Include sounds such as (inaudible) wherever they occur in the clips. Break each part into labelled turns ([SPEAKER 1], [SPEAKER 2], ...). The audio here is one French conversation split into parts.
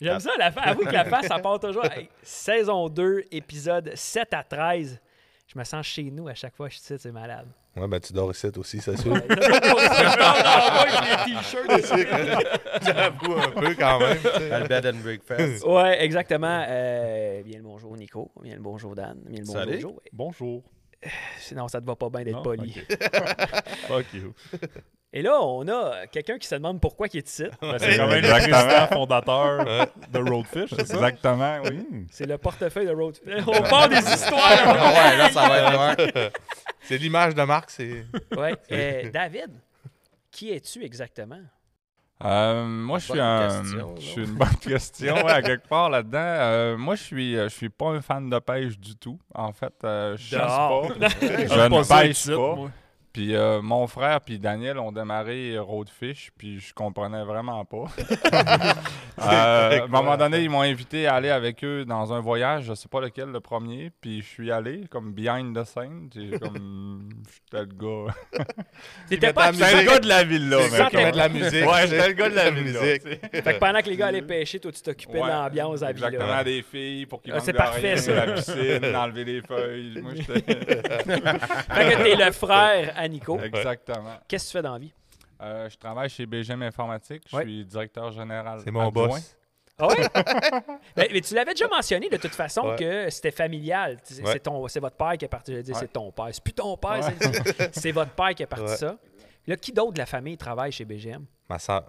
[SPEAKER 1] J'aime ça, la fa... avouez que la face, ça part toujours. Hey, saison 2, épisode 7 à 13. Je me sens chez nous à chaque fois que je suis ici, c'est malade.
[SPEAKER 2] Ouais, ben tu dors ici aussi, ça sûr.
[SPEAKER 1] Je me prends des t-shirts.
[SPEAKER 2] J'avoue un peu quand même. tu sais.
[SPEAKER 3] Dans le bed and
[SPEAKER 2] (laughs)
[SPEAKER 3] breakfast.
[SPEAKER 1] Ouais, exactement. Euh, bien le bonjour Nico, bien le bonjour Dan, bien le bonjour
[SPEAKER 3] Salut.
[SPEAKER 1] Joe.
[SPEAKER 4] Bonjour.
[SPEAKER 1] Sinon, ça te va pas bien d'être
[SPEAKER 4] Non?
[SPEAKER 1] poli.
[SPEAKER 4] Ok. Fuck you.
[SPEAKER 1] (laughs) Et là, on a quelqu'un qui se demande pourquoi il est
[SPEAKER 4] (laughs)
[SPEAKER 1] ici.
[SPEAKER 4] Ben, c'est quand même le
[SPEAKER 2] Exactement.
[SPEAKER 4] président fondateur de Roadfish. c'est ça?
[SPEAKER 5] Exactement, oui.
[SPEAKER 1] C'est le portefeuille de Road.
[SPEAKER 4] (laughs)
[SPEAKER 1] On part des histoires.
[SPEAKER 3] Ouais, là, ça (laughs) va être loin.
[SPEAKER 2] C'est l'image de Marc, c'est.
[SPEAKER 1] Ouais. euh, David, qui es-tu exactement?
[SPEAKER 5] Euh, moi, je suis
[SPEAKER 3] Bonne
[SPEAKER 5] un.
[SPEAKER 3] question,
[SPEAKER 5] Je
[SPEAKER 3] non?
[SPEAKER 5] suis une bonne question, ouais, à quelque part là-dedans. Euh, moi, je suis, je suis pas un fan de pêche du tout. En fait, euh, je chasse pas.
[SPEAKER 1] Dehors.
[SPEAKER 5] Je
[SPEAKER 4] Ah,
[SPEAKER 5] ne
[SPEAKER 4] ça,
[SPEAKER 5] pêche
[SPEAKER 4] ici,
[SPEAKER 5] pas.
[SPEAKER 4] moi.
[SPEAKER 5] Puis euh, mon frère puis Daniel ont démarré Roadfish, puis je comprenais vraiment
[SPEAKER 3] (laughs)
[SPEAKER 5] pas. (laughs) Euh, à un moment donné, ils m'ont invité à aller avec eux dans un voyage, je sais pas lequel, le premier, puis je suis allé comme behind the scene, j'ai comme (laughs) j'étais le gars.
[SPEAKER 1] T'étais pas.
[SPEAKER 2] Madame-
[SPEAKER 5] J'étais le gars de la ville là,
[SPEAKER 2] C'est
[SPEAKER 1] mais
[SPEAKER 2] ça qui
[SPEAKER 1] quand-
[SPEAKER 2] met de la musique.
[SPEAKER 5] Ouais, j'étais le gars de la
[SPEAKER 2] musique.
[SPEAKER 5] ville là. tu sais.
[SPEAKER 1] Fait que pendant que les gars allaient pêcher, toi, tu t'occupais de
[SPEAKER 5] Mm-hmm. Ouais,
[SPEAKER 1] l'ambiance à la villa.
[SPEAKER 5] Exactement, des filles pour qu'ils
[SPEAKER 1] Ah,
[SPEAKER 5] mangent
[SPEAKER 1] c'est
[SPEAKER 5] de
[SPEAKER 1] parfait,
[SPEAKER 5] rien,
[SPEAKER 1] ça.
[SPEAKER 5] la piscine, (laughs) enlever les feuilles. Moi,
[SPEAKER 1] (laughs)
[SPEAKER 5] j'étais...
[SPEAKER 1] Fait que t'es le frère à Nico.
[SPEAKER 5] Exactement.
[SPEAKER 1] Qu'est-ce que tu fais dans la vie?
[SPEAKER 5] Euh, je travaille chez BGM Informatique. Je
[SPEAKER 1] Ouais.
[SPEAKER 5] suis directeur général.
[SPEAKER 2] C'est mon
[SPEAKER 5] adjoint.
[SPEAKER 2] boss.
[SPEAKER 1] Ah
[SPEAKER 5] (laughs)
[SPEAKER 1] oui? mais, mais tu l'avais déjà mentionné de toute façon
[SPEAKER 2] Ouais.
[SPEAKER 1] que c'était familial. C'est
[SPEAKER 2] Ouais.
[SPEAKER 1] c'est ton- c'est votre père qui est parti. Je dis,
[SPEAKER 5] Ouais.
[SPEAKER 1] c'est ton père. C'est plus ton père,
[SPEAKER 5] Ouais.
[SPEAKER 1] c'est- c'est votre père qui est parti
[SPEAKER 2] Ouais.
[SPEAKER 1] ça. Là, qui d'autre de la famille travaille chez BGM?
[SPEAKER 2] Ma soeur.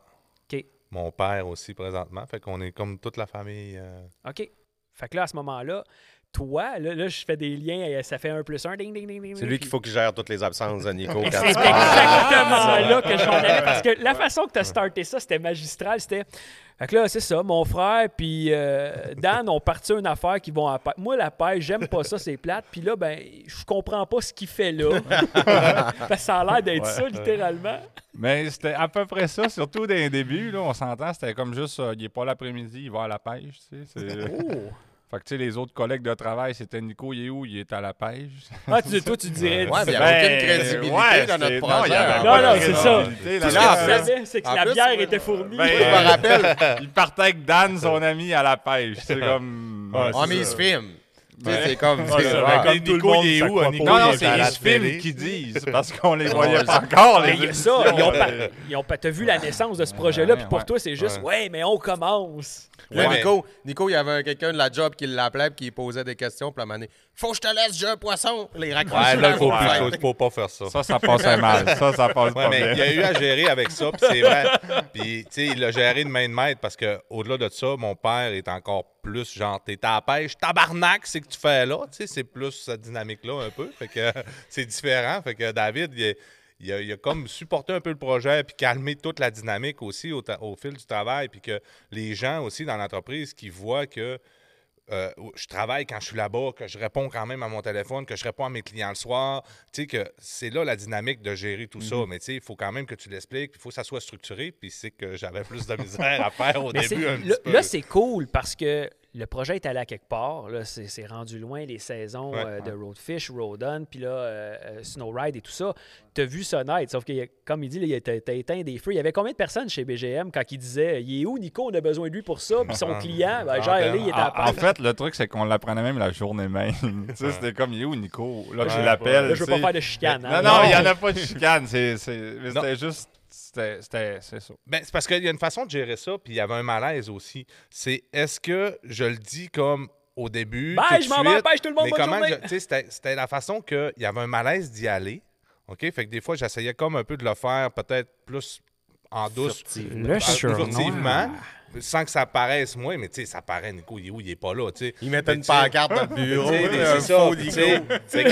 [SPEAKER 1] OK.
[SPEAKER 2] Mon père aussi présentement. Fait qu'on est comme toute la famille. euh,
[SPEAKER 1] OK. Fait que là, à ce moment-là, toi, là, là, je fais des liens et ça fait un plus un. Ding, ding, ding, ding,
[SPEAKER 3] C'est
[SPEAKER 1] ding,
[SPEAKER 3] lui
[SPEAKER 1] puis-
[SPEAKER 3] qu'il faut qu'il gère toutes les absences
[SPEAKER 5] (laughs)
[SPEAKER 3] de Nico.
[SPEAKER 1] Et
[SPEAKER 3] quand
[SPEAKER 1] C'est
[SPEAKER 3] il part.
[SPEAKER 1] exactement là que je m'en (laughs) allais parce que la façon que tu as starté ça, c'était magistral. C'était. Fait que là, c'est ça, mon frère puis euh, Dan ont parti une affaire qui vont à la pêche. Moi, la pêche, j'aime pas ça, c'est plate. Puis là, ben, je comprends pas ce qu'il fait là. Parce que ça a l'air d'être ça, littéralement.
[SPEAKER 5] Mais c'était à peu près ça, surtout dès le début. Là, on s'entend, c'était comme juste, euh, il est pas l'après-midi, il va à la pêche. Tu sais, c'est-
[SPEAKER 1] (laughs) Oh.
[SPEAKER 5] fait que tu sais, les autres collègues de travail, c'était Nico, il est où? Il est à la pêche.
[SPEAKER 1] Ah, tu, toi, tu dirais.
[SPEAKER 3] Ouais, mais il n'y a
[SPEAKER 5] Ben,
[SPEAKER 3] aucune crédibilité
[SPEAKER 5] ouais,
[SPEAKER 3] dans notre
[SPEAKER 5] c'est- non,
[SPEAKER 3] projet.
[SPEAKER 5] il y avait
[SPEAKER 1] Non,
[SPEAKER 5] pas de
[SPEAKER 1] non, c'est ça.
[SPEAKER 5] crédibilité
[SPEAKER 3] Tout
[SPEAKER 1] Ce
[SPEAKER 3] Là,
[SPEAKER 5] là-dedans.
[SPEAKER 3] en
[SPEAKER 1] que tu
[SPEAKER 3] plus-
[SPEAKER 1] savais, c'est que
[SPEAKER 3] en
[SPEAKER 1] la
[SPEAKER 3] plus,
[SPEAKER 1] bière
[SPEAKER 3] moi,
[SPEAKER 1] était fournie.
[SPEAKER 5] ben,
[SPEAKER 3] Je me rappelle,
[SPEAKER 5] Il partait avec Dan,
[SPEAKER 1] (laughs)
[SPEAKER 5] son ami, à la pêche. C'est comme.
[SPEAKER 4] Ouais,
[SPEAKER 3] on
[SPEAKER 4] c'est
[SPEAKER 3] mise
[SPEAKER 4] ça.
[SPEAKER 3] film. Tu sais,
[SPEAKER 5] Ouais.
[SPEAKER 3] C'est comme.
[SPEAKER 4] Ouais,
[SPEAKER 3] c'est-
[SPEAKER 4] c'est
[SPEAKER 3] ouais.
[SPEAKER 4] vrai, comme tout le
[SPEAKER 2] Nico,
[SPEAKER 4] monde,
[SPEAKER 2] il est
[SPEAKER 4] ça
[SPEAKER 2] où,
[SPEAKER 4] croit
[SPEAKER 2] hein, Nico?
[SPEAKER 4] pas
[SPEAKER 5] Non,
[SPEAKER 4] aux
[SPEAKER 5] non,
[SPEAKER 2] il
[SPEAKER 4] gens.
[SPEAKER 2] est à
[SPEAKER 5] c'est ils
[SPEAKER 2] la
[SPEAKER 5] se
[SPEAKER 2] télé.
[SPEAKER 5] filment qu'ils disent, parce qu'on les voyait
[SPEAKER 3] Ouais,
[SPEAKER 5] pas encore,
[SPEAKER 1] Mais
[SPEAKER 5] les
[SPEAKER 1] il y a
[SPEAKER 5] émissions.
[SPEAKER 1] ça, ils ont, pas-
[SPEAKER 5] Ouais.
[SPEAKER 1] ils ont pas- t'as vu la naissance de ce projet-là, puis pour
[SPEAKER 5] Ouais.
[SPEAKER 1] toi, c'est juste, ouais, mais on commence.
[SPEAKER 3] Là,
[SPEAKER 2] Ouais.
[SPEAKER 3] Nico, Nico, il y avait un- quelqu'un de la job qui l'appelait et qui posait des questions. Puis à un moment donné, faut que je te laisse, j'ai un poisson. Les
[SPEAKER 2] Ouais,
[SPEAKER 3] raccrocher.
[SPEAKER 2] là, il faut,
[SPEAKER 3] Ouais.
[SPEAKER 2] plus, faut- faut pas faire ça.
[SPEAKER 5] Ça, ça passait mal. Ça, ça passe
[SPEAKER 2] Ouais,
[SPEAKER 5] pas
[SPEAKER 2] mais
[SPEAKER 5] bien.
[SPEAKER 2] il y a eu à gérer avec ça, puis c'est vrai. Puis, tu sais, il l'a géré de main de maître parce que au delà de ça, mon père est encore plus genre, t'es à la pêche, tabarnak, c'est que tu fais là. Tu sais, c'est plus cette dynamique-là un peu. Fait que (laughs) euh, c'est différent. Fait que David, il, est- il a, il a comme supporté un peu le projet, puis calmé toute la dynamique aussi au, ta- au fil du travail, puis que les gens aussi dans l'entreprise qui voient que. euh, je travaille quand je suis là-bas, que je réponds quand même à mon téléphone, que je réponds à mes clients le soir. Tu sais que c'est là la dynamique de gérer tout
[SPEAKER 1] Mm-hmm.
[SPEAKER 2] ça. Mais tu sais, il faut quand même que tu l'expliques, puis il faut que ça soit structuré. Puis c'est que j'avais (laughs) plus de misère à faire au
[SPEAKER 1] Mais
[SPEAKER 2] début
[SPEAKER 1] c'est-
[SPEAKER 2] un
[SPEAKER 1] là,
[SPEAKER 2] petit peu.
[SPEAKER 1] là, c'est cool parce que le projet est allé à quelque part. Là, c'est, c'est rendu loin les saisons
[SPEAKER 2] Ouais.
[SPEAKER 1] euh, de Roadfish, Roadrun, puis là, euh, euh, Snow Ride et tout ça. Tu as vu ça naître. Sauf que, il y a- comme il dit, là, il a- t'as, t'as éteint des feux. Il y avait combien de personnes chez BGM quand ils disaient Il est où, Nico On a besoin de lui pour ça. Puis son client, ben, genre, là, il est à
[SPEAKER 5] Ah, En,
[SPEAKER 1] la
[SPEAKER 5] en fait, le truc, c'est qu'on l'apprenait même la journée même. (laughs) tu sais, c'était comme, il est où, Nico? Là, je
[SPEAKER 2] Ouais.
[SPEAKER 5] l'appelle.
[SPEAKER 1] Là, je veux
[SPEAKER 5] tu
[SPEAKER 1] pas
[SPEAKER 5] sais.
[SPEAKER 1] faire de chicane, hein.
[SPEAKER 5] Non, non,
[SPEAKER 1] Non.
[SPEAKER 5] il n'y en a pas de chicane. C'est, c'est... mais
[SPEAKER 2] Non.
[SPEAKER 5] C'était juste. C'était, c'était, c'est ça.
[SPEAKER 2] Ben, c'est parce qu'il y a une façon de gérer ça, puis il y avait un malaise aussi. C'est est-ce que je le dis comme au début?
[SPEAKER 1] Bye,
[SPEAKER 2] tout de
[SPEAKER 1] Ben, je m'en
[SPEAKER 2] suite,
[SPEAKER 1] vais à la pêche, tout le monde,
[SPEAKER 2] mais
[SPEAKER 1] bonne
[SPEAKER 2] comment
[SPEAKER 1] journée.
[SPEAKER 2] je- tu sais, c'était, c'était la façon qu'il y avait un malaise d'y aller. OK? Fait que des fois, j'essayais comme un peu de le faire, peut-être plus en douce.
[SPEAKER 1] Le
[SPEAKER 2] Ah, furtivement, sans que ça paraisse moins, mais tu sais, ça paraît, Nico, il est où, il est pas là, tu sais.
[SPEAKER 3] Il mettait une
[SPEAKER 2] Tu sais,
[SPEAKER 3] pancarte dans le
[SPEAKER 2] tu
[SPEAKER 3] bureau.
[SPEAKER 2] sais,
[SPEAKER 3] tu sais, un
[SPEAKER 2] c'est ça,
[SPEAKER 3] faux
[SPEAKER 2] tu
[SPEAKER 3] Nico.
[SPEAKER 2] sais, tu sais,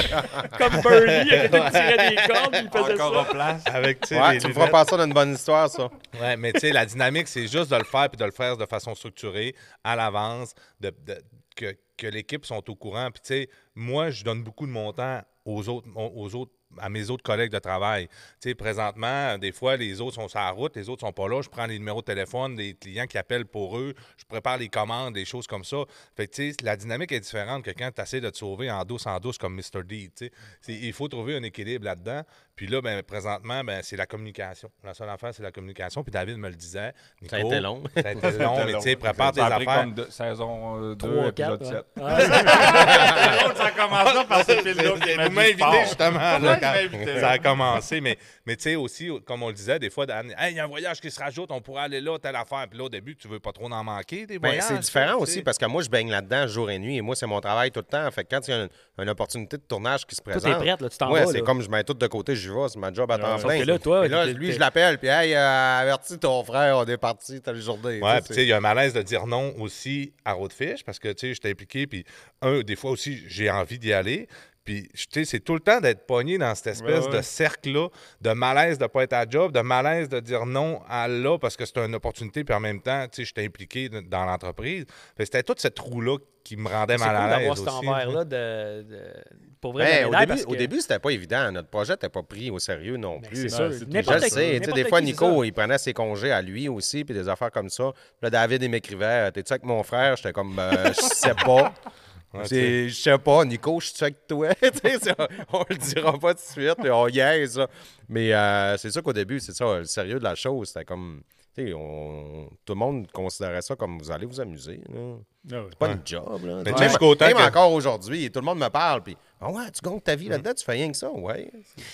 [SPEAKER 1] Comme Bernie, il y a quelqu'un qui tirait des cordes, puis il faisait
[SPEAKER 5] Encore en
[SPEAKER 1] ça.
[SPEAKER 5] place.
[SPEAKER 2] avec, tu sais,
[SPEAKER 3] Ouais,
[SPEAKER 2] les
[SPEAKER 3] tu me feras
[SPEAKER 2] lunettes.
[SPEAKER 3] passer dans une bonne histoire, ça.
[SPEAKER 2] Ouais, mais tu sais, la dynamique, c'est juste de le faire puis de le faire de façon structurée, à l'avance, de, de- que, que l'équipe sont au courant. Puis tu sais, moi, je donne beaucoup de mon temps aux autres, aux autres à mes autres collègues de travail. Tu sais, présentement, des fois, les autres sont sur la route, les autres sont pas là. Je prends les numéros de téléphone des clients qui appellent pour eux. Je prépare les commandes, des choses comme ça. Fait que, tu sais, la dynamique est différente que quand tu essaies de te sauver en douce, en douce comme Mr. D. tu sais. C'est- Il faut trouver un équilibre là-dedans. Puis là, ben, présentement, ben, c'est la communication. La seule affaire, c'est la communication. Puis David me le disait.
[SPEAKER 3] (laughs) Ça a
[SPEAKER 2] Nico,
[SPEAKER 3] été long.
[SPEAKER 2] Ça a été long, mais tu sais, prépare tes
[SPEAKER 5] Ça a pris
[SPEAKER 2] affaires.
[SPEAKER 5] comme deux- saison euh, 2,
[SPEAKER 1] Trois,
[SPEAKER 5] épisode
[SPEAKER 1] quatre, ouais.
[SPEAKER 5] 7.
[SPEAKER 1] Ouais.
[SPEAKER 5] Ça commence là par cette pile-là.
[SPEAKER 2] Vous m'invitez justement. là,
[SPEAKER 5] Pourquoi tu
[SPEAKER 2] quand-
[SPEAKER 5] m'as invité?
[SPEAKER 2] ça a commencé, mais, mais tu sais aussi, comme on le disait, des fois, Dan, Hey, il y a un voyage qui se rajoute, on pourrait aller là, telle affaire. Puis là, au début, tu veux pas trop en manquer des
[SPEAKER 3] Ben,
[SPEAKER 2] voyages.
[SPEAKER 3] c'est différent
[SPEAKER 2] tu
[SPEAKER 3] aussi
[SPEAKER 2] sais.
[SPEAKER 3] parce que moi, je baigne là-dedans jour et nuit et moi, c'est mon travail tout le temps. Fait que quand il y a une, une opportunité de tournage qui se
[SPEAKER 1] est
[SPEAKER 3] présente.
[SPEAKER 1] prête, là, tu t'en
[SPEAKER 3] ouais,
[SPEAKER 1] vas,
[SPEAKER 3] c'est
[SPEAKER 1] là.
[SPEAKER 3] comme je mets tout de côté, je vais, c'est ma job à temps
[SPEAKER 4] sauf
[SPEAKER 3] plein.
[SPEAKER 1] que là, toi,
[SPEAKER 3] Et là,
[SPEAKER 1] t'es-
[SPEAKER 3] lui,
[SPEAKER 1] t'es-
[SPEAKER 3] je l'appelle, puis hey, euh, avertis ton frère, on est parti telle journée.
[SPEAKER 2] Ouais, puis
[SPEAKER 3] Tu
[SPEAKER 2] tu
[SPEAKER 3] sais,
[SPEAKER 2] sais, il y a un malaise de dire non aussi à Roadfish parce que, tu sais, j'étais impliqué, puis un, des fois aussi, j'ai envie d'y aller. Puis, tu sais, c'est tout le temps d'être pogné dans cette espèce
[SPEAKER 5] Ouais, ouais.
[SPEAKER 2] de cercle-là, de malaise de ne pas être à job, de malaise de dire non à là parce que c'est une opportunité, puis en même temps, tu sais, j'étais impliqué d- dans l'entreprise. Fait que c'était toute cette roue-là qui me rendait
[SPEAKER 1] C'est cool
[SPEAKER 2] mal à l'aise
[SPEAKER 1] d'avoir cet
[SPEAKER 2] aussi.
[SPEAKER 1] envers-là de, de- Pour vrai,
[SPEAKER 3] Ben,
[SPEAKER 1] dans les
[SPEAKER 3] au,
[SPEAKER 1] nerfs,
[SPEAKER 3] début,
[SPEAKER 1] parce
[SPEAKER 3] au
[SPEAKER 1] que-
[SPEAKER 3] début, c'était pas évident. Notre projet n'était pas pris au sérieux non
[SPEAKER 1] Ben,
[SPEAKER 3] plus.
[SPEAKER 1] c'est
[SPEAKER 4] Non,
[SPEAKER 1] sûr.
[SPEAKER 4] c'est tout.
[SPEAKER 3] Je
[SPEAKER 1] N'importe
[SPEAKER 3] le
[SPEAKER 1] qui-
[SPEAKER 3] sais, tu sais,
[SPEAKER 1] n'importe
[SPEAKER 3] des
[SPEAKER 1] qui
[SPEAKER 3] fois,
[SPEAKER 1] dit
[SPEAKER 3] Nico,
[SPEAKER 1] ça.
[SPEAKER 3] il prenait ses congés à lui aussi, puis des affaires comme ça. Là, David, il m'écrivait, euh, t'es-tu avec mon frère? J'étais comme, Euh, je sais pas.
[SPEAKER 1] (laughs)
[SPEAKER 2] Ouais, tu sais.
[SPEAKER 3] C'est- Je sais pas, Nico, je suis avec toi. (laughs) Tu sais, c'est- on le dira pas tout de suite, mais on niaise. là. Mais euh, c'est sûr qu'au début, c'est ça, le sérieux de la chose, c'était comme. tu sais, on- Tout le monde considérait ça comme vous allez vous amuser. là.
[SPEAKER 1] Ah
[SPEAKER 3] C'est pas une job. Là.
[SPEAKER 2] Mais
[SPEAKER 3] Ouais.
[SPEAKER 2] tu sais,
[SPEAKER 3] Même-
[SPEAKER 2] jusqu'au temps
[SPEAKER 3] même
[SPEAKER 2] que-
[SPEAKER 3] encore aujourd'hui, tout le monde me parle. Puis, ah ouais, tu gagnes ta vie là-dedans, tu fais rien que ça. Ouais.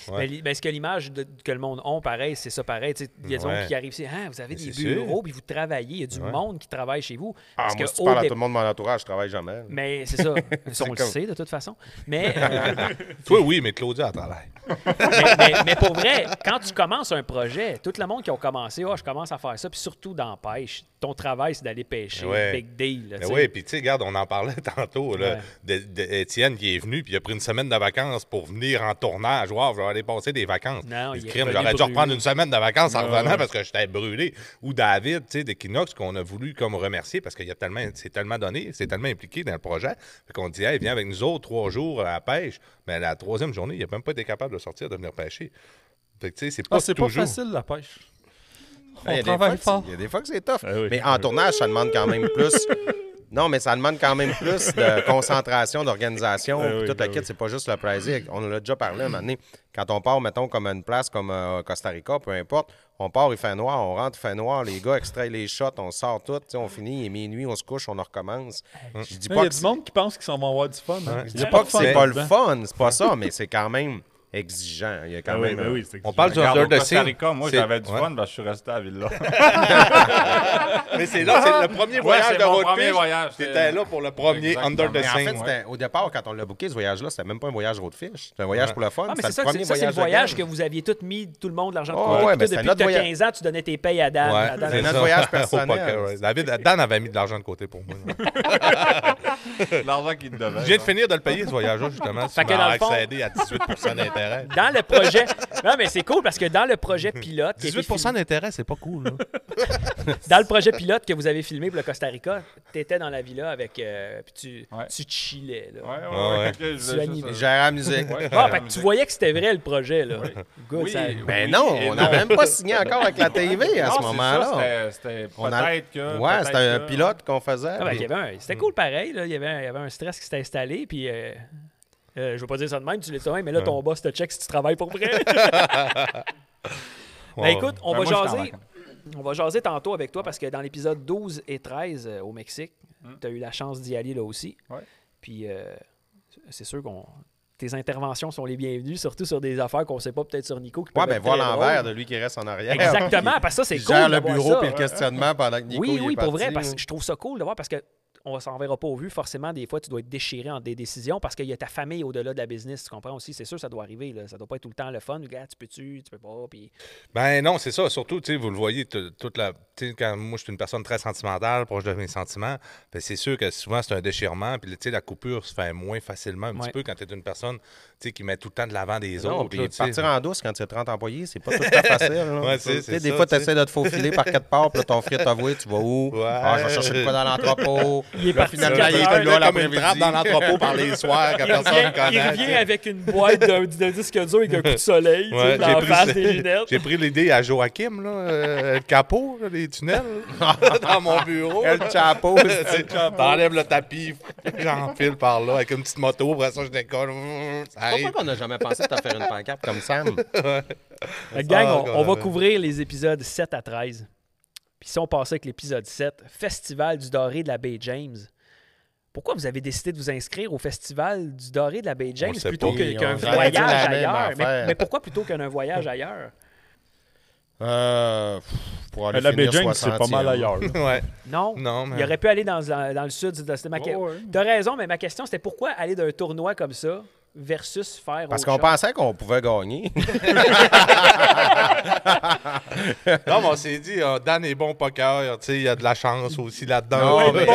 [SPEAKER 2] Ouais.
[SPEAKER 1] Mais li- ben, ce que l'image de- que le monde a, pareil, c'est ça pareil. Tu sais, Il y a des
[SPEAKER 2] Ouais.
[SPEAKER 1] gens qui arrivent, c'est ah, vous avez
[SPEAKER 2] Mais
[SPEAKER 1] des
[SPEAKER 2] c'est
[SPEAKER 1] bureaux,
[SPEAKER 2] sûr.
[SPEAKER 1] puis vous travaillez. Il y a du monde qui travaille chez vous.
[SPEAKER 3] Ah,
[SPEAKER 1] Parce
[SPEAKER 3] moi,
[SPEAKER 1] que
[SPEAKER 3] si tu
[SPEAKER 1] au
[SPEAKER 3] parles à
[SPEAKER 1] dé-
[SPEAKER 3] tout le monde de mon entourage, je travaille jamais. là.
[SPEAKER 1] Mais c'est
[SPEAKER 3] (laughs)
[SPEAKER 1] ça. on le
[SPEAKER 3] comme-
[SPEAKER 1] sait de toute façon. Mais, euh,
[SPEAKER 2] Toi, oui, mais Claudia, elle travaille.
[SPEAKER 1] mais, mais- mais pour vrai, quand tu commences un projet, tout le monde qui a commencé, oh, je commence à faire ça, puis surtout dans pêche, ton travail, c'est d'aller pêcher.
[SPEAKER 2] Ouais.
[SPEAKER 1] Big deal. là, tu
[SPEAKER 2] Mais
[SPEAKER 1] sais.
[SPEAKER 2] Ben oui, puis tu sais, regarde, on en parlait (laughs) tantôt, là,
[SPEAKER 1] Ouais.
[SPEAKER 2] de- de- Étienne qui est venu, puis il a pris une semaine de vacances pour venir en tournage. Wow, j'aurais dépensé des vacances.
[SPEAKER 1] Non,
[SPEAKER 2] Il
[SPEAKER 1] il est
[SPEAKER 2] crime,
[SPEAKER 1] revenu
[SPEAKER 2] j'aurais dû
[SPEAKER 1] brûlé.
[SPEAKER 2] reprendre une semaine de vacances en revenant parce que j'étais brûlé. Ou David, tu sais, d'Equinox, qu'on a voulu comme remercier parce qu'il a tellement, c'est tellement donné, c'est tellement impliqué dans le projet. Fait qu'on dit, hey, viens avec nous autres trois jours à la pêche. Mais la troisième journée, il n'a même pas été capable de sortir, de venir pêcher. Fait que tu sais, c'est pas
[SPEAKER 4] Ah, c'est pas
[SPEAKER 2] toujours.
[SPEAKER 4] facile la pêche.
[SPEAKER 3] Ah, il y a
[SPEAKER 4] On
[SPEAKER 3] des fois
[SPEAKER 4] travaille
[SPEAKER 3] que c'est-
[SPEAKER 4] fort.
[SPEAKER 3] Il y a des fois que c'est tough.
[SPEAKER 4] Ah oui.
[SPEAKER 3] Mais en tournage, ça demande quand même plus. (laughs) Non, mais ça demande quand même plus de concentration, d'organisation.
[SPEAKER 4] Ah
[SPEAKER 3] puis
[SPEAKER 4] oui,
[SPEAKER 3] tout le
[SPEAKER 4] ah
[SPEAKER 3] kit,
[SPEAKER 4] oui.
[SPEAKER 3] c'est pas juste le plaisir. On en a déjà parlé un moment donné. Quand on part, mettons, comme à une place comme euh, Costa Rica, peu importe, on part, il fait noir, on rentre, il fait noir, les gars extraient les shots, on sort tout, tu sais, on finit, il est minuit, on se couche, on en recommence. Je dis
[SPEAKER 4] Il y
[SPEAKER 3] pas
[SPEAKER 4] a
[SPEAKER 3] que
[SPEAKER 4] du monde qui pense qu'ils s'en vont avoir du fun. hein.
[SPEAKER 2] Je
[SPEAKER 4] Il y
[SPEAKER 3] Je
[SPEAKER 4] a
[SPEAKER 3] dis pas que
[SPEAKER 4] de
[SPEAKER 3] c'est
[SPEAKER 4] fun ben.
[SPEAKER 3] pas le
[SPEAKER 4] là-dedans.
[SPEAKER 3] fun, c'est pas ça, mais c'est quand même exigeant. Il y a quand
[SPEAKER 4] Ah oui,
[SPEAKER 3] même.
[SPEAKER 4] ben
[SPEAKER 3] euh,
[SPEAKER 4] oui, c'est
[SPEAKER 2] On parle du
[SPEAKER 5] Regarde,
[SPEAKER 2] under
[SPEAKER 5] au
[SPEAKER 2] the
[SPEAKER 5] Costa
[SPEAKER 2] sea.
[SPEAKER 5] Rica, moi,
[SPEAKER 2] C'est-
[SPEAKER 5] j'avais du
[SPEAKER 2] Ouais.
[SPEAKER 5] fun, parce que je suis resté à la (laughs) ville-là.
[SPEAKER 2] Mais c'est là, c'est le
[SPEAKER 5] (laughs)
[SPEAKER 2] premier voyage
[SPEAKER 5] c'est
[SPEAKER 2] de
[SPEAKER 5] mon
[SPEAKER 2] votre
[SPEAKER 5] premier
[SPEAKER 2] fiche.
[SPEAKER 5] voyage, c'est-
[SPEAKER 2] T'étais là pour le premier
[SPEAKER 5] Exactement.
[SPEAKER 2] Under the
[SPEAKER 5] Mais
[SPEAKER 3] Mais en
[SPEAKER 2] Sea.
[SPEAKER 3] fait, c'était- au départ, quand on l'a booké, ce voyage-là, c'était même pas un voyage roadfish. C'était un voyage pour le fun.
[SPEAKER 1] Ah, mais
[SPEAKER 3] c'était
[SPEAKER 1] c'est ça,
[SPEAKER 3] le
[SPEAKER 1] c'est
[SPEAKER 3] premier
[SPEAKER 1] ça, c'est le
[SPEAKER 3] voyage. de
[SPEAKER 1] voyage que
[SPEAKER 3] gang.
[SPEAKER 1] vous aviez tout mis, tout le monde, l'argent de
[SPEAKER 3] Oh,
[SPEAKER 1] côté.
[SPEAKER 3] ouais,
[SPEAKER 1] puis
[SPEAKER 3] mais
[SPEAKER 1] toi,
[SPEAKER 3] c'était
[SPEAKER 1] depuis que
[SPEAKER 3] notre
[SPEAKER 1] tu as
[SPEAKER 3] voyage.
[SPEAKER 1] 15 ans, tu donnais tes payes à Dan.
[SPEAKER 2] Ouais,
[SPEAKER 1] à Dan.
[SPEAKER 3] c'est
[SPEAKER 2] ça.
[SPEAKER 3] notre
[SPEAKER 2] (laughs)
[SPEAKER 3] voyage
[SPEAKER 2] Au
[SPEAKER 3] personnel.
[SPEAKER 2] poker, ouais. David, Dan avait mis de l'argent de côté pour moi.
[SPEAKER 5] L'argent qu'il te devait.
[SPEAKER 2] Je viens de finir de le payer, ce voyage-là, justement.
[SPEAKER 1] Fait
[SPEAKER 2] Tu
[SPEAKER 1] que dans
[SPEAKER 2] m'as
[SPEAKER 1] le fond-
[SPEAKER 2] accédé à 18 d'intérêt.
[SPEAKER 1] Dans le projet. Non, mais c'est cool parce que dans le
[SPEAKER 2] (laughs)
[SPEAKER 1] projet pilote. qui a été
[SPEAKER 2] 18 d'intérêt, c'est pas cool. là.
[SPEAKER 1] (laughs) Dans le projet pilote que vous avez filmé pour le Costa Rica, t'étais dans la villa avec. euh, puis tu,
[SPEAKER 5] Ouais.
[SPEAKER 1] tu chillais, là.
[SPEAKER 5] Ouais, ouais,
[SPEAKER 2] Ah ouais.
[SPEAKER 5] ouais. ok, je
[SPEAKER 1] Tu
[SPEAKER 5] voulais
[SPEAKER 1] animes.
[SPEAKER 5] juste- euh,
[SPEAKER 3] Gérard la musique.
[SPEAKER 5] Ouais. ben,
[SPEAKER 1] Ah, fait que tu voyais que c'était vrai le projet, là. Good,
[SPEAKER 5] Oui,
[SPEAKER 1] ça-
[SPEAKER 5] oui.
[SPEAKER 3] Ben non,
[SPEAKER 5] et
[SPEAKER 3] on n'a même pas signé encore avec la TV à
[SPEAKER 5] Non,
[SPEAKER 3] ce
[SPEAKER 5] c'est ça,
[SPEAKER 3] moment-là.
[SPEAKER 5] c'était- C'était
[SPEAKER 3] On a-
[SPEAKER 5] peut-être que.
[SPEAKER 3] Ouais,
[SPEAKER 5] peut-être euh,
[SPEAKER 3] c'était un
[SPEAKER 5] que-
[SPEAKER 3] pilote qu'on faisait.
[SPEAKER 1] Ah, ben,
[SPEAKER 3] puis-
[SPEAKER 1] il y avait un- C'était
[SPEAKER 5] Mm.
[SPEAKER 1] cool pareil, là. Il y, avait un, il y avait un stress qui s'était installé, puis. euh, euh, je veux pas dire ça de même, tu l'es toi mais là, ton boss te check si tu travailles pour
[SPEAKER 5] (laughs)
[SPEAKER 1] vrai. (laughs) Ben, écoute, on va
[SPEAKER 5] Ben, moi, j'étais en
[SPEAKER 1] jaser.
[SPEAKER 5] vacances.
[SPEAKER 1] On va jaser tantôt avec toi parce que dans l'épisode 12 et 13 euh, au Mexique,
[SPEAKER 3] Hum.
[SPEAKER 1] tu as eu la chance d'y aller là aussi.
[SPEAKER 5] Ouais.
[SPEAKER 1] Puis euh, c'est sûr qu'on tes interventions sont les bienvenues, surtout sur des affaires qu'on sait pas, peut-être sur Nico. Qui
[SPEAKER 3] Ouais,
[SPEAKER 1] peuvent
[SPEAKER 3] ben
[SPEAKER 1] être
[SPEAKER 3] voir
[SPEAKER 1] très
[SPEAKER 3] l'envers
[SPEAKER 1] drôles.
[SPEAKER 3] de lui qui reste en arrière. (laughs)
[SPEAKER 1] Exactement, parce que ça,
[SPEAKER 3] Qui
[SPEAKER 1] c'est cool.
[SPEAKER 3] gère le
[SPEAKER 1] d'avoir
[SPEAKER 3] bureau
[SPEAKER 1] ça.
[SPEAKER 3] puis le questionnement pendant que Nico
[SPEAKER 1] oui,
[SPEAKER 3] il est
[SPEAKER 1] oui, pour vrai,
[SPEAKER 3] parti,
[SPEAKER 1] parce
[SPEAKER 3] là.
[SPEAKER 1] que je trouve ça cool de voir parce que on s'en verra pas au vu. Forcément, des fois, tu dois être déchiré entre des décisions parce qu'il y a ta famille au-delà de la business. Tu comprends aussi, c'est sûr, ça doit arriver. Là. Ça doit pas être tout le temps le fun. Gars, tu peux-tu, tu peux pas. Puis
[SPEAKER 2] Ben non, c'est ça. Surtout, tu sais, vous le voyez, t- toute la. tu sais, quand moi, je suis une personne très sentimentale, proche de mes sentiments, ben, c'est sûr que souvent, c'est un déchirement. Puis, tu sais, la coupure se fait moins facilement, un
[SPEAKER 1] Ouais.
[SPEAKER 2] petit peu, quand tu es une personne, tu sais, qui met tout le temps de l'avant des
[SPEAKER 3] Non,
[SPEAKER 2] autres.
[SPEAKER 3] puis
[SPEAKER 2] là, tu sais.
[SPEAKER 3] partir en douce quand tu as 30 employés, c'est pas tout le temps facile. là.
[SPEAKER 2] Ouais, c'est-
[SPEAKER 3] Tu sais,
[SPEAKER 2] c'est
[SPEAKER 3] des
[SPEAKER 2] ça,
[SPEAKER 3] fois, tu
[SPEAKER 2] tu sais.
[SPEAKER 3] essaies de te faufiler par quatre parts, puis là, ton frère t'avoue, tu vas où?
[SPEAKER 2] Ouais.
[SPEAKER 3] Ah, je vais chercher de quoi dans l'entrepôt.
[SPEAKER 1] Il est parti.
[SPEAKER 3] finalement,
[SPEAKER 1] quatre
[SPEAKER 3] il est
[SPEAKER 1] heures.
[SPEAKER 3] allé-
[SPEAKER 2] là,
[SPEAKER 3] là,
[SPEAKER 2] comme
[SPEAKER 3] l'après-midi.
[SPEAKER 2] une trappe dans l'entrepôt par les soirs que
[SPEAKER 1] Il
[SPEAKER 2] personne ne
[SPEAKER 1] revient, il
[SPEAKER 2] connaît.
[SPEAKER 1] revient
[SPEAKER 2] tu sais.
[SPEAKER 1] avec une boîte de, de disque dur avec un coup de soleil, tu sais,
[SPEAKER 2] Ouais,
[SPEAKER 1] dans la face des
[SPEAKER 2] j'ai
[SPEAKER 1] lunettes.
[SPEAKER 2] j'ai pris l'idée à Joachim, là, euh, le capot, là, les tunnels, (laughs) dans mon bureau. (laughs)
[SPEAKER 3] El (laughs) Chapo, c'est-
[SPEAKER 2] T'enlèves le tapis, j'enfile par là avec une petite moto, après ça je décolle. Ça
[SPEAKER 3] Je
[SPEAKER 2] arrive.
[SPEAKER 3] comprends qu'on n'a jamais pensé de t'en faire une pancarte comme Sam.
[SPEAKER 1] Fait que Euh, gang,
[SPEAKER 2] Ah,
[SPEAKER 1] on,
[SPEAKER 2] God,
[SPEAKER 1] on va
[SPEAKER 2] ouais.
[SPEAKER 1] couvrir les épisodes 7 à 13. Puis si on passait avec l'épisode 7, Festival du Doré de la Baie James. Pourquoi vous avez décidé de vous inscrire au Festival du Doré de la Baie James
[SPEAKER 2] le sait
[SPEAKER 1] plutôt
[SPEAKER 2] pas.
[SPEAKER 1] que-
[SPEAKER 3] Oui,
[SPEAKER 1] qu'un
[SPEAKER 3] on aurait
[SPEAKER 1] voyage
[SPEAKER 3] dit la même
[SPEAKER 1] ailleurs? Mais,
[SPEAKER 3] affaire.
[SPEAKER 1] mais pourquoi plutôt qu'un voyage ailleurs?
[SPEAKER 3] Euh, pff, pour aller
[SPEAKER 4] la
[SPEAKER 3] finir
[SPEAKER 4] Beijing, c'est pas
[SPEAKER 3] 60e.
[SPEAKER 4] mal ailleurs. là.
[SPEAKER 2] Ouais.
[SPEAKER 1] Non.
[SPEAKER 2] Non, mais.
[SPEAKER 1] Il aurait pu aller dans, dans le sud de c'est ma que-
[SPEAKER 3] Oh,
[SPEAKER 4] Ouais, ouais.
[SPEAKER 1] T'as raison, mais ma question, c'était pourquoi aller d'un tournoi comme ça versus faire
[SPEAKER 3] Parce
[SPEAKER 1] autre
[SPEAKER 3] qu'on
[SPEAKER 1] chose?
[SPEAKER 3] pensait qu'on pouvait (laughs) gagner.
[SPEAKER 2] Non, mais on s'est dit, euh, Dan est bon au poker, tu sais, il y a de la chance aussi là-dedans.
[SPEAKER 3] Non, mais,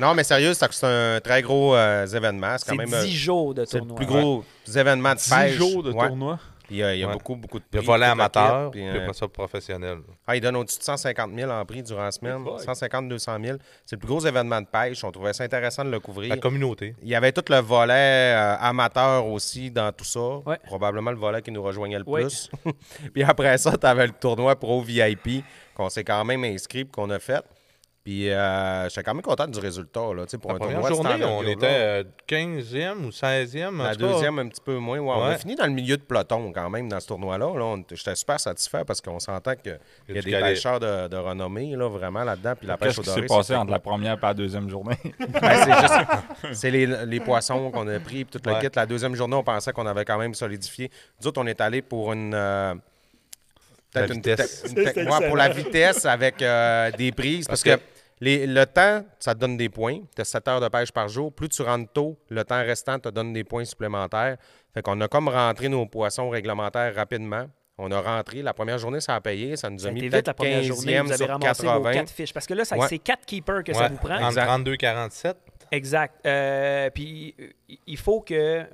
[SPEAKER 3] non, mais sérieux, c'est c'est un très gros euh, événement. C'est quand même
[SPEAKER 1] C'est
[SPEAKER 3] euh,
[SPEAKER 1] 10 jours de
[SPEAKER 3] c'est le
[SPEAKER 1] tournoi.
[SPEAKER 3] plus gros événement de
[SPEAKER 4] 10
[SPEAKER 3] pêche.
[SPEAKER 4] jours de
[SPEAKER 3] Ouais.
[SPEAKER 4] tournoi.
[SPEAKER 3] Puis, euh, Il y a
[SPEAKER 2] Ouais.
[SPEAKER 3] beaucoup, beaucoup de
[SPEAKER 2] Le
[SPEAKER 3] prix,
[SPEAKER 2] volet
[SPEAKER 3] toute la
[SPEAKER 2] amateur,
[SPEAKER 3] kit,
[SPEAKER 2] puis
[SPEAKER 3] puis, euh,
[SPEAKER 2] après ça professionnel.
[SPEAKER 3] Ah, il donne au-dessus de 150 000 en prix durant la semaine. 150-200 000. C'est le plus gros événement de pêche. On trouvait ça intéressant de le couvrir.
[SPEAKER 2] La communauté.
[SPEAKER 3] Il y avait tout le volet euh, amateur aussi dans tout ça.
[SPEAKER 1] Ouais.
[SPEAKER 3] Probablement le volet qui nous rejoignait le
[SPEAKER 1] Ouais.
[SPEAKER 3] plus. (laughs) puis après ça, tu avais le tournoi pro VIP qu'on s'est quand même inscrit puis qu'on a fait. Puis euh, j'étais quand même content du résultat. Là, tu sais, pour
[SPEAKER 2] La
[SPEAKER 3] un
[SPEAKER 2] première
[SPEAKER 3] tournoi de cette
[SPEAKER 2] journée, on
[SPEAKER 3] envergure-là.
[SPEAKER 2] était euh, 15e ou 16e. en
[SPEAKER 3] La
[SPEAKER 2] tout cas.
[SPEAKER 3] deuxième, un petit peu moins. Ouais, On a
[SPEAKER 2] Ouais.
[SPEAKER 3] fini dans le milieu de peloton quand même dans ce tournoi-là. Là, on- J'étais super satisfait parce qu'on s'entend qu'il y
[SPEAKER 2] Il y
[SPEAKER 3] a
[SPEAKER 2] a
[SPEAKER 3] des
[SPEAKER 2] du calibre.
[SPEAKER 3] pêcheurs de, de renommée là, vraiment là-dedans. Puis la pêche
[SPEAKER 5] Qu'est-ce
[SPEAKER 3] au
[SPEAKER 5] qui s'est
[SPEAKER 3] doré,
[SPEAKER 5] passé
[SPEAKER 3] c'est-
[SPEAKER 5] entre la première et la deuxième (laughs) journée?
[SPEAKER 3] Ben, c'est juste- c'est les, les poissons qu'on a pris, puis tout le
[SPEAKER 2] Ouais.
[SPEAKER 3] kit. La deuxième journée, on pensait qu'on avait quand même solidifié. Nous autres, on est allé pour une. euh, peut-être
[SPEAKER 2] La
[SPEAKER 3] une
[SPEAKER 2] vitesse.
[SPEAKER 3] te- une te-
[SPEAKER 1] C'est
[SPEAKER 3] ouais, pour la vitesse avec euh, des prises. Parce, que, les- le temps, ça te donne des points. Tu as 7 heures de pêche par jour. Plus tu rentres tôt, le temps restant te donne des points supplémentaires. Fait qu'on a comme rentré nos poissons réglementaires rapidement. On a rentré. La première journée, ça a payé. Ça nous
[SPEAKER 1] Ça
[SPEAKER 3] a
[SPEAKER 1] a
[SPEAKER 3] mis
[SPEAKER 1] été vite
[SPEAKER 3] peut-être
[SPEAKER 1] la première journée,
[SPEAKER 3] 15e
[SPEAKER 1] vous avez
[SPEAKER 3] sur
[SPEAKER 1] ramassé vos
[SPEAKER 3] 80.
[SPEAKER 1] quatre fiches. Parce que là, ça-
[SPEAKER 3] Ouais.
[SPEAKER 1] c'est quatre keepers que
[SPEAKER 2] Ouais,
[SPEAKER 1] ça vous prend.
[SPEAKER 2] Entre 32 47.
[SPEAKER 1] Exact. Euh, puis euh, il faut que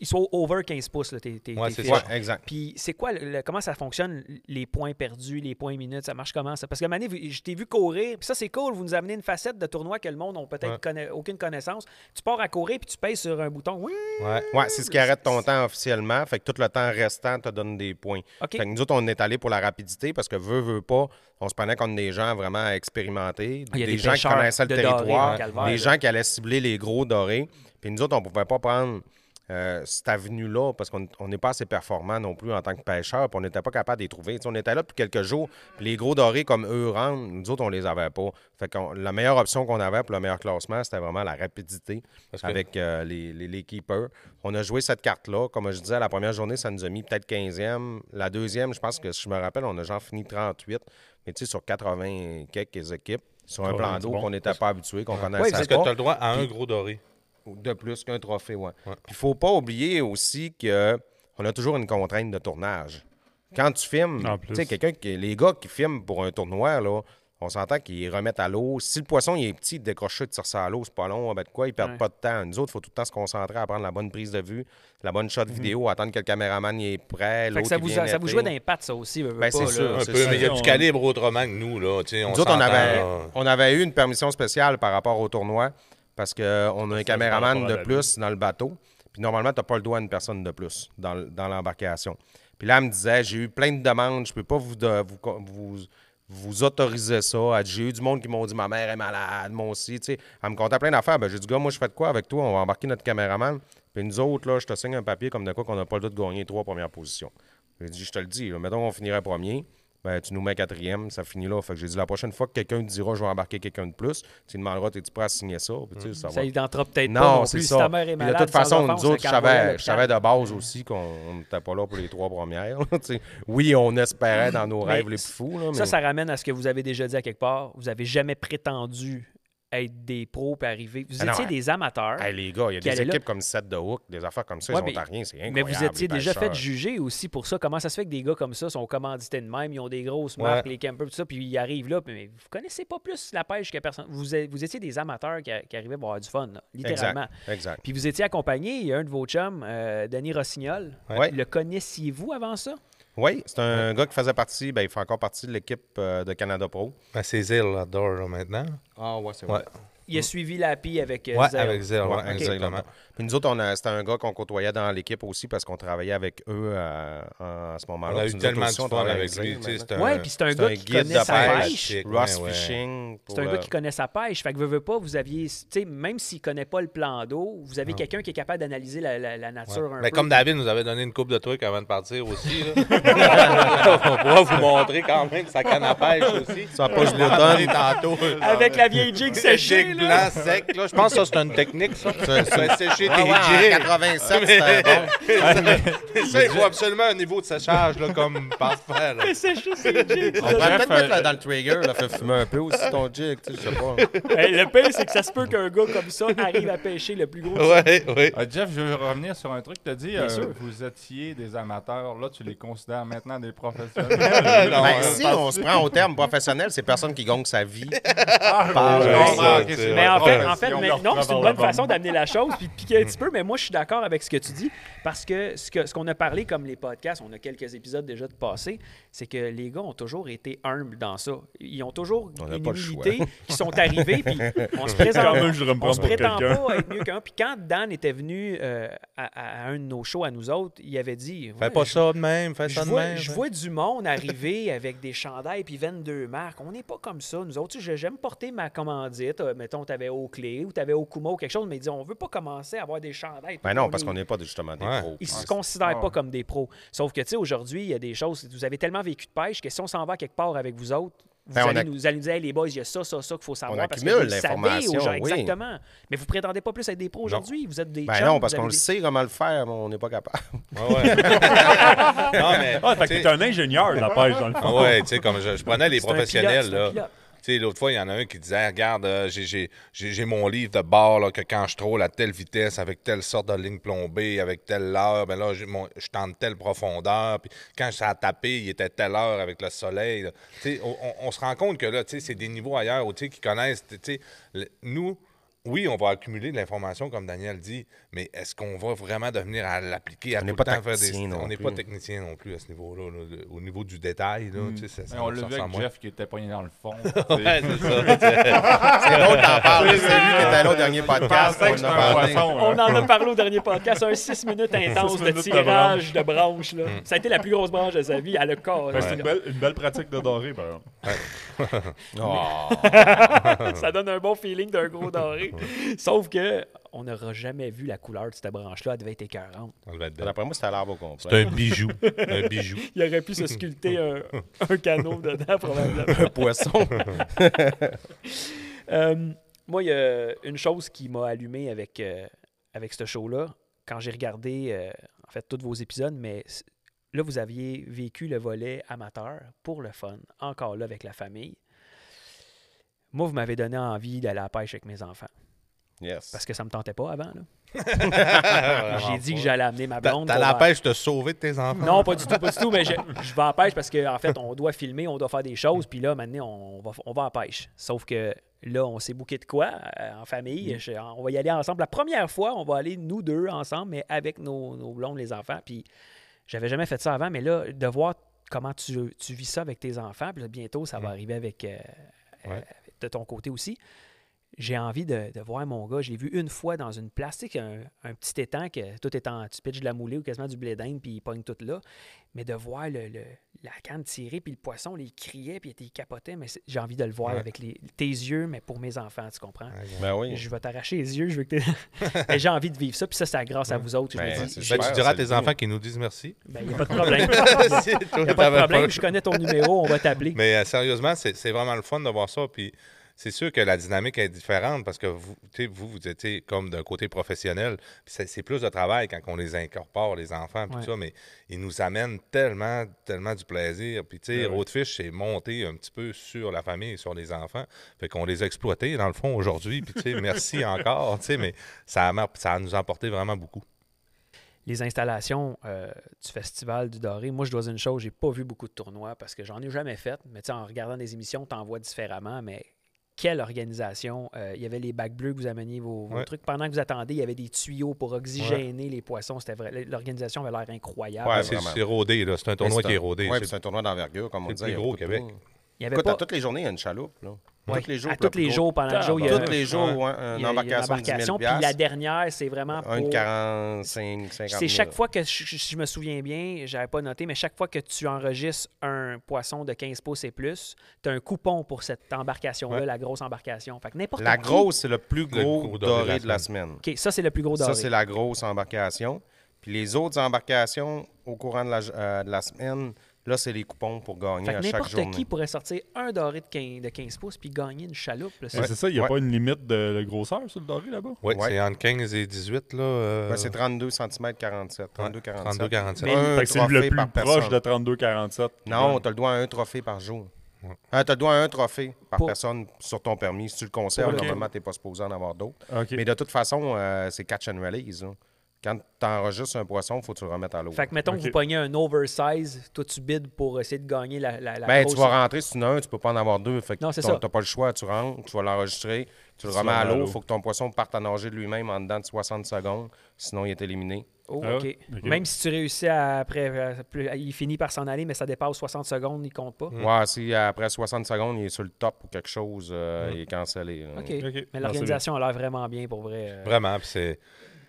[SPEAKER 1] ils soient over 15 pouces, là, tes, tes-
[SPEAKER 2] Ouais,
[SPEAKER 1] tes
[SPEAKER 2] c'est
[SPEAKER 1] fiches.
[SPEAKER 3] Ouais, exact.
[SPEAKER 1] Puis c'est quoi, le- le- comment ça fonctionne, les points perdus, les points minutes, ça marche comment ça? Parce que Mané, je t'ai vu courir, puis ça c'est cool, vous nous amenez une facette de tournoi que le monde n'a peut-être
[SPEAKER 2] Ouais.
[SPEAKER 1] conna- aucune connaissance. Tu pars à courir, puis tu pèses sur un bouton. Oui,
[SPEAKER 2] Ouais.
[SPEAKER 3] Oui, c'est ce qui arrête ton temps officiellement. Fait que tout le temps restant te donne des points.
[SPEAKER 1] OK.
[SPEAKER 3] Fait que nous autres, on est allés pour la rapidité parce que veut, veut pas, on se prenait contre des gens vraiment expérimentés,
[SPEAKER 1] Ah, il y a
[SPEAKER 3] des,
[SPEAKER 1] des
[SPEAKER 3] gens qui
[SPEAKER 1] pêcheurs
[SPEAKER 3] connaissaient le
[SPEAKER 1] de dorés, hein,
[SPEAKER 3] territoire,
[SPEAKER 1] calvaire, là.
[SPEAKER 3] des gens qui allaient cibler les gros dorés. Puis nous autres, on pouvait pas prendre euh, cette avenue-là parce qu'on on n'est pas assez performant non plus en tant que pêcheur, puis on n'était pas capable de les trouver. Tu sais, on était là depuis quelques jours, puis les gros dorés comme eux rentrent, nous autres, on les avait pas. Fait que la meilleure option qu'on avait pour le meilleur classement, c'était vraiment la rapidité
[SPEAKER 2] que-
[SPEAKER 3] avec euh, les, les- les keepers. On a joué cette carte-là. Comme je disais, la première journée, ça nous a mis peut-être 15e. La deuxième, je pense que si je me rappelle, on a genre fini 38. Mais tu sais, sur 80 quelques équipes, sur un
[SPEAKER 4] Ouais,
[SPEAKER 3] plan
[SPEAKER 4] c'est
[SPEAKER 3] d'eau
[SPEAKER 4] bon.
[SPEAKER 3] qu'on n'était pas habitué, qu'on
[SPEAKER 1] Ouais,
[SPEAKER 3] connaissait
[SPEAKER 1] vous
[SPEAKER 2] Parce
[SPEAKER 1] êtes
[SPEAKER 2] que
[SPEAKER 3] pas.
[SPEAKER 2] tu as le droit à un gros doré.
[SPEAKER 3] De plus qu'un trophée, ouais. Puis faut pas oublier aussi que on a toujours une contrainte de tournage. Quand tu filmes,
[SPEAKER 4] En
[SPEAKER 3] tu sais,
[SPEAKER 4] plus.
[SPEAKER 3] quelqu'un qui, les gars qui filment pour un tournoi, là, on s'entend qu'ils remettent à l'eau. Si le poisson il est petit, décrocher de tirer ça à l'eau, c'est pas long, ben de quoi, ils perdent
[SPEAKER 1] Ouais.
[SPEAKER 3] pas de temps. Nous autres, il faut tout le temps se concentrer à prendre la bonne prise de vue, la bonne shot vidéo, attendre que le caméraman il est prêt,
[SPEAKER 1] Fait que
[SPEAKER 3] l'autre
[SPEAKER 1] ça
[SPEAKER 3] est
[SPEAKER 1] vous,
[SPEAKER 3] bien
[SPEAKER 1] ça vous
[SPEAKER 3] netté.
[SPEAKER 1] jouait d'impact, ça aussi. veux, veux
[SPEAKER 3] Ben,
[SPEAKER 1] pas,
[SPEAKER 3] c'est
[SPEAKER 1] là.
[SPEAKER 3] sûr.
[SPEAKER 2] Un
[SPEAKER 3] c'est
[SPEAKER 2] peu,
[SPEAKER 3] ça.
[SPEAKER 2] mais il y a
[SPEAKER 4] On-
[SPEAKER 2] du calibre autrement que nous. Là. Tu sais, On
[SPEAKER 3] Nous autres, on
[SPEAKER 2] s'entend,
[SPEAKER 3] avait,
[SPEAKER 2] là.
[SPEAKER 3] on avait eu une permission spéciale par rapport au tournoi parce qu'on a un caméraman
[SPEAKER 4] rapport à
[SPEAKER 3] de
[SPEAKER 4] la
[SPEAKER 3] plus dans le bateau. Puis normalement, tu n'as pas le droit à une personne de plus dans, l- dans l'embarcation. Puis là, elle me disait j'ai eu plein de demandes, je peux pas vous, de- vous, co- vous, vous autoriser ça. Elle dit, J'ai eu du monde qui m'ont dit ma mère est malade, moi aussi. Tu sais, elle me comptait plein d'affaires. Ben, j'ai dit gars, moi, je fais de quoi avec toi On va embarquer notre caméraman. Puis nous autres, là, je te signe un papier comme de quoi qu'on n'a pas le droit de gagner les trois premières positions. J'ai dit Je te le dis, là, mettons, on finirait premier. Ben, tu nous mets quatrième, ça finit là. Fait que j'ai dit la prochaine fois que quelqu'un te dira je vais embarquer quelqu'un de plus, tu demanderas, es-tu prêt à signer ça? Puis, tu sais, ça va.
[SPEAKER 1] Ça y tentera peut-être pas.
[SPEAKER 3] Non, c'est
[SPEAKER 1] plus,
[SPEAKER 3] ça.
[SPEAKER 1] Si ta mère est
[SPEAKER 3] Puis
[SPEAKER 1] malade,
[SPEAKER 3] de toute
[SPEAKER 1] sans
[SPEAKER 3] façon,
[SPEAKER 1] enfance,
[SPEAKER 3] nous autres,
[SPEAKER 1] ça
[SPEAKER 3] je
[SPEAKER 1] carvoie à
[SPEAKER 3] savais, je
[SPEAKER 1] l'hôpital.
[SPEAKER 3] savais de base aussi qu'on n'était pas là pour les trois premières. là, tu sais. oui, on espérait dans nos
[SPEAKER 1] Mais
[SPEAKER 3] rêves les plus fous. là,
[SPEAKER 1] Ça,
[SPEAKER 3] mais-
[SPEAKER 1] ça ramène à ce que vous avez déjà dit à quelque part. Vous avez jamais prétendu être des pros et arriver. Vous
[SPEAKER 3] Ah non,
[SPEAKER 1] étiez
[SPEAKER 3] hein.
[SPEAKER 1] des amateurs,
[SPEAKER 3] Hey, les gars, il y a
[SPEAKER 1] Qui
[SPEAKER 3] des
[SPEAKER 1] allait là.
[SPEAKER 3] équipes comme 7 de hook, des affaires comme ça,
[SPEAKER 1] Ouais,
[SPEAKER 3] ils
[SPEAKER 1] mais-
[SPEAKER 3] sont à rien, c'est
[SPEAKER 1] mais
[SPEAKER 3] incroyable.
[SPEAKER 1] vous étiez
[SPEAKER 3] les
[SPEAKER 1] déjà fait
[SPEAKER 3] pêcheurs.
[SPEAKER 1] juger aussi pour ça. Comment ça se fait que des gars comme ça sont commandités de même, ils ont des grosses marques, les campers, tout ça, puis ils arrivent là, puis- mais vous connaissez pas plus la pêche que personne. Vous, êtes- vous étiez des amateurs qui, a- qui arrivaient pour avoir du fun, là, littéralement.
[SPEAKER 3] Exact, exact.
[SPEAKER 1] Puis vous étiez accompagné, il y a un de vos chums, euh, Denis Rossignol.
[SPEAKER 3] Ouais.
[SPEAKER 1] Le connaissiez-vous avant ça?
[SPEAKER 3] Oui, c'est un gars qui faisait partie, ben, il
[SPEAKER 2] Ben,
[SPEAKER 3] fait encore partie de l'équipe euh, de Canada Pro.
[SPEAKER 2] À ces îles, là, d'or, là, maintenant.
[SPEAKER 3] Ah ouais, c'est
[SPEAKER 2] Ouais.
[SPEAKER 1] il a suivi la pie avec euh,
[SPEAKER 2] Ouais,
[SPEAKER 1] Zero.
[SPEAKER 2] avec zéro.
[SPEAKER 3] Ouais,
[SPEAKER 2] ouais,
[SPEAKER 3] exactement.
[SPEAKER 2] exactement.
[SPEAKER 3] Puis nous autres, on a- c'était un gars qu'on côtoyait dans l'équipe aussi parce qu'on travaillait avec eux euh, en- à ce moment-là.
[SPEAKER 2] On a
[SPEAKER 3] Puis
[SPEAKER 2] eu
[SPEAKER 3] nous
[SPEAKER 2] tellement
[SPEAKER 3] autres
[SPEAKER 2] de
[SPEAKER 3] aussi, on
[SPEAKER 2] fun
[SPEAKER 3] travaille
[SPEAKER 2] avec
[SPEAKER 3] eux
[SPEAKER 2] lui. tu sais,
[SPEAKER 3] maintenant.
[SPEAKER 2] C'est un,
[SPEAKER 1] Ouais, puis c'est un
[SPEAKER 3] c'est
[SPEAKER 1] gars
[SPEAKER 3] un
[SPEAKER 1] qui
[SPEAKER 3] guide
[SPEAKER 1] connaît
[SPEAKER 3] de
[SPEAKER 1] sa
[SPEAKER 3] pêche.
[SPEAKER 1] pêche.
[SPEAKER 2] Chic,
[SPEAKER 3] Ross
[SPEAKER 2] ouais, ouais.
[SPEAKER 3] Fishing. pour
[SPEAKER 1] C'est
[SPEAKER 3] euh,
[SPEAKER 1] un
[SPEAKER 3] le-
[SPEAKER 1] gars qui connaît sa pêche. Fait que veut, veut pas, vous aviez, tu sais, même s'il connaît pas le plan d'eau, vous avez quelqu'un qui est capable d'analyser la, la- la
[SPEAKER 2] ouais.
[SPEAKER 1] nature un
[SPEAKER 2] Mais
[SPEAKER 1] peu.
[SPEAKER 2] comme David nous avait donné une coupe de trucs avant de partir aussi, là. (laughs) on pourra vous montrer quand même sa canne à pêche aussi.
[SPEAKER 3] Sa poche
[SPEAKER 2] Je l'ai
[SPEAKER 3] bretonne.
[SPEAKER 2] amené tantôt.
[SPEAKER 1] Avec la vieille
[SPEAKER 2] (laughs)
[SPEAKER 1] jig
[SPEAKER 2] C'est
[SPEAKER 1] séchée, là. (laughs)
[SPEAKER 2] blanc sec. Là. Je pense que ça, c'est une technique, ça. Ça, sécher
[SPEAKER 3] Ah
[SPEAKER 2] tes
[SPEAKER 3] ouais, en
[SPEAKER 2] jigs.
[SPEAKER 3] 87, c'était bon.
[SPEAKER 2] (laughs) Ça, il faut absolument un niveau de séchage là, comme parfait. là.
[SPEAKER 1] C'est juste les
[SPEAKER 3] (laughs)
[SPEAKER 1] jigs.
[SPEAKER 3] (laughs) On pourrait peut-être
[SPEAKER 5] euh,
[SPEAKER 3] mettre là, dans le trigger, là, faire fumer un peu aussi ton jig, tu sais, je sais pas.
[SPEAKER 1] Hey, le pire, c'est que ça se peut qu'un gars comme ça arrive à pêcher le plus gros.
[SPEAKER 2] Ouais, ouais.
[SPEAKER 5] Euh, Jeff, je veux revenir sur un truc. Tu as dit euh,
[SPEAKER 1] sûr.
[SPEAKER 5] vous étiez des amateurs. Là, tu les considères maintenant
[SPEAKER 3] (laughs)
[SPEAKER 5] des professionnels.
[SPEAKER 2] Non,
[SPEAKER 3] Ben,
[SPEAKER 2] euh,
[SPEAKER 3] si on se prend au terme professionnel, c'est personne qui gagne sa (laughs) vie.
[SPEAKER 5] Ah,
[SPEAKER 3] Par-
[SPEAKER 5] ouais,
[SPEAKER 2] ouais,
[SPEAKER 5] ouais,
[SPEAKER 2] ça,
[SPEAKER 5] ok,
[SPEAKER 2] tu
[SPEAKER 5] c'est
[SPEAKER 2] sais,
[SPEAKER 5] une
[SPEAKER 1] Mais
[SPEAKER 2] ouais.
[SPEAKER 5] autre
[SPEAKER 1] en fait, en
[SPEAKER 5] profession.
[SPEAKER 1] fait mais
[SPEAKER 5] On leur
[SPEAKER 1] non, c'est une
[SPEAKER 5] prépare
[SPEAKER 1] bonne
[SPEAKER 5] la bombe.
[SPEAKER 1] façon d'amener la chose puis de piquer un petit peu. Mais moi, je suis d'accord avec ce que tu dis parce que ce que ce qu'on a parlé comme les podcasts, on a quelques épisodes déjà de passé, c'est que les gars ont toujours été humbles dans ça. Ils ont toujours
[SPEAKER 3] On n'a
[SPEAKER 1] une
[SPEAKER 3] pas le choix.
[SPEAKER 1] humilité qui sont arrivés puis on se
[SPEAKER 4] Quand
[SPEAKER 1] présente.
[SPEAKER 4] même, je me
[SPEAKER 1] On se
[SPEAKER 4] prendre pour
[SPEAKER 1] prétend
[SPEAKER 4] quelqu'un.
[SPEAKER 1] pas être mieux qu'un. Puis quand Dan était venu euh, à, à- à un de nos shows à nous autres, il avait dit Ouais,
[SPEAKER 2] Fais pas
[SPEAKER 1] je-
[SPEAKER 2] ça de même, fais
[SPEAKER 1] je
[SPEAKER 2] ça de
[SPEAKER 1] vois,
[SPEAKER 2] même.
[SPEAKER 3] hein.
[SPEAKER 1] je vois du monde arriver (laughs) avec des chandails puis 22 marques. On n'est pas comme ça. Nous autres, Tu sais, j'aime porter ma commandite. euh, mettons, t'avais Oakley ou t'avais Okuma ou quelque chose, mais ils disent, on veut pas commencer à avoir des chandails.
[SPEAKER 3] Ben non, parce qu'on
[SPEAKER 1] est...
[SPEAKER 3] n'est pas justement des
[SPEAKER 2] Ouais.
[SPEAKER 3] pros.
[SPEAKER 1] Ils
[SPEAKER 3] Ouais,
[SPEAKER 1] se
[SPEAKER 3] c'est-
[SPEAKER 1] considèrent
[SPEAKER 5] ah
[SPEAKER 1] pas
[SPEAKER 5] ouais.
[SPEAKER 1] comme des pros. Sauf que, tu sais, aujourd'hui, il y a des choses. Vous avez tellement vécu de pêche que si on s'en va quelque part avec vous autres, vous,
[SPEAKER 3] Ben, on
[SPEAKER 1] allez,
[SPEAKER 3] acc-
[SPEAKER 1] nous, vous allez nous dire, Hey, les boys, il y a ça, ça, ça qu'il faut savoir. parce que
[SPEAKER 3] accumule
[SPEAKER 1] vous le savez
[SPEAKER 3] l'information,
[SPEAKER 1] aux gens,
[SPEAKER 3] oui.
[SPEAKER 1] Exactement. Mais vous prétendez pas plus être des pros aujourd'hui. Vous êtes des
[SPEAKER 3] Ben
[SPEAKER 1] chums,
[SPEAKER 3] non, parce
[SPEAKER 1] vous avez
[SPEAKER 3] qu'on le
[SPEAKER 1] des-
[SPEAKER 3] sait comment le faire, mais on n'est pas capable.
[SPEAKER 2] Ouais, ouais. (laughs) non, mais.
[SPEAKER 4] Ah, fait
[SPEAKER 2] tu
[SPEAKER 4] que
[SPEAKER 2] sais-
[SPEAKER 4] t'es un ingénieur de la pêche, dans le fond.
[SPEAKER 2] Ah Ouais, tu sais, comme je, je prenais les
[SPEAKER 1] C'est un
[SPEAKER 2] professionnels,
[SPEAKER 1] pilote, c'est un
[SPEAKER 2] là.
[SPEAKER 1] pilote.
[SPEAKER 2] Tu sais, l'autre fois, il y en a un qui disait Regarde, euh, j'ai- j'ai j'ai- j'ai mon livre de bord là, que quand je troll à telle vitesse, avec telle sorte de ligne plombée, avec telle heure, ben là, j'ai mon- je tente telle profondeur. Puis quand ça a tapé, il était telle heure avec le soleil. là. Tu sais, on, on- on se rend compte que là, tu sais, c'est des niveaux ailleurs où, tu sais, qui connaissent. tu sais, le- nous, oui, on va accumuler de l'information, comme Daniel dit, mais est-ce qu'on va vraiment devenir à l'appliquer à
[SPEAKER 3] On
[SPEAKER 2] tout
[SPEAKER 3] n'est
[SPEAKER 2] le
[SPEAKER 3] pas
[SPEAKER 2] temps faire des...
[SPEAKER 3] tacticien non
[SPEAKER 2] On n'est
[SPEAKER 3] plus.
[SPEAKER 2] pas technicien non plus à ce niveau-là, là, le- au niveau du détail. Là, tu sais, ça-
[SPEAKER 5] Hmm. Mais
[SPEAKER 2] ça-
[SPEAKER 5] on
[SPEAKER 2] ça
[SPEAKER 5] l'a vu avec
[SPEAKER 2] ressemble moins.
[SPEAKER 5] Jeff qui était poigné dans le
[SPEAKER 3] (laughs)
[SPEAKER 5] fond.
[SPEAKER 2] Ouais, c'est ça.
[SPEAKER 5] (laughs)
[SPEAKER 2] tu sais.
[SPEAKER 3] (laughs) C'est drôle, t'en parles. C'est lui qui était là au dernier podcast.
[SPEAKER 5] Pensais que
[SPEAKER 3] on
[SPEAKER 5] c'était
[SPEAKER 3] en
[SPEAKER 5] un
[SPEAKER 3] parlait.
[SPEAKER 5] poisson.
[SPEAKER 1] On en a parlé au dernier podcast, un 6 minutes intense
[SPEAKER 4] Six
[SPEAKER 1] de
[SPEAKER 4] minutes de
[SPEAKER 1] tirage de branche. là. Ça a été la plus grosse branche de sa vie, à le corps.
[SPEAKER 4] Fait que Ben, C'est une belle, une belle pratique de doré, par exemple.
[SPEAKER 3] Oh,
[SPEAKER 1] Ça donne un bon feeling d'un gros doré. Sauf que on n'aura jamais vu la couleur de cette branche-là, elle devait être écœurante.
[SPEAKER 2] On le met dedans.
[SPEAKER 3] ben, D'après moi, c'était l'arbre au complet.
[SPEAKER 2] C'est
[SPEAKER 5] (laughs)
[SPEAKER 2] un bijou. Un bijou.
[SPEAKER 1] Il aurait pu se sculpter un, un canot dedans, probablement.
[SPEAKER 3] un poisson.
[SPEAKER 1] Euh, moi, il y a une chose qui m'a allumé avec, euh, avec ce show-là, quand j'ai regardé, euh, en fait, tous vos épisodes, mais c- là, vous aviez vécu le volet amateur pour le fun, encore là avec la famille. Moi, vous m'avez donné envie d'aller à la pêche avec mes enfants,
[SPEAKER 3] Yes.
[SPEAKER 1] parce que ça me tentait pas avant. là.
[SPEAKER 2] J'ai Ah,
[SPEAKER 1] J'ai dit que j'allais amener ma
[SPEAKER 2] T'as
[SPEAKER 1] blonde.
[SPEAKER 2] t'as
[SPEAKER 1] pour
[SPEAKER 2] la
[SPEAKER 1] faire-
[SPEAKER 2] pêche de sauver de tes enfants.
[SPEAKER 1] Non, pas du tout, pas du tout, mais je, je vais à la pêche parce qu'en en fait, on doit filmer, on doit faire des choses, puis là, maintenant, on va, on va à la pêche. Sauf que là, on s'est bouqué de quoi euh, en famille. Je- on va y aller ensemble. La première fois, on va aller nous deux ensemble, mais avec nos, nos blondes, les enfants. Puis j'avais jamais fait ça avant, mais là, de voir comment tu, tu vis ça avec tes enfants, puis là, bientôt, ça va arriver avec euh, euh,
[SPEAKER 2] Ouais.
[SPEAKER 1] de ton côté aussi. J'ai envie de, de voir mon gars. Je l'ai vu une fois dans une plastique, un, un petit étang que tout est en. Tu pitches de la moulée ou quasiment du blé d'Inde, puis il pogne tout là. Mais de voir le, le- la canne tirer, puis le poisson, là, il criait, puis il était- il capotait. Mais c'est- j'ai envie de le voir
[SPEAKER 2] Ouais.
[SPEAKER 1] avec les, tes yeux, mais pour mes enfants, tu comprends?
[SPEAKER 3] Ben oui.
[SPEAKER 1] Je vais t'arracher les yeux, je veux que t'aies- (laughs) Mais j'ai envie de vivre ça, puis ça, c'est grâce à vous autres. Je me
[SPEAKER 3] Ben,
[SPEAKER 1] dis,
[SPEAKER 3] c'est
[SPEAKER 1] je-
[SPEAKER 2] Ben,
[SPEAKER 3] super,
[SPEAKER 2] tu diras à
[SPEAKER 3] c'est
[SPEAKER 2] tes
[SPEAKER 3] le
[SPEAKER 2] enfants qu'ils nous disent merci.
[SPEAKER 1] ben, il n'y a pas de problème.
[SPEAKER 2] Si, toi,
[SPEAKER 1] Il n'y a pas de
[SPEAKER 2] t'avais (laughs)
[SPEAKER 1] problème, je connais ton numéro, on va t'appeler.
[SPEAKER 2] Mais euh, sérieusement, c'est c'est vraiment le fun de voir ça. Puis c'est sûr que la dynamique est différente parce que vous, tu sais, vous, vous étiez comme d'un côté professionnel. Puis c'est c'est plus de travail quand on les incorpore, les enfants, puis
[SPEAKER 1] Ouais.
[SPEAKER 2] tout ça. Mais ils nous amènent tellement, tellement du plaisir. Puis tu sais, Roadfish, c'est monté un petit peu sur la famille, sur les enfants. Fait qu'on les a exploités, dans le fond, aujourd'hui. Puis tu sais, merci encore. Tu sais, mais ça, a- ça nous a apporté vraiment beaucoup.
[SPEAKER 1] les installations euh, du Festival du Doré, moi, je dois dire une chose, j'ai pas vu beaucoup de tournois parce que j'en ai jamais fait. Mais tu sais, en regardant des émissions, t'en vois différemment. Mais quelle organisation! Euh, il y avait les bacs bleus que vous ameniez vos, vos
[SPEAKER 2] Ouais.
[SPEAKER 1] trucs. Pendant que vous attendez, il y avait des tuyaux pour oxygéner les poissons. C'était vrai. L'organisation avait l'air incroyable.
[SPEAKER 3] Ouais,
[SPEAKER 2] C'est-
[SPEAKER 3] Ah, ben vraiment.
[SPEAKER 2] c'est rodé, là. C'est un tournoi qui est rodé.
[SPEAKER 3] Oui,
[SPEAKER 2] C'est-
[SPEAKER 3] c'est un tournoi d'envergure, comme on
[SPEAKER 2] c'est
[SPEAKER 3] dit.
[SPEAKER 2] le plus
[SPEAKER 3] Il y a
[SPEAKER 2] gros au
[SPEAKER 3] beaucoup de
[SPEAKER 2] Québec.
[SPEAKER 3] monde.
[SPEAKER 1] Il y avait
[SPEAKER 3] Écoute, à
[SPEAKER 1] pas...
[SPEAKER 3] toutes les journées, il y a une chaloupe. Là.
[SPEAKER 1] Ouais.
[SPEAKER 3] Tous les jours.
[SPEAKER 1] à
[SPEAKER 3] pour
[SPEAKER 1] tous
[SPEAKER 3] le
[SPEAKER 1] les
[SPEAKER 3] plus
[SPEAKER 1] jours, pendant le jour, il y a,
[SPEAKER 3] Tous les jours, ouais,
[SPEAKER 1] il y a- il y
[SPEAKER 3] une
[SPEAKER 1] a une
[SPEAKER 3] embarcation de 10 000
[SPEAKER 1] embarcation, Puis la dernière, c'est vraiment pour...
[SPEAKER 3] Une 45, 50 000.
[SPEAKER 1] C'est chaque fois que, je- je- si je me souviens bien, j'avais pas noté, mais chaque fois que tu enregistres un poisson de 15 pouces et plus, tu as un coupon pour cette embarcation-là, la grosse embarcation. Fait que n'importe
[SPEAKER 3] La
[SPEAKER 1] qui-
[SPEAKER 3] grosse, c'est le plus gros
[SPEAKER 2] gros doré de la
[SPEAKER 3] doré de la semaine.
[SPEAKER 1] OK, ça, c'est le plus gros doré.
[SPEAKER 3] Ça, c'est la grosse embarcation. Puis les autres embarcations au courant de la, euh, de la semaine, là, c'est les coupons pour gagner
[SPEAKER 1] Fait
[SPEAKER 3] à
[SPEAKER 1] que
[SPEAKER 3] chaque
[SPEAKER 1] n'importe
[SPEAKER 3] journée.
[SPEAKER 1] qui pourrait sortir un doré de 15, de 15 pouces puis gagner une chaloupe. là.
[SPEAKER 4] Mais
[SPEAKER 1] C'est-
[SPEAKER 4] C'est ça, il n'y a
[SPEAKER 3] Ouais.
[SPEAKER 4] pas une limite de, de grosseur sur le doré là-bas?
[SPEAKER 2] Oui,
[SPEAKER 3] Ouais.
[SPEAKER 2] c'est entre 15 et 18, là. euh,
[SPEAKER 3] Ben, c'est 32 cm 47. 32 47.
[SPEAKER 2] 32, 47.
[SPEAKER 1] Mais-
[SPEAKER 3] Un
[SPEAKER 4] Fait que c'est le
[SPEAKER 3] trophée
[SPEAKER 4] plus
[SPEAKER 3] par
[SPEAKER 4] proche
[SPEAKER 3] personne.
[SPEAKER 4] de 32-47.
[SPEAKER 3] Non, tu as le droit à un trophée par jour. Ah, tu as le droit à un trophée par
[SPEAKER 1] Pour-
[SPEAKER 3] personne sur ton permis. Si tu le conserves,
[SPEAKER 4] Ok.
[SPEAKER 3] normalement, tu n'es pas supposé en avoir d'autres.
[SPEAKER 4] OK.
[SPEAKER 3] Mais de toute façon, euh, c'est catch and release. là. Quand tu enregistres un poisson, il faut que tu le remettes à l'eau.
[SPEAKER 1] Fait que, mettons
[SPEAKER 4] Ok.
[SPEAKER 1] que vous pognez un oversize, toi, tu bides pour essayer de gagner la, la, la
[SPEAKER 3] Ben,
[SPEAKER 1] grosse-
[SPEAKER 3] tu vas rentrer, si tu en as un, tu peux pas en avoir deux. Fait que
[SPEAKER 1] Non, c'est
[SPEAKER 3] t'as-
[SPEAKER 1] ça.
[SPEAKER 3] t'as pas le choix. Tu rentres, tu vas l'enregistrer, tu le remets à l'eau. faut que ton poisson parte à nager de lui-même en dedans de 60 secondes. Sinon, il est éliminé.
[SPEAKER 1] Oh,
[SPEAKER 4] Ah,
[SPEAKER 1] ok.
[SPEAKER 4] ok.
[SPEAKER 1] Même si tu réussis à- après, euh, plus- il finit par s'en aller, mais ça dépasse 60 secondes, il compte pas.
[SPEAKER 3] Ouais, si après 60 secondes, il est sur le top ou quelque chose, euh, il est cancellé. là.
[SPEAKER 1] OK.
[SPEAKER 4] Ah, c'est
[SPEAKER 1] Mais
[SPEAKER 4] bien.
[SPEAKER 1] l'organisation a l'air vraiment bien pour vrai. euh.
[SPEAKER 2] Vraiment, puis c'est-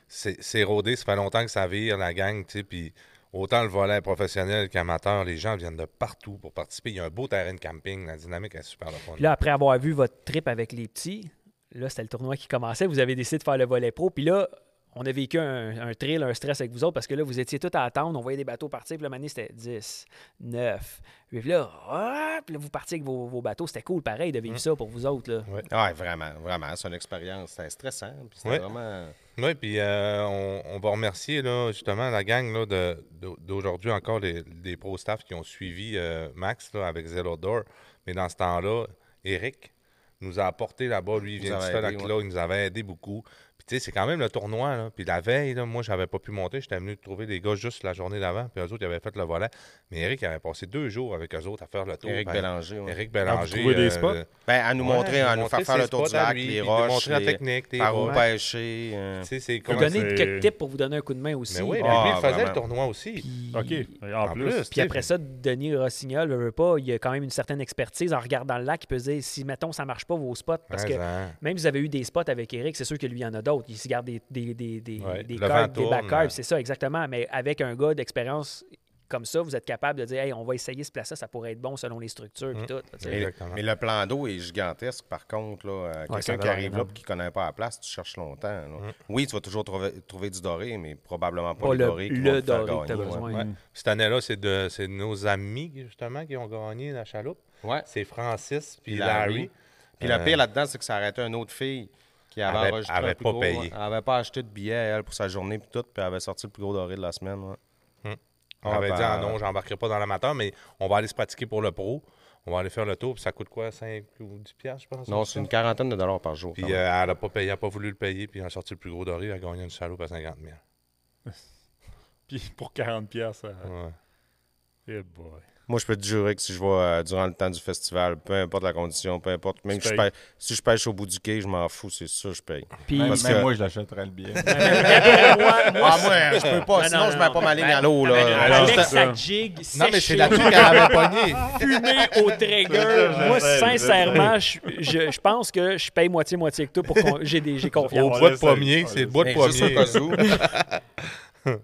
[SPEAKER 2] c'est c'est rodé, ça fait longtemps que ça vire, la gang, tu sais, puis autant le volet professionnel qu'amateur, les gens viennent de partout pour participer. Il y a un beau terrain de camping, la dynamique est super le fun.
[SPEAKER 1] Puis là, après avoir vu votre trip avec les petits, là, c'était le tournoi qui commençait. Vous avez décidé de faire le volet pro. Puis là, on a vécu un, un thrill, un stress avec vous autres parce que là, vous étiez tous à attendre. On voyait des bateaux partir. Puis là, Mané, c'était 10, 9. Puis là, ah, puis là, vous partiez avec vos, vos bateaux. C'était cool, pareil, de vivre
[SPEAKER 2] Mm.
[SPEAKER 1] ça pour vous autres. Là.
[SPEAKER 3] Ouais, vraiment, vraiment. C'est une expérience. C'était stressant. puis C'était
[SPEAKER 2] Ouais.
[SPEAKER 3] vraiment.
[SPEAKER 2] Oui, puis euh, on, on va remercier là, justement la gang là, de- d'au- d'aujourd'hui encore les, les pro-staff qui ont suivi euh, Max là, avec Zero Door. Mais dans ce temps-là, Eric nous a apporté là-bas. Lui, il vient
[SPEAKER 3] nous
[SPEAKER 2] du
[SPEAKER 3] avait
[SPEAKER 2] stade
[SPEAKER 3] aidé,
[SPEAKER 2] Aquila, il nous avait aidé beaucoup. Puis tu sais, c'est quand même le tournoi. Là. Puis la veille, là, moi, j'avais pas pu monter. J'étais venu trouver les gars juste la journée d'avant. Puis eux autres, ils avaient fait le volet. Mais Eric avait passé deux jours avec eux autres à faire le tour.
[SPEAKER 3] Éric
[SPEAKER 2] Ben,
[SPEAKER 3] Bélanger. ouais.
[SPEAKER 2] Éric
[SPEAKER 4] Ah, vous
[SPEAKER 2] Bélanger.
[SPEAKER 4] trouvez des spots?
[SPEAKER 2] le-
[SPEAKER 3] Ben, à nous
[SPEAKER 2] Ouais,
[SPEAKER 3] montrer, à
[SPEAKER 2] nous
[SPEAKER 3] nous faire
[SPEAKER 2] montrer
[SPEAKER 3] faire
[SPEAKER 2] ses
[SPEAKER 3] le tour du
[SPEAKER 2] spots à
[SPEAKER 3] lac,
[SPEAKER 2] lui,
[SPEAKER 3] les
[SPEAKER 2] puis nous
[SPEAKER 3] roches,
[SPEAKER 2] montrer la
[SPEAKER 3] les-
[SPEAKER 2] technique, les
[SPEAKER 3] par où
[SPEAKER 2] roches.
[SPEAKER 3] pêcher. euh.
[SPEAKER 2] Tu sais, c'est
[SPEAKER 1] Vous
[SPEAKER 2] comment
[SPEAKER 1] donner
[SPEAKER 4] c'est-
[SPEAKER 1] quelques tips pour vous donner un coup de main aussi.
[SPEAKER 2] Mais oui,
[SPEAKER 1] Puis-
[SPEAKER 2] mais lui,
[SPEAKER 3] Ah,
[SPEAKER 2] il faisait
[SPEAKER 3] vraiment.
[SPEAKER 2] le tournoi aussi.
[SPEAKER 4] OK. Et En,
[SPEAKER 2] En
[SPEAKER 4] plus,
[SPEAKER 2] plus.
[SPEAKER 1] Puis après ça, Denis Rossignol, veut, veut pas, il a quand même une certaine expertise en regardant le lac. Il peut se dire si, mettons, ça marche pas vos spots. Parce que
[SPEAKER 2] Hein,
[SPEAKER 1] Même si vous avez eu des spots avec Eric, c'est sûr que lui, il y en a d'autres. Il se garde des, des, des, des,
[SPEAKER 2] Ouais,
[SPEAKER 1] des
[SPEAKER 2] le
[SPEAKER 1] curves,
[SPEAKER 2] vent
[SPEAKER 1] des
[SPEAKER 2] tourne,
[SPEAKER 1] back curves,
[SPEAKER 2] hein.
[SPEAKER 1] c'est ça, exactement. Mais avec un gars d'expérience comme ça, vous êtes capable de dire Hey, on va essayer ce place-là, ça pourrait être bon selon les structures
[SPEAKER 2] Hum.
[SPEAKER 1] et tout. là, tu sais.
[SPEAKER 3] Mais,
[SPEAKER 2] Exactement.
[SPEAKER 3] mais le plan d'eau est gigantesque, par contre. là, euh,
[SPEAKER 1] ça
[SPEAKER 3] Quelqu'un
[SPEAKER 1] va
[SPEAKER 3] qui arrive
[SPEAKER 1] vraiment.
[SPEAKER 3] là et qui ne connaît pas la place, tu cherches longtemps. là. Oui, tu vas toujours trouver, trouver du doré, mais probablement pas,
[SPEAKER 1] Pas
[SPEAKER 3] le
[SPEAKER 1] le-
[SPEAKER 3] doré. qui
[SPEAKER 1] le
[SPEAKER 3] va te faire
[SPEAKER 1] doré que t'as
[SPEAKER 3] gagner,
[SPEAKER 1] besoin.
[SPEAKER 3] ouais.
[SPEAKER 2] ouais. Cette année-là, c'est de, c'est de nos amis, justement, qui ont gagné la chaloupe.
[SPEAKER 3] Ouais.
[SPEAKER 2] C'est Francis puis
[SPEAKER 3] Puis
[SPEAKER 2] Larry. Euh.
[SPEAKER 3] Larry. Puis le pire là-dedans, c'est que ça arrêtait une autre fille qui avait,
[SPEAKER 2] Avait-
[SPEAKER 3] enregistré
[SPEAKER 2] avait
[SPEAKER 3] un plus
[SPEAKER 2] pas
[SPEAKER 3] gros,
[SPEAKER 2] payé.
[SPEAKER 3] ouais. Elle n'avait pas acheté de billet, elle, pour sa journée puis tout, puis elle avait sorti le plus gros doré de la semaine. ouais.
[SPEAKER 2] On
[SPEAKER 3] Ah,
[SPEAKER 2] Hmm. avait
[SPEAKER 3] ben,
[SPEAKER 2] dit, ah non, j'embarquerai pas dans l'amateur, mais on va aller se pratiquer pour le pro. On va aller faire le tour, puis ça coûte quoi, 5 ou 10 piastres, je pense.
[SPEAKER 3] Non,
[SPEAKER 2] ou
[SPEAKER 3] c'est
[SPEAKER 2] ça?
[SPEAKER 3] une quarantaine de dollars par jour.
[SPEAKER 2] Puis
[SPEAKER 3] quand même.
[SPEAKER 2] euh, elle a pas payé, elle a pas voulu le payer, puis elle a sorti le plus gros doré, elle a gagné une chaloupe à 50 000.
[SPEAKER 4] (laughs) Puis pour 40 pièces. euh,
[SPEAKER 2] Ouais.
[SPEAKER 4] eh boy.
[SPEAKER 3] Moi, je peux te jurer que si je vais euh, durant le temps du festival, peu importe la condition, peu importe, même
[SPEAKER 4] Tu
[SPEAKER 3] si je,
[SPEAKER 4] payes.
[SPEAKER 3] pêche, si je pêche au bout du quai, je m'en fous, c'est sûr, je paye.
[SPEAKER 1] Puis,
[SPEAKER 5] Même,
[SPEAKER 3] Parce
[SPEAKER 5] même
[SPEAKER 3] que-
[SPEAKER 5] moi, je l'achèterais
[SPEAKER 1] (laughs)
[SPEAKER 5] le billet.
[SPEAKER 3] Ah, moi, (laughs) je peux pas,
[SPEAKER 1] Non,
[SPEAKER 3] sinon
[SPEAKER 1] non,
[SPEAKER 3] je
[SPEAKER 1] non.
[SPEAKER 3] mets pas ma ligne à l'eau.
[SPEAKER 1] Ben,
[SPEAKER 3] là.
[SPEAKER 4] Alors,
[SPEAKER 1] avec
[SPEAKER 4] c'est-
[SPEAKER 1] sa jig,
[SPEAKER 2] Non, mais c'est
[SPEAKER 1] séchée,
[SPEAKER 2] là-dessus qu'elle avait pogné.
[SPEAKER 1] Ah, fumée au trigger.
[SPEAKER 4] je
[SPEAKER 1] Moi,
[SPEAKER 4] sais, je
[SPEAKER 1] sincèrement, je, je- je pense que je paye moitié-moitié avec toi pour qu'on j'ai des- j'ai
[SPEAKER 2] Au
[SPEAKER 1] confiance.
[SPEAKER 4] On
[SPEAKER 2] bois de
[SPEAKER 4] l'essaye,
[SPEAKER 2] pommier,
[SPEAKER 4] on
[SPEAKER 2] c'est le bois de
[SPEAKER 3] Mais juste au
[SPEAKER 2] pommier.
[SPEAKER 3] cas où.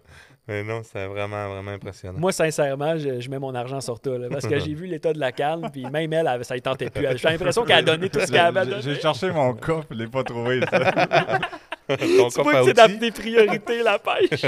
[SPEAKER 2] Mais non, c'est vraiment, vraiment impressionnant.
[SPEAKER 1] Moi, sincèrement, je, je mets mon argent sur toi, là, parce que j'ai vu l'état de la canne, puis même elle, elle- ça ne tentait plus. Elle- J'ai l'impression qu'elle a donné tout ce qu'elle avait. à
[SPEAKER 5] J'ai-
[SPEAKER 1] donner.
[SPEAKER 5] J'ai cherché mon cas, puis je l'ai pas trouvé.
[SPEAKER 1] (laughs)
[SPEAKER 5] ça.
[SPEAKER 2] Ton
[SPEAKER 1] Tu
[SPEAKER 2] coffre
[SPEAKER 1] vois
[SPEAKER 2] à
[SPEAKER 1] que c'est
[SPEAKER 2] outils,
[SPEAKER 1] dans des priorités, la pêche.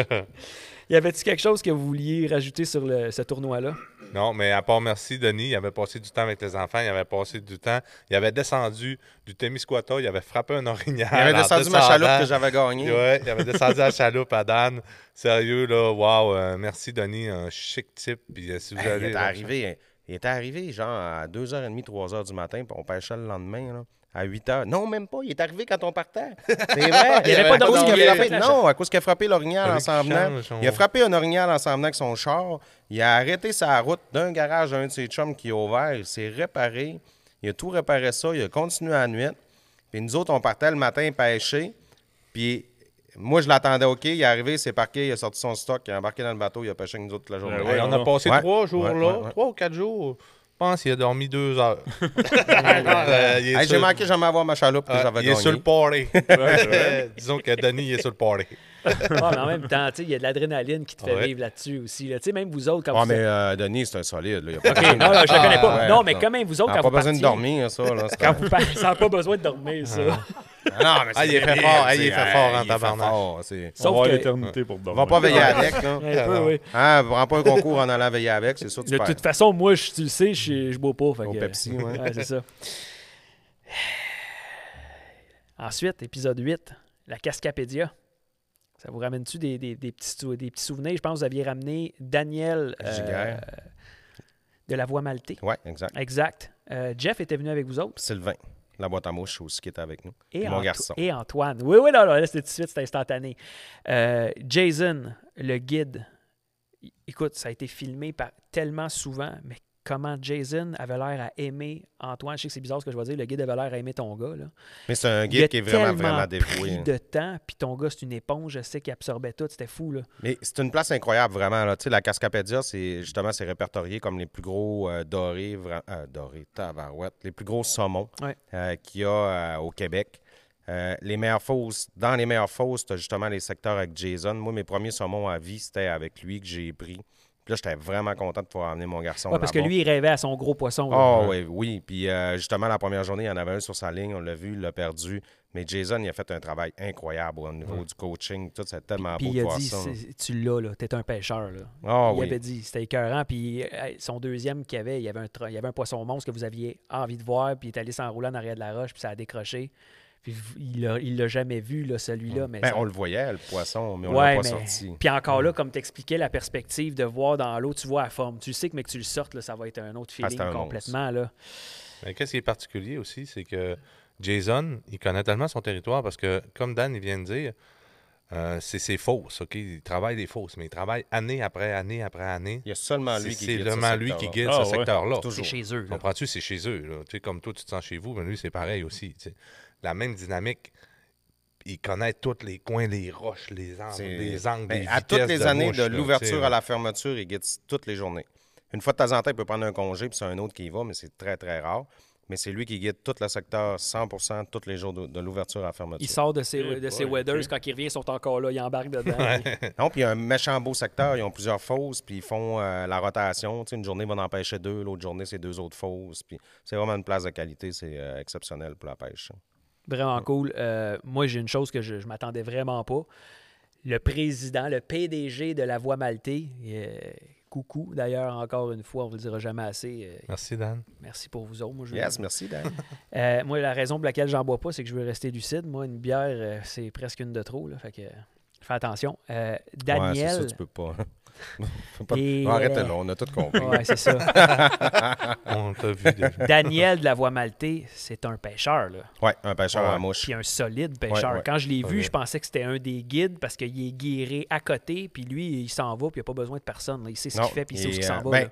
[SPEAKER 1] Y avait-tu quelque chose que vous vouliez rajouter sur le- ce tournoi-là?
[SPEAKER 2] Non, mais à part merci, Denis, il avait passé du temps avec les enfants, il avait passé du temps, il avait descendu du Témiscouata, il avait frappé un orignal.
[SPEAKER 3] Il avait
[SPEAKER 2] en
[SPEAKER 3] descendu ma chaloupe
[SPEAKER 2] descendant.
[SPEAKER 3] que j'avais gagnée.
[SPEAKER 2] Ouais, il avait descendu la chaloupe à Dan. Sérieux, là, wow, euh, merci, Denis, un chic type. Puis euh, si vous
[SPEAKER 3] Hey, il
[SPEAKER 2] allez.
[SPEAKER 3] était
[SPEAKER 2] là,
[SPEAKER 3] arrivé. hein. Il était arrivé genre à 2h30, 3h du matin, puis on pêchait le lendemain, là, à 8h. Non, même pas. Il est arrivé quand on partait. C'est vrai.
[SPEAKER 1] (laughs) Il y avait pas
[SPEAKER 3] À cause
[SPEAKER 1] d'orignal.
[SPEAKER 3] qu'il a frappé-
[SPEAKER 1] Il y avait-
[SPEAKER 3] Non, à cause qu'il a frappé
[SPEAKER 2] Fallait
[SPEAKER 3] l'orignal en
[SPEAKER 2] qu'il
[SPEAKER 3] s'en venant.
[SPEAKER 2] change son-
[SPEAKER 3] Il a frappé un orignal en s'en venant avec son char. Il a arrêté sa route d'un garage à un de ses chums qui est ouvert. Il s'est réparé. Il a tout réparé ça. Il a continué à la nuit. Puis nous autres, on partait le matin pêcher. Puis moi, je l'attendais OK. Il est arrivé, c'est parqué, il a sorti son stock, il a embarqué dans le bateau, il a pêché avec nous autres toute la journée.
[SPEAKER 4] Ben
[SPEAKER 2] Hey,
[SPEAKER 4] ouais,
[SPEAKER 2] on a passé
[SPEAKER 3] Ouais.
[SPEAKER 2] trois jours
[SPEAKER 3] Ouais,
[SPEAKER 2] là,
[SPEAKER 3] ouais, ouais.
[SPEAKER 2] trois ou quatre jours. pense qu'il a dormi deux
[SPEAKER 3] (laughs)
[SPEAKER 2] heures. Euh, il est
[SPEAKER 3] Hey,
[SPEAKER 2] sur-
[SPEAKER 3] J'ai manqué jamais avoir ma chaloupe que
[SPEAKER 2] Ah,
[SPEAKER 3] j'avais
[SPEAKER 2] il est
[SPEAKER 3] gagnée.
[SPEAKER 2] sur le party. (laughs) Disons que Denis il est sur le party.
[SPEAKER 1] Ah, mais en même temps, tu sais, il y a de l'adrénaline qui te fait
[SPEAKER 2] Ouais.
[SPEAKER 1] vivre là-dessus aussi. là. Tu sais, même vous autres, quand
[SPEAKER 3] Ah,
[SPEAKER 1] vous
[SPEAKER 3] mais euh, Denis, c'est un solide. Là. Il a pas
[SPEAKER 1] OK,
[SPEAKER 3] besoin de- Ah,
[SPEAKER 1] non, non, je le connais pas.
[SPEAKER 3] ouais,
[SPEAKER 1] non, mais
[SPEAKER 3] non.
[SPEAKER 1] quand même, vous
[SPEAKER 3] Il
[SPEAKER 1] autres,
[SPEAKER 3] a
[SPEAKER 1] quand
[SPEAKER 3] pas
[SPEAKER 1] vous
[SPEAKER 3] besoin
[SPEAKER 1] partiez...
[SPEAKER 3] de dormir, ça. Là, c'est-
[SPEAKER 1] vous par- ça n'a pas besoin de dormir, ça.
[SPEAKER 3] Ah, non, mais
[SPEAKER 2] Ah, il est fait
[SPEAKER 3] débile,
[SPEAKER 2] fort, hey,
[SPEAKER 3] c'est-
[SPEAKER 2] il est fait
[SPEAKER 3] hey,
[SPEAKER 2] fort en
[SPEAKER 3] il est fait
[SPEAKER 2] tabarnak.
[SPEAKER 3] fort, c'est-
[SPEAKER 4] On va
[SPEAKER 1] Sauf
[SPEAKER 4] avoir
[SPEAKER 1] que...
[SPEAKER 4] l'éternité pour
[SPEAKER 3] On
[SPEAKER 4] dormir.
[SPEAKER 3] va pas veiller avec,
[SPEAKER 1] (laughs)
[SPEAKER 3] là.
[SPEAKER 1] Un peu, oui.
[SPEAKER 3] Hein, prends pas un concours en allant veiller avec, c'est sûr que tu
[SPEAKER 1] De
[SPEAKER 3] perds.
[SPEAKER 1] toute façon, moi, je- tu le sais, je, je bois pas. fait
[SPEAKER 3] Au
[SPEAKER 1] que- euh,
[SPEAKER 3] Pepsi, ouais.
[SPEAKER 1] c'est ça. Ensuite, épisode 8, la Cascapédia. Ça vous ramène-tu des, des- des petits, sou- des petits souvenirs? Je pense que vous aviez ramené Daniel euh,
[SPEAKER 3] Giguère.
[SPEAKER 1] de la Voix Maltée.
[SPEAKER 3] Ouais, exact.
[SPEAKER 1] Exact. Euh, Jeff était venu avec vous autres.
[SPEAKER 3] Sylvain, la boîte à mouche aussi, qui était avec nous.
[SPEAKER 1] Et,
[SPEAKER 3] Puis mon
[SPEAKER 1] Anto-
[SPEAKER 3] garçon.
[SPEAKER 1] et Antoine. Oui, oui, non, non, là, c'était tout de suite, c'était instantané. Euh, Jason, le guide. é- Écoute, ça a été filmé par tellement souvent, mais comment Jason avait l'air à aimer Antoine. Je sais que c'est bizarre ce que je vais dire, le guide avait l'air à aimer ton gars. Là.
[SPEAKER 3] Mais c'est un
[SPEAKER 1] Il a
[SPEAKER 3] guide qui est vraiment,
[SPEAKER 1] tellement
[SPEAKER 3] vraiment
[SPEAKER 1] pris
[SPEAKER 3] dévoué.
[SPEAKER 1] de temps, puis ton gars, c'est une éponge, je sais qu'il absorbait tout, c'était fou. Là.
[SPEAKER 3] Mais c'est une place incroyable, vraiment. Là. Tu sais, La Cascapédia, c'est justement, c'est répertorié comme les plus gros euh, dorés, vra- euh, dorés, tabarouette, les plus gros saumons
[SPEAKER 1] Ouais.
[SPEAKER 3] euh, qu'il y a euh, au Québec. Euh, les meilleures fosses, dans les meilleures fosses, tu as justement les secteurs avec Jason. Moi, mes premiers saumons à vie, c'était avec lui que j'ai pris. Puis là, j'étais vraiment content de pouvoir amener mon garçon.
[SPEAKER 1] Ouais, parce que
[SPEAKER 3] là-bas.
[SPEAKER 1] lui, il rêvait à son gros poisson. là.
[SPEAKER 3] Ah oui, oui. Puis euh, justement, la première journée, il y en avait un sur sa ligne, on l'a vu, il l'a perdu. Mais Jason, il a fait un travail incroyable au niveau du coaching. Tout, c'est tellement
[SPEAKER 1] Puis
[SPEAKER 3] beau
[SPEAKER 1] il
[SPEAKER 3] de
[SPEAKER 1] a
[SPEAKER 3] voir
[SPEAKER 1] dit,
[SPEAKER 3] ça.
[SPEAKER 1] C'est- tu l'as, là, t'es un pêcheur. Là.
[SPEAKER 3] Ah
[SPEAKER 1] il
[SPEAKER 3] oui.
[SPEAKER 1] avait dit, c'était écœurant. Puis euh, son deuxième qu'il y avait, il y avait, un tra- il y avait un poisson monstre que vous aviez envie de voir, puis il est allé s'enrouler en arrière de la roche, puis ça a décroché. Puis v- il l'a- il l'a jamais vu, là, celui-là. ah, Mais
[SPEAKER 3] Ben,
[SPEAKER 1] ça-
[SPEAKER 3] on le voyait, le poisson, mais on
[SPEAKER 1] Ouais,
[SPEAKER 3] l'a pas
[SPEAKER 1] mais-
[SPEAKER 3] sorti.
[SPEAKER 1] Puis encore là, comme t'expliquais, la perspective de voir dans l'eau, tu vois la forme. Tu le sais que, mais que tu le sortes, là, ça va être un autre
[SPEAKER 3] Ah,
[SPEAKER 1] feeling
[SPEAKER 3] c'était un
[SPEAKER 1] complètement. Là.
[SPEAKER 2] Mais qu'est-ce qui est particulier aussi, c'est que Jason, il connaît tellement son territoire parce que, comme Dan il vient de dire, euh, c'est ses fausses, OK? Il travaille des fausses, mais il travaille année après année après année.
[SPEAKER 3] Il y a seulement
[SPEAKER 2] C'est
[SPEAKER 3] lui qui
[SPEAKER 2] c'est
[SPEAKER 3] guide. ce
[SPEAKER 2] vraiment lui qui
[SPEAKER 3] secteur-là.
[SPEAKER 2] guide
[SPEAKER 4] Ah,
[SPEAKER 2] ce
[SPEAKER 4] ouais.
[SPEAKER 2] secteur-là.
[SPEAKER 3] Toujours.
[SPEAKER 1] C'est chez eux. là.
[SPEAKER 2] Comprends-tu? C'est chez eux. là. Tu sais, comme toi, tu te sens chez vous, mais lui, c'est pareil aussi. tu sais. La même dynamique. Il connaît tous les coins, les roches, les angles,
[SPEAKER 3] C'est-
[SPEAKER 2] les angles,
[SPEAKER 3] Ben,
[SPEAKER 2] des
[SPEAKER 3] à toutes
[SPEAKER 2] vitesses
[SPEAKER 3] les
[SPEAKER 2] de
[SPEAKER 3] années,
[SPEAKER 2] mouche,
[SPEAKER 3] de
[SPEAKER 2] là, tu sais,
[SPEAKER 3] l'ouverture
[SPEAKER 2] là.
[SPEAKER 3] à la fermeture, il guide toutes les journées. Une fois de temps en temps, il peut prendre un congé, puis c'est un autre qui y va, mais c'est très, très rare. Mais c'est lui qui guide tout le secteur 100 tous les jours de, de l'ouverture à la fermeture.
[SPEAKER 1] Il sort de ses,
[SPEAKER 4] Eh
[SPEAKER 1] de ses
[SPEAKER 4] boy,
[SPEAKER 1] weathers,
[SPEAKER 4] ok.
[SPEAKER 1] quand il revient, ils sont encore là, ils embarquent dedans.
[SPEAKER 3] Non, puis il y a un méchant beau secteur. Ils ont plusieurs fosses, puis ils font euh, la rotation. Tu sais, une journée, ils vont en pêcher deux. L'autre journée, c'est deux autres fosses. Puis c'est vraiment une place de qualité. C'est euh, exceptionnel pour la pêche.
[SPEAKER 1] Vraiment cool. Euh, moi, j'ai une chose que je, je m'attendais vraiment pas. Le président, le PDG de la Voix Maltais, euh, coucou d'ailleurs, encore une fois, on vous le dira jamais assez. euh,
[SPEAKER 2] Merci, Dan.
[SPEAKER 1] merci pour vous autres. Moi, je-
[SPEAKER 3] Yes, merci, Dan.
[SPEAKER 1] Euh, moi, la raison pour laquelle j'en bois pas, c'est que je veux rester lucide. Moi, une bière, euh, c'est presque une de trop. Là, fait que euh, fais attention. Euh,
[SPEAKER 3] Ouais,
[SPEAKER 1] Daniel.
[SPEAKER 3] c'est ça, tu peux pas. Faut pas-
[SPEAKER 1] Et,
[SPEAKER 3] Arrête
[SPEAKER 1] euh,
[SPEAKER 3] là, on a tout
[SPEAKER 1] (laughs)
[SPEAKER 3] compris.
[SPEAKER 1] Ouais, c'est ça.
[SPEAKER 3] (laughs)
[SPEAKER 2] On t'a vu déjà.
[SPEAKER 1] Daniel de la Voix Maltais, c'est un pêcheur. Là.
[SPEAKER 3] Ouais, un pêcheur à
[SPEAKER 2] Ouais.
[SPEAKER 3] mouche.
[SPEAKER 1] Puis un solide pêcheur.
[SPEAKER 3] Ouais, ouais.
[SPEAKER 1] Quand je l'ai vu,
[SPEAKER 2] Ouais.
[SPEAKER 1] je pensais que c'était un des guides parce qu'il est guéré à côté, puis lui, il s'en va, puis il n'a pas besoin de personne. là. Il sait ce
[SPEAKER 3] Non,
[SPEAKER 1] qu'il fait, puis il sait
[SPEAKER 3] et,
[SPEAKER 1] où il s'en
[SPEAKER 3] euh,
[SPEAKER 1] va.
[SPEAKER 3] ben,
[SPEAKER 1] là.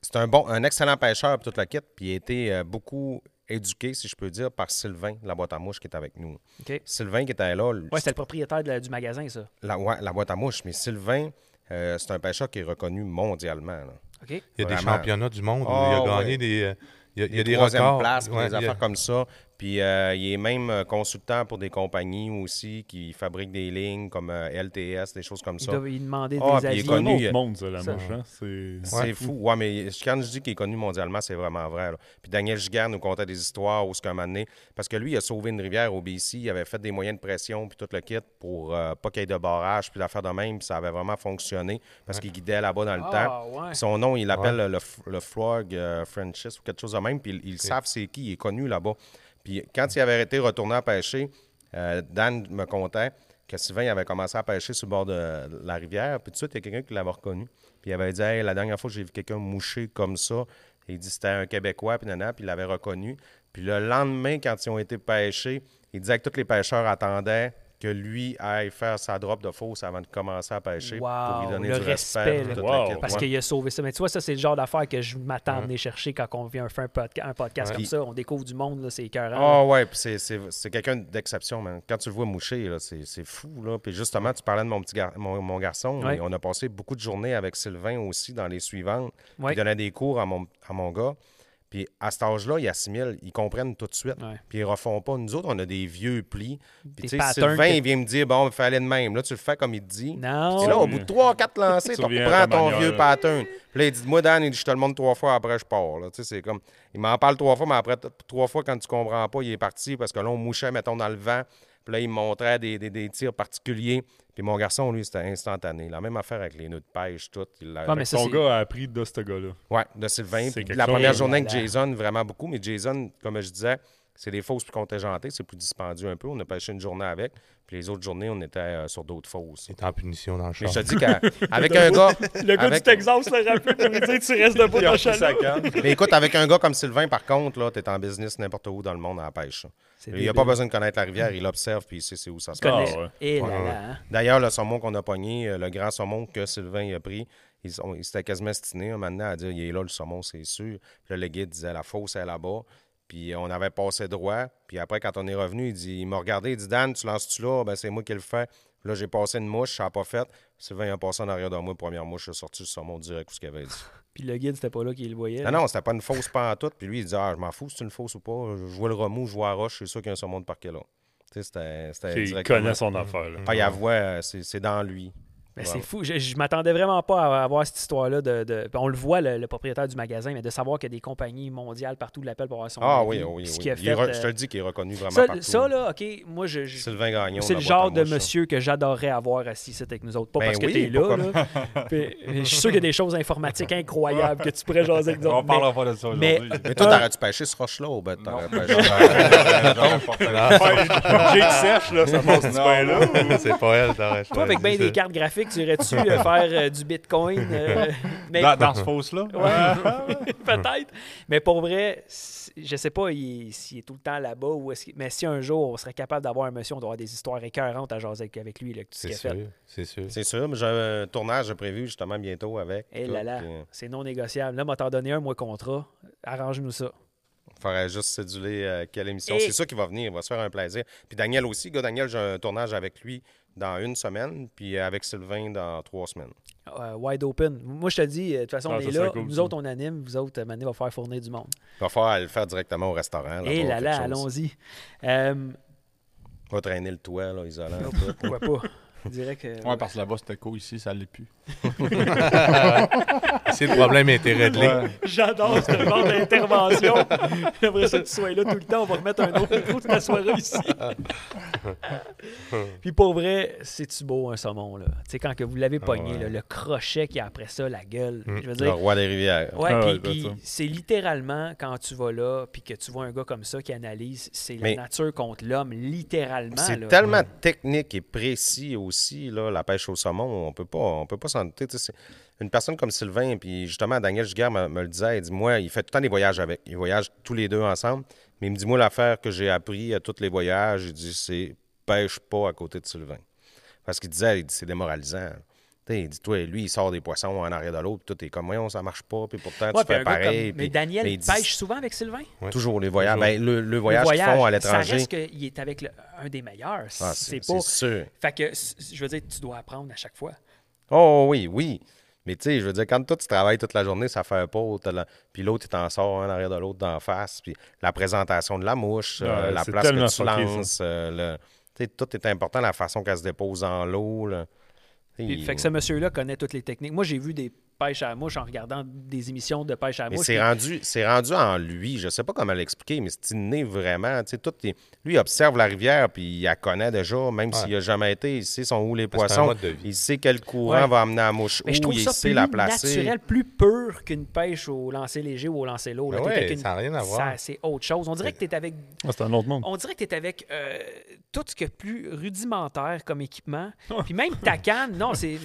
[SPEAKER 3] C'est un bon, un excellent pêcheur pour toute la kit. Puis il a été euh, beaucoup éduqué, si je peux dire, par Sylvain, la boîte à mouche qui est avec nous.
[SPEAKER 1] OK.
[SPEAKER 3] Sylvain qui était là,
[SPEAKER 1] Ouais, c'était le propriétaire de la- du magasin, ça.
[SPEAKER 3] la, ouais, la boîte à mouche. Mais Sylvain, euh, c'est un pêcheur qui est reconnu mondialement. là.
[SPEAKER 1] OK?
[SPEAKER 2] Il y a des
[SPEAKER 3] Vraiment.
[SPEAKER 2] championnats du monde. où
[SPEAKER 3] Ah,
[SPEAKER 2] il a gagné
[SPEAKER 3] ouais.
[SPEAKER 2] des, euh, il y a, il y a des
[SPEAKER 3] troisième
[SPEAKER 2] records.
[SPEAKER 3] place, puis
[SPEAKER 2] Ouais,
[SPEAKER 3] des
[SPEAKER 2] il y a-
[SPEAKER 3] affaires comme ça. Puis euh, il est même euh, consultant pour des compagnies aussi qui fabriquent des lignes comme euh, LTS, des choses comme
[SPEAKER 1] Il,
[SPEAKER 3] ça.
[SPEAKER 1] devait- il demandait
[SPEAKER 3] Ah,
[SPEAKER 1] des
[SPEAKER 3] puis il est
[SPEAKER 1] avis.
[SPEAKER 4] C'est un
[SPEAKER 3] connu,
[SPEAKER 4] autre
[SPEAKER 3] il-
[SPEAKER 4] monde, ça, la
[SPEAKER 1] ça-
[SPEAKER 4] mouche. hein. C'est
[SPEAKER 3] C'est fou. Ouais, mais quand je dis qu'il est connu mondialement, c'est vraiment vrai. là. Puis Daniel Giguère nous contait des histoires où ce qu'un moment donné, parce que lui, il a sauvé une rivière au BC, il avait fait des moyens de pression puis tout le kit pour euh, pas qu'il y ait de barrage puis l'affaire de même, puis ça avait vraiment fonctionné parce qu'il guidait là-bas dans le temps.
[SPEAKER 1] Ah, ouais.
[SPEAKER 3] Puis Son nom, il l'appelle le, f- le Frog euh, Francis ou quelque chose de même. Puis ils, ils savent c'est qui, il est connu là-bas. Puis quand il avait été retourné à pêcher, euh, Dan me contait que Sylvain il avait commencé à pêcher sur le bord de la rivière. Puis tout de suite, il y a quelqu'un qui l'avait reconnu. Puis il avait dit Hey, la dernière fois que j'ai vu quelqu'un moucher comme ça, il dit c'était un Québécois, puis nanana, puis il l'avait reconnu. Puis le lendemain, quand ils ont été pêchés, il disait que tous les pêcheurs attendaient que lui aille faire sa drop de fausse avant de commencer à pêcher pour
[SPEAKER 1] Wow,
[SPEAKER 3] lui donner
[SPEAKER 1] le
[SPEAKER 3] du respect.
[SPEAKER 1] respect,
[SPEAKER 3] puis
[SPEAKER 4] là.
[SPEAKER 3] toute la
[SPEAKER 4] Wow.
[SPEAKER 3] quête.
[SPEAKER 1] Parce
[SPEAKER 3] Ouais.
[SPEAKER 1] qu'il a sauvé ça. Mais tu vois, ça, c'est le genre d'affaire que je m'attends à venir chercher quand on vient faire un, podca- un podcast
[SPEAKER 3] Ouais.
[SPEAKER 1] comme ça. On découvre du monde, là, c'est écœurant.
[SPEAKER 3] Ah ouais, puis c'est- c'est c'est quelqu'un d'exception, man. Quand tu le vois moucher, là, c'est c'est fou, là. Puis justement, tu parlais de mon petit gar- mon, mon garçon.
[SPEAKER 1] Ouais.
[SPEAKER 3] mais On a passé beaucoup de journées avec Sylvain aussi dans les suivantes.
[SPEAKER 1] Ouais.
[SPEAKER 3] Il donnait des cours à mon, à mon gars. Puis à cet âge-là, ils assimilent, ils comprennent tout de suite.
[SPEAKER 1] Ouais.
[SPEAKER 3] Puis ils refont pas. Nous autres, on a des vieux plis.
[SPEAKER 1] Des
[SPEAKER 3] Puis tu sais,
[SPEAKER 1] patterns
[SPEAKER 3] Sylvain,
[SPEAKER 1] que-
[SPEAKER 3] il vient me dire, bon, il fallait de même. Là, tu le fais comme il te dit.
[SPEAKER 1] Non.
[SPEAKER 3] Et là, au bout de trois, quatre lancers,
[SPEAKER 4] Tu
[SPEAKER 3] tu
[SPEAKER 4] reviens
[SPEAKER 3] reprends
[SPEAKER 4] à ta
[SPEAKER 3] ton
[SPEAKER 4] manière,
[SPEAKER 3] vieux
[SPEAKER 4] là.
[SPEAKER 3] pattern. Puis là, il dit, moi, Dan, il dit, je te le montre trois fois, après, je pars. là. Tu sais, c'est comme, il m'en parle trois fois, mais après t- trois fois, quand tu comprends pas, il est parti parce que là, on mouchait, mettons, dans le vent. Puis là, il me montrait des, des- des tirs particuliers. Puis mon garçon, lui, c'était instantané. La même affaire avec les nœuds de pêche, tout. Il l'a-
[SPEAKER 1] Ouais, mais ça,
[SPEAKER 4] Son
[SPEAKER 1] c'est-
[SPEAKER 4] gars a appris de ce gars-là.
[SPEAKER 3] Ouais, de Sylvain.
[SPEAKER 4] C'est
[SPEAKER 3] Puis
[SPEAKER 4] quelque
[SPEAKER 3] la
[SPEAKER 4] chose.
[SPEAKER 3] première journée avec
[SPEAKER 1] Voilà.
[SPEAKER 3] Jason, vraiment beaucoup. Mais Jason, comme je disais, c'est des fausses plus contingentées, c'est plus dispendieux un peu. On a pêché une journée avec. Puis les autres journées, on était euh, sur d'autres fausses.
[SPEAKER 2] Il est en punition dans le
[SPEAKER 3] Mais
[SPEAKER 2] champ. (laughs)
[SPEAKER 3] je te dis
[SPEAKER 1] (laughs)
[SPEAKER 3] qu'avec un gars.
[SPEAKER 1] Le gars
[SPEAKER 3] avec-
[SPEAKER 1] du Texas le rappelle pour lui dire
[SPEAKER 3] (laughs)
[SPEAKER 1] tu restes debout dans le chalet.
[SPEAKER 3] Mais écoute, avec un gars comme Sylvain, par contre, là, t'es en business n'importe où dans le monde à la pêche.
[SPEAKER 1] C'est
[SPEAKER 3] Il a
[SPEAKER 1] débile.
[SPEAKER 3] pas besoin de connaître la rivière, il observe puis il sait c'est où ça se
[SPEAKER 1] Tu
[SPEAKER 3] passe.
[SPEAKER 1] connais.
[SPEAKER 4] Ah, ouais.
[SPEAKER 1] Eh là
[SPEAKER 2] Ouais,
[SPEAKER 1] là,
[SPEAKER 2] ouais.
[SPEAKER 1] hein.
[SPEAKER 3] D'ailleurs, le saumon qu'on a pogné, euh, le grand saumon que Sylvain il a pris, ils, ont- ils s'étaient quasiment stinés maintenant à dire il est là le saumon, c'est sûr. Puis là, le guide disait la fosse est là-bas. Puis on avait passé droit. Puis après, quand on est revenu, il, dit, il m'a regardé, il dit Dan, tu lances-tu là Ben, c'est moi qui le fais. Puis Là, j'ai passé une mouche, ça n'a pas fait. Sylvain il a passé en arrière de moi, première mouche, j'ai sorti le saumon direct, où ce qu'il avait dit.
[SPEAKER 1] Puis le guide, c'était pas là qu'il le voyait.
[SPEAKER 3] Non, non, c'était pas une fausse pantoute. Puis lui, il dit Ah, je m'en fous, c'est une fausse ou pas. Je vois le remous, je vois la roche, je suis sûr qu'il y a un saumon de parquet là. Tu sais, c'était- c'était
[SPEAKER 4] Il
[SPEAKER 3] Ben, directement.
[SPEAKER 4] connaît son affaire. là.
[SPEAKER 3] Ah, il avoue, euh, c'est c'est dans lui.
[SPEAKER 1] Mais
[SPEAKER 3] Ouais.
[SPEAKER 1] Ben, c'est fou. Je, je m'attendais vraiment pas à avoir cette histoire-là. De, de- ben, On le voit, le, le propriétaire du magasin, mais de savoir qu'il y a des compagnies mondiales partout de l'appel pour avoir son
[SPEAKER 3] Ah
[SPEAKER 1] avis,
[SPEAKER 3] oui, oui,
[SPEAKER 1] puis
[SPEAKER 3] oui.
[SPEAKER 1] ce qu'il a
[SPEAKER 3] Il est
[SPEAKER 1] fait,
[SPEAKER 3] re- Je te
[SPEAKER 1] euh,
[SPEAKER 3] le dis qu'il est reconnu vraiment
[SPEAKER 1] ça,
[SPEAKER 3] partout.
[SPEAKER 1] ça, là, OK, moi, je... je-
[SPEAKER 3] Sylvain Gagnon.
[SPEAKER 1] C'est le
[SPEAKER 3] la boîte à
[SPEAKER 1] genre de
[SPEAKER 3] mouches, ça.
[SPEAKER 1] monsieur que j'adorerais avoir assis c'est avec nous autres. Pas
[SPEAKER 3] Ben
[SPEAKER 1] parce que
[SPEAKER 3] oui,
[SPEAKER 1] t'es là.
[SPEAKER 3] pourquoi
[SPEAKER 1] là. (laughs) Puis, je suis sûr qu'il y a des choses informatiques incroyables que tu pourrais jaser avec nous
[SPEAKER 5] On
[SPEAKER 1] autres. mais-
[SPEAKER 5] parlera pas
[SPEAKER 3] (laughs)
[SPEAKER 5] de ça
[SPEAKER 1] mais-
[SPEAKER 5] aujourd'hui.
[SPEAKER 3] Mais toi, t'aurais-tu pêché ce roche-là ou ben
[SPEAKER 5] Non.
[SPEAKER 3] t'aurais pêché.
[SPEAKER 1] (laughs)
[SPEAKER 4] Ouais, J'ai le sèche, là, ça passe du
[SPEAKER 5] Non.
[SPEAKER 4] pain là.
[SPEAKER 2] c'est pas elle, t'aurais
[SPEAKER 1] Toi, avec bien des cartes graphiques, tu irais-tu euh, faire euh, du Bitcoin?
[SPEAKER 3] (laughs)
[SPEAKER 1] euh, mais
[SPEAKER 5] Dans, dans ce fausse-là?
[SPEAKER 1] Ouais. (laughs) peut-être. Mais pour vrai, c'est- je sais pas il- s'il est tout le temps là-bas ou est-ce qu'il- Mais si un jour on serait capable d'avoir un monsieur, on doit avoir des histoires écœurantes à jaser avec, avec lui, là, que tout ce
[SPEAKER 2] C'est
[SPEAKER 1] qu'il a fait.
[SPEAKER 2] sûr, c'est sûr.
[SPEAKER 3] C'est sûr, mais j'ai un tournage de prévu justement bientôt avec.
[SPEAKER 1] Eh
[SPEAKER 3] tout,
[SPEAKER 1] là là,
[SPEAKER 3] puis, euh,
[SPEAKER 1] c'est non négociable. Là, m'a t'en donné un mois contrat. Arrange-nous ça.
[SPEAKER 3] faudrait juste céduler euh, quelle émission.
[SPEAKER 1] Et-
[SPEAKER 3] C'est ça qui va venir. Il va se faire un plaisir. Puis Daniel aussi. Gars, Daniel, j'ai un tournage avec lui dans une semaine, puis avec Sylvain dans trois semaines.
[SPEAKER 1] Euh, wide open. Moi, je te dis, euh, de toute façon,
[SPEAKER 4] Ah,
[SPEAKER 1] on
[SPEAKER 4] ça
[SPEAKER 1] est
[SPEAKER 4] serait
[SPEAKER 1] là.
[SPEAKER 4] cool,
[SPEAKER 1] nous
[SPEAKER 4] ça.
[SPEAKER 1] autres, on anime. Vous autres, euh, Mané va faire fournir du monde.
[SPEAKER 3] Il va falloir le faire directement au restaurant. là-bas,
[SPEAKER 1] Eh là
[SPEAKER 3] quelque
[SPEAKER 1] là,
[SPEAKER 3] chose.
[SPEAKER 1] allons-y. Euh,
[SPEAKER 3] On va traîner le toit, là,
[SPEAKER 1] (laughs)
[SPEAKER 3] isolant. tout.
[SPEAKER 1] pourquoi pas? Je dirais que.
[SPEAKER 5] Ouais, parce que là-bas, c'était cool. Ici, ça l'est plus.
[SPEAKER 2] Si le problème était réglé,
[SPEAKER 1] J'adore ce genre d'intervention. J'aimerais ça que tu sois là tout le temps. On va remettre un autre micro, tu t'assoiras
[SPEAKER 3] (laughs)
[SPEAKER 1] ici. Puis pour vrai, c'est-tu beau un saumon, là? Tu sais, quand que vous l'avez pogné, là, le crochet qui a après ça, la gueule. Je veux
[SPEAKER 3] Le
[SPEAKER 1] dire,
[SPEAKER 3] roi des rivières.
[SPEAKER 1] ouais,
[SPEAKER 4] Ah
[SPEAKER 1] puis-
[SPEAKER 4] ouais,
[SPEAKER 1] puis
[SPEAKER 4] c'est ça.
[SPEAKER 1] c'est littéralement quand tu vas là, puis que tu vois un gars comme ça qui analyse, c'est la
[SPEAKER 3] Mais-
[SPEAKER 1] nature contre l'homme, littéralement. là.
[SPEAKER 3] C'est tellement technique et précis aussi, là, la pêche au saumon. On peut pas, on peut pas s'en douter. Tu sais, c'est- Une personne comme Sylvain, puis justement, Daniel Giguère me, me le disait, il dit Moi, il fait tout le temps des voyages avec. Ils voyagent tous les deux ensemble. Mais il me dit Moi, l'affaire que j'ai appris à tous les voyages, il dit C'est pêche pas à côté de Sylvain. Parce qu'il disait il dit, C'est démoralisant. Tu sais, il dit, toi, lui, il sort des poissons en arrière de l'autre, puis tout est comme, voyons, ça marche pas, puis pourtant,
[SPEAKER 1] Ouais,
[SPEAKER 3] tu
[SPEAKER 1] puis
[SPEAKER 3] fais
[SPEAKER 1] un gars comme-
[SPEAKER 3] pareil.
[SPEAKER 1] Mais
[SPEAKER 3] puis-
[SPEAKER 1] Daniel
[SPEAKER 3] mais il dit,
[SPEAKER 1] pêche souvent avec Sylvain?
[SPEAKER 3] Toujours les voyages.
[SPEAKER 2] Toujours.
[SPEAKER 3] Ben, le, le voyage, qu'ils font à
[SPEAKER 1] Ça
[SPEAKER 3] l'étranger,
[SPEAKER 1] reste qu'il est avec le- un des meilleurs.
[SPEAKER 3] ah,
[SPEAKER 1] c'est
[SPEAKER 3] c'est
[SPEAKER 1] pas...
[SPEAKER 3] c'est sûr.
[SPEAKER 1] Fait que, c- je veux dire, tu dois apprendre à chaque fois.
[SPEAKER 3] Oh oui, oui. Mais tu sais, je veux dire, quand toi, tu travailles toute la journée, ça fait un pas. t'as la- Puis l'autre, il t'en sort un en arrière de l'autre d'en face. Puis la présentation de la mouche, euh,
[SPEAKER 4] Ouais,
[SPEAKER 3] la
[SPEAKER 4] c'est
[SPEAKER 3] place
[SPEAKER 4] tellement
[SPEAKER 3] que tu
[SPEAKER 4] fucké, ça.
[SPEAKER 3] lances. euh, le- Tu sais, tout est important, la façon qu'elle se dépose dans l'eau. là. Tu sais,
[SPEAKER 1] Puis,
[SPEAKER 3] il-
[SPEAKER 1] Fait que ce monsieur-là connaît toutes les techniques. Moi, j'ai vu des pêches à la mouche en regardant des émissions de pêche à la
[SPEAKER 3] Mais
[SPEAKER 1] mouche.
[SPEAKER 3] c'est
[SPEAKER 1] puis-
[SPEAKER 3] rendu, c'est rendu en lui. Je sais pas comment l'expliquer, mais c'est inné vraiment. Tu sais, tout est- Lui, il observe la rivière, puis il la connaît déjà, même s'il n'y a jamais été. Il sait son où les
[SPEAKER 2] Parce que c'est un
[SPEAKER 3] poissons.
[SPEAKER 2] mode de vie.
[SPEAKER 3] Il sait quel courant
[SPEAKER 1] Ouais.
[SPEAKER 3] va amener la mouche
[SPEAKER 1] Mais je
[SPEAKER 3] où.
[SPEAKER 1] trouve
[SPEAKER 3] Il
[SPEAKER 1] ça
[SPEAKER 3] sait
[SPEAKER 1] plus
[SPEAKER 3] la placer.
[SPEAKER 1] naturel, plus pur qu'une pêche au lancer léger ou au lancer lourd. là.
[SPEAKER 3] Ah
[SPEAKER 2] Ben
[SPEAKER 1] T'es
[SPEAKER 2] ouais,
[SPEAKER 1] avec une-
[SPEAKER 2] ça n'a rien à
[SPEAKER 1] ça,
[SPEAKER 2] voir.
[SPEAKER 1] C'est autre chose. On dirait que t'es avec,
[SPEAKER 4] Ah, C'est un autre monde.
[SPEAKER 1] on dirait que t'es avec euh, tout ce que plus
[SPEAKER 3] (laughs)
[SPEAKER 1] rudimentaire comme équipement. Puis même ta canne, non, c'est,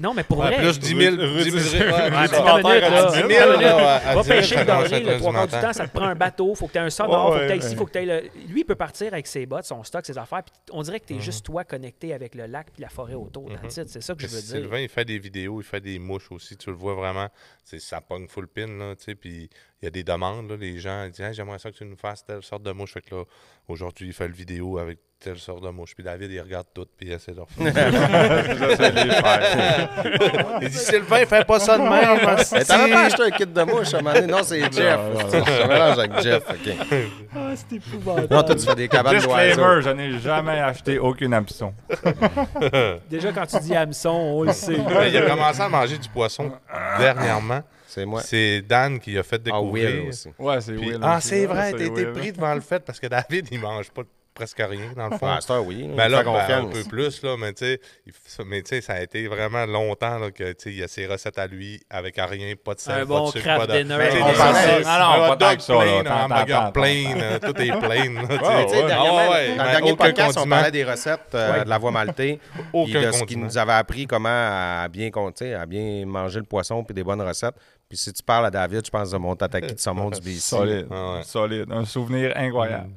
[SPEAKER 1] non, mais pour
[SPEAKER 2] Ouais,
[SPEAKER 1] vrai,
[SPEAKER 2] plus 10 000,
[SPEAKER 4] Rudy
[SPEAKER 2] 10 000 mesurer. ouais,
[SPEAKER 1] Ah,
[SPEAKER 2] c'est ça.
[SPEAKER 1] attends une minute, là.
[SPEAKER 2] à 10 000, là, à
[SPEAKER 1] Va
[SPEAKER 2] 10 000,
[SPEAKER 1] pêcher
[SPEAKER 2] ça commence à
[SPEAKER 1] doré,
[SPEAKER 2] être
[SPEAKER 1] le trois quarts du
[SPEAKER 2] rudimentaire.
[SPEAKER 1] temps, ça te prend un bateau, faut que tu aies un savoir,
[SPEAKER 4] Ouais,
[SPEAKER 1] faut que tu
[SPEAKER 4] ouais,
[SPEAKER 1] ici,
[SPEAKER 4] ouais.
[SPEAKER 1] faut que tu Lui, il peut partir avec ses bottes, son stock, ses affaires, puis on dirait que
[SPEAKER 2] Mhm.
[SPEAKER 1] tu es juste toi connecté avec le lac puis la forêt autour. That's it. C'est ça que je veux dire.
[SPEAKER 2] Sylvain, il fait des vidéos, il fait des mouches aussi, tu le vois vraiment. C'est ça pogne full pin, là, tu sais, puis il y a des demandes, là, les gens ils disent Hey, J'aimerais ça que tu nous fasses telle sorte de mouche. Fait que là, aujourd'hui, il fait le vidéo avec telle sorte de mouche. Puis David, il regarde tout, puis il essaie de refaire.
[SPEAKER 3] J'essaie de les faire.
[SPEAKER 2] il dit Sylvain, fais pas ça de même. hostie.
[SPEAKER 3] Mais T'avais pas acheté un kit de mouche à un moment donné? Non, c'est Jeff. Je mélange avec Jeff. ok.
[SPEAKER 1] Ah, c'est
[SPEAKER 3] Non,
[SPEAKER 1] épouvantable.
[SPEAKER 3] toi, tu fais des cabanes d'oiseaux.
[SPEAKER 5] Disclaimer, je n'ai jamais acheté aucune hameçon.
[SPEAKER 1] Déjà, quand tu dis hameçon, on le sait.
[SPEAKER 2] Mais il a commencé à manger du poisson dernièrement.
[SPEAKER 3] C'est moi.
[SPEAKER 2] C'est Dan qui a fait
[SPEAKER 3] Ah,
[SPEAKER 2] découvrir.
[SPEAKER 3] Will aussi.
[SPEAKER 5] Ouais, c'est hein.
[SPEAKER 2] Puis-
[SPEAKER 5] Will.
[SPEAKER 2] ah,
[SPEAKER 5] aussi,
[SPEAKER 2] c'est
[SPEAKER 5] là,
[SPEAKER 2] vrai, t'as été
[SPEAKER 5] Will.
[SPEAKER 2] pris devant le fait parce que David, il mange pas presque rien, dans le fond.
[SPEAKER 3] Ah, c'est un oui.
[SPEAKER 2] Ben là,
[SPEAKER 3] on
[SPEAKER 2] ben,
[SPEAKER 3] fait
[SPEAKER 2] un
[SPEAKER 3] confiance.
[SPEAKER 2] peu plus, là, mais tu sais, il f- ça- mais tu sais, ça a été vraiment longtemps là, que tu sais, il y a ses recettes à lui avec à rien, pas de sel,
[SPEAKER 1] Un
[SPEAKER 2] pas
[SPEAKER 1] bon
[SPEAKER 2] de sucre,
[SPEAKER 1] craft
[SPEAKER 2] pas de...
[SPEAKER 1] dinner.
[SPEAKER 2] Ben,
[SPEAKER 5] On
[SPEAKER 2] des-
[SPEAKER 5] parle-
[SPEAKER 2] des-
[SPEAKER 5] Ah non,
[SPEAKER 2] un
[SPEAKER 5] pas
[SPEAKER 2] hot
[SPEAKER 5] tant
[SPEAKER 2] dog
[SPEAKER 5] que ça, là,
[SPEAKER 2] plain,
[SPEAKER 5] t'entends,
[SPEAKER 2] un hamburger
[SPEAKER 5] t'entends.
[SPEAKER 2] plein, euh, tout est plein, là, tu sais.
[SPEAKER 3] Tu sais, dernièrement,
[SPEAKER 2] Ah ouais,
[SPEAKER 3] dans
[SPEAKER 2] mais
[SPEAKER 3] le dernier
[SPEAKER 2] aucun
[SPEAKER 3] podcast, on
[SPEAKER 2] condiment.
[SPEAKER 3] parlait des recettes euh, de la voie maltée, puis
[SPEAKER 2] (laughs) Aucun
[SPEAKER 3] de ce qui
[SPEAKER 2] condiment.
[SPEAKER 3] nous avait appris comment à bien compter, à bien manger le poisson, puis des bonnes recettes. Puis si tu parles à David, je pense à mon tataki de saumon du BC.
[SPEAKER 5] Solide,
[SPEAKER 2] Ah ouais. Mm.
[SPEAKER 5] solide. Un souvenir incroyable.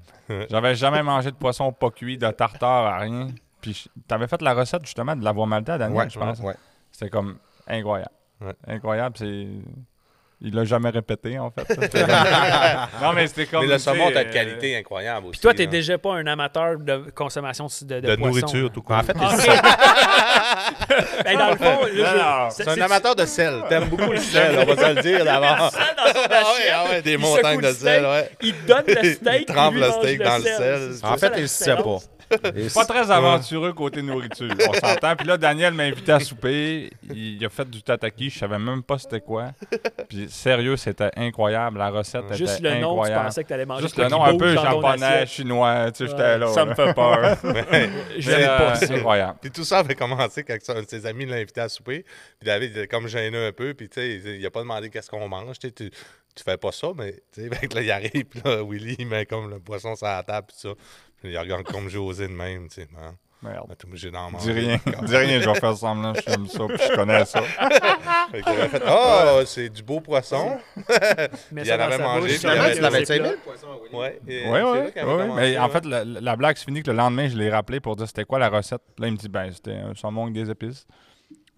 [SPEAKER 5] J'avais jamais mangé de poisson pas cuit, de tartare, à rien. Puis je- t'avais fait la recette justement de la voie maltaise, Daniel,
[SPEAKER 3] Ouais,
[SPEAKER 5] je pense.
[SPEAKER 3] ouais.
[SPEAKER 5] C'était comme incroyable.
[SPEAKER 2] Ouais.
[SPEAKER 5] Incroyable, c'est... Il l'a jamais répété,
[SPEAKER 2] (laughs)
[SPEAKER 5] en fait. C'était comme- non, mais c'était comme...
[SPEAKER 2] Mais le
[SPEAKER 5] tu sais,
[SPEAKER 2] saumon, t'as
[SPEAKER 5] euh,
[SPEAKER 2] de qualité incroyable aussi. hein.
[SPEAKER 1] Puis toi, t'es
[SPEAKER 2] là.
[SPEAKER 1] déjà pas un amateur de consommation de, de
[SPEAKER 2] De
[SPEAKER 1] poisson, là.
[SPEAKER 2] nourriture, tout court.
[SPEAKER 3] En fait,
[SPEAKER 1] OK. Ben, dans le fond, là, je-
[SPEAKER 2] c'est un amateur de sel. T'aimes beaucoup le sel, on va te le dire d'abord. Ah ouais, ah ouais, des
[SPEAKER 1] il
[SPEAKER 2] montagnes
[SPEAKER 1] secoue
[SPEAKER 2] de
[SPEAKER 1] le
[SPEAKER 2] sel,
[SPEAKER 1] steak,
[SPEAKER 2] ouais.
[SPEAKER 1] Il te donne le
[SPEAKER 2] (laughs) Il
[SPEAKER 1] steak.
[SPEAKER 2] trempe
[SPEAKER 1] lui
[SPEAKER 2] le
[SPEAKER 1] mange
[SPEAKER 2] steak dans le sel.
[SPEAKER 1] C'est
[SPEAKER 3] en
[SPEAKER 1] ça,
[SPEAKER 3] fait,
[SPEAKER 1] la
[SPEAKER 3] il ne sait
[SPEAKER 2] (laughs)
[SPEAKER 3] pas.
[SPEAKER 1] différence.
[SPEAKER 3] Et
[SPEAKER 5] Pas très aventureux côté nourriture, on s'entend. Puis là, Daniel m'a invité à souper. Il a fait du tataki, je savais même pas c'était quoi. Puis sérieux, c'était incroyable. La recette était
[SPEAKER 1] Juste le nom, tu
[SPEAKER 5] incroyable.
[SPEAKER 1] pensais que t'allais manger.
[SPEAKER 5] Juste
[SPEAKER 1] quoi
[SPEAKER 5] le
[SPEAKER 1] qui
[SPEAKER 5] nom un
[SPEAKER 1] bouge
[SPEAKER 5] peu
[SPEAKER 1] dans ton
[SPEAKER 5] japonais,
[SPEAKER 1] assiette.
[SPEAKER 5] chinois, tu sais,
[SPEAKER 1] Ouais.
[SPEAKER 5] j'étais là.
[SPEAKER 4] Ça
[SPEAKER 5] là.
[SPEAKER 4] me fait
[SPEAKER 5] (laughs)
[SPEAKER 4] peur.
[SPEAKER 1] Je l'aime
[SPEAKER 5] Euh,
[SPEAKER 1] pas.
[SPEAKER 5] C'est incroyable.
[SPEAKER 2] Puis tout ça avait commencé quand un de ses amis l'a invité à souper. Puis David, il était comme gêné un peu. Puis tu sais, il- il a pas demandé qu'est-ce qu'on mange. Tu sais, tu, tu fais pas ça, mais tu sais, (laughs) fait que là, il arrive. Puis là, Willy, il met comme le poisson sur la table. Puis ça. Puis il regarde comme José de même. Tu sais, man, on
[SPEAKER 5] Merde.
[SPEAKER 2] est obligé d'en manger.
[SPEAKER 5] Dis rien,
[SPEAKER 2] Comme-
[SPEAKER 5] dis rien, je vais faire semblant, je aime ça, puis je connais ça.
[SPEAKER 2] Fait qu'il avait fait, Ah, c'est du beau poisson.
[SPEAKER 1] Mais
[SPEAKER 2] Il
[SPEAKER 1] ça
[SPEAKER 2] en
[SPEAKER 1] dans
[SPEAKER 2] avait
[SPEAKER 1] sa
[SPEAKER 2] mangé,
[SPEAKER 1] bouche,
[SPEAKER 2] puis il
[SPEAKER 1] ça
[SPEAKER 2] avait-
[SPEAKER 1] reste
[SPEAKER 3] tu
[SPEAKER 1] dans
[SPEAKER 3] l'avais
[SPEAKER 1] ses
[SPEAKER 3] aimé,
[SPEAKER 1] plats.
[SPEAKER 3] le poisson, Willy?
[SPEAKER 2] Ouais, et-
[SPEAKER 5] Oui,
[SPEAKER 2] c'est
[SPEAKER 5] oui.
[SPEAKER 2] là qu'il avait commencé,
[SPEAKER 5] Mais en
[SPEAKER 2] ouais.
[SPEAKER 5] fait, la, la blague se finit que le lendemain, je l'ai rappelé pour dire c'était quoi la recette. Puis Là, il me dit ben, c'était un saumon avec des épices.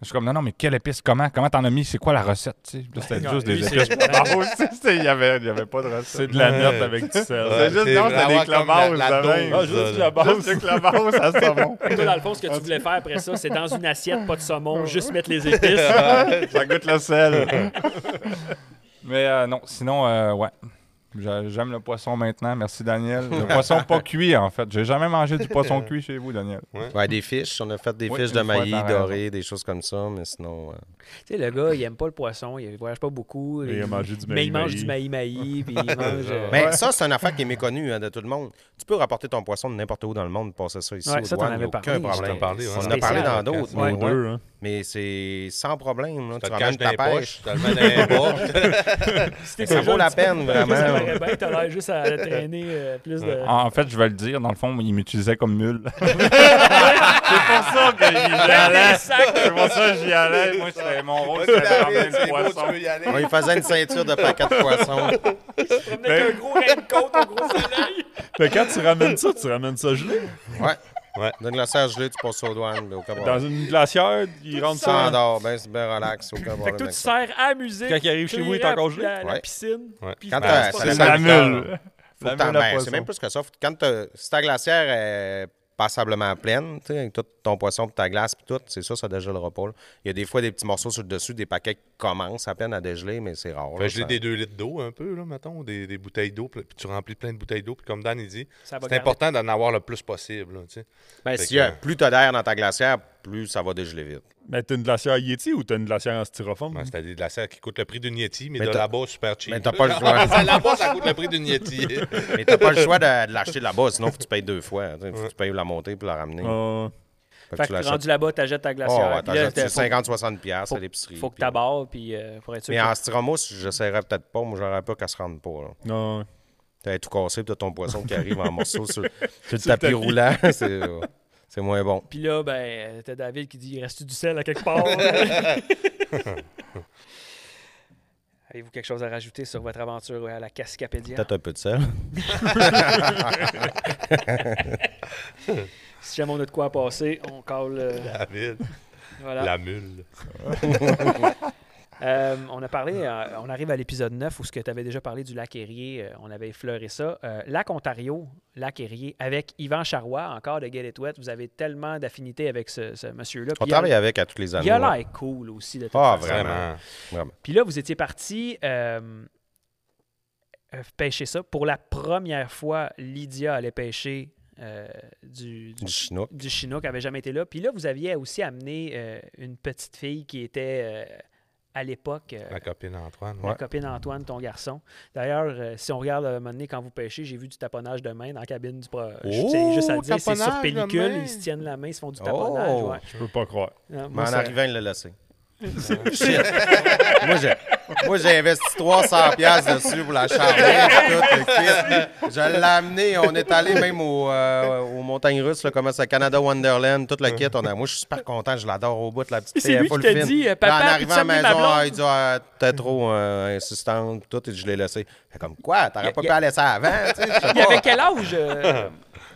[SPEAKER 5] Je suis comme non, non, mais quelle épice Comment Comment t'en as mis C'est quoi la recette tu sais? Puis Là, c'était
[SPEAKER 1] Ouais,
[SPEAKER 5] juste
[SPEAKER 1] lui,
[SPEAKER 5] des
[SPEAKER 1] c'est-
[SPEAKER 5] épices. Ah oui, tu sais, c'était- Il n'y avait, il y avait pas de recette.
[SPEAKER 4] C'est de la
[SPEAKER 2] Ouais.
[SPEAKER 4] merde avec du sel.
[SPEAKER 2] Ouais,
[SPEAKER 5] C'est juste,
[SPEAKER 2] c'est
[SPEAKER 5] non, c'était
[SPEAKER 2] vraiment
[SPEAKER 5] des
[SPEAKER 2] comme
[SPEAKER 5] clamases,
[SPEAKER 2] la- la
[SPEAKER 5] de même.
[SPEAKER 2] dose,
[SPEAKER 5] Ah, juste
[SPEAKER 2] là.
[SPEAKER 5] la base. Juste la base à saumon.
[SPEAKER 1] Fait que Toi, dans le fond, ce que tu voulais faire après ça, c'est dans une assiette, pas de saumon, juste mettre les épices.
[SPEAKER 5] Ça goûte le sel. (laughs) Mais euh, non, sinon, euh, ouais. J'a- J'aime le poisson maintenant. Merci, Daniel. Le poisson pas cuit, en fait. J'ai jamais mangé du poisson cuit chez vous, Daniel.
[SPEAKER 3] Ouais, des fiches. On a fait des
[SPEAKER 5] Oui,
[SPEAKER 3] fiches
[SPEAKER 5] une
[SPEAKER 3] de
[SPEAKER 5] fois
[SPEAKER 3] maillis
[SPEAKER 5] par an.
[SPEAKER 3] dorées, des choses comme ça, mais sinon. euh,
[SPEAKER 1] Tu sais, le gars, il aime pas le poisson, il voyage pas beaucoup.
[SPEAKER 4] Mais il a mangé du
[SPEAKER 1] Mais il mange
[SPEAKER 4] maï-maï.
[SPEAKER 1] du maï-maï,
[SPEAKER 4] (laughs)
[SPEAKER 1] puis il mange. euh,
[SPEAKER 3] Mais ben, ça, c'est une affaire qui est méconnue hein, de tout le monde. Tu peux rapporter ton poisson de n'importe où dans le monde, passer ça ici
[SPEAKER 1] Ouais,
[SPEAKER 3] aux
[SPEAKER 1] ça, t'en
[SPEAKER 3] douanes,
[SPEAKER 1] avais
[SPEAKER 3] aucun
[SPEAKER 1] parlé,
[SPEAKER 2] je
[SPEAKER 3] problème.
[SPEAKER 2] t'en parlais, ouais.
[SPEAKER 3] On en a parlé dans
[SPEAKER 1] Spécial.
[SPEAKER 3] d'autres,
[SPEAKER 1] Ouais.
[SPEAKER 3] mais, ouais.
[SPEAKER 4] Deux, hein.
[SPEAKER 3] Mais c'est sans problème. là.
[SPEAKER 2] Tu
[SPEAKER 3] Tu
[SPEAKER 2] le caches
[SPEAKER 3] ramènes
[SPEAKER 2] dans
[SPEAKER 3] ta
[SPEAKER 2] les poches,
[SPEAKER 3] pêche.
[SPEAKER 2] tu le mets
[SPEAKER 3] (laughs)
[SPEAKER 2] dans les poches.
[SPEAKER 1] si t'es
[SPEAKER 3] Ça
[SPEAKER 1] déjà
[SPEAKER 3] vaut la
[SPEAKER 1] un petit peu-
[SPEAKER 3] peine, vraiment.
[SPEAKER 1] (laughs) Ça paraît bien, t'as l'air juste à traîner euh, plus de.
[SPEAKER 5] En en fait, je vais le dire, dans le fond, il m'utilisait comme mule.
[SPEAKER 4] C'est pour ça que j'y
[SPEAKER 1] Des
[SPEAKER 4] allais.
[SPEAKER 1] sacs. euh,
[SPEAKER 5] C'est pour ça que j'y allais. Moi, c'était mon rôle, c'était de ramener
[SPEAKER 2] David,
[SPEAKER 5] le
[SPEAKER 2] c'est beau,
[SPEAKER 5] poisson.
[SPEAKER 2] tu peux y aller.
[SPEAKER 3] On lui faisait une ceinture de paquets de poissons.
[SPEAKER 1] promenais
[SPEAKER 4] Ben.
[SPEAKER 1] avec un gros raincoat au gros soleil.
[SPEAKER 4] Mais quand tu ramènes ça, tu ramènes ça gelé.
[SPEAKER 3] Ouais.
[SPEAKER 2] Ouais.
[SPEAKER 3] Donne la serre gelée, tu passes aux douanes. là, aucun
[SPEAKER 4] Dans
[SPEAKER 3] problème.
[SPEAKER 4] une glacière, ils rentrent
[SPEAKER 3] Ça
[SPEAKER 4] ça. en-
[SPEAKER 3] endort, ben, c'est bien relax. Aucun
[SPEAKER 1] Fait
[SPEAKER 3] problème.
[SPEAKER 1] que toi, tu
[SPEAKER 3] avec ça.
[SPEAKER 1] sers à la musique.
[SPEAKER 4] Quand il arrive chez
[SPEAKER 1] tu
[SPEAKER 4] vous, il est
[SPEAKER 1] irais
[SPEAKER 4] encore
[SPEAKER 1] à
[SPEAKER 4] gelé?
[SPEAKER 1] La, la
[SPEAKER 3] Ouais.
[SPEAKER 1] piscine.
[SPEAKER 2] Ouais.
[SPEAKER 1] puis
[SPEAKER 3] Quand
[SPEAKER 1] tu
[SPEAKER 2] t'as-
[SPEAKER 1] passes
[SPEAKER 3] ça
[SPEAKER 1] pas
[SPEAKER 3] laisse
[SPEAKER 5] C'est
[SPEAKER 1] de-
[SPEAKER 3] la
[SPEAKER 5] la
[SPEAKER 3] liqueur,
[SPEAKER 5] mule.
[SPEAKER 3] Faut que
[SPEAKER 5] La
[SPEAKER 3] t'en
[SPEAKER 5] mule à
[SPEAKER 3] mets.
[SPEAKER 5] poisson.
[SPEAKER 3] ben, C'est même plus que ça. Faut que Quand t'as- si ta glacière est passablement pleine, tu sais, avec tout ton poisson, puis ta glace, puis tout, c'est ça, ça dégèlera pas. là. Il y a des fois des petits morceaux sur le dessus, des paquets qui commencent à peine à dégeler, mais c'est rare.
[SPEAKER 2] Fait
[SPEAKER 3] là,
[SPEAKER 2] que j'ai
[SPEAKER 3] ça-
[SPEAKER 2] Ben, des 2 litres d'eau un peu, là, mettons, des, des bouteilles d'eau, puis tu remplis plein de bouteilles d'eau, puis comme Dan il dit,
[SPEAKER 1] Ça va
[SPEAKER 2] c'est important d'en avoir le plus possible. là, tu sais.
[SPEAKER 3] Ben,
[SPEAKER 2] Fait
[SPEAKER 3] s'il y a-
[SPEAKER 2] que-
[SPEAKER 3] plus t'as d'air dans ta glacière, plus ça va dégeler vite.
[SPEAKER 4] Mais t'as une glacière Yeti ou t'as une glacière en styrofoam?
[SPEAKER 2] Ben, c'est des glaceurs qui coûtent le prix d'une Yeti, mais,
[SPEAKER 3] Mais
[SPEAKER 2] de
[SPEAKER 3] t'as-
[SPEAKER 2] là-bas, super cheap.
[SPEAKER 3] mais t'as pas le
[SPEAKER 2] (laughs)
[SPEAKER 3] choix.
[SPEAKER 2] là-bas, ça coûte le prix d'une
[SPEAKER 3] (laughs)
[SPEAKER 2] Yeti.
[SPEAKER 3] (laughs) Mais t'as pas le choix de, de l'acheter là-bas, sinon faut que tu payes deux fois. tu sais. Faut que tu payes la montée puis la ramener.
[SPEAKER 4] Euh,
[SPEAKER 3] Fait que
[SPEAKER 1] Fait
[SPEAKER 3] tu
[SPEAKER 1] que
[SPEAKER 3] l'achètes.
[SPEAKER 1] rendu là-bas, t'achètes ta
[SPEAKER 3] Oh,
[SPEAKER 1] glacière.
[SPEAKER 3] ouais,
[SPEAKER 1] Puis là,
[SPEAKER 3] t'achètes
[SPEAKER 1] t'as- faut-
[SPEAKER 3] ça 50-60$ piastres à l'épicerie.
[SPEAKER 1] Faut que
[SPEAKER 3] puis-
[SPEAKER 1] t'abordes, puis euh, pour être sûr
[SPEAKER 3] Mais
[SPEAKER 1] que-
[SPEAKER 3] en styromousse, j'essaierais peut-être pas. Moi, j'aurais pas qu'elle se rende pas. là.
[SPEAKER 4] non.
[SPEAKER 3] (laughs) T'as tout cassé, puis t'as ton poisson qui arrive en morceaux sur, sur le
[SPEAKER 4] Sur le
[SPEAKER 3] tapis
[SPEAKER 4] tapis.
[SPEAKER 3] roulant. (laughs) C'est euh, C'est moins bon.
[SPEAKER 1] Puis là, ben, t'as David qui dit Reste-tu du sel à quelque
[SPEAKER 3] (laughs)
[SPEAKER 1] part (laughs) Avez-vous quelque chose à rajouter sur votre aventure à la Cascapédia
[SPEAKER 3] Peut-être un peu de sel.
[SPEAKER 1] Si jamais on a de quoi passer, on colle. euh,
[SPEAKER 2] La ville,
[SPEAKER 1] voilà.
[SPEAKER 2] la mule.
[SPEAKER 1] Euh, on a parlé, euh, on arrive à l'épisode 9 où ce que tu avais déjà parlé du lac Érié, euh, on avait effleuré ça. Euh, lac Ontario, lac Érié, avec Yvan Charrois, encore de Get It Wet, vous avez tellement d'affinités avec ce, ce monsieur-là.
[SPEAKER 3] On
[SPEAKER 1] Puis il a-
[SPEAKER 3] travaille avec à toutes les années.
[SPEAKER 1] Il a
[SPEAKER 3] ouais.
[SPEAKER 1] l'air cool aussi de toute
[SPEAKER 3] Ah,
[SPEAKER 1] façon.
[SPEAKER 3] Vraiment.
[SPEAKER 2] Vraiment.
[SPEAKER 1] Puis là, vous étiez parti euh, euh, pêcher ça. Pour la première fois, Lydia allait pêcher euh, du, du,
[SPEAKER 3] Du chinois.
[SPEAKER 1] du Chinook qui n'avait jamais été là. Puis là, vous aviez aussi amené euh, une petite fille qui était euh, à l'époque. euh,
[SPEAKER 2] Ma copine Antoine.
[SPEAKER 1] la copine Antoine, ton garçon. D'ailleurs, euh, si on regarde euh, un moment donné, quand vous pêchez, j'ai vu du taponnage de main dans la cabine du... pro- euh, Je
[SPEAKER 2] Oh,
[SPEAKER 1] tiens juste à le dire, c'est sur
[SPEAKER 2] taponnage de
[SPEAKER 1] pellicule,
[SPEAKER 2] main.
[SPEAKER 1] ils se tiennent la main, ils se font du taponnage.
[SPEAKER 3] Oh.
[SPEAKER 1] ouais.
[SPEAKER 4] Je peux pas croire.
[SPEAKER 1] Euh,
[SPEAKER 3] Mais
[SPEAKER 1] moi,
[SPEAKER 3] en
[SPEAKER 1] ça-
[SPEAKER 3] arrivant, il l'a laissé. Shit. moi, j'ai, moi, j'ai investi 300 pièces dessus pour la charger. tout le kit. Je l'ai amené. On est allé même au, euh, aux montagnes russes, là, comme ça, Canada Wonderland, toute la kit. On a, moi, je suis super content. Je l'adore au bout. La petite
[SPEAKER 1] Et c'est
[SPEAKER 3] elle est
[SPEAKER 1] lui qui
[SPEAKER 3] full
[SPEAKER 1] t'a
[SPEAKER 3] fine.
[SPEAKER 1] dit, euh,
[SPEAKER 3] Là,
[SPEAKER 1] Papa,
[SPEAKER 3] en arrivant à
[SPEAKER 1] peux-tu
[SPEAKER 3] la
[SPEAKER 1] amener ma
[SPEAKER 3] maison,
[SPEAKER 1] blonde?
[SPEAKER 3] il dit, ah, t'es trop euh, insistante, tout. Et je l'ai laissé. Fait comme quoi,
[SPEAKER 1] Y a-
[SPEAKER 3] t'aurais pas
[SPEAKER 1] y
[SPEAKER 3] pu
[SPEAKER 1] a-
[SPEAKER 3] la laisser avant. tu sais,
[SPEAKER 1] (laughs)
[SPEAKER 3] je sais
[SPEAKER 1] Il avait
[SPEAKER 3] pas.
[SPEAKER 1] quel âge?
[SPEAKER 3] (laughs)
[SPEAKER 1] euh,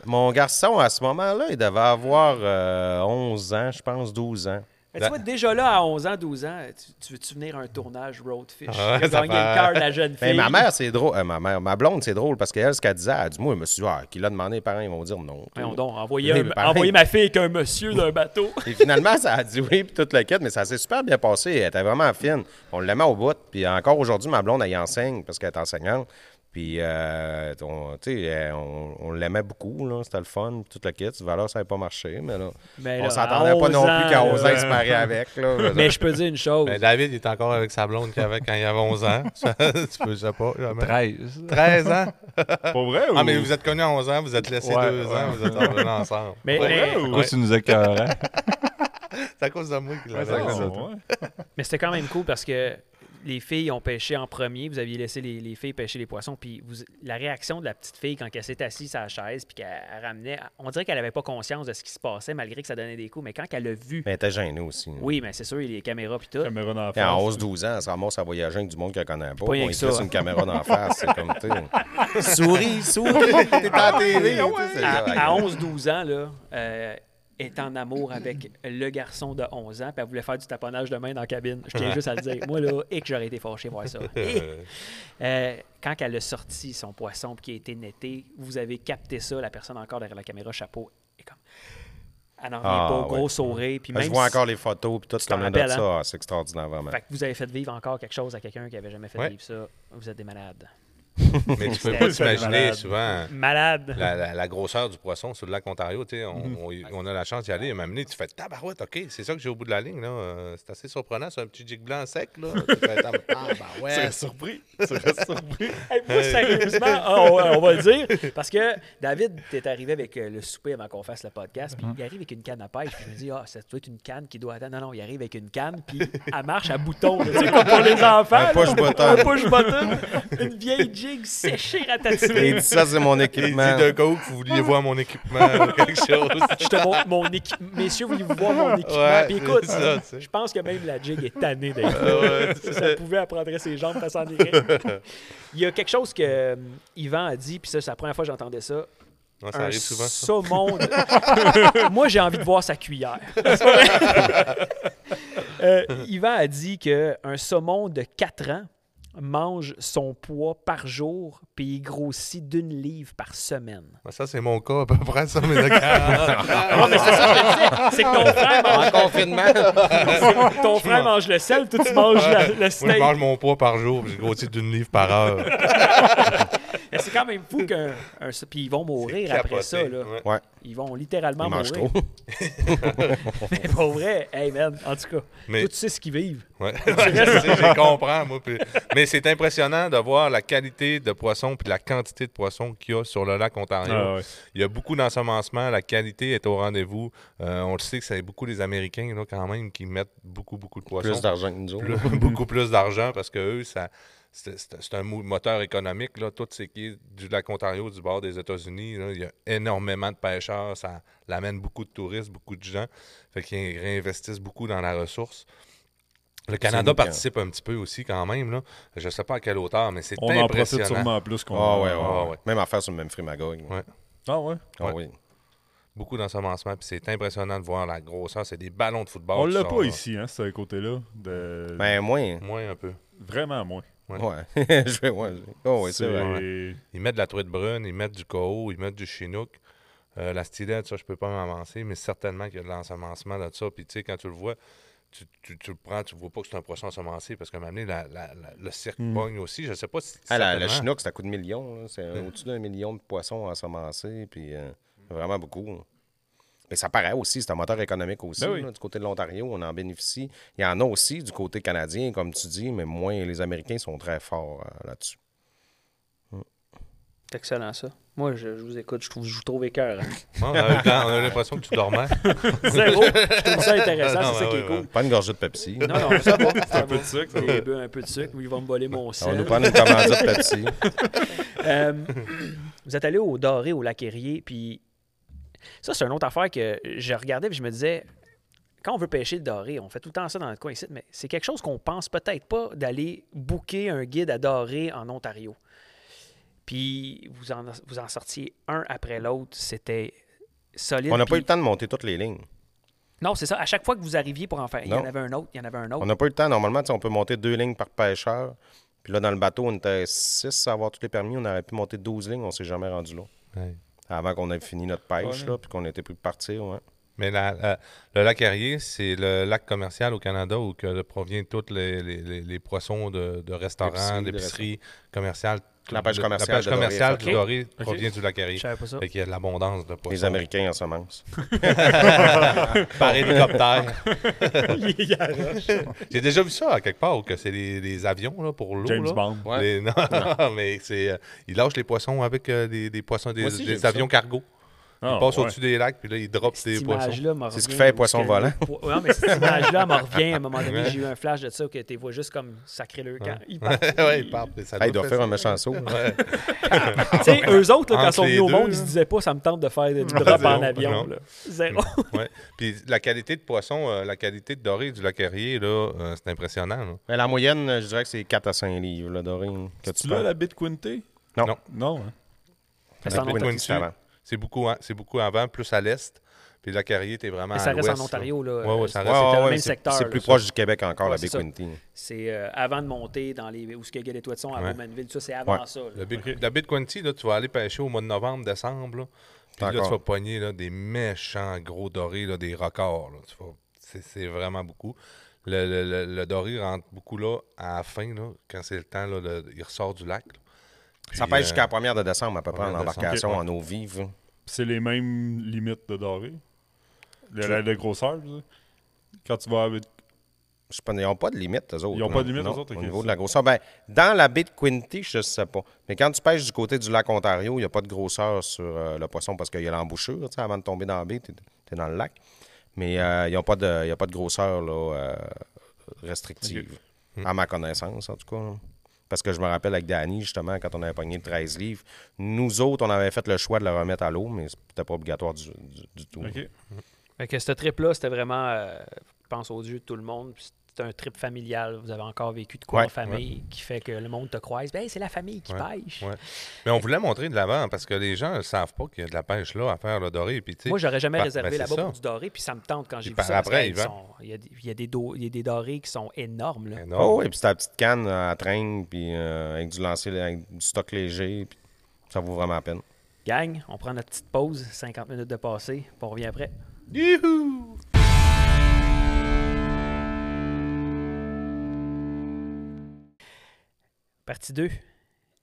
[SPEAKER 3] Mon garçon, à ce moment-là, il devait avoir euh, 11 ans, je pense, 12 ans.
[SPEAKER 1] Mais tu vois, déjà là, à 11 ans, 12 ans, tu, tu veux-tu venir à un tournage Roadfish?
[SPEAKER 2] Ah ouais,
[SPEAKER 1] Tu as
[SPEAKER 2] ça
[SPEAKER 1] gagné le
[SPEAKER 2] fait-
[SPEAKER 1] cœur de la jeune fille.
[SPEAKER 3] Mais Ben, ma mère, c'est drôle. Euh, ma mère, ma blonde, c'est drôle parce qu'elle, ce qu'elle disait, elle dit, moi, je me suis dit, ah, qui l'a demandé, les parents, ils vont dire non.
[SPEAKER 1] Voyons donc, envoyer, un-
[SPEAKER 3] Mais pareil.
[SPEAKER 1] envoyer ma fille avec un monsieur d'un
[SPEAKER 2] (laughs)
[SPEAKER 1] bateau.
[SPEAKER 3] Et finalement, ça a dit oui, puis toute la quête, mais ça s'est super bien passé. Elle était vraiment fine. On l'aimait au bout. Puis encore aujourd'hui, ma blonde, elle y enseigne parce qu'elle est enseignante. Puis, euh, on, tu sais, elle- on, on l'aimait beaucoup, là. C'était le fun, toute la quête. Valeur, ça n'avait pas marché, mais là,
[SPEAKER 1] Mais
[SPEAKER 3] on
[SPEAKER 1] Ben là,
[SPEAKER 3] s'attendait
[SPEAKER 1] à
[SPEAKER 3] pas non
[SPEAKER 1] 11
[SPEAKER 3] plus qu'à
[SPEAKER 1] ans,
[SPEAKER 3] 11 ans,
[SPEAKER 1] là.
[SPEAKER 3] il se marier avec, là.
[SPEAKER 1] (laughs) Mais je peux dire une chose.
[SPEAKER 2] Ben, David, il est encore avec sa blonde qu'il avait quand il avait 11 ans. Ça, (laughs) tu peux, je sais pas. jamais.
[SPEAKER 5] 13.
[SPEAKER 2] 13 ans?
[SPEAKER 4] Pas vrai ou...
[SPEAKER 2] Ah, mais vous êtes connus à 11 ans, vous êtes laissés
[SPEAKER 5] Ouais,
[SPEAKER 2] deux
[SPEAKER 5] ouais.
[SPEAKER 2] ans, vous êtes revenus ensemble.
[SPEAKER 1] Mais,
[SPEAKER 4] Pas
[SPEAKER 1] mais-
[SPEAKER 4] vrai ou...
[SPEAKER 5] Pourquoi tu nous écœures, hein?
[SPEAKER 2] C'est à cause de moi qu'il
[SPEAKER 4] Ouais,
[SPEAKER 2] l'avait.
[SPEAKER 4] c'est
[SPEAKER 5] Ouais,
[SPEAKER 4] ça,
[SPEAKER 5] ça.
[SPEAKER 4] ouais.
[SPEAKER 1] mais c'était quand même cool parce que les filles ont pêché en premier. Vous aviez laissé les, les filles pêcher les poissons. Puis vous- la réaction de la petite fille quand elle s'est assise à la chaise puis qu'elle elle ramenait, on dirait qu'elle n'avait pas conscience de ce qui se passait malgré que ça donnait des coups. Mais quand elle l'a vu,
[SPEAKER 2] Ben,
[SPEAKER 3] Mais elle était gênée aussi.
[SPEAKER 1] oui, mais c'est sûr, les caméras puis tout.
[SPEAKER 4] Caméra dans la
[SPEAKER 3] Puis en
[SPEAKER 4] face.
[SPEAKER 3] 11-12 ans, elle se ramasse à voyager avec du monde qu'elle connaît pas.
[SPEAKER 1] Pas rien
[SPEAKER 3] on
[SPEAKER 1] que
[SPEAKER 3] lui
[SPEAKER 1] ça.
[SPEAKER 3] laisse une caméra d'en face. C'est comme,
[SPEAKER 1] (laughs)
[SPEAKER 3] tu sais. Souris, souris, (laughs) t'es en TV.
[SPEAKER 1] Ah,
[SPEAKER 3] tu sais, c'est là,
[SPEAKER 1] à, à 11-12 ans, là, euh, est en amour avec le garçon de 11 ans, puis elle voulait faire du taponnage de main dans la cabine. Je tiens juste à le dire. Moi, là, et que j'aurais été fâché voir
[SPEAKER 3] (laughs)
[SPEAKER 1] ça. Et, euh, quand elle a sorti son poisson, puis qui a été netté, vous avez capté ça, la personne encore derrière la caméra, chapeau, et comme... Elle n'en revient
[SPEAKER 3] Ah,
[SPEAKER 1] pas, gros
[SPEAKER 3] ouais. Ben,
[SPEAKER 1] sourire, puis même
[SPEAKER 3] Je
[SPEAKER 1] si-
[SPEAKER 3] vois encore les photos puis tout ce
[SPEAKER 1] t'en
[SPEAKER 3] qu'on a de
[SPEAKER 1] rappelles, hein?
[SPEAKER 3] ça. Ah, C'est extraordinaire, vraiment.
[SPEAKER 1] Fait que vous avez fait vivre encore quelque chose à quelqu'un qui avait jamais fait
[SPEAKER 2] Ouais.
[SPEAKER 1] vivre ça. Vous êtes des malades. (laughs)
[SPEAKER 2] Mais tu peux
[SPEAKER 1] C'était-
[SPEAKER 2] pas
[SPEAKER 4] C'était
[SPEAKER 2] t'imaginer
[SPEAKER 1] (laughs)
[SPEAKER 4] malade.
[SPEAKER 2] souvent
[SPEAKER 1] Malades!
[SPEAKER 2] la, la- la grosseur du poisson sur le lac Ontario. tu sais, On,
[SPEAKER 1] Mhm.
[SPEAKER 2] on y- on a la chance d'y aller. Et même tu fais tabarouette, OK, c'est ça que j'ai au bout de la ligne. là. Euh, C'est assez surprenant, c'est un petit jig blanc sec. Là. Tu fais,
[SPEAKER 1] (laughs)
[SPEAKER 2] Ah, ben
[SPEAKER 4] Serais
[SPEAKER 2] tabarouette.
[SPEAKER 4] surpris. Serais surpris.
[SPEAKER 1] Hey, moi, sérieusement, ah, on, on va le dire, parce que David, t'es arrivé avec euh, le souper avant qu'on fasse le podcast, puis il arrive avec une canne à pêche, puis je me dis, ah, ça doit être une canne qui doit attendre. Non, non, il arrive avec une canne, puis elle marche à bouton, là, tu sais, comme pour les enfants. là.
[SPEAKER 3] push-button.
[SPEAKER 1] Un push-button, une vieille jig séchée,
[SPEAKER 3] Et il
[SPEAKER 1] ratatinée.
[SPEAKER 3] dit ça,
[SPEAKER 1] (laughs)
[SPEAKER 3] c'est mon
[SPEAKER 2] Il dit
[SPEAKER 3] équipement.
[SPEAKER 2] d'un coup que vous vouliez voir mon équipement ou quelque chose.
[SPEAKER 1] Je te montre mon équipement. Messieurs, voulez-vous voir mon équipement?
[SPEAKER 2] Ouais,
[SPEAKER 1] puis écoute,
[SPEAKER 2] c'est ça, tu sais.
[SPEAKER 1] je pense que même la jig est tannée d'être là.
[SPEAKER 2] Ouais,
[SPEAKER 1] si ça pouvait, elle prendrait ses jambes face en
[SPEAKER 2] (laughs)
[SPEAKER 1] arrière. Il y a quelque chose que euh, Yvan a dit, puis ça, c'est la première fois que j'entendais ça.
[SPEAKER 2] Non, ça
[SPEAKER 1] un
[SPEAKER 2] arrive souvent. ça.
[SPEAKER 1] saumon.
[SPEAKER 2] (laughs)
[SPEAKER 1] de- Moi, j'ai envie de voir sa cuillère. (laughs) C'est pas vrai. Euh, Yvan a dit qu'un saumon de 4 ans mange son poids par jour, puis il grossit d'une livre par semaine.
[SPEAKER 2] Ça, c'est mon cas à peu près, ça,
[SPEAKER 1] (laughs)
[SPEAKER 2] mes gars.
[SPEAKER 1] Ah, mais c'est ça que je te dis. C'est que ton frère
[SPEAKER 3] En
[SPEAKER 1] mange,
[SPEAKER 3] confinement.
[SPEAKER 1] ton frère mange le sel, toi, tu manges la- le
[SPEAKER 2] Moi, je
[SPEAKER 1] steak.
[SPEAKER 2] mange mon poids par jour, puis je grossis d'une livre par heure.
[SPEAKER 1] Mais C'est quand même fou qu'un... un- Puis ils vont mourir après
[SPEAKER 2] Capoté,
[SPEAKER 1] ça, là.
[SPEAKER 2] ouais.
[SPEAKER 3] Ouais,
[SPEAKER 1] Ils vont littéralement
[SPEAKER 3] il mange
[SPEAKER 1] mourir.
[SPEAKER 3] trop.
[SPEAKER 1] (laughs) Mais pour vrai, hey man, en tout cas,
[SPEAKER 2] Mais-
[SPEAKER 4] (laughs)
[SPEAKER 1] toi, tu sais ce qu'ils vivent.
[SPEAKER 2] Ouais. je sais, je comprends, moi. puis- Mais c'est impressionnant de voir la qualité de poisson puis la quantité de poisson qu'il y a sur le lac Ontario.
[SPEAKER 4] Ah, ouais.
[SPEAKER 2] Il y a beaucoup d'ensemencement, la qualité est au rendez-vous. Euh, on le sait que c'est beaucoup les Américains là, quand même qui mettent beaucoup, beaucoup de poissons.
[SPEAKER 3] Plus d'argent que nous autres.
[SPEAKER 2] Plus- (laughs) beaucoup plus d'argent parce que eux, ça. C'est c'est- c'est un mou- moteur économique, là, tout ce qui est du lac Ontario, du bord des États-Unis. là, Il y a énormément de pêcheurs, ça l'amène beaucoup de touristes, beaucoup de gens. Fait qu'ils réinvestissent beaucoup dans la ressource. Le Canada
[SPEAKER 3] nous, quand-
[SPEAKER 2] participe un petit peu aussi quand même. Là. Je ne sais pas à quelle hauteur, mais c'est
[SPEAKER 4] On en profite
[SPEAKER 2] impressionnant.
[SPEAKER 4] sûrement plus qu'on.
[SPEAKER 3] Ah ouais, ouais,
[SPEAKER 2] Ah
[SPEAKER 3] ouais.
[SPEAKER 2] ouais.
[SPEAKER 3] Même affaire sur le même Frimagog.
[SPEAKER 2] Ouais.
[SPEAKER 4] Ah ouais.
[SPEAKER 3] Ah
[SPEAKER 2] Ouais.
[SPEAKER 3] oui.
[SPEAKER 2] Beaucoup d'ensemencement, puis c'est impressionnant de voir la grosseur. C'est des ballons de football.
[SPEAKER 4] On
[SPEAKER 2] qui
[SPEAKER 4] l'a
[SPEAKER 2] sont
[SPEAKER 4] pas
[SPEAKER 2] là.
[SPEAKER 4] ici, hein, ce côté-là. De...
[SPEAKER 3] Ben moins.
[SPEAKER 2] Moins un peu.
[SPEAKER 4] Vraiment moins.
[SPEAKER 2] Ouais.
[SPEAKER 3] Ouais. (laughs) Je vais, ouais. Oh, ouais, c'est vrai.
[SPEAKER 4] C'est-
[SPEAKER 2] Ils mettent de la truite brune, ils mettent du KO, ils mettent du chinook. Euh, la stylette, ça, je peux pas m'avancer, mais certainement qu'il y a de l'ensemencement de ça. Puis, tu sais, quand tu le vois, tu, tu- tu le prends, tu vois pas que c'est un poisson ensemencé parce qu'à un moment donné, la- la- la- le cirque pogne aussi. Je sais pas si.
[SPEAKER 3] Ah, la, le
[SPEAKER 2] certainement.
[SPEAKER 3] Chinook, c'est à coup de millions. là. C'est au-dessus d'un million de poissons ensemencés. Puis euh, vraiment beaucoup. Mais ça paraît aussi, c'est un moteur économique aussi.
[SPEAKER 4] Ben oui.
[SPEAKER 3] là. du côté de l'Ontario, on en bénéficie. Il y en a aussi du côté canadien, comme tu dis, mais moins les Américains sont très forts euh, là-dessus.
[SPEAKER 6] C'est excellent, ça. Moi, je, je vous écoute, je trouve je vous trouve écœurant.
[SPEAKER 2] Ouais, on a eu le temps, on a eu l'impression que tu dormais.
[SPEAKER 3] (laughs)
[SPEAKER 1] Zéro. Je trouve ça intéressant,
[SPEAKER 2] Non,
[SPEAKER 1] c'est ça
[SPEAKER 2] ouais,
[SPEAKER 1] qui est
[SPEAKER 2] ouais,
[SPEAKER 1] cool.
[SPEAKER 2] ouais.
[SPEAKER 3] Pas une gorgée de Pepsi.
[SPEAKER 1] Non, non, ça va. ça
[SPEAKER 4] Un peu
[SPEAKER 1] va.
[SPEAKER 4] de sucre. ça.
[SPEAKER 1] J'ai bu un peu de sucre, (laughs) il va me voler mon
[SPEAKER 3] Ah, On va nous
[SPEAKER 1] sel.
[SPEAKER 3] prendre une commandite Pepsi.
[SPEAKER 6] Euh, (coughs) vous êtes allé au Doré, au Lac Érié, puis ça, c'est une autre affaire que je regardais, puis je me disais, quand on veut pêcher le Doré, on fait tout le temps ça dans le coin ici, mais c'est quelque chose qu'on pense peut-être pas d'aller booker un guide à Doré en Ontario. Puis vous en, vous en sortiez un après l'autre, c'était solide.
[SPEAKER 3] On n'a pas eu
[SPEAKER 6] puis-
[SPEAKER 3] le temps de monter toutes les lignes.
[SPEAKER 6] Non, c'est ça. À chaque fois que vous arriviez pour en faire, il y en
[SPEAKER 3] Non.
[SPEAKER 6] avait un autre, il y en avait un
[SPEAKER 3] On
[SPEAKER 6] autre.
[SPEAKER 3] n'a pas eu le temps. Normalement, tu sais, on peut monter deux lignes par pêcheur. Puis là, dans le bateau, on était six à avoir tous les permis. On aurait pu monter 12 lignes. On s'est jamais rendu là.
[SPEAKER 2] Ouais.
[SPEAKER 3] Avant qu'on ait fini notre pêche, là, puis qu'on était pris de partir. ouais.
[SPEAKER 2] Mais la- la- le lac Erie, c'est le lac commercial au Canada où que provient toutes les, les- les- les poissons de, de restaurants,
[SPEAKER 3] D'épicerie, de
[SPEAKER 2] d'épiceries commerciales. tout-
[SPEAKER 3] La pêche
[SPEAKER 2] de-
[SPEAKER 3] commerciale
[SPEAKER 2] La pêche
[SPEAKER 3] de doré,
[SPEAKER 2] commerciale
[SPEAKER 3] fait
[SPEAKER 2] du
[SPEAKER 6] que-
[SPEAKER 2] doré provient du lac
[SPEAKER 6] Je
[SPEAKER 2] Erie.
[SPEAKER 6] savais pas ça.
[SPEAKER 2] Fait qu'il y a de l'abondance de poissons.
[SPEAKER 3] Les Américains en semence.
[SPEAKER 2] par hélicoptère. J'ai déjà vu ça à quelque part, où que c'est les, les avions là, pour l'eau.
[SPEAKER 4] James
[SPEAKER 2] là.
[SPEAKER 4] Bond.
[SPEAKER 3] Ouais.
[SPEAKER 2] Les- (laughs) non, mais c'est, euh, ils lâchent les poissons avec euh, des, des poissons, des,
[SPEAKER 3] Moi aussi, j'ai
[SPEAKER 2] des
[SPEAKER 3] vu ça.
[SPEAKER 2] avions cargo. Ils
[SPEAKER 4] Ah,
[SPEAKER 2] passent
[SPEAKER 4] ouais.
[SPEAKER 2] au-dessus des lacs, puis là, ils droppent
[SPEAKER 1] Cette
[SPEAKER 2] des poissons.
[SPEAKER 1] image-là m'a
[SPEAKER 3] C'est ce qui
[SPEAKER 1] revient
[SPEAKER 3] fait
[SPEAKER 1] où
[SPEAKER 3] poisson
[SPEAKER 1] est-ce que
[SPEAKER 3] volant.
[SPEAKER 1] le po- Ouais, mais cette image-là m'en revient. À un moment donné, j'ai eu un flash de ça que tu vois juste comme sacré le camp. Ils
[SPEAKER 2] (laughs)
[SPEAKER 1] partent.
[SPEAKER 2] (laughs) ouais, ils partent, ça
[SPEAKER 3] Ah, il doit
[SPEAKER 2] fait
[SPEAKER 3] faire
[SPEAKER 2] ça.
[SPEAKER 3] un méchant saut.
[SPEAKER 1] Tu sais, eux autres, là, quand
[SPEAKER 2] Entre
[SPEAKER 1] ils sont venus
[SPEAKER 2] les
[SPEAKER 1] au monde,
[SPEAKER 2] deux,
[SPEAKER 1] ils se
[SPEAKER 2] là.
[SPEAKER 1] disaient pas, ça me tente de faire du drop en
[SPEAKER 2] (laughs) Non,
[SPEAKER 1] avion.
[SPEAKER 2] non.
[SPEAKER 1] là. Zéro.
[SPEAKER 2] Ouais. Puis la qualité de poisson, euh, la qualité de doré du lac Erie, là, euh, c'est impressionnant. là.
[SPEAKER 3] Mais la moyenne, euh, je dirais que c'est 4 à 5 livres, là, doré. Que
[SPEAKER 4] Tu l'as, la bite Quinté?
[SPEAKER 3] Non.
[SPEAKER 2] Non.
[SPEAKER 4] Non, hein?
[SPEAKER 1] Mais c'est en
[SPEAKER 2] Queen
[SPEAKER 1] Ontario.
[SPEAKER 2] Quincy, C'est beaucoup, hein, c'est beaucoup avant, plus à l'est. Puis le lac Erie, t'es vraiment
[SPEAKER 1] Mais
[SPEAKER 2] à
[SPEAKER 1] ça reste
[SPEAKER 2] l'ouest,
[SPEAKER 1] en Ontario. Là. euh,
[SPEAKER 2] Ouais, ouais, ça
[SPEAKER 1] C'est
[SPEAKER 2] reste-
[SPEAKER 1] dans le même
[SPEAKER 3] c'est,
[SPEAKER 1] secteur.
[SPEAKER 3] c'est
[SPEAKER 1] là.
[SPEAKER 3] plus proche du Québec encore,
[SPEAKER 1] Ouais,
[SPEAKER 3] la
[SPEAKER 1] c'est
[SPEAKER 3] Baie
[SPEAKER 1] ça.
[SPEAKER 3] Quinty.
[SPEAKER 1] C'est euh, avant de monter dans les, où ce que Guy Toits sont à
[SPEAKER 2] Ouais.
[SPEAKER 1] Bowmanville. Ça, c'est avant
[SPEAKER 3] Ouais.
[SPEAKER 1] ça. là.
[SPEAKER 2] Le Big- La baie de Quincy, là, tu vas aller pêcher au mois de novembre, décembre. Là. Puis là, tu
[SPEAKER 3] D'accord.
[SPEAKER 2] vas pogner là, des méchants gros dorés, là, des records. là. Tu vas- C'est, c'est vraiment beaucoup. Le, le- le- le doré rentre beaucoup là à la fin, là, quand c'est le temps, là, de- il ressort du lac. là.
[SPEAKER 3] Ça
[SPEAKER 2] Puis,
[SPEAKER 3] pêche
[SPEAKER 2] euh,
[SPEAKER 3] jusqu'à la première de décembre, à peu près, en
[SPEAKER 2] première de décembre.
[SPEAKER 3] embarcation,
[SPEAKER 4] Ok, ouais.
[SPEAKER 3] en eau vive.
[SPEAKER 4] C'est les mêmes limites de doré. De, la- de grosseur, je veux dire. Quand tu vas avec.
[SPEAKER 3] Je sais pas, ils n'ont pas de limite, eux autres.
[SPEAKER 4] Ils ont
[SPEAKER 3] non,
[SPEAKER 4] pas de limite,
[SPEAKER 3] non,
[SPEAKER 4] eux autres,
[SPEAKER 3] Au
[SPEAKER 4] ok.
[SPEAKER 3] niveau de la grosseur. Ben, dans la baie de Quinty, je ne sais pas. Mais quand tu pêches du côté du lac Ontario, il n'y a pas de grosseur sur euh, le poisson parce qu'il y a l'embouchure. tu sais, Avant de tomber dans la baie, tu es dans le lac. Mais euh, il n'y a, pas de- il y a pas de grosseur là, euh, restrictive, Hmm. à ma connaissance, en tout cas. là. Parce que je me rappelle avec Danny, justement, quand on avait pogné 13 livres, nous autres, on avait fait le choix de le remettre à l'eau, mais c'était pas obligatoire du, du- du tout.
[SPEAKER 4] Ok.
[SPEAKER 6] Fait que ce trip-là, c'était vraiment, euh, je pense aux yeux de tout le monde, puis c'est un trip familial. Vous avez encore vécu de quoi
[SPEAKER 3] Ouais,
[SPEAKER 6] en famille qui fait que le monde te croise. Ben, hey, c'est la famille qui
[SPEAKER 2] Ouais,
[SPEAKER 6] pêche.
[SPEAKER 2] ouais. Mais on voulait montrer de l'avant parce que les gens ne savent pas qu'il y a de la pêche là à faire le doré. Puis, tu sais,
[SPEAKER 6] Moi, j'aurais jamais
[SPEAKER 2] ben-
[SPEAKER 6] réservé
[SPEAKER 2] ben, c'est
[SPEAKER 6] là-bas
[SPEAKER 2] ça.
[SPEAKER 6] pour du doré, puis ça me tente quand j'ai
[SPEAKER 2] Puis
[SPEAKER 6] vu
[SPEAKER 2] par
[SPEAKER 6] ça. parce
[SPEAKER 2] après,
[SPEAKER 6] que, hey,
[SPEAKER 2] Yvan.
[SPEAKER 6] ils sont- Il y a des- il y, a des do- il y a des dorés qui sont énormes. là.
[SPEAKER 2] énorme.
[SPEAKER 3] Oh, oui, puis c'est la petite canne euh, à traîne, puis euh, avec du lancer, avec du stock léger, puis ça vaut vraiment la peine.
[SPEAKER 6] Gang, on prend notre petite pause, 50 minutes de passé, puis on revient après. Partie 2.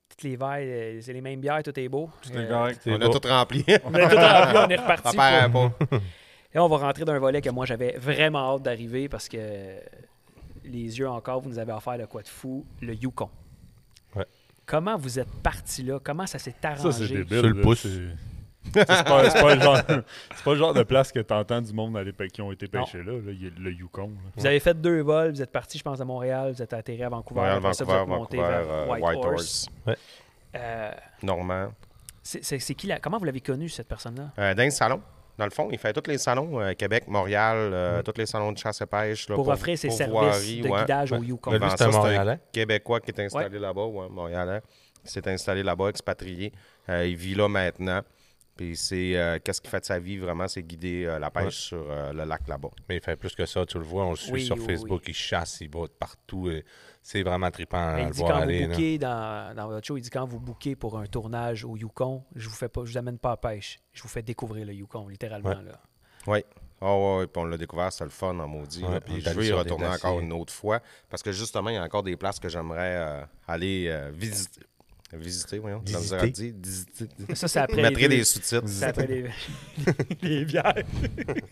[SPEAKER 6] Toutes les verres, euh, c'est les mêmes bières, tout est beau.
[SPEAKER 5] C'était
[SPEAKER 6] Euh,
[SPEAKER 5] correct.
[SPEAKER 2] C'est
[SPEAKER 3] on
[SPEAKER 2] beau.
[SPEAKER 3] a
[SPEAKER 1] (laughs)
[SPEAKER 3] tout rempli.
[SPEAKER 6] on est tout rempli, on est
[SPEAKER 3] ça
[SPEAKER 6] reparti.
[SPEAKER 3] paraît
[SPEAKER 6] pour-
[SPEAKER 3] pas.
[SPEAKER 6] Là, on va rentrer dans un volet que moi, j'avais vraiment hâte d'arriver parce que les yeux encore, vous nous avez offert de quoi de fou, le Yukon.
[SPEAKER 1] Comment vous êtes parti là? Comment ça s'est arrangé?
[SPEAKER 4] Ça, c'est débile.
[SPEAKER 2] Sur le
[SPEAKER 4] là,
[SPEAKER 2] pouce.
[SPEAKER 4] c'est- C'est pas, c'est pas le genre, (laughs) c'est pas le genre de place que t'entends du monde aller, pê- qui ont été pêchés là, là, y a- le Yukon. là.
[SPEAKER 1] Vous avez fait deux vols, vous êtes parti, je pense, à Montréal, vous êtes atterri à Vancouver,
[SPEAKER 3] Montréal,
[SPEAKER 1] après ça,
[SPEAKER 3] Vancouver,
[SPEAKER 1] vous êtes monté
[SPEAKER 3] Vancouver,
[SPEAKER 1] vers
[SPEAKER 3] euh,
[SPEAKER 1] Whitehorse.
[SPEAKER 3] Whitehorse.
[SPEAKER 1] Euh,
[SPEAKER 3] Normand.
[SPEAKER 1] c'est- c'est c'est qui la- Comment vous l'avez connu, cette personne-là?
[SPEAKER 3] Euh, dans les salons. Dans le fond, il fait tous les salons, euh, Québec, Montréal, euh, tous les salons de chasse et pêche. là,
[SPEAKER 1] Mm. Pour offrir ses
[SPEAKER 3] pourvoirie,
[SPEAKER 1] services de
[SPEAKER 3] ouais.
[SPEAKER 1] guidage au
[SPEAKER 3] Ouais.
[SPEAKER 1] Yukon. Ben,
[SPEAKER 2] Lui,
[SPEAKER 3] Avant
[SPEAKER 2] c'est
[SPEAKER 3] ça,
[SPEAKER 2] un
[SPEAKER 3] c'était
[SPEAKER 2] Montréalais.
[SPEAKER 3] Québécois qui est installé là-bas, ouais, Montréalais, qui s'est installé là-bas, expatrié. Euh, il vit là maintenant. Puis c'est euh, qu'est-ce qu'il fait de sa vie vraiment, c'est guider euh, la pêche sur euh, le lac là-bas.
[SPEAKER 2] Mais il fait plus que ça, tu le vois, on le suit
[SPEAKER 1] Oui,
[SPEAKER 2] sur
[SPEAKER 1] oui,
[SPEAKER 2] Facebook, il chasse, il botte partout. et C'est vraiment trippant à
[SPEAKER 1] Il
[SPEAKER 2] le
[SPEAKER 1] dit
[SPEAKER 2] voir
[SPEAKER 1] quand
[SPEAKER 2] aller.
[SPEAKER 1] vous
[SPEAKER 2] là.
[SPEAKER 1] bookez dans, dans votre show, il dit quand vous bookez pour un tournage au Yukon, je vous fais pas, je vous amène pas à pêche, je vous fais découvrir le Yukon, littéralement.
[SPEAKER 2] Ouais.
[SPEAKER 1] là.
[SPEAKER 3] Oui. Oh, ouais, puis on l'a découvert, c'était le fun en maudit. là.
[SPEAKER 2] Ouais, on
[SPEAKER 3] puis
[SPEAKER 2] est
[SPEAKER 3] je
[SPEAKER 2] allé
[SPEAKER 3] veux y
[SPEAKER 2] sur des
[SPEAKER 3] retourner
[SPEAKER 2] glaciers.
[SPEAKER 3] encore une autre fois parce que justement, il y a encore des places que j'aimerais euh, aller euh, visiter. Visiter, voyons. ça me dira dire, visiter.
[SPEAKER 1] Ça, c'est après.
[SPEAKER 3] Je
[SPEAKER 1] les
[SPEAKER 3] mettrai
[SPEAKER 1] deux-
[SPEAKER 3] des sous-titres.
[SPEAKER 1] c'est après les,
[SPEAKER 3] (laughs)
[SPEAKER 1] les bières. (laughs)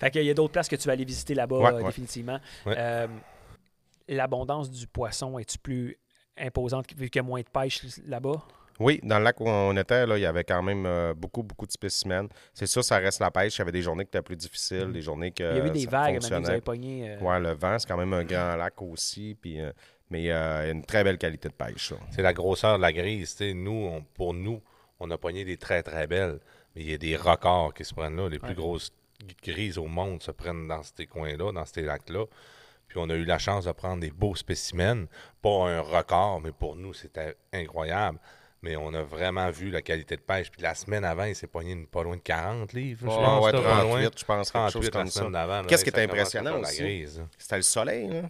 [SPEAKER 1] fait qu'il y a d'autres places que tu vas aller visiter là-bas,
[SPEAKER 3] Ouais,
[SPEAKER 1] euh,
[SPEAKER 3] ouais.
[SPEAKER 1] définitivement.
[SPEAKER 2] Ouais.
[SPEAKER 1] Euh, L'abondance du poisson est-tu plus imposante vu qu'il y a moins de pêche là-bas?
[SPEAKER 3] Oui, dans le lac où on était, là, il y avait quand même euh, beaucoup, beaucoup de spécimens. C'est sûr, ça reste la pêche. Il y avait des journées qui étaient plus difficiles, des journées que.
[SPEAKER 1] Mm. Il y a eu des
[SPEAKER 3] Euh, ça
[SPEAKER 1] vagues, à un moment donné,
[SPEAKER 3] fonctionnait.
[SPEAKER 1] vous avez Mm. pogné. euh,
[SPEAKER 3] Ouais, le vent, c'est quand même un grand lac aussi. Puis, euh, mais euh, il y a une très belle qualité de pêche. là.
[SPEAKER 2] C'est la grosseur de la grise. tu sais, Nous, on- pour nous, on a pogné des très, très belles. Mais il y a des records qui se prennent là. Les plus grosses grises au monde se prennent dans ces coins-là, dans ces lacs-là. Puis on a eu la chance de prendre des beaux spécimens. Pas un record, mais pour nous, c'était incroyable. Mais on a vraiment vu la qualité de pêche. Puis la semaine avant, il s'est pogné une- pas loin de 40 livres. je
[SPEAKER 3] Ouais,
[SPEAKER 2] pense,
[SPEAKER 3] ouais,
[SPEAKER 2] là, pas loin.
[SPEAKER 3] 38, je pense, quelque chose
[SPEAKER 2] 38 la
[SPEAKER 3] comme ça.
[SPEAKER 2] semaine d'avant, là,
[SPEAKER 3] Qu'est-ce qui
[SPEAKER 2] ça
[SPEAKER 3] est
[SPEAKER 2] commence à faire
[SPEAKER 3] impressionnant
[SPEAKER 2] la
[SPEAKER 3] aussi?
[SPEAKER 2] grise, là.
[SPEAKER 3] C'était le soleil. là.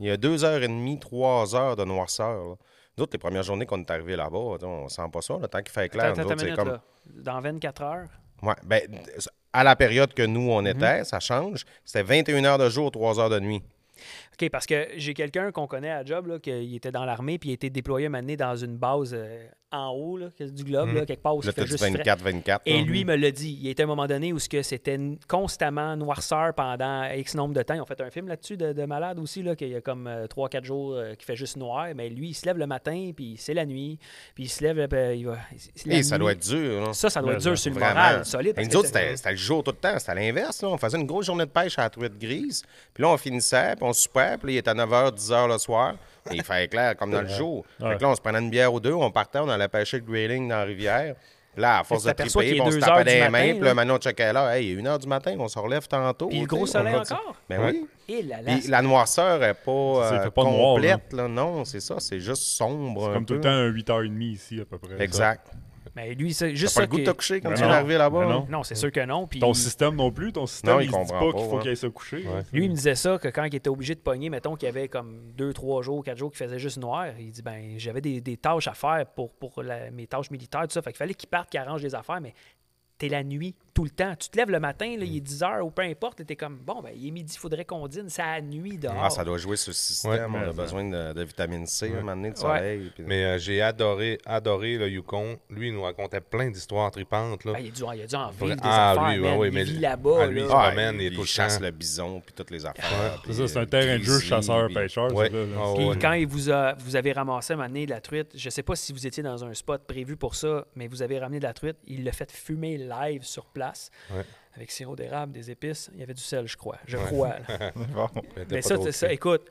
[SPEAKER 3] Il y a deux heures et demie, trois heures de noirceur. là. Nous autres, les premières journées qu'on est arrivé là-bas, on sent pas ça. Le temps qu'il fait clair,
[SPEAKER 1] Attends, attends
[SPEAKER 3] nous autres,
[SPEAKER 1] une
[SPEAKER 3] c'est
[SPEAKER 1] minute,
[SPEAKER 3] comme.
[SPEAKER 1] là. Dans 24 heures,
[SPEAKER 3] Ouais, ben, à la période que nous,
[SPEAKER 1] Mhm.
[SPEAKER 3] on était, ça change. C'était 21 heures de jour, 3 heures de nuit.
[SPEAKER 1] Oh, OK, parce que j'ai quelqu'un qu'on connaît à Job, là, qu'il était dans l'armée, puis il était déployé un moment donné dans une base euh, en haut là, du globe, là, quelque part où
[SPEAKER 3] Hmm.
[SPEAKER 1] il
[SPEAKER 3] Là,
[SPEAKER 1] fait
[SPEAKER 3] t'as du
[SPEAKER 1] juste frais.
[SPEAKER 3] 24-24.
[SPEAKER 1] Et lui me l'a dit. Il y a été un moment donné où ce que c'était n- constamment noirceur pendant X nombre de temps. Ils ont fait un film là-dessus de, de malade aussi, là, qu'il y a comme 3-4 jours euh, qui fait juste noir. Mais lui, il se lève le matin, puis c'est la nuit. Puis il se lève, euh, ben, il va... c'est la
[SPEAKER 3] Et Eh, ça
[SPEAKER 1] nuit.
[SPEAKER 3] doit être dur. là.
[SPEAKER 1] Ça, ça doit être dur sur le
[SPEAKER 3] Vraiment.
[SPEAKER 1] moral, solide. parce
[SPEAKER 3] Et
[SPEAKER 1] que
[SPEAKER 3] nous autres,
[SPEAKER 1] t'as-
[SPEAKER 3] c'était c'était le jour tout le temps. C'était à l'inverse. là. On faisait une grosse journée de pêche à la truite grise. Puis là, on finissait, puis on soupait. Puis là, il était à 9h, 10h le soir. Et il fait clair comme dans le jour. Fait que là, on se prenait une bière ou deux, on partait, on allait pêcher le grayling dans la rivière. Puis là, à force
[SPEAKER 1] Mais
[SPEAKER 3] de
[SPEAKER 1] tu t'aperçois
[SPEAKER 3] triper,
[SPEAKER 1] qu'il est
[SPEAKER 3] puis on se
[SPEAKER 1] deux
[SPEAKER 3] tapait
[SPEAKER 1] heures
[SPEAKER 3] des
[SPEAKER 1] du
[SPEAKER 3] mains.
[SPEAKER 1] matin,
[SPEAKER 3] puis
[SPEAKER 1] là.
[SPEAKER 3] là, maintenant, on checkait là. Hey, il est 1h du matin, on se relève tantôt.
[SPEAKER 1] Puis le
[SPEAKER 3] tu sais,
[SPEAKER 1] gros
[SPEAKER 3] on
[SPEAKER 1] soleil
[SPEAKER 3] va dire-
[SPEAKER 1] encore.
[SPEAKER 3] Ben oui.
[SPEAKER 1] Et Eh là, là,
[SPEAKER 3] Puis la noirceur n'est pas
[SPEAKER 4] Ça
[SPEAKER 3] euh,
[SPEAKER 4] fait pas noir,
[SPEAKER 3] complète, là. Non, c'est ça. C'est juste sombre.
[SPEAKER 4] C'est
[SPEAKER 3] un
[SPEAKER 4] comme tout
[SPEAKER 3] peu.
[SPEAKER 4] le temps un 8h30 ici, à peu près.
[SPEAKER 3] Exact.
[SPEAKER 1] mais lui, c'est
[SPEAKER 3] T'as
[SPEAKER 1] juste ça
[SPEAKER 3] pas le goût de hein?
[SPEAKER 1] qui-
[SPEAKER 3] te coucher quand
[SPEAKER 4] Ben
[SPEAKER 3] tu es
[SPEAKER 4] non.
[SPEAKER 3] arrivé là-bas.
[SPEAKER 4] Ben non.
[SPEAKER 1] Non, c'est sûr que non. Puis
[SPEAKER 4] Ton système non plus, ton système,
[SPEAKER 3] Non, il
[SPEAKER 4] il, se dit
[SPEAKER 3] comprend
[SPEAKER 4] pas,
[SPEAKER 3] pas,
[SPEAKER 4] qu'il faut
[SPEAKER 3] ouais.
[SPEAKER 4] qu'il aille se coucher.
[SPEAKER 1] Lui,
[SPEAKER 2] Mm.
[SPEAKER 1] il me disait ça, que quand il était obligé de pogner, mettons qu'il y avait comme deux, trois jours, quatre jours qu'il faisait juste noir, il dit ben j'avais des, des tâches à faire pour, pour la- mes tâches militaires, tout ça. Fait qu'il fallait qu'il parte, qu'il arrange les affaires, mais t'es la nuit tout le temps. Tu te lèves le matin, là, il
[SPEAKER 2] Mm.
[SPEAKER 1] est 10 heures ou peu importe, là, t'es comme bon, ben il est midi, faudrait qu'on dîne, c'est à la nuit dehors.
[SPEAKER 3] Ah, ça doit jouer sur le
[SPEAKER 2] Ouais,
[SPEAKER 3] système. on a
[SPEAKER 4] mais-
[SPEAKER 3] besoin de, de vitamine C, un moment donné, de
[SPEAKER 1] Ouais.
[SPEAKER 3] soleil. puis-
[SPEAKER 2] Mais euh, j'ai adoré, adoré le Yukon. Lui, il nous racontait plein d'histoires tripantes. Là.
[SPEAKER 1] Ah, il, a dû, il a dû en vivre des
[SPEAKER 2] Ah,
[SPEAKER 1] affaires,
[SPEAKER 2] lui,
[SPEAKER 1] man.
[SPEAKER 2] ouais, ouais,
[SPEAKER 1] il
[SPEAKER 2] mais
[SPEAKER 1] vit
[SPEAKER 2] lui-
[SPEAKER 1] là-bas.
[SPEAKER 2] ah, lui,
[SPEAKER 1] là.
[SPEAKER 2] Ah, man, il est tout
[SPEAKER 3] il
[SPEAKER 2] le
[SPEAKER 3] chasse
[SPEAKER 2] temps.
[SPEAKER 3] le bison, puis toutes les affaires.
[SPEAKER 4] C'est
[SPEAKER 3] puis,
[SPEAKER 4] ça, c'est un
[SPEAKER 3] euh,
[SPEAKER 4] terrain de jeu
[SPEAKER 3] grizzly, puis-
[SPEAKER 4] chasseur-pêcheur.
[SPEAKER 2] Ouais.
[SPEAKER 4] ça, là, là.
[SPEAKER 2] Ah,
[SPEAKER 1] Puis
[SPEAKER 2] ouais.
[SPEAKER 1] quand il vous, a, vous avez ramassé un moment donné de la truite, je sais pas si vous étiez dans un spot prévu pour ça, mais vous avez ramené de la truite, il l'a fait fumer live sur place
[SPEAKER 2] Ouais.
[SPEAKER 1] avec sirop d'érable, des épices. Il y avait du sel, je crois. Je
[SPEAKER 3] (laughs)
[SPEAKER 1] crois. là.
[SPEAKER 5] Bon.
[SPEAKER 2] Il était
[SPEAKER 1] mais
[SPEAKER 2] pas
[SPEAKER 1] ça,
[SPEAKER 2] trop
[SPEAKER 1] c'est ça,
[SPEAKER 2] petit.
[SPEAKER 1] écoute,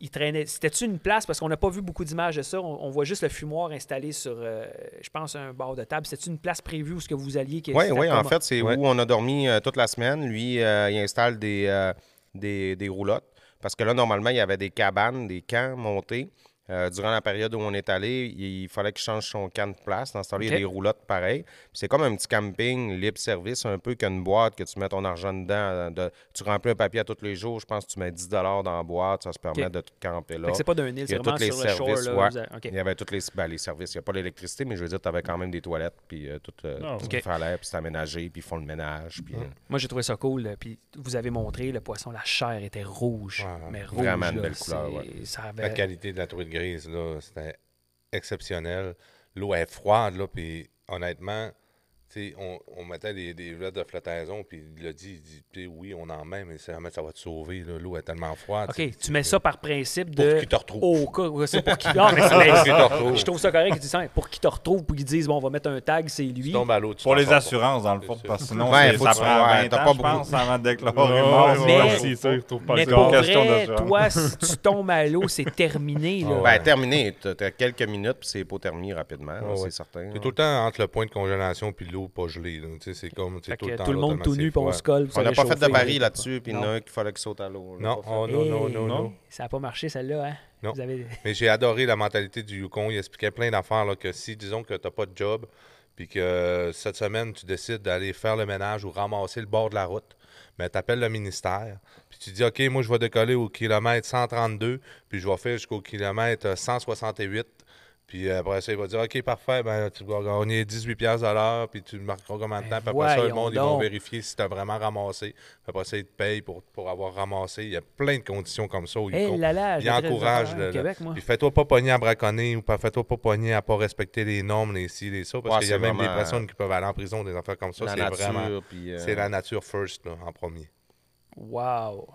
[SPEAKER 1] il traînait. C'était-tu une place? Parce qu'on n'a pas vu beaucoup d'images de ça. On, on voit juste le fumoir installé sur, euh, je pense, un bord de table. C'était-tu une place prévue où ce que vous alliez? que
[SPEAKER 3] Oui,
[SPEAKER 1] c'était
[SPEAKER 3] oui, en
[SPEAKER 1] comme-
[SPEAKER 3] fait, c'est
[SPEAKER 2] Ouais.
[SPEAKER 3] où on a dormi euh, toute la semaine. Lui, euh, il installe des, euh, des, des roulottes. Parce que là, normalement, il y avait des cabanes, des camps montés. Euh, durant la période où on est allé, il fallait qu'il change son camp de place. Dans ce temps-là, il y a
[SPEAKER 1] Ok.
[SPEAKER 3] des roulottes pareilles. Puis C'est comme un petit camping libre-service, un peu qu'une boîte que tu mets ton argent dedans. euh, de- tu remplis un papier à tous les jours. Je pense que tu mets 10 dans la boîte. Ça se permet
[SPEAKER 1] Ok.
[SPEAKER 3] de te camper là.
[SPEAKER 1] Fait que c'est pas d'un île,
[SPEAKER 3] Il y
[SPEAKER 1] c'est
[SPEAKER 3] a
[SPEAKER 1] vraiment
[SPEAKER 3] tous les
[SPEAKER 1] sur le shore.
[SPEAKER 3] services.
[SPEAKER 1] Là,
[SPEAKER 3] ouais.
[SPEAKER 1] vous avez- OK.
[SPEAKER 3] Il y avait tous les, ben, les services. Il n'y a pas l'électricité, mais je veux dire, tu avais quand même des toilettes, puis euh, tout, euh,
[SPEAKER 4] Ah,
[SPEAKER 3] tout ce
[SPEAKER 1] ouais.
[SPEAKER 3] qu'il fallait, puis c'est aménagé, puis ils font le ménage. Puis, euh,
[SPEAKER 1] Moi, j'ai trouvé ça cool. là. Puis vous avez montré, le poisson, la chair était rouge.
[SPEAKER 2] Ouais,
[SPEAKER 1] mais rouge,
[SPEAKER 3] vraiment une
[SPEAKER 1] là,
[SPEAKER 3] belle couleur,
[SPEAKER 1] c'est- Ça
[SPEAKER 2] La
[SPEAKER 1] avait...
[SPEAKER 2] qualité de la truite grise, là, c'était exceptionnel. L'eau est froide, là, puis honnêtement, tu sais, on, on mettait des, des vedettes de flottaison, puis il l'a dit, il dit, tu sais, oui, on en met, mais ça, ça va te sauver, là, l'eau est tellement froide. tu sais.
[SPEAKER 1] OK, tu mets ça par principe
[SPEAKER 2] Pour
[SPEAKER 1] de.
[SPEAKER 2] qu'ils te retrouvent.
[SPEAKER 1] Au cas où- c'est pour qui. Ah, mais c'est- mais
[SPEAKER 2] (laughs) Pour qu'ils te retrouvent.
[SPEAKER 1] Je trouve ça correct qu'ils disent ça, pour qu'ils te retrouvent, pour qu'ils disent, bon, on va mettre un tag, c'est lui.
[SPEAKER 2] Tu tombes à l'eau, tu
[SPEAKER 5] Pour
[SPEAKER 2] t'en
[SPEAKER 5] les
[SPEAKER 2] sors pas.
[SPEAKER 5] assurances, dans le fond,
[SPEAKER 2] C'est
[SPEAKER 5] parce que sinon,
[SPEAKER 3] Ouais,
[SPEAKER 5] c'est-
[SPEAKER 3] faut
[SPEAKER 5] ça
[SPEAKER 3] que tu-
[SPEAKER 5] prend
[SPEAKER 3] ouais,
[SPEAKER 5] 20
[SPEAKER 3] t'as
[SPEAKER 5] ans,
[SPEAKER 3] pas
[SPEAKER 5] je
[SPEAKER 3] beaucoup.
[SPEAKER 5] pense, avant de déclarer Oh, mort.
[SPEAKER 4] Ouais,
[SPEAKER 1] mais-
[SPEAKER 4] ouais, c'est sûr, ils retrouvent pas
[SPEAKER 1] Mais
[SPEAKER 4] le
[SPEAKER 1] pour
[SPEAKER 5] une
[SPEAKER 4] corps.
[SPEAKER 5] question
[SPEAKER 1] vrai,
[SPEAKER 5] d'assurance.
[SPEAKER 1] toi, si tu tombes à l'eau, c'est terminé. Là.
[SPEAKER 2] Ah ouais.
[SPEAKER 3] Ben, terminé. T'as t'as quelques minutes, puis c'est pour terminer rapidement, là,
[SPEAKER 2] ouais.
[SPEAKER 3] c'est certain.
[SPEAKER 2] T'es
[SPEAKER 3] là.
[SPEAKER 2] tout le temps entre le point de congélation puis l'eau pas gelée. là. Tu sais, C'est comme. tu sais,
[SPEAKER 1] Fait
[SPEAKER 2] tout le,
[SPEAKER 1] que
[SPEAKER 2] temps
[SPEAKER 1] tout le
[SPEAKER 2] là,
[SPEAKER 1] monde
[SPEAKER 2] tellement
[SPEAKER 1] tout
[SPEAKER 2] c'est
[SPEAKER 1] nu, puis on
[SPEAKER 2] froid.
[SPEAKER 1] se colle.
[SPEAKER 3] On n'a pas fait de baril
[SPEAKER 1] baril
[SPEAKER 3] là-dessus, puis il y en a
[SPEAKER 1] Non.
[SPEAKER 3] un qui fallait qu'il saute à l'eau. on l'a
[SPEAKER 2] Non,
[SPEAKER 3] pas fait.
[SPEAKER 2] oh, non, non, non,
[SPEAKER 4] Non?
[SPEAKER 2] non.
[SPEAKER 1] Ça n'a pas marché, celle-là, hein?
[SPEAKER 2] Non.
[SPEAKER 1] Vous avez...
[SPEAKER 2] Mais j'ai adoré la mentalité du Yukon. Il expliquait plein d'affaires là, que si, disons que t'as pas de job, puis que euh, cette semaine, tu décides d'aller faire le ménage ou ramasser le bord de la route, mais t'appelles le ministère, puis tu dis, OK, moi, je vais décoller au kilomètre 132, puis je vais faire jusqu'au kilomètre 168. Puis euh, après ça, il va dire, OK, parfait, ben, tu vas gagner 18 piastres à l'heure, puis tu marqueras combien de temps.
[SPEAKER 1] Ben
[SPEAKER 2] Puis après ça, le
[SPEAKER 1] voyons
[SPEAKER 2] monde, ils vont
[SPEAKER 1] donc.
[SPEAKER 2] vérifier si tu as vraiment ramassé. Puis après ça, ils te payent pour, pour avoir ramassé. Il y a plein de conditions comme ça au
[SPEAKER 1] Hé,
[SPEAKER 2] Yukon.
[SPEAKER 1] Eh là, là, je
[SPEAKER 2] Il
[SPEAKER 1] mettrais le
[SPEAKER 2] encourage
[SPEAKER 1] docteur
[SPEAKER 2] le-
[SPEAKER 1] au Québec, moi.
[SPEAKER 2] Puis fais-toi pas pogner à braconner ou pas fais-toi pas pogner à pas respecter les normes, les ci, les ça, parce
[SPEAKER 3] Ouais,
[SPEAKER 2] qu'il y a
[SPEAKER 3] c'est
[SPEAKER 2] même des
[SPEAKER 3] vraiment- euh,
[SPEAKER 2] personnes qui peuvent aller en prison, des affaires comme ça.
[SPEAKER 3] La
[SPEAKER 2] C'est
[SPEAKER 3] nature,
[SPEAKER 2] vraiment.
[SPEAKER 3] puis, euh,
[SPEAKER 2] C'est la nature first, là, en premier.
[SPEAKER 1] Wow.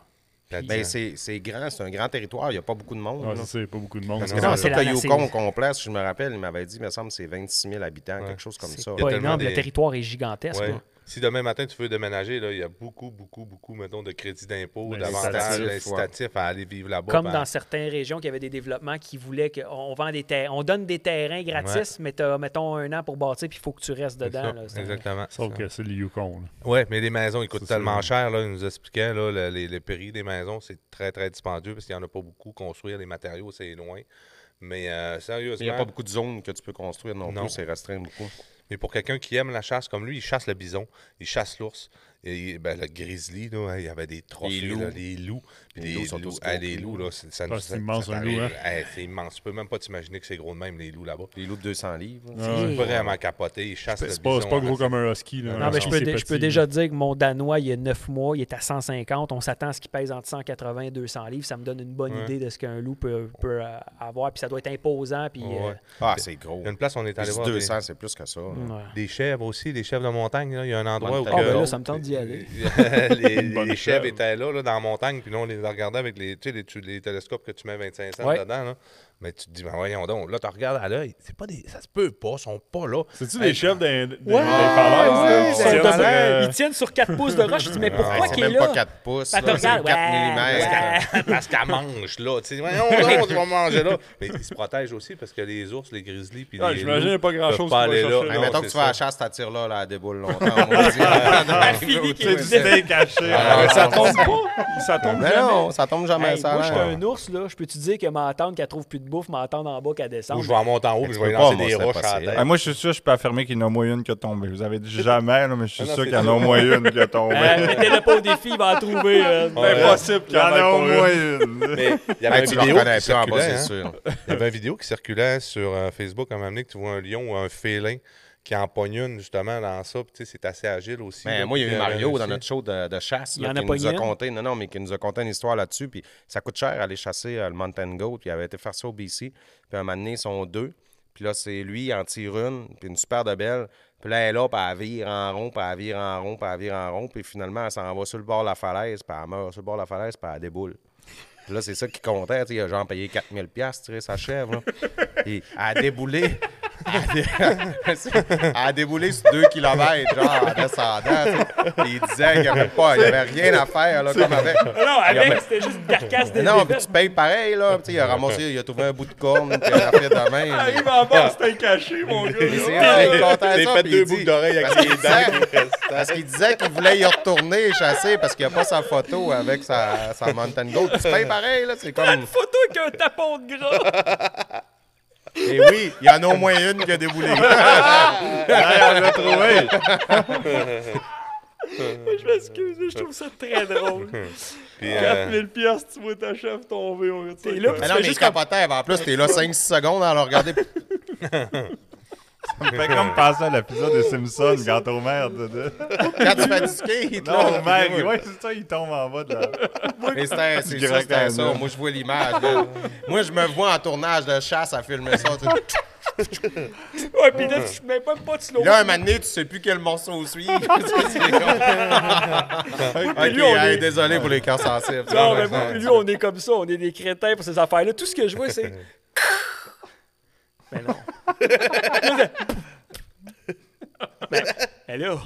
[SPEAKER 2] Là-dedans.
[SPEAKER 3] ben, c'est c'est grand, c'est un grand territoire, il n'y a pas beaucoup de monde.
[SPEAKER 4] Ouais,
[SPEAKER 3] là.
[SPEAKER 4] c'est ça, il y a pas beaucoup de monde.
[SPEAKER 3] Parce
[SPEAKER 4] Non,
[SPEAKER 3] que dans
[SPEAKER 1] c'est
[SPEAKER 3] tout
[SPEAKER 1] la-
[SPEAKER 3] le Yukon
[SPEAKER 1] c'est-
[SPEAKER 3] complet, si je me rappelle, il m'avait dit, il me semble, que c'est 26 000 habitants,
[SPEAKER 2] Ouais.
[SPEAKER 3] quelque chose comme
[SPEAKER 1] C'est
[SPEAKER 3] ça.
[SPEAKER 2] Il y a
[SPEAKER 1] pas
[SPEAKER 2] tellement
[SPEAKER 1] énorme.
[SPEAKER 2] des-
[SPEAKER 1] Le territoire est gigantesque.
[SPEAKER 2] Ouais.
[SPEAKER 1] là.
[SPEAKER 2] Si demain matin tu veux déménager, là, il y a beaucoup, beaucoup, beaucoup, mettons, de crédits d'impôt,
[SPEAKER 4] Ben,
[SPEAKER 2] d'avantages,
[SPEAKER 3] incitatifs,
[SPEAKER 2] d'incitatifs à aller vivre là-bas.
[SPEAKER 1] Comme
[SPEAKER 2] ben,
[SPEAKER 1] dans certaines régions qui avaient des développements qui voulaient qu'on vend des terres. On donne des terrains gratis, mais t'as, mettons, un an pour bâtir, puis il faut que tu restes
[SPEAKER 2] c'est
[SPEAKER 1] dedans.
[SPEAKER 2] ça, (laughs)
[SPEAKER 1] là. C'est-
[SPEAKER 2] Exactement.
[SPEAKER 4] Sauf que c'est le Yukon. là.
[SPEAKER 2] Oui, mais les maisons, ils coûtent
[SPEAKER 4] Ça, c'est-
[SPEAKER 2] tellement cher. Là, ils nous expliquaient, là, le- les, les prix des maisons, c'est très, très dispendieux parce qu'il n'y en a pas beaucoup. Construire les matériaux, c'est loin. Mais euh,
[SPEAKER 3] Il
[SPEAKER 2] sérieusement.
[SPEAKER 3] n'y a pas beaucoup de zones que tu peux construire non,
[SPEAKER 2] Non.
[SPEAKER 3] plus, c'est restreint beaucoup.
[SPEAKER 2] Mais pour quelqu'un qui aime la chasse comme lui, il chasse le bison, il chasse l'ours, et ben, le grizzly, là, hein, il y avait des trophées,
[SPEAKER 3] Les loups.
[SPEAKER 2] là, les loups. Puis
[SPEAKER 3] Les
[SPEAKER 2] les
[SPEAKER 3] loups sont
[SPEAKER 2] loups,
[SPEAKER 3] tous
[SPEAKER 2] ah,
[SPEAKER 3] gros
[SPEAKER 2] les
[SPEAKER 3] que
[SPEAKER 2] loups,
[SPEAKER 3] nous.
[SPEAKER 2] là, c'est- ça
[SPEAKER 4] Ah,
[SPEAKER 2] nous-
[SPEAKER 4] c'est
[SPEAKER 2] ça-
[SPEAKER 4] immense,
[SPEAKER 2] ça
[SPEAKER 4] un loup,
[SPEAKER 2] t'arrive. Hey, c'est immense. Tu peux même pas t'imaginer que c'est gros de même, les loups là-bas.
[SPEAKER 3] Les loups de 200 livres. là.
[SPEAKER 4] Ouais.
[SPEAKER 2] Ils sont Vraiment capoté, ils chassent le
[SPEAKER 4] Ben, C'est pas,
[SPEAKER 2] bison
[SPEAKER 4] c'est pas
[SPEAKER 2] en
[SPEAKER 4] gros
[SPEAKER 2] masse.
[SPEAKER 4] comme un husky. Là.
[SPEAKER 2] Non,
[SPEAKER 4] Un
[SPEAKER 1] Non, mais je
[SPEAKER 4] husky,
[SPEAKER 1] peux,
[SPEAKER 4] c'est
[SPEAKER 1] dé- je peux
[SPEAKER 4] petit,
[SPEAKER 1] déjà
[SPEAKER 4] là.
[SPEAKER 1] te dire que mon Danois, il y a 9 mois, il est à 150. On s'attend à ce qu'il pèse entre 180 et 200 livres. Ça me donne une bonne
[SPEAKER 2] Ouais.
[SPEAKER 1] idée de ce qu'un loup peut, peut, euh, avoir. Puis ça doit être imposant. Puis,
[SPEAKER 2] Ouais.
[SPEAKER 1] euh,
[SPEAKER 3] Ah, c'est gros.
[SPEAKER 2] Il y a une place, on est allé
[SPEAKER 3] Plus
[SPEAKER 2] voir des,
[SPEAKER 3] 200, c'est plus que ça. là.
[SPEAKER 1] ouais.
[SPEAKER 2] des chèvres aussi, des chèvres de montagne. là. Il y a un endroit où.
[SPEAKER 3] Ah,
[SPEAKER 2] que-
[SPEAKER 3] ben là,
[SPEAKER 1] ça me
[SPEAKER 2] (laughs)
[SPEAKER 1] tente d'y aller.
[SPEAKER 2] les
[SPEAKER 4] Une bonne
[SPEAKER 2] les chèvres
[SPEAKER 4] chèvre.
[SPEAKER 2] étaient là, là, dans la montagne, puis là, on les regardait avec les, tu sais, les, tu- les télescopes que tu mets 25 cents
[SPEAKER 1] Ouais.
[SPEAKER 2] dedans. là. Mais tu te dis, ben voyons donc, là, tu regardes à l'œil, c'est pas des, ça se peut pas, ils sont pas là.
[SPEAKER 4] C'est-tu des chefs d'un. des- des
[SPEAKER 1] Ouais,
[SPEAKER 4] falaises, là?
[SPEAKER 1] ouais,
[SPEAKER 4] Ils
[SPEAKER 1] c'est
[SPEAKER 4] sont
[SPEAKER 1] un
[SPEAKER 4] sur,
[SPEAKER 1] peu-
[SPEAKER 4] euh,
[SPEAKER 1] Ils tiennent sur 4 pouces de roche. Je dis, mais
[SPEAKER 3] Ah,
[SPEAKER 1] pourquoi
[SPEAKER 3] c'est
[SPEAKER 1] qu'il est
[SPEAKER 3] même
[SPEAKER 1] là?
[SPEAKER 3] pas 4 pouces,
[SPEAKER 1] Ben,
[SPEAKER 3] là, c'est
[SPEAKER 1] regarde,
[SPEAKER 3] 4
[SPEAKER 1] ouais,
[SPEAKER 3] mm.
[SPEAKER 1] ouais.
[SPEAKER 2] (laughs) Parce qu'elle mange là. Tu sais, voyons donc, tu vas manger là. Mais ils se protègent aussi parce que les ours, les grizzlies, puis
[SPEAKER 4] Ouais,
[SPEAKER 2] les.
[SPEAKER 4] Ah,
[SPEAKER 2] loups
[SPEAKER 4] j'imagine, il y a pas grand-chose
[SPEAKER 2] peuvent
[SPEAKER 4] qui va
[SPEAKER 2] aller
[SPEAKER 4] chercher,
[SPEAKER 2] là.
[SPEAKER 4] là.
[SPEAKER 3] Hey,
[SPEAKER 2] Non,
[SPEAKER 3] mettons que
[SPEAKER 2] c'est
[SPEAKER 3] tu vas à la
[SPEAKER 2] ça.
[SPEAKER 3] chasse, t'attires là, là, à des boules longtemps.
[SPEAKER 1] (laughs)
[SPEAKER 3] on dit.
[SPEAKER 1] Fini qui
[SPEAKER 5] C'est du steak caché.
[SPEAKER 4] Ah, ça tombe pas. Ça tombe
[SPEAKER 3] Mais
[SPEAKER 4] jamais.
[SPEAKER 3] non, ça tombe jamais,
[SPEAKER 1] Hey,
[SPEAKER 3] ça. hein.
[SPEAKER 1] moi, je suis
[SPEAKER 3] là.
[SPEAKER 1] un ours, là. Je peux-tu dire que m'attendre qu'elle trouve plus de bouffe, m'attendre en bas qu'elle
[SPEAKER 2] Ou
[SPEAKER 1] descende?
[SPEAKER 2] (laughs) je vais en monter en haut, puis
[SPEAKER 3] Tu
[SPEAKER 2] je vais lui
[SPEAKER 3] peux pas,
[SPEAKER 2] lancer
[SPEAKER 3] moi,
[SPEAKER 2] des
[SPEAKER 3] c'est
[SPEAKER 2] roches à la
[SPEAKER 3] impossible.
[SPEAKER 2] tête.
[SPEAKER 5] Ah, moi, je suis sûr, je peux affirmer qu'il y en a au moins une qui a tombé. Vous avez dit jamais, là, mais je suis
[SPEAKER 2] Ah non,
[SPEAKER 5] sûr
[SPEAKER 2] c'est
[SPEAKER 5] qu'il y en a
[SPEAKER 2] sûr.
[SPEAKER 5] au moins une qui a tombé.
[SPEAKER 1] Euh, Mettez-le pas au défi, il va en (laughs) trouver. euh.
[SPEAKER 5] C'est impossible qu'il y en ait au
[SPEAKER 4] pas
[SPEAKER 5] moins une.
[SPEAKER 2] Mais il y
[SPEAKER 3] Hey,
[SPEAKER 2] avait
[SPEAKER 3] tu
[SPEAKER 2] une
[SPEAKER 3] le
[SPEAKER 2] vidéo
[SPEAKER 3] reconnais
[SPEAKER 2] qui
[SPEAKER 3] plus en bas,
[SPEAKER 2] circulait,
[SPEAKER 3] c'est
[SPEAKER 2] hein.
[SPEAKER 3] sûr.
[SPEAKER 2] Il y avait une vidéo qui circulait sur euh, Facebook à un moment donné que tu vois un lion ou un félin qui empoigne une justement dans ça. Puis tu sais, c'est assez agile aussi.
[SPEAKER 3] Ben,
[SPEAKER 2] là,
[SPEAKER 3] moi, il y a
[SPEAKER 2] puis,
[SPEAKER 3] eu
[SPEAKER 2] euh,
[SPEAKER 3] Mario dans
[SPEAKER 2] aussi. (laughs)
[SPEAKER 3] notre show de, de chasse
[SPEAKER 1] Il
[SPEAKER 3] là,
[SPEAKER 1] y en a
[SPEAKER 3] qui
[SPEAKER 1] pas
[SPEAKER 3] nous a
[SPEAKER 1] une?
[SPEAKER 3] conté, non, non, mais qui nous a conté une histoire là-dessus. Puis ça coûte cher aller chasser euh, le mountain goat. Puis il avait été faire ça au BC. Puis un moment donné, ils sont deux. Puis là, c'est lui, il en tire une, puis une super de belle. Puis là, elle est là, puis elle vire en rond, puis elle vire en rond, puis elle vire en rond. Puis finalement, elle s'en va sur le bord de la falaise, puis elle meurt sur le bord de la falaise, puis elle déboule. Puis là, c'est ça qui comptait. tu sais, Il a genre payé 4000 pièces tirer sa chèvre.
[SPEAKER 1] (laughs)
[SPEAKER 3] là. Et à débouler. à débouler sur 2 km, genre en descendant. tu sais. Puis il disait qu'il n'y avait, pas- il y avait rien à faire, là, comme avec.
[SPEAKER 1] Ben, Non, avec, c'était juste une carcasse
[SPEAKER 3] Mais
[SPEAKER 1] des
[SPEAKER 3] non, puis tu payes pareil, là. Puis tu sais, il a ramassé, il a trouvé un bout de corne, puis il a fait de même.
[SPEAKER 1] Ah, (laughs)
[SPEAKER 4] Il m'en passe, c'était caché, mon gars.
[SPEAKER 3] Mais (laughs) c'est vrai, il est content de
[SPEAKER 2] J'ai
[SPEAKER 3] ça,
[SPEAKER 2] fait
[SPEAKER 3] puis
[SPEAKER 2] deux
[SPEAKER 3] il dit-
[SPEAKER 2] boucles d'oreilles avec
[SPEAKER 3] parce
[SPEAKER 2] les
[SPEAKER 3] qu'il
[SPEAKER 2] dents
[SPEAKER 3] disait-
[SPEAKER 2] qui restent.
[SPEAKER 3] Parce qu'il disait qu'il voulait y retourner chasser parce qu'il n'y a pas sa photo avec sa, sa Mountain Goat. Puis Tu payes pareil, là. C'est comme.
[SPEAKER 1] photo avec un tapon de gras. (laughs)
[SPEAKER 3] Et eh oui, il y en a au moins une qui a déboulé.
[SPEAKER 5] Ah, on l'a trouvé.
[SPEAKER 1] Je m'excuse, je trouve ça très
[SPEAKER 3] (laughs)
[SPEAKER 1] drôle.
[SPEAKER 2] (laughs) Puis, euh,
[SPEAKER 4] 1000 piastres, tu vois ta chef tomber. on va
[SPEAKER 1] T'es là, puis tu fais
[SPEAKER 3] Mais non, mais juste
[SPEAKER 1] juste comme...
[SPEAKER 3] capotait. En plus, t'es là 5-6 secondes à le regarder.
[SPEAKER 5] Fait comme passer à l'épisode des Simpsons quand Homer de
[SPEAKER 3] Quand tu fais du ski, il te
[SPEAKER 5] Non,
[SPEAKER 3] lâche,
[SPEAKER 5] Homer,
[SPEAKER 3] puis
[SPEAKER 5] ouais, c'est ça, il tombe en
[SPEAKER 4] (laughs)
[SPEAKER 5] bas de la.
[SPEAKER 3] Mais c'était c'est
[SPEAKER 5] Du
[SPEAKER 3] ça, c'était
[SPEAKER 5] rectangle.
[SPEAKER 1] (laughs)
[SPEAKER 3] ça. Moi, je vois l'image. là. Moi, je me vois en tournage de chasse à filmer ça. tu sais.
[SPEAKER 1] Ouais, puis là, tu mets même pas de slow.
[SPEAKER 3] Là, un moment donné, tu sais plus quel morceau (laughs) suivre. ok,
[SPEAKER 1] lui, on
[SPEAKER 3] hey,
[SPEAKER 1] est-
[SPEAKER 3] désolé pour les cœurs sensibles.
[SPEAKER 1] Ah, Non, mais
[SPEAKER 2] (laughs)
[SPEAKER 1] moi, puis lui, on est comme ça, on est des crétins pour ces affaires-là. Tout ce que je vois, c'est. (laughs) Mais non. Mais, hello.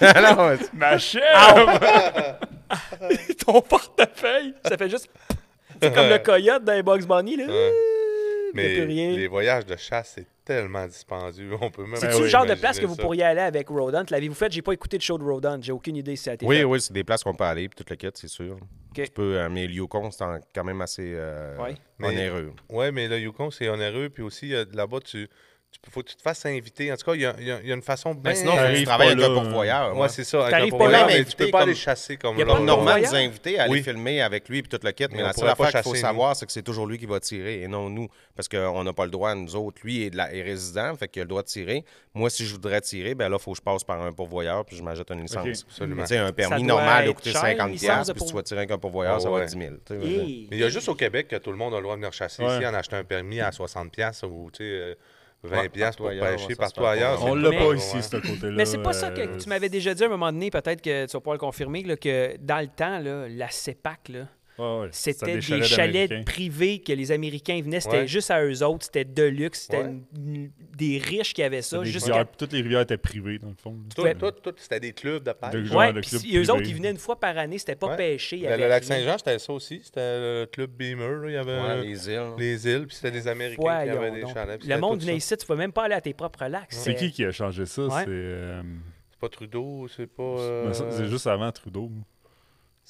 [SPEAKER 2] Ah,
[SPEAKER 3] Alors,
[SPEAKER 4] Ma chèvre!
[SPEAKER 1] Ah, (laughs) Ton portefeuille, ça fait juste. C'est comme le coyote dans les Bugs Bunny, là.
[SPEAKER 2] Ouais.
[SPEAKER 1] Il y a
[SPEAKER 2] Mais
[SPEAKER 1] plus rien.
[SPEAKER 2] les voyages de chasse, c'est tellement dispendieux. On peut même
[SPEAKER 1] C'est-tu
[SPEAKER 2] pas
[SPEAKER 1] le genre de
[SPEAKER 2] imaginer
[SPEAKER 1] place que vous
[SPEAKER 2] ça.
[SPEAKER 1] pourriez aller avec Rodant? L'avez-vous fait? J'ai pas écouté de show de Rodant. J'ai aucune idée si ça a été
[SPEAKER 3] oui,
[SPEAKER 1] fait.
[SPEAKER 3] oui, c'est des places qu'on peut aller, puis toute la quête, c'est sûr. Tu peux, euh, mais Lyocon, c'est en- quand même assez euh,
[SPEAKER 1] Ouais.
[SPEAKER 2] Mais-
[SPEAKER 3] onéreux.
[SPEAKER 2] Ouais, mais le Yukon, c'est onéreux. Puis aussi, il y a- là-bas, tu, tu peux- faut que tu te fasses inviter. En tout cas, il y a, il y a- il y a une façon bien. euh,
[SPEAKER 3] Ben, sinon,
[SPEAKER 4] t'arrives
[SPEAKER 3] tu travailles
[SPEAKER 4] pas
[SPEAKER 3] avec
[SPEAKER 4] là,
[SPEAKER 3] un pourvoyeur.
[SPEAKER 2] ouais, c'est ça. avec
[SPEAKER 1] T'arrives
[SPEAKER 2] un
[SPEAKER 1] pas là,
[SPEAKER 2] programme,
[SPEAKER 1] mais
[SPEAKER 2] mais tu peux
[SPEAKER 3] invité
[SPEAKER 2] pas
[SPEAKER 3] comme-
[SPEAKER 2] aller chasser comme
[SPEAKER 1] Il y a
[SPEAKER 2] là.
[SPEAKER 1] pas de
[SPEAKER 2] là.
[SPEAKER 1] normal.
[SPEAKER 3] Normand
[SPEAKER 1] Voyage?
[SPEAKER 3] nous invitait à aller
[SPEAKER 2] Oui.
[SPEAKER 3] filmer avec lui et toute la quête, mais,
[SPEAKER 2] Mais on
[SPEAKER 3] la seule
[SPEAKER 2] pourrait pas
[SPEAKER 3] affaire qu'il faut
[SPEAKER 2] chasser,
[SPEAKER 3] savoir, c'est que c'est toujours lui qui va tirer et non nous. Parce qu'on n'a pas le droit, nous autres. Lui est, de la- est résident, fait qu'il a le droit de tirer. Moi, si je voudrais tirer, ben là, il faut que je passe par un pourvoyeur puis je m'ajoute une licence.
[SPEAKER 2] absolument.
[SPEAKER 3] Mais Tu sais, un
[SPEAKER 1] Ça
[SPEAKER 3] permis
[SPEAKER 1] doit
[SPEAKER 3] normal
[SPEAKER 1] être
[SPEAKER 3] doit coûter
[SPEAKER 1] cher, une
[SPEAKER 3] 50$,
[SPEAKER 1] licence
[SPEAKER 3] piastres,
[SPEAKER 1] de
[SPEAKER 3] puis si
[SPEAKER 1] pour-
[SPEAKER 3] tu
[SPEAKER 1] Eh.
[SPEAKER 3] vas tirer avec un pourvoyeur,
[SPEAKER 2] Ah
[SPEAKER 3] ça
[SPEAKER 2] ouais.
[SPEAKER 3] va être 10 000. tu sais, je veux dire.
[SPEAKER 1] Hey.
[SPEAKER 2] Mais il y a juste au Québec que tout le monde a le droit de venir chasser
[SPEAKER 4] Ouais.
[SPEAKER 2] ici en achetant un permis à 60$ ou tu sais, euh, 20$
[SPEAKER 3] Ouais,
[SPEAKER 2] piastres
[SPEAKER 3] partout
[SPEAKER 2] pour
[SPEAKER 3] ailleurs,
[SPEAKER 2] pêcher
[SPEAKER 3] ça se
[SPEAKER 2] partout
[SPEAKER 3] fait
[SPEAKER 2] ailleurs.
[SPEAKER 3] pas.
[SPEAKER 2] c'est
[SPEAKER 4] On l'a
[SPEAKER 2] pas
[SPEAKER 1] Mais-
[SPEAKER 4] pas
[SPEAKER 2] bon,
[SPEAKER 4] ici,
[SPEAKER 2] ouais.
[SPEAKER 4] ce côté-là.
[SPEAKER 1] Mais c'est pas ça que
[SPEAKER 4] euh,
[SPEAKER 1] tu m'avais déjà dit à un moment donné, peut-être que tu vas pouvoir le confirmer, là, que dans le temps, là, la CEPAC, là,
[SPEAKER 4] Ouais, ouais, c'était
[SPEAKER 1] c'était des chalets,
[SPEAKER 4] d'Américains.
[SPEAKER 1] privés que les Américains venaient. C'était
[SPEAKER 2] Ouais.
[SPEAKER 1] juste à eux autres. C'était de luxe. C'était
[SPEAKER 2] Ouais.
[SPEAKER 1] une- des riches qui avaient ça.
[SPEAKER 4] Des
[SPEAKER 1] Jusqu'à...
[SPEAKER 4] rivières- Toutes les rivières étaient privées, dans le fond. là.
[SPEAKER 2] Tout,
[SPEAKER 1] Ouais.
[SPEAKER 2] tout, tout, c'était des clubs de pêche.
[SPEAKER 4] De genre
[SPEAKER 1] Ouais,
[SPEAKER 4] de
[SPEAKER 1] puis
[SPEAKER 4] club
[SPEAKER 1] si- eux autres,
[SPEAKER 4] privé.
[SPEAKER 1] ils venaient une fois par année. C'était pas
[SPEAKER 2] Ouais.
[SPEAKER 1] pêché. il y
[SPEAKER 2] Le,
[SPEAKER 1] avait
[SPEAKER 2] le lac
[SPEAKER 1] rien.
[SPEAKER 2] Saint-Jean, c'était ça aussi. C'était le club Beamer. là, Il y avait
[SPEAKER 3] Ouais,
[SPEAKER 2] euh, les...
[SPEAKER 3] les îles.
[SPEAKER 2] îles, puis c'était des Américains qui
[SPEAKER 1] Voyons
[SPEAKER 2] avaient des
[SPEAKER 1] donc.
[SPEAKER 2] chalets. puis
[SPEAKER 1] Le
[SPEAKER 2] c'était
[SPEAKER 1] monde
[SPEAKER 2] tout
[SPEAKER 1] venait
[SPEAKER 2] ça.
[SPEAKER 1] ici. Tu peux même pas aller à tes propres lacs.
[SPEAKER 4] C'est qui qui a changé ça?
[SPEAKER 1] Ouais.
[SPEAKER 4] C'est euh,
[SPEAKER 2] C'est pas Trudeau, c'est pas.
[SPEAKER 4] mais ça, c'est
[SPEAKER 2] euh,
[SPEAKER 4] juste avant Trudeau.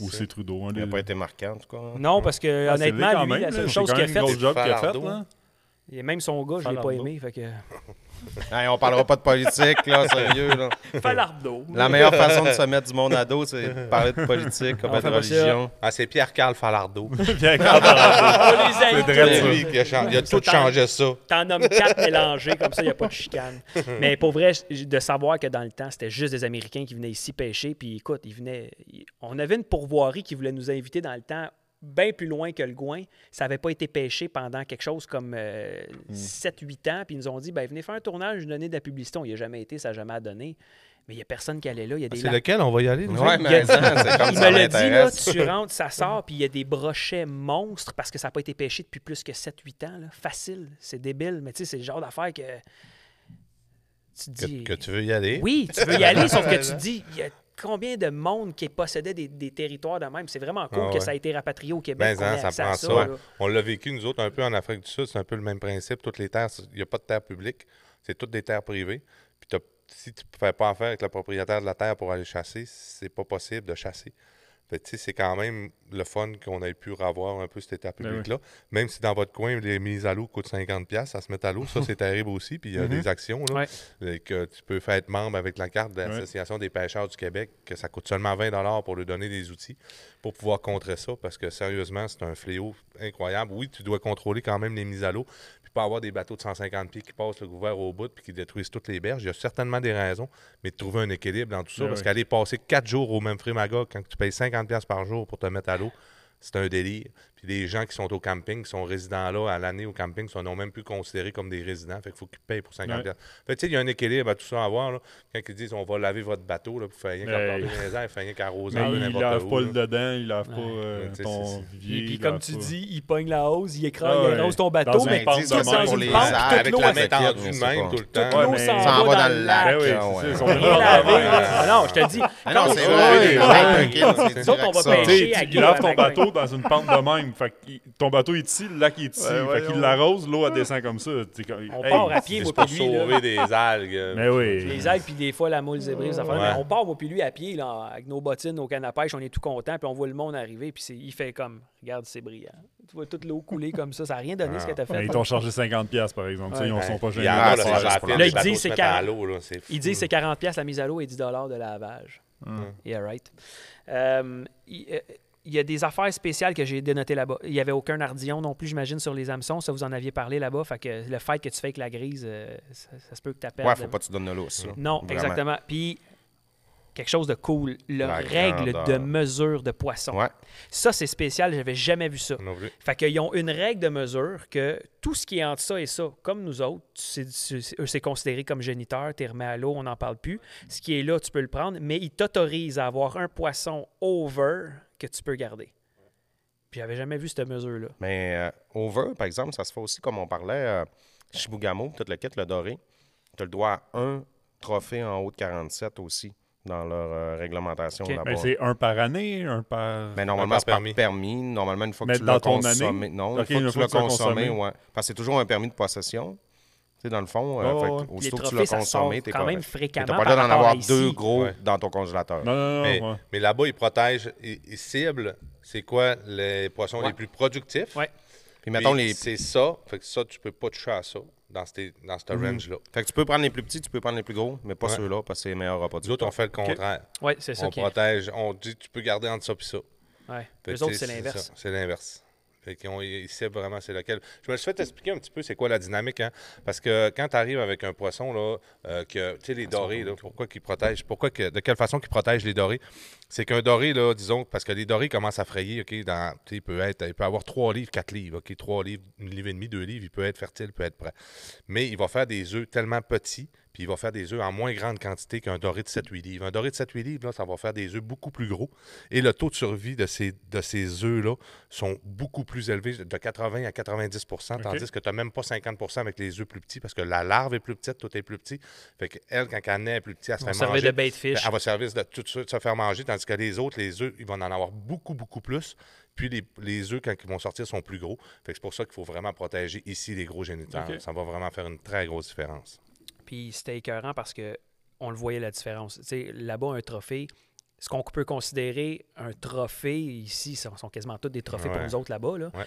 [SPEAKER 4] Ou
[SPEAKER 2] c'est-
[SPEAKER 4] c'est Trudeau. un
[SPEAKER 3] Il n'a
[SPEAKER 4] des-
[SPEAKER 3] pas été marquant, en tout cas.
[SPEAKER 1] Non, parce que
[SPEAKER 4] Ah, c'est laid
[SPEAKER 1] honnêtement,
[SPEAKER 4] quand
[SPEAKER 1] lui,
[SPEAKER 4] même,
[SPEAKER 1] la
[SPEAKER 4] là.
[SPEAKER 1] seule
[SPEAKER 4] C'est
[SPEAKER 1] chose
[SPEAKER 4] quand
[SPEAKER 1] qu'il a
[SPEAKER 4] même
[SPEAKER 1] faite,
[SPEAKER 4] une grosse job qu'il a
[SPEAKER 2] Falardeau.
[SPEAKER 4] faite, là. (laughs)
[SPEAKER 1] et même son gars, je l'ai pas
[SPEAKER 4] Falardeau.
[SPEAKER 1] aimé. Fait que...
[SPEAKER 4] (laughs)
[SPEAKER 3] Hey, on parlera pas de
[SPEAKER 1] (laughs)
[SPEAKER 3] politique, là, sérieux. Là.
[SPEAKER 1] Falardeau. (laughs)
[SPEAKER 3] La meilleure façon de se mettre du monde à dos, c'est de parler de politique, comme
[SPEAKER 1] On
[SPEAKER 3] de
[SPEAKER 1] fait pas ça.
[SPEAKER 3] religion.
[SPEAKER 2] Ah, c'est Pierre-Carl Falardeau.
[SPEAKER 4] Bien quand-
[SPEAKER 1] Pas les amis.
[SPEAKER 2] C'est lui qui a changé. Il a tout
[SPEAKER 1] C'est
[SPEAKER 2] changé ça.
[SPEAKER 1] T'en as quatre mélangés, comme ça, il n'y a pas de chicane. Mais pour vrai, j- de savoir que dans le temps, c'était juste des Américains qui venaient ici pêcher. Puis écoute, ils venaient. ils- On avait une pourvoirie qui voulait nous inviter dans le temps bien plus loin que le Gouin. Ça n'avait pas été pêché pendant quelque chose comme 7-8 ans. Puis ils nous ont dit ben, venez faire un tournage, donner de la publicité. On n'y a jamais été, ça n'a jamais donné. Mais il n'y a personne qui allait là. Il y a des lacs.
[SPEAKER 2] lequel on va y aller? nous
[SPEAKER 3] Ouais,
[SPEAKER 2] autres? (laughs)
[SPEAKER 1] Il y a-
[SPEAKER 3] mais ça, c'est comme
[SPEAKER 1] Il
[SPEAKER 3] ça
[SPEAKER 1] me l'a dit, là,
[SPEAKER 3] m'intéresse.
[SPEAKER 1] tu rentres, ça sort, puis il y a des brochets monstres parce que ça n'a pas été pêché depuis plus que 7-8 ans. là. Facile, c'est débile, mais tu sais, c'est le genre d'affaire que tu te dis.
[SPEAKER 2] Que, que tu veux y aller?
[SPEAKER 1] Oui, tu veux y
[SPEAKER 2] (laughs)
[SPEAKER 1] aller, sauf que tu te dis, il y a combien de monde qui possédait des, des territoires de même? C'est vraiment cool
[SPEAKER 2] Ah
[SPEAKER 1] que
[SPEAKER 2] ouais.
[SPEAKER 1] ça a été rapatrié au Québec.
[SPEAKER 2] Ben,
[SPEAKER 1] qu'on
[SPEAKER 2] hein,
[SPEAKER 1] ait
[SPEAKER 2] ça
[SPEAKER 1] accès à
[SPEAKER 2] prend ça.
[SPEAKER 1] là.
[SPEAKER 2] On l'a vécu, nous autres, un peu en Afrique du Sud. C'est un peu le même principe. Toutes les terres, il n'y a pas de terre publique. C'est toutes des terres privées. Puis t'as- si tu ne fais pas affaire avec le propriétaire de la terre pour aller chasser, c'est pas possible de chasser. Fait que, tu sais, c'est quand même le fun qu'on ait pu revoir un peu cette étape
[SPEAKER 4] Ben oui.
[SPEAKER 2] publique-là. Même si dans votre coin, les mises à l'eau coûtent 50$, ça se met à l'eau,
[SPEAKER 4] (laughs)
[SPEAKER 2] ça c'est terrible aussi. Puis il y a
[SPEAKER 4] Mm-hmm.
[SPEAKER 2] des actions là, euh, que tu peux faire être membre avec la carte de l'Association des pêcheurs du Québec, que ça coûte seulement 20$ pour leur donner des outils pour pouvoir contrer ça. Parce que sérieusement, c'est un fléau incroyable. Oui, tu dois contrôler quand même les mises à l'eau, puis pas avoir des bateaux de 150 pieds qui passent le couvert au bout puis qui détruisent toutes les berges. Il y a certainement des raisons, mais de trouver un équilibre dans tout ça.
[SPEAKER 4] Ben
[SPEAKER 2] parce
[SPEAKER 4] oui.
[SPEAKER 2] qu'aller passer quatre jours au même Frémaga quand tu payes 50$ par jour pour te mettre à l'eau, c'est un délire. Puis des gens qui sont au camping, qui sont résidents là à l'année au camping, sont non même plus considérés comme des résidents. Fait qu'il faut qu'ils payent pour 50$.
[SPEAKER 4] Ouais.
[SPEAKER 2] Fait que tu sais, il y a un équilibre à tout ça à voir. là. Quand ils disent on va laver votre bateau, là, vous faites rien qu'à
[SPEAKER 4] Hey.
[SPEAKER 2] planter dans les airs, vous faites rien qu'arroser
[SPEAKER 4] Mais il
[SPEAKER 2] n'importe
[SPEAKER 4] lave
[SPEAKER 2] où,
[SPEAKER 4] pas
[SPEAKER 2] là.
[SPEAKER 4] le dedans, il lave pas
[SPEAKER 2] Ouais,
[SPEAKER 4] euh,
[SPEAKER 2] tu sais,
[SPEAKER 4] ton
[SPEAKER 2] c'est-
[SPEAKER 4] vivier.
[SPEAKER 1] Puis, puis
[SPEAKER 4] il
[SPEAKER 1] comme
[SPEAKER 4] lave
[SPEAKER 1] tu
[SPEAKER 4] pas-
[SPEAKER 1] dis, il pogne la hausse, il écrase,
[SPEAKER 4] Ah ouais.
[SPEAKER 1] il arrose ton
[SPEAKER 4] Dans
[SPEAKER 1] bateau,
[SPEAKER 4] une
[SPEAKER 1] mais
[SPEAKER 4] pente
[SPEAKER 3] disent que
[SPEAKER 4] de
[SPEAKER 3] c'est
[SPEAKER 4] même.
[SPEAKER 1] pour les
[SPEAKER 4] Ouais,
[SPEAKER 1] arbres,
[SPEAKER 3] arbres,
[SPEAKER 2] avec
[SPEAKER 3] toute
[SPEAKER 2] la
[SPEAKER 3] l'eau,
[SPEAKER 2] main tendue
[SPEAKER 3] c'est
[SPEAKER 2] de
[SPEAKER 3] pas-
[SPEAKER 2] même tout le
[SPEAKER 1] toute
[SPEAKER 2] temps.
[SPEAKER 1] l'eau
[SPEAKER 4] mais-
[SPEAKER 1] s'en
[SPEAKER 3] Ça
[SPEAKER 1] va, dans le lac.
[SPEAKER 4] Ben oui,
[SPEAKER 3] Ah ouais.
[SPEAKER 4] c'est ça.
[SPEAKER 1] Rien lavé, là.
[SPEAKER 3] ouais.
[SPEAKER 1] Ah non, je te dis.
[SPEAKER 3] Ah non,
[SPEAKER 1] quand-
[SPEAKER 3] c'est
[SPEAKER 1] Ouais,
[SPEAKER 3] vrai, les
[SPEAKER 1] ouais.
[SPEAKER 3] gens, tranquilles, c'est
[SPEAKER 1] Nous autres, on va
[SPEAKER 3] direct ça.
[SPEAKER 4] Tu sais,
[SPEAKER 1] pêcher à
[SPEAKER 4] tu-
[SPEAKER 1] Guillaume
[SPEAKER 4] il lave ton
[SPEAKER 1] avec-
[SPEAKER 4] bateau dans une pente de même. Fait que il- ton bateau est ici, le lac est ici.
[SPEAKER 5] Ouais,
[SPEAKER 4] fait
[SPEAKER 5] voyons.
[SPEAKER 4] qu'il l'arrose, l'eau elle descend comme ça. T'es comme-
[SPEAKER 1] On
[SPEAKER 4] hey,
[SPEAKER 1] part à pied,
[SPEAKER 2] C'est
[SPEAKER 1] moi,
[SPEAKER 2] pour
[SPEAKER 1] puis lui, là.
[SPEAKER 2] sauver des algues. euh,
[SPEAKER 4] Mais oui.
[SPEAKER 1] Les algues, puis des fois, la moule zébrée, ça fait
[SPEAKER 2] Ouais.
[SPEAKER 1] On part, moi, puis lui, à pied, là, avec nos bottines, nos cannes à pêche, on est tout content, puis on voit le monde arriver, puis c'est- il fait comme, regarde, c'est brillant. Tu vois toute l'eau couler comme ça, ça n'a rien donné ce que t'as
[SPEAKER 4] Hey,
[SPEAKER 1] fait.
[SPEAKER 4] Ils t'ont chargé 50$ par exemple. Ça, Ils en
[SPEAKER 2] Ouais.
[SPEAKER 4] sont pas
[SPEAKER 2] Il
[SPEAKER 4] gênés.
[SPEAKER 2] y en a, là,
[SPEAKER 3] c'est
[SPEAKER 2] c'est
[SPEAKER 3] juste
[SPEAKER 2] la
[SPEAKER 3] pour
[SPEAKER 2] pile,
[SPEAKER 1] Là,
[SPEAKER 2] les
[SPEAKER 1] ils
[SPEAKER 2] bateaux
[SPEAKER 1] disent
[SPEAKER 2] se
[SPEAKER 1] c'est
[SPEAKER 2] mettent à
[SPEAKER 1] quarante.
[SPEAKER 2] l'eau, là, c'est fou.
[SPEAKER 1] Il dit c'est 40$ piastres la mise à l'eau et 10$ de lavage. Yeah, right. Euh, il euh, il y a des affaires spéciales que j'ai dénotées là-bas. Il n'y avait aucun ardillon non plus, j'imagine, sur les hameçons. Ça, vous en aviez parlé là-bas. Fait que le fight que tu fais avec la grise, euh, ça, ça se peut que tu
[SPEAKER 3] Ouais, faut pas que tu donnes le lousse. là.
[SPEAKER 1] Non,
[SPEAKER 3] Vraiment.
[SPEAKER 1] exactement. Puis, quelque chose de cool. Le
[SPEAKER 3] La
[SPEAKER 1] règle
[SPEAKER 3] grandeur.
[SPEAKER 1] de mesure de poisson.
[SPEAKER 3] Ouais.
[SPEAKER 1] Ça, c'est spécial. J'avais jamais vu ça.
[SPEAKER 2] Non plus.
[SPEAKER 1] Fait qu'ils ont une règle de mesure que tout ce qui est entre ça et ça, comme nous autres, c'est, c'est- eux, c'est considéré comme géniteur, t'es remis à l'eau, on n'en parle plus. Ce qui est là, tu peux le prendre, mais ils t'autorisent à avoir un poisson over que tu peux garder. Puis j'avais jamais vu cette mesure-là.
[SPEAKER 3] Mais euh, over, par exemple, ça se fait aussi comme on parlait, euh, Shibugamo, toute la kit, le doré. Tu as le droit à un trophée en haut de 47 aussi dans leur euh, réglementation
[SPEAKER 1] Ok.
[SPEAKER 3] là-bas.
[SPEAKER 4] Ben, c'est un par année, un par.
[SPEAKER 3] Mais
[SPEAKER 2] Un
[SPEAKER 3] normalement,
[SPEAKER 2] par
[SPEAKER 3] c'est par
[SPEAKER 2] permis.
[SPEAKER 3] permis. Normalement, une fois que
[SPEAKER 4] Mais
[SPEAKER 3] tu
[SPEAKER 4] dans
[SPEAKER 3] l'as
[SPEAKER 4] ton
[SPEAKER 3] consommé.
[SPEAKER 4] année?
[SPEAKER 3] Non,
[SPEAKER 4] Ok,
[SPEAKER 3] une fois que tu l'as consommé,
[SPEAKER 4] consommé.
[SPEAKER 3] ouais. Parce que c'est toujours un permis de possession. Tu sais, dans le fond, euh,
[SPEAKER 4] Ouais,
[SPEAKER 3] fait
[SPEAKER 4] ouais,
[SPEAKER 3] que
[SPEAKER 4] ouais.
[SPEAKER 3] aussitôt
[SPEAKER 1] Les
[SPEAKER 3] que tu
[SPEAKER 1] trophées,
[SPEAKER 3] l'as
[SPEAKER 1] ça se
[SPEAKER 3] consommé,
[SPEAKER 1] sort
[SPEAKER 3] t'es
[SPEAKER 1] quand même
[SPEAKER 3] correct. Mais
[SPEAKER 1] fréquemment
[SPEAKER 3] t'as pas
[SPEAKER 1] par
[SPEAKER 3] le droit d'en
[SPEAKER 1] rapport à
[SPEAKER 3] avoir
[SPEAKER 1] ici.
[SPEAKER 3] deux gros dans ton congélateur.
[SPEAKER 4] Non, non, non.
[SPEAKER 2] Mais,
[SPEAKER 4] ouais.
[SPEAKER 2] mais là-bas, ils protègent, ils, ils ciblent, c'est quoi les poissons
[SPEAKER 1] Ouais.
[SPEAKER 2] les plus productifs.
[SPEAKER 1] Ouais.
[SPEAKER 3] Puis mettons
[SPEAKER 2] Puis
[SPEAKER 3] les.
[SPEAKER 2] C'est ça. Fait que ça, tu peux pas toucher à ça dans ce dans cette range-là.
[SPEAKER 3] Fait que tu peux prendre les plus petits, tu peux prendre les plus gros, mais pas
[SPEAKER 2] Ouais.
[SPEAKER 3] ceux-là parce que c'est les meilleurs repas
[SPEAKER 2] Nous autres, on fait le contraire.
[SPEAKER 1] Oui, c'est ça
[SPEAKER 2] On
[SPEAKER 1] qui est.
[SPEAKER 2] protège, on dit tu peux garder entre ça et ça.
[SPEAKER 1] Ouais.
[SPEAKER 2] Fait
[SPEAKER 1] Eux
[SPEAKER 2] que,
[SPEAKER 1] autres,
[SPEAKER 2] tu sais,
[SPEAKER 1] c'est l'inverse.
[SPEAKER 2] ça, C'est l'inverse. Fait qu'on ils savent vraiment c'est lequel. Je me suis fait expliquer un petit peu c'est quoi la dynamique, hein? Parce que quand tu arrives avec un poisson, là, euh, que, tu sais, les dorés, là, pourquoi qu'ils protègent, pourquoi que, de quelle façon qu'ils protègent les dorés? C'est qu'un doré, là, disons, parce que les dorés commencent à frayer, OK, dans, tu sais, il peut être, il peut avoir trois livres, quatre livres, OK, trois livres, une livre et demie, deux livres, il peut être fertile, il peut être prêt. Mais il va faire des œufs tellement petits, puis il va faire des œufs en moins grande quantité qu'un doré de 7-8 livres. Un doré de 7-8 livres, là, ça va faire des œufs beaucoup plus gros. Et le taux de survie de ces, de ces œufs-là sont beaucoup plus élevés, de 80 à 90 tandis que tu n'as même pas 50 avec les œufs plus petits, parce que la larve est plus petite, tout est plus petit. Fait qu'elle, quand elle naît, elle est plus petite, elle se
[SPEAKER 1] On
[SPEAKER 2] fait
[SPEAKER 1] servait
[SPEAKER 2] manger. Ben,
[SPEAKER 1] de bait fish.
[SPEAKER 2] Elle va servir de tout ça, de se faire manger, tandis que les autres, les œufs, ils vont en avoir beaucoup, beaucoup plus. Puis les, les œufs, quand ils vont sortir, sont plus gros. Fait que c'est pour ça qu'il faut vraiment protéger ici les gros géniteurs.
[SPEAKER 4] Ok.
[SPEAKER 2] Ça va vraiment faire une très grosse différence.
[SPEAKER 1] Puis c'était écœurant parce que on le voyait la différence. Tu sais, là-bas, un trophée, ce qu'on peut considérer un trophée ici, ce sont quasiment tous des trophées pour
[SPEAKER 2] Ouais.
[SPEAKER 1] nous autres là-bas. Là.
[SPEAKER 2] Ouais.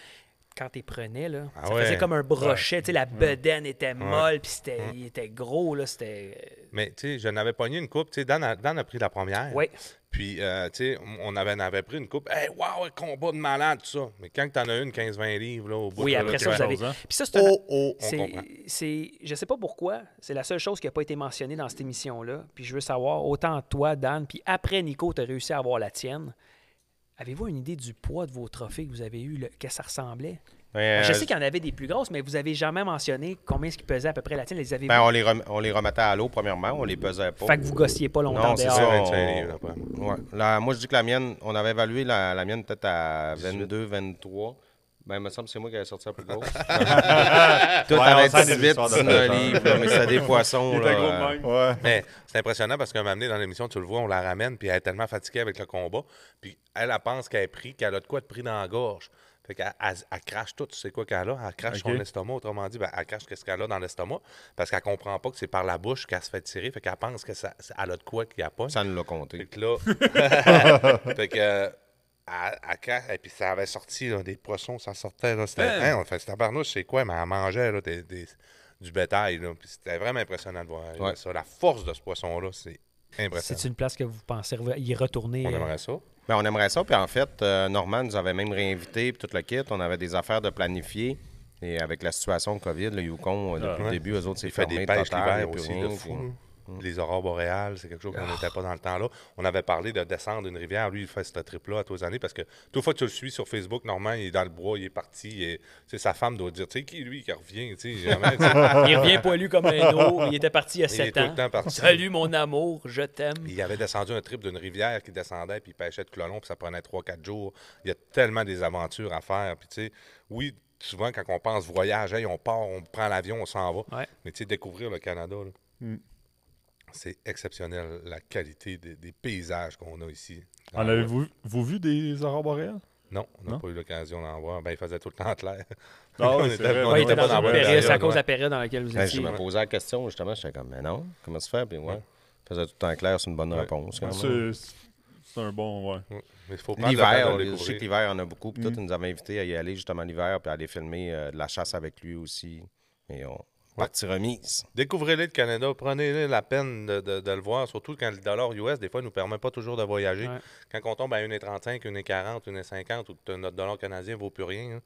[SPEAKER 1] Quand tu prenais, là,
[SPEAKER 2] Ah
[SPEAKER 1] ça
[SPEAKER 2] ouais.
[SPEAKER 1] faisait comme un brochet. Tu sais, la bedaine était molle, puis c'était, il était gros. Là, c'était...
[SPEAKER 2] Mais tu sais, je n'avais pogné une coupe. Tu sais, Dan, a- Dan a pris la première.
[SPEAKER 1] Ouais.
[SPEAKER 2] Puis, euh, tu sais, on avait, on avait pris une coupe. Hey, wow, un combat de malade, tout ça. Mais quand t'en as une, 15-20 livres, là, au bout
[SPEAKER 1] Oui,
[SPEAKER 2] de
[SPEAKER 1] après
[SPEAKER 2] là,
[SPEAKER 1] ça,
[SPEAKER 2] tu
[SPEAKER 1] vous
[SPEAKER 2] fais,
[SPEAKER 1] avez.
[SPEAKER 4] chose, hein.
[SPEAKER 1] Puis ça, c'est un-
[SPEAKER 2] Oh, oh, on
[SPEAKER 1] C'est,
[SPEAKER 2] comprend.
[SPEAKER 1] c'est- je sais pas pourquoi, c'est la seule chose qui n'a pas été mentionnée dans cette émission-là. Puis je veux savoir, autant toi, Dan, puis après Nico, tu as réussi à avoir la tienne. Avez-vous une idée du poids de vos trophées que vous avez eu, qu'est-ce que ça ressemblait?
[SPEAKER 3] Mais,
[SPEAKER 1] je
[SPEAKER 3] euh,
[SPEAKER 1] sais qu'il y en avait des plus grosses, mais vous avez jamais mentionné combien ce qui pesait à peu près la tienne. Les avez
[SPEAKER 3] ben, on, les rem- on les remettait à l'eau, premièrement, on les pesait pas.
[SPEAKER 1] Fait que vous gossiez pas longtemps
[SPEAKER 3] Non, c'est
[SPEAKER 1] dehors.
[SPEAKER 3] ça.
[SPEAKER 2] Ouais,
[SPEAKER 3] on-
[SPEAKER 2] 25 livres, après.
[SPEAKER 3] Ouais. La- moi, je dis que la mienne, on avait évalué la, la mienne peut-être à 22, 23. Ben, il me semble que c'est moi qui avais sorti la plus
[SPEAKER 2] (laughs)
[SPEAKER 3] grosse. Tout
[SPEAKER 4] on
[SPEAKER 3] avait
[SPEAKER 4] sent des
[SPEAKER 3] 18
[SPEAKER 4] histoires de
[SPEAKER 2] hein.
[SPEAKER 3] sur livres, là, mais
[SPEAKER 2] (laughs)
[SPEAKER 3] c'était des poissons. là, euh,
[SPEAKER 4] Ouais.
[SPEAKER 2] Mais c'est impressionnant parce qu'un moment donné, dans l'émission, tu le vois, on la ramène, puis elle est tellement fatiguée avec le combat. Puis elle, elle pense qu'elle est pris, qu'elle a de quoi de pris dans la gorge. Fait qu'elle elle, elle crache tout, tu sais quoi qu'elle a. Elle crache son estomac, autrement dit, ben, elle crache ce qu'elle a dans l'estomac parce qu'elle comprend pas que c'est par la bouche qu'elle se fait tirer. Fait qu'elle pense qu'elle a de quoi qu'il n'y a pas.
[SPEAKER 3] ça nous l'a compté.
[SPEAKER 2] Fait que là, fait que, euh, à, à quand- et puis ça avait sorti, là, des poissons, ça sortait, là, c'était, hein, on fait, c'est tabarnouche, c'est quoi, mais elle mangeait, là, des- des- du bétail, là, puis c'était vraiment impressionnant de voir là,
[SPEAKER 3] Ouais.
[SPEAKER 2] ça. La force de ce poisson-là, c'est impressionnant.
[SPEAKER 1] C'est une place que vous pensez re- y retourner.
[SPEAKER 2] On
[SPEAKER 1] euh,
[SPEAKER 2] aimerait ça.
[SPEAKER 3] Ben, on aimerait ça. Puis en fait, euh, Norman nous avait même réinvité, puis tout le kit. On avait des affaires de planifier. Et avec la situation de COVID, le Yukon, euh, depuis
[SPEAKER 2] Ah, ouais.
[SPEAKER 3] le début, eux autres, c'est
[SPEAKER 2] Il fait
[SPEAKER 3] fermé.
[SPEAKER 2] des pêches
[SPEAKER 3] total, il y a
[SPEAKER 2] l'hiver
[SPEAKER 3] plus
[SPEAKER 2] aussi,
[SPEAKER 3] rien,
[SPEAKER 2] de
[SPEAKER 3] puis-
[SPEAKER 2] fou. hein. Les aurores boréales, c'est quelque chose qu'on n'était pas dans le temps-là. On avait parlé de descendre une rivière. Lui, il fait cette trip-là à tous les années parce que toute fois que tu le suis sur Facebook, Normand, il est dans le bois, il est parti. il est- tu sais, sa femme doit dire, tu sais, qui lui qui revient, tu sais, jamais, tu sais.
[SPEAKER 1] Il revient poilu comme
[SPEAKER 2] (laughs)
[SPEAKER 1] un eau. Il était parti il y a
[SPEAKER 2] Il est
[SPEAKER 1] 7
[SPEAKER 2] tout le
[SPEAKER 1] ans.
[SPEAKER 2] temps parti.
[SPEAKER 1] Salut mon amour, je t'aime.
[SPEAKER 2] Il avait descendu un trip d'une rivière qui descendait, puis il pêchait de colons, puis ça prenait 3-4 jours. Il y a tellement des aventures à faire. Puis, tu sais, oui, souvent, quand on pense voyage, hey, on part, on prend l'avion, on s'en va.
[SPEAKER 1] Ouais.
[SPEAKER 2] Mais, tu sais, découvrir le Canada, là,
[SPEAKER 4] Mm.
[SPEAKER 2] c'est exceptionnel, la qualité des, des paysages qu'on a ici.
[SPEAKER 4] En avez-vous vous vu des aurores boréales?
[SPEAKER 2] Non, on n'a
[SPEAKER 4] Non?
[SPEAKER 2] pas eu l'occasion d'en voir. Ben, il faisait tout le temps clair.
[SPEAKER 4] Ah oui,
[SPEAKER 2] (laughs) On
[SPEAKER 4] c'est
[SPEAKER 2] était-
[SPEAKER 4] vrai.
[SPEAKER 2] on
[SPEAKER 4] Ouais,
[SPEAKER 1] Ouais, il
[SPEAKER 2] était
[SPEAKER 1] était
[SPEAKER 2] pas
[SPEAKER 1] dans
[SPEAKER 2] dans
[SPEAKER 1] une
[SPEAKER 2] la bonne
[SPEAKER 1] période, c'est à cause
[SPEAKER 2] période,
[SPEAKER 1] de
[SPEAKER 2] ouais.
[SPEAKER 1] la période dans laquelle vous
[SPEAKER 3] Ben, je
[SPEAKER 1] étiez.
[SPEAKER 3] me posais la question, justement. J'étais comme, mais non, comment ça se fait? Puis ouais, faisait tout le temps clair, c'est une bonne réponse.
[SPEAKER 2] Ah,
[SPEAKER 3] Quand même.
[SPEAKER 4] C'est- C'est un bon, ouais.
[SPEAKER 2] Mais il faut prendre le temps de le
[SPEAKER 3] L'hiver, je sais
[SPEAKER 2] découvrir.
[SPEAKER 3] que l'hiver, on a beaucoup. Puis tout, il nous avait invités à y aller justement l'hiver, puis à aller filmer euh, de la chasse avec lui aussi. Et on partie (laughs) remise.
[SPEAKER 2] Découvrez-les le Canada, prenez la peine de, de- de le voir, surtout quand le dollar US, des fois, ne nous permet pas toujours de voyager.
[SPEAKER 1] Ouais.
[SPEAKER 2] Quand on tombe à 1,35, 1,40, 1,50, ou que notre dollar canadien ne vaut plus rien, hein,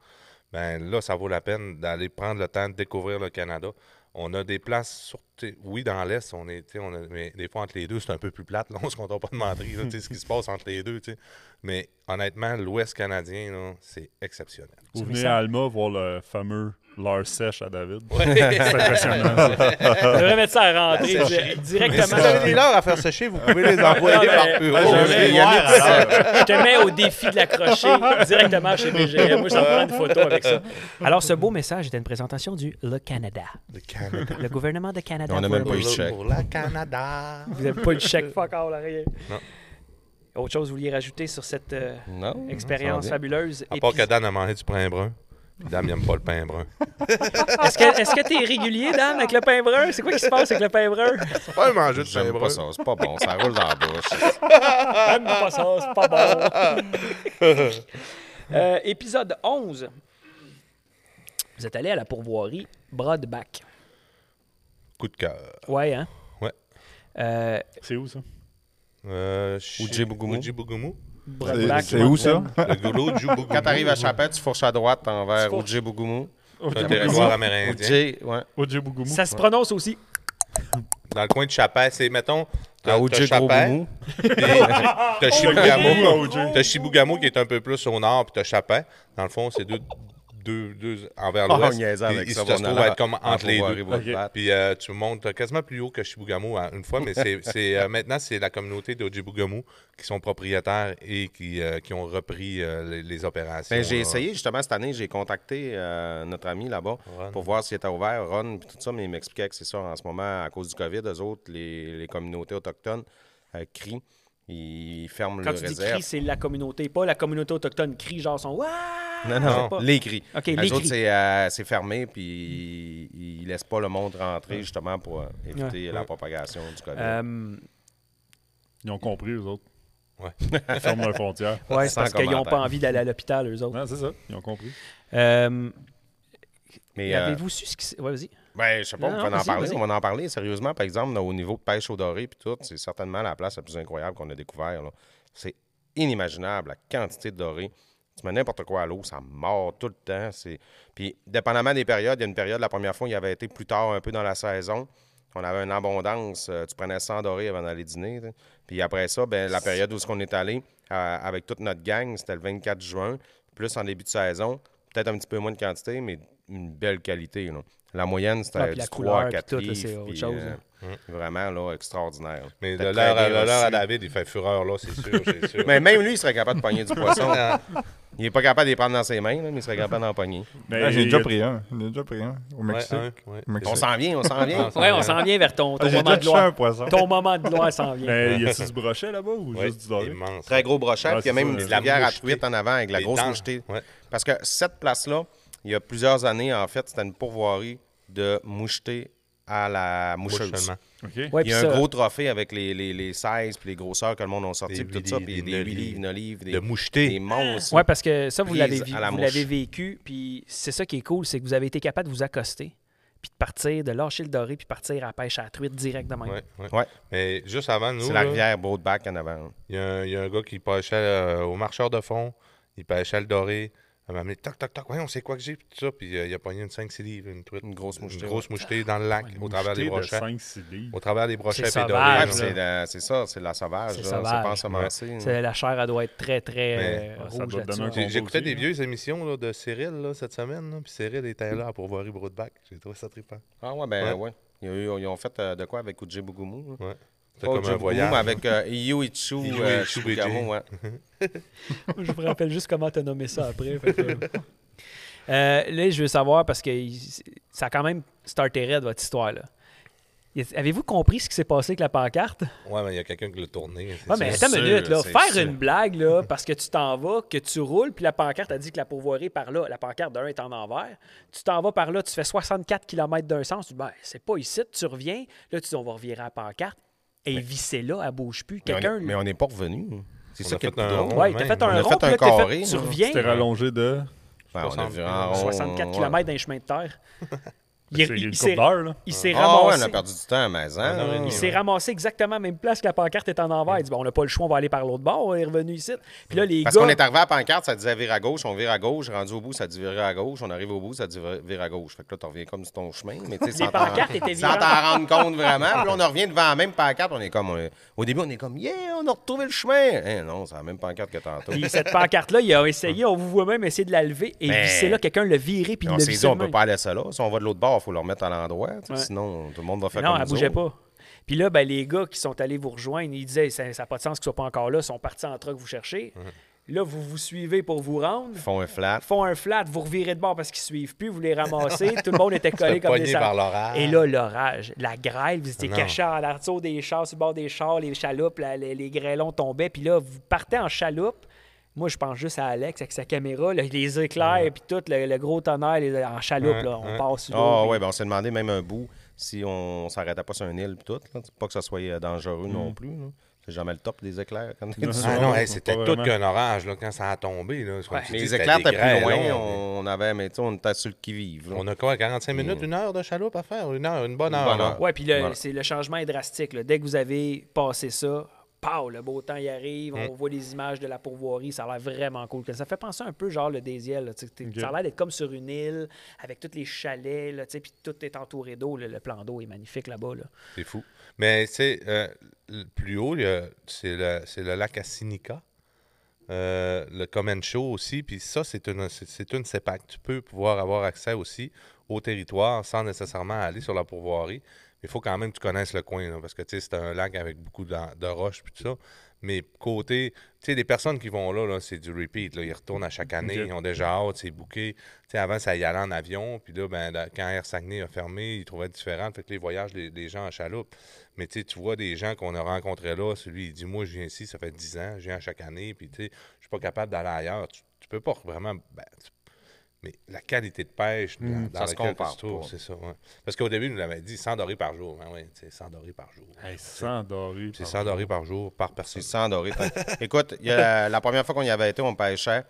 [SPEAKER 2] ben là, ça vaut la peine d'aller prendre le temps de découvrir le Canada. On a des places, sur- t'sais, oui, dans l'Est, on est, t'sais, on a- mais des fois, entre les deux, c'est un peu plus plate. Là, (laughs) on se contente pas de mentir, là, t'sais, ce qui se passe entre les deux. t'sais. Mais honnêtement, l'Ouest canadien, là, c'est exceptionnel.
[SPEAKER 4] Vous venez à Alma voir le fameux Lars Sèche à David.
[SPEAKER 2] Ouais.
[SPEAKER 4] C'est impressionnant.
[SPEAKER 7] On devrait mettre ça à
[SPEAKER 2] La
[SPEAKER 7] rentrer
[SPEAKER 2] sécher. Mais si
[SPEAKER 7] directement.
[SPEAKER 2] vous avez des leurres à faire sécher, vous pouvez
[SPEAKER 3] (laughs)
[SPEAKER 2] les envoyer
[SPEAKER 7] Non, mais-
[SPEAKER 2] par bureau.
[SPEAKER 7] Ouais, j'en
[SPEAKER 2] Mais
[SPEAKER 7] ai-
[SPEAKER 2] il y a
[SPEAKER 7] ouais,
[SPEAKER 2] mis
[SPEAKER 4] Ah,
[SPEAKER 2] ça.
[SPEAKER 7] Je te mets au défi de l'accrocher directement chez BGM. Moi, je vais prendre une photo avec ça.
[SPEAKER 1] Alors, ce beau message était une présentation du Le Canada.
[SPEAKER 2] Le Canada.
[SPEAKER 1] Le gouvernement de Canada.
[SPEAKER 3] On n'a même pas eu de chèque.
[SPEAKER 2] Pour le Canada.
[SPEAKER 1] Vous n'avez pas eu de chèque, fuck all, rien.
[SPEAKER 2] Non.
[SPEAKER 1] Autre chose, vous vouliez rajouter sur cette euh,
[SPEAKER 3] Non.
[SPEAKER 1] expérience
[SPEAKER 3] ça va
[SPEAKER 1] fabuleuse?
[SPEAKER 2] À
[SPEAKER 1] Et
[SPEAKER 2] part
[SPEAKER 1] puis-
[SPEAKER 2] que Dan a mangé du pain brun. Puis Dan n'aime pas le pain brun.
[SPEAKER 1] Est-ce que est-ce que t'es régulier, Dan, avec le pain brun? C'est quoi qui se passe avec le pain brun?
[SPEAKER 2] C'est pas un manger de pain
[SPEAKER 3] J'aime
[SPEAKER 2] brun.
[SPEAKER 3] pas ça, c'est pas bon, ça roule dans la bouche. (laughs)
[SPEAKER 1] J'aime pas ça, c'est pas bon. (laughs) Euh, épisode 11. Vous êtes allé à la pourvoirie Broadback.
[SPEAKER 2] Coup de cœur.
[SPEAKER 1] Ouais, hein?
[SPEAKER 2] Ouais.
[SPEAKER 1] Euh,
[SPEAKER 4] C'est où ça?
[SPEAKER 2] Euh, chez-
[SPEAKER 3] Oujibougoumo.
[SPEAKER 2] Oujibougoumo.
[SPEAKER 5] C'est
[SPEAKER 1] Broadback,
[SPEAKER 5] c'est où ça? Ah,
[SPEAKER 2] Le goulot
[SPEAKER 3] (laughs)
[SPEAKER 2] Oujibougoumo.
[SPEAKER 3] Quand t'arrives à Chapelle, tu fourches à droite
[SPEAKER 1] Tu
[SPEAKER 3] envers
[SPEAKER 1] fourches.
[SPEAKER 3] Oujibougoumo.
[SPEAKER 2] C'est un territoire amérindien.
[SPEAKER 3] Ouji, ouais.
[SPEAKER 4] Ojibougoumou.
[SPEAKER 1] Ça se prononce aussi
[SPEAKER 2] Dans le coin de Chapelle, c'est, mettons,
[SPEAKER 3] À
[SPEAKER 2] t'as t'as Chapelle,
[SPEAKER 3] Oujibougoumo.
[SPEAKER 2] puis
[SPEAKER 3] (laughs)
[SPEAKER 2] t'as Chibougamau.
[SPEAKER 4] Oujibougoumo, Ouji.
[SPEAKER 2] T'as Chibougamau qui est un peu plus au nord, puis t'as Chapin. Dans le fond, c'est deux, deux, deux envers
[SPEAKER 3] Oh,
[SPEAKER 2] l'ouest.
[SPEAKER 3] on niaisait
[SPEAKER 2] Puis
[SPEAKER 3] avec
[SPEAKER 2] ils
[SPEAKER 3] ça. Ah,
[SPEAKER 2] se trouvent à être comme entre les deux.
[SPEAKER 4] Ok.
[SPEAKER 2] Puis euh, tu montes quasiment plus haut que Chibougamau à- une fois, mais
[SPEAKER 3] (laughs)
[SPEAKER 2] c'est, c'est, euh, maintenant, c'est la communauté de Chibougamau qui sont propriétaires et qui, euh, qui ont repris euh, les, les opérations.
[SPEAKER 3] Ben, j'ai
[SPEAKER 2] là.
[SPEAKER 3] essayé justement cette année, j'ai contacté euh, notre ami là-bas
[SPEAKER 2] Ron.
[SPEAKER 3] pour voir s'il était ouvert, Ron, puis tout ça, mais il m'expliquait que c'est ça en ce moment, à cause du COVID, eux autres, les, les communautés autochtones euh, crient, ils ferment
[SPEAKER 1] Quand
[SPEAKER 3] le
[SPEAKER 1] tu dis
[SPEAKER 3] réserve.
[SPEAKER 1] cri, c'est la communauté, pas la communauté autochtone crie genre son Ouah!
[SPEAKER 3] non,
[SPEAKER 1] Je sais
[SPEAKER 3] non,
[SPEAKER 1] pas.
[SPEAKER 3] les cris.
[SPEAKER 1] Ok,
[SPEAKER 3] Eux
[SPEAKER 1] les
[SPEAKER 3] autres,
[SPEAKER 1] cris.
[SPEAKER 3] c'est euh, c'est fermé, puis ils, ils laissent pas le monde rentrer justement pour euh, éviter la propagation du COVID.
[SPEAKER 1] Euh,
[SPEAKER 4] Ils ont compris, eux autres.
[SPEAKER 2] Ouais.
[SPEAKER 4] Ils ferment
[SPEAKER 2] (laughs)
[SPEAKER 4] leurs frontières.
[SPEAKER 1] ouais, c'est
[SPEAKER 3] Sans
[SPEAKER 1] parce qu'ils n'ont pas
[SPEAKER 3] commentaire.
[SPEAKER 1] envie d'aller à l'hôpital, eux autres.
[SPEAKER 4] Non, c'est ça. Ils ont compris.
[SPEAKER 1] Euh,
[SPEAKER 3] mais euh,
[SPEAKER 1] Avez-vous su ce qui s'est. Ouais, vas-y.
[SPEAKER 3] ben, je sais pas,
[SPEAKER 1] Non,
[SPEAKER 3] on va
[SPEAKER 1] non,
[SPEAKER 3] en
[SPEAKER 1] vas-y,
[SPEAKER 3] parler,
[SPEAKER 1] vas-y.
[SPEAKER 3] on va en parler sérieusement. Par exemple, là, au niveau de pêche au doré, puis tout, c'est certainement la place la plus incroyable qu'on a découvert. là. C'est inimaginable, la quantité de doré. Tu mets n'importe quoi à l'eau, ça mord tout le temps. C'est... Puis, dépendamment des périodes, il y a une période, la première fois, il y avait été plus tard un peu dans la saison. On avait une abondance. euh, Tu prenais 100 dorés avant d'aller dîner. tu sais. Puis après ça, ben, la période où on est allé euh, avec toute notre gang, c'était le 24 juin. Plus en début de saison, peut-être un petit peu moins de quantité, mais une belle qualité. là. La moyenne, c'était
[SPEAKER 1] Ah, puis
[SPEAKER 3] du
[SPEAKER 1] la
[SPEAKER 3] 3
[SPEAKER 1] couleur,
[SPEAKER 3] 4
[SPEAKER 1] puis tout, là, c'est autre chose,
[SPEAKER 3] euh,
[SPEAKER 1] hein.
[SPEAKER 3] Vraiment là, extraordinaire.
[SPEAKER 2] Mais
[SPEAKER 3] C'était
[SPEAKER 2] le
[SPEAKER 3] très
[SPEAKER 2] leur,
[SPEAKER 3] bien
[SPEAKER 2] le leur à
[SPEAKER 3] reçu.
[SPEAKER 2] David, il fait fureur, là, c'est sûr, c'est sûr.
[SPEAKER 3] (laughs) Mais même lui, il serait capable de pogner du (laughs) poisson.
[SPEAKER 2] Ah,
[SPEAKER 3] Il n'est pas capable de les prendre dans ses mains, là, mais il serait capable d'en pogner.
[SPEAKER 4] Mais
[SPEAKER 5] Ah, J'ai déjà
[SPEAKER 4] Ben, il y a-
[SPEAKER 5] pris un. J'ai déjà pris un. Au
[SPEAKER 2] ouais,
[SPEAKER 5] Mexique.
[SPEAKER 2] un, ouais.
[SPEAKER 5] Au Mexique.
[SPEAKER 3] On s'en vient, on s'en vient.
[SPEAKER 1] Ouais, on s'en vient vers ton, ton
[SPEAKER 5] Ah, J'ai
[SPEAKER 1] moment
[SPEAKER 5] déjà
[SPEAKER 1] de
[SPEAKER 5] touché un
[SPEAKER 1] gloire.
[SPEAKER 5] poisson.
[SPEAKER 1] Ton moment de gloire s'en vient.
[SPEAKER 2] (laughs)
[SPEAKER 4] Mais y a-tu du brochet là-bas ou
[SPEAKER 2] Ouais,
[SPEAKER 4] juste du doré?
[SPEAKER 2] immense.
[SPEAKER 3] (laughs) Très gros brochet,
[SPEAKER 4] Ouais,
[SPEAKER 3] puis il y a
[SPEAKER 4] c'est
[SPEAKER 3] même
[SPEAKER 4] ça,
[SPEAKER 3] une
[SPEAKER 4] euh,
[SPEAKER 3] petite rivière à
[SPEAKER 2] mouchetée.
[SPEAKER 3] truite en avant avec la
[SPEAKER 2] Les
[SPEAKER 3] grosse
[SPEAKER 2] dents,
[SPEAKER 3] mouchetée.
[SPEAKER 2] ouais.
[SPEAKER 3] Parce que cette place-là, il y a plusieurs années, en fait, c'était une pourvoirie de mouchetés à la moucheuse.
[SPEAKER 2] Mouchement.
[SPEAKER 4] OK.
[SPEAKER 1] Ouais,
[SPEAKER 3] Il
[SPEAKER 1] puis
[SPEAKER 3] y a un
[SPEAKER 1] ça,
[SPEAKER 3] gros trophée avec les, les, les 16 puis les grosseurs que le monde a sorti,
[SPEAKER 2] Des
[SPEAKER 3] puis tout ça,
[SPEAKER 2] huit
[SPEAKER 3] puis
[SPEAKER 2] livres,
[SPEAKER 3] des
[SPEAKER 2] des
[SPEAKER 3] 8 livres,
[SPEAKER 2] livres,
[SPEAKER 3] 9 livres, des,
[SPEAKER 2] De
[SPEAKER 3] des
[SPEAKER 2] moucheté.
[SPEAKER 3] monstres.
[SPEAKER 1] Ouais, parce que ça, vous
[SPEAKER 3] Prise
[SPEAKER 1] l'avez, vi-
[SPEAKER 3] à la
[SPEAKER 1] vous
[SPEAKER 3] mouche.
[SPEAKER 1] l'avez vécu, puis c'est ça qui est cool, c'est que vous avez été capable de vous accoster, puis de partir, de lâcher le doré, puis partir à la pêche à la truite direct de même.
[SPEAKER 2] Ouais, ouais.
[SPEAKER 3] Ouais.
[SPEAKER 2] Mais juste avant nous,
[SPEAKER 3] C'est la
[SPEAKER 2] là,
[SPEAKER 3] rivière Broadback en avant.
[SPEAKER 2] Il y, a un- il y a un gars qui pêchait euh, au marcheur de fond, il pêchait le doré. Elle m'a amené toc toc toc, ouais, on sait quoi que j'ai, puis tout ça. Puis euh, il a pogné une 5-6 livres, une truite.
[SPEAKER 3] Une grosse
[SPEAKER 2] Une
[SPEAKER 3] mouchetée.
[SPEAKER 2] grosse mouchetée dans le lac, au travers des
[SPEAKER 4] Moucheté de
[SPEAKER 2] brochets.
[SPEAKER 4] 5-6 livres.
[SPEAKER 2] Au travers des brochets,
[SPEAKER 1] C'est
[SPEAKER 2] puis doré.
[SPEAKER 1] sauvage,
[SPEAKER 2] là.
[SPEAKER 3] Ouais, puis c'est la- c'est ça, c'est de la sauvage.
[SPEAKER 1] C'est
[SPEAKER 3] là,
[SPEAKER 1] sauvage.
[SPEAKER 3] C'est pas ensemencé. là.
[SPEAKER 1] C'est- La chair, elle doit être très,
[SPEAKER 3] Ben,
[SPEAKER 1] très
[SPEAKER 2] Mais-
[SPEAKER 1] euh,
[SPEAKER 4] Ouais, Ah, ça
[SPEAKER 1] rouge
[SPEAKER 4] doit te
[SPEAKER 1] là-dessus.
[SPEAKER 4] donner un
[SPEAKER 2] J'ai-
[SPEAKER 4] combo
[SPEAKER 2] J'écoutais
[SPEAKER 4] aussi,
[SPEAKER 2] des
[SPEAKER 4] là.
[SPEAKER 2] vieilles émissions là, de Cyril là, cette semaine, là, puis Cyril était là pour voir Broadback. J'ai trouvé ça trippant.
[SPEAKER 3] Ah ouais,
[SPEAKER 2] Ouais.
[SPEAKER 3] ben ouais. Ils, ont eu- ils ont fait euh, de quoi avec Ujibugumu? Hein?
[SPEAKER 2] Ouais. C'était
[SPEAKER 3] Pas
[SPEAKER 2] comme un
[SPEAKER 3] Ujibugumu,
[SPEAKER 2] voyage.
[SPEAKER 3] mais avec euh, Iyuichu
[SPEAKER 2] Iyuichu
[SPEAKER 3] euh,
[SPEAKER 2] Beijing.
[SPEAKER 3] Shubugamu, ouais.
[SPEAKER 1] Je me rappelle juste comment t'as nommé ça après. fait que- (laughs) Euh, là, je veux savoir parce que il- ça a quand même starté raide votre histoire. là. Y a- Avez-vous compris ce qui s'est passé avec la pancarte?
[SPEAKER 2] Ouais, mais il y a quelqu'un qui l'a tourné. c'est
[SPEAKER 1] Ouais, mais
[SPEAKER 2] sûr.
[SPEAKER 1] attends une
[SPEAKER 3] sûr,
[SPEAKER 1] minute, là.
[SPEAKER 3] c'est
[SPEAKER 1] Faire
[SPEAKER 3] sûr.
[SPEAKER 1] une blague, là, (laughs) parce que tu t'en vas, que tu roules, puis la pancarte a dit que la pourvoirie est par là, la pancarte d'un est en envers, tu t'en vas par là, tu fais 64 km d'un sens, tu dis, ben, c'est pas ici, tu reviens, là, tu dis, on va revirer à la pancarte, et vissée là, elle bouge plus.
[SPEAKER 3] Mais on est-
[SPEAKER 1] Quelqu'un.
[SPEAKER 3] Mais on n'est pas revenu. C'est
[SPEAKER 2] On
[SPEAKER 3] ça
[SPEAKER 2] a
[SPEAKER 3] qui est le
[SPEAKER 2] fait
[SPEAKER 3] plus
[SPEAKER 2] un
[SPEAKER 3] drôle.
[SPEAKER 2] rond.
[SPEAKER 1] Ouais, t'as
[SPEAKER 2] même.
[SPEAKER 1] fait un
[SPEAKER 3] On a
[SPEAKER 1] rond,
[SPEAKER 3] fait
[SPEAKER 1] puis
[SPEAKER 3] un
[SPEAKER 1] là, t'as fait-
[SPEAKER 3] carré,
[SPEAKER 1] tu
[SPEAKER 3] là.
[SPEAKER 1] reviens
[SPEAKER 4] C'était rallongé de...
[SPEAKER 3] Ben, on a vu un rond,
[SPEAKER 1] 64
[SPEAKER 3] ouais. (laughs)
[SPEAKER 1] km d'un chemin de terre.
[SPEAKER 4] Il,
[SPEAKER 6] il- il
[SPEAKER 4] une
[SPEAKER 6] s'est-
[SPEAKER 4] coupe d'heure, là.
[SPEAKER 6] Il s'est
[SPEAKER 3] Ah ouais, on
[SPEAKER 6] ramassé.
[SPEAKER 3] a perdu du temps à maison.
[SPEAKER 2] Une heure et demie,
[SPEAKER 3] hein.
[SPEAKER 2] ouais.
[SPEAKER 6] Il
[SPEAKER 1] s'est ramassé exactement à la même place que la pancarte est en envers. Il dit bon, on n'a pas le choix, on va aller par l'autre bord. Il est revenu ici. Puis là, les
[SPEAKER 3] Parce
[SPEAKER 1] gars.
[SPEAKER 3] qu'on est arrivé à la pancarte, ça disait vire à gauche, on vire à gauche, rendu au bout, ça dit vire à gauche, on arrive au bout, ça dit vire- vire à gauche. Fait que là, tu reviens comme sur ton chemin, mais tu sais, sans t'en
[SPEAKER 6] pancartes étaient
[SPEAKER 3] sans
[SPEAKER 6] virantes.
[SPEAKER 3] t'en rendre compte vraiment. Puis là, on en revient devant la même pancarte, on est comme, on est- au début, on est comme, yeah, on a retrouvé le chemin. Eh non, c'est la même pancarte que tantôt.
[SPEAKER 1] Puis cette pancarte-là, il a essayé, on vous voit même essayer de la lever. Et
[SPEAKER 3] Mais-
[SPEAKER 1] c'est là, quelqu'un l'a viré puis
[SPEAKER 3] Puis
[SPEAKER 1] il
[SPEAKER 3] on
[SPEAKER 1] l'a
[SPEAKER 3] s'est dit,
[SPEAKER 1] visé.
[SPEAKER 3] on peut pas aller ça là. Si on va de l'autre bord, il faut le remettre à l'endroit. tu sais,
[SPEAKER 1] Ouais.
[SPEAKER 3] Sinon, tout le monde va faire
[SPEAKER 1] Non,
[SPEAKER 3] comme
[SPEAKER 1] elle
[SPEAKER 3] nous
[SPEAKER 1] bougeait
[SPEAKER 3] autres.
[SPEAKER 1] pas. Puis là, ben, les gars qui sont allés vous rejoindre, ils disaient ça n'a pas de sens qu'ils soient pas encore là, ils sont partis en truck vous chercher.
[SPEAKER 3] Mhm.
[SPEAKER 1] Là, vous vous suivez pour vous rendre.
[SPEAKER 3] Ils font un flat.
[SPEAKER 1] font un flat, vous revirez de bord parce qu'ils suivent plus, vous les ramassez, tout le monde
[SPEAKER 2] (laughs)
[SPEAKER 1] était collé comme des
[SPEAKER 2] pogné
[SPEAKER 1] sardines.
[SPEAKER 2] par l'orage.
[SPEAKER 1] Et là, l'orage, la grêle, vous étiez
[SPEAKER 2] Non.
[SPEAKER 1] cachés à l'artour des chars, sur le bord des chars, les chaloupes, la- les, les grêlons tombaient, puis là, vous partez en chaloupe. Moi, je pense juste à Alex avec sa caméra, là, les éclairs, puis tout, le, le gros tonnerre les- en chaloupe,
[SPEAKER 2] Ouais,
[SPEAKER 1] là, on
[SPEAKER 2] ouais.
[SPEAKER 1] passe sur l'eau,
[SPEAKER 3] Ah
[SPEAKER 1] puis-
[SPEAKER 3] ouais, ben on s'est demandé même un bout si on s'arrêtait pas sur un île pis tout. là. C'est Pas que ça soit euh, dangereux
[SPEAKER 1] Mm.
[SPEAKER 3] non plus. là. C'est jamais le top des éclairs quand t'es dessus.
[SPEAKER 2] Ah non, hey, c'était
[SPEAKER 4] Pas
[SPEAKER 2] tout
[SPEAKER 4] vraiment.
[SPEAKER 2] qu'un orange là, quand ça a tombé. Là, C'est comme tu dis,
[SPEAKER 3] Les
[SPEAKER 2] c'était
[SPEAKER 3] éclairs,
[SPEAKER 2] des
[SPEAKER 3] t'as plus
[SPEAKER 2] grêlons,
[SPEAKER 3] loin.
[SPEAKER 2] mais-
[SPEAKER 3] On avait, mais tu sais, on était sur le qui-vive. là.
[SPEAKER 2] On a quoi, 45 minutes, une heure de chaloupe à faire? Une heure, Hmm. une bonne
[SPEAKER 3] Une
[SPEAKER 2] heure.
[SPEAKER 3] bonne
[SPEAKER 2] là.
[SPEAKER 3] heure.
[SPEAKER 1] Ouais, puis le,
[SPEAKER 3] Voilà.
[SPEAKER 1] c'est- le changement est drastique. là. Dès que vous avez passé ça, pow, le beau temps y arrive,
[SPEAKER 3] Mm.
[SPEAKER 1] on voit les images de la pourvoirie, ça a l'air vraiment cool. Ça fait penser un peu genre le Désiel. là, tu sais, t'es-
[SPEAKER 4] Ok.
[SPEAKER 1] Ça a l'air d'être comme sur une île avec tous les chalets, là, tu sais, puis tout est entouré d'eau. là. Le plan d'eau est magnifique là-bas. là.
[SPEAKER 2] C'est fou. Mais tu sais, euh, le plus haut, il y a- c'est le, c'est le lac Assinica, euh, le Comancho aussi. Puis ça, c'est une, c'est- c'est une CEPAC. Tu peux pouvoir avoir accès aussi au territoire sans nécessairement aller sur la pourvoirie. Il faut quand même que tu connaisses le coin, là, parce que tu sais, c'est un lac avec beaucoup d'en- de, roches puis tout ça. Mais côté, tu sais, les personnes qui vont là, là, c'est du repeat. là. Ils retournent à chaque année,
[SPEAKER 4] Ok.
[SPEAKER 2] ils ont déjà hâte, c'est booké. Tu sais, avant, ça y allait en avion. Puis là, ben, la- quand Air Saguenay a fermé, ils trouvaient différent. Fait que les voyages des des gens en chaloupe. Mais tu sais, tu vois des gens qu'on a rencontrés là, celui, il dit Moi, je viens ici, ça fait 10 ans, je viens à chaque année, puis tu sais, je suis pas capable d'aller ailleurs. Tu, tu peux pas vraiment. ben, tu- mais la qualité de pêche dans, dans
[SPEAKER 3] Mmh, Ça se
[SPEAKER 2] laquelle que
[SPEAKER 3] compare
[SPEAKER 2] tu trouves,
[SPEAKER 3] pas.
[SPEAKER 2] c'est ça. ouais. Parce qu'au début, il nous l'avait dit 100 dorés par jour. Hein, ouais, tu sais, 100 dorés par jour.
[SPEAKER 4] Hey, 100 dorés.
[SPEAKER 2] C'est
[SPEAKER 4] par
[SPEAKER 2] 100
[SPEAKER 4] jour.
[SPEAKER 2] dorés par jour par
[SPEAKER 3] Ah C'est
[SPEAKER 2] personne.
[SPEAKER 3] sans doré.
[SPEAKER 2] (laughs)
[SPEAKER 3] Fait- Écoute, il y a la, la première fois qu'on y avait été, on pêchait,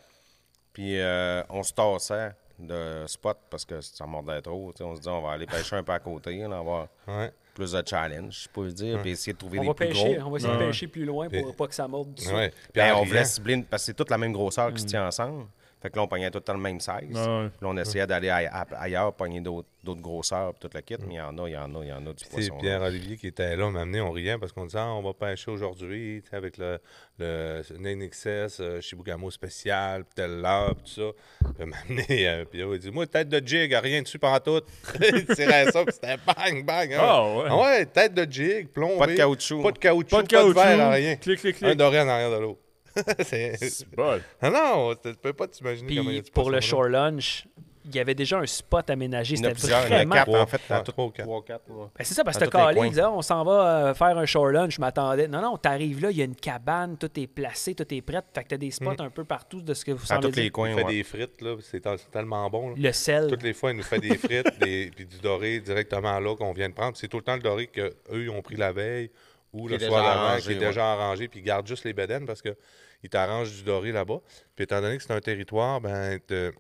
[SPEAKER 3] puis euh, on se tassait de spot parce que ça mordait trop. tu sais. On se disait, on va aller pêcher un peu à côté, là, on va avoir
[SPEAKER 2] Ouais.
[SPEAKER 3] plus de challenge, je peux dire, puis essayer de trouver
[SPEAKER 1] On
[SPEAKER 3] des
[SPEAKER 1] va,
[SPEAKER 3] plus
[SPEAKER 1] pêcher,
[SPEAKER 3] gros.
[SPEAKER 1] on va essayer de
[SPEAKER 4] Ouais.
[SPEAKER 1] pêcher plus loin pour
[SPEAKER 2] Et-
[SPEAKER 1] pas que ça morde du
[SPEAKER 2] Ouais. Puis
[SPEAKER 3] Ben,
[SPEAKER 2] en
[SPEAKER 3] on voulait
[SPEAKER 2] riant,
[SPEAKER 3] cibler, une- parce que c'est toute la même grosseur qui se tient ensemble. Fait que là, on pognait tout le temps le même size.
[SPEAKER 4] ouais.
[SPEAKER 3] Puis là, on essayait d'aller aille- a- ailleurs, pogner d'autres d'autres grosseurs, puis tout le kit. Mais il y en a, il y en a, il y en a du
[SPEAKER 2] Tu sais,
[SPEAKER 3] poisson. là.
[SPEAKER 2] Pierre-Olivier qui était là, m'a amené, on riait parce qu'on disait Ah, on va pêcher aujourd'hui tu sais, avec le, le NXS, euh, Shibugamo spécial, puis telle heure, puis tout ça. Il m'a amené, euh, puis là, il dit Moi, tête de jig, rien dessus pendant tout. (laughs) il tirait ça, puis c'était bang, bang. hein.
[SPEAKER 4] Ah ouais.
[SPEAKER 2] Ah ouais, tête de jig, plombé.
[SPEAKER 3] Pas de caoutchouc.
[SPEAKER 2] Pas de caoutchouc,
[SPEAKER 4] Pas de caoutchouc.
[SPEAKER 2] verre, rien.
[SPEAKER 4] Clic, clic,
[SPEAKER 2] Un
[SPEAKER 4] clic.
[SPEAKER 2] doré en arrière de l'eau. (laughs) C'est-
[SPEAKER 4] C'est bon.
[SPEAKER 2] Ah non, tu peux pas t'imaginer comment il y
[SPEAKER 1] Puis
[SPEAKER 2] a du
[SPEAKER 1] pour le
[SPEAKER 2] poisson,
[SPEAKER 1] shore lunch, il y avait déjà un spot aménagé.
[SPEAKER 3] Il y en a
[SPEAKER 1] C'était
[SPEAKER 3] plusieurs, il y en a
[SPEAKER 1] vraiment
[SPEAKER 3] quatre,
[SPEAKER 2] là.
[SPEAKER 3] en fait, dans
[SPEAKER 2] Ouais,
[SPEAKER 3] tout-
[SPEAKER 2] trois ou quatre.
[SPEAKER 3] Trois, quatre, ouais.
[SPEAKER 1] Ben, c'est ça, parce
[SPEAKER 3] À
[SPEAKER 1] que t'as
[SPEAKER 3] tous les
[SPEAKER 1] calé,
[SPEAKER 3] coins.
[SPEAKER 1] il disait, on s'en va euh, faire un shore lunch, je m'attendais. Non, non, t'arrives là, il y a une cabane, tout est placé, tout est prêt. Fait que t'as des spots un peu partout de ce que vous
[SPEAKER 3] Dans
[SPEAKER 1] semblez
[SPEAKER 3] Mm. tous les
[SPEAKER 1] dire.
[SPEAKER 2] Il
[SPEAKER 3] coins,
[SPEAKER 2] fait
[SPEAKER 3] ouais.
[SPEAKER 2] des frites, là, c'est c'est tellement bon. là.
[SPEAKER 1] Le sel.
[SPEAKER 2] Toutes les fois, il nous fait des frites des, puis du doré directement là qu'on vient de prendre. C'est tout le temps le doré qu'eux, ils ont pris la veille ou
[SPEAKER 3] Qui
[SPEAKER 2] le
[SPEAKER 3] est
[SPEAKER 2] soir
[SPEAKER 3] déjà
[SPEAKER 2] d'avant,
[SPEAKER 3] arrangé,
[SPEAKER 2] qui est
[SPEAKER 3] ouais.
[SPEAKER 2] déjà arrangé, puis ils gardent juste les bedaines parce qu'ils t'arrangent du doré là-bas. Puis étant donné que c'est un territoire, ben, t'as-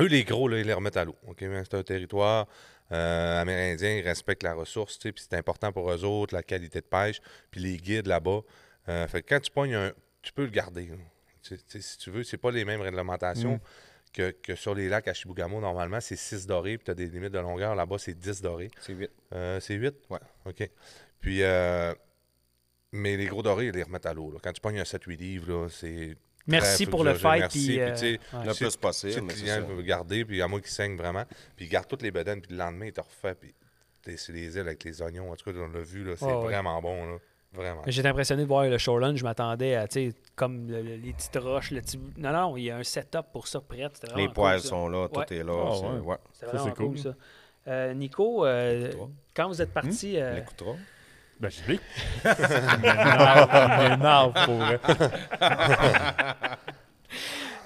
[SPEAKER 2] eux, les gros, là, ils les remettent à l'eau. OK? Mais C'est un territoire euh, amérindien, ils respectent la ressource, tu sais, puis c'est important pour eux autres, la qualité de pêche, puis les guides là-bas. Euh, fait que quand tu pognes un, tu peux le garder. là. Tu- tu sais, si tu veux, c'est pas les mêmes
[SPEAKER 3] Mm.
[SPEAKER 2] réglementations que, que sur les lacs à Chibougamau. Normalement, c'est 6 dorés, puis tu as des limites de longueur. Là-bas, c'est 10 dorés.
[SPEAKER 3] C'est vite.
[SPEAKER 2] Euh, c'est 8?
[SPEAKER 3] Ouais.
[SPEAKER 2] OK. Puis, euh, mais les gros dorés, ils les remettent à l'eau. là. Quand tu pognes un 7-8 livres, là, c'est.
[SPEAKER 1] Merci
[SPEAKER 2] très
[SPEAKER 1] pour le
[SPEAKER 2] fuselé.
[SPEAKER 1] fight.
[SPEAKER 2] Merci,
[SPEAKER 1] puis,
[SPEAKER 2] puis,
[SPEAKER 1] euh,
[SPEAKER 2] tu sais,
[SPEAKER 1] ouais.
[SPEAKER 3] Le
[SPEAKER 2] Si-
[SPEAKER 3] plus
[SPEAKER 2] si
[SPEAKER 3] possible,
[SPEAKER 2] le
[SPEAKER 3] mais c'est
[SPEAKER 2] Ah, client
[SPEAKER 3] ça.
[SPEAKER 2] veut garder, puis à moi qui saigne vraiment, puis il garde toutes les bedaines, puis le lendemain, il te refait, puis t'es- c'est les ailes avec les oignons. En tout cas, on l'a vu, là, c'est
[SPEAKER 1] Ouais, ouais.
[SPEAKER 2] vraiment bon. Là. Vraiment.
[SPEAKER 1] J'étais impressionné de voir le shore lunch, je m'attendais à, tu sais, comme le- le- les petites roches, le petit... Non, non, il y a un setup pour ça prêt. c'était
[SPEAKER 3] Les
[SPEAKER 1] vraiment cool,
[SPEAKER 3] poils
[SPEAKER 1] ça.
[SPEAKER 3] sont là,
[SPEAKER 1] Ouais.
[SPEAKER 3] tout est là.
[SPEAKER 4] Ah,
[SPEAKER 3] c'est-
[SPEAKER 4] ouais.
[SPEAKER 3] ouais.
[SPEAKER 1] C'était vraiment
[SPEAKER 4] c'est
[SPEAKER 1] cool,
[SPEAKER 4] cool.
[SPEAKER 1] ça. Euh, Nico, euh, quand vous êtes parti... euh,
[SPEAKER 3] On (laughs) l'écoutera.
[SPEAKER 4] Ben, je dis. (laughs) Il m'énerve, il m'énerve, pour vrai.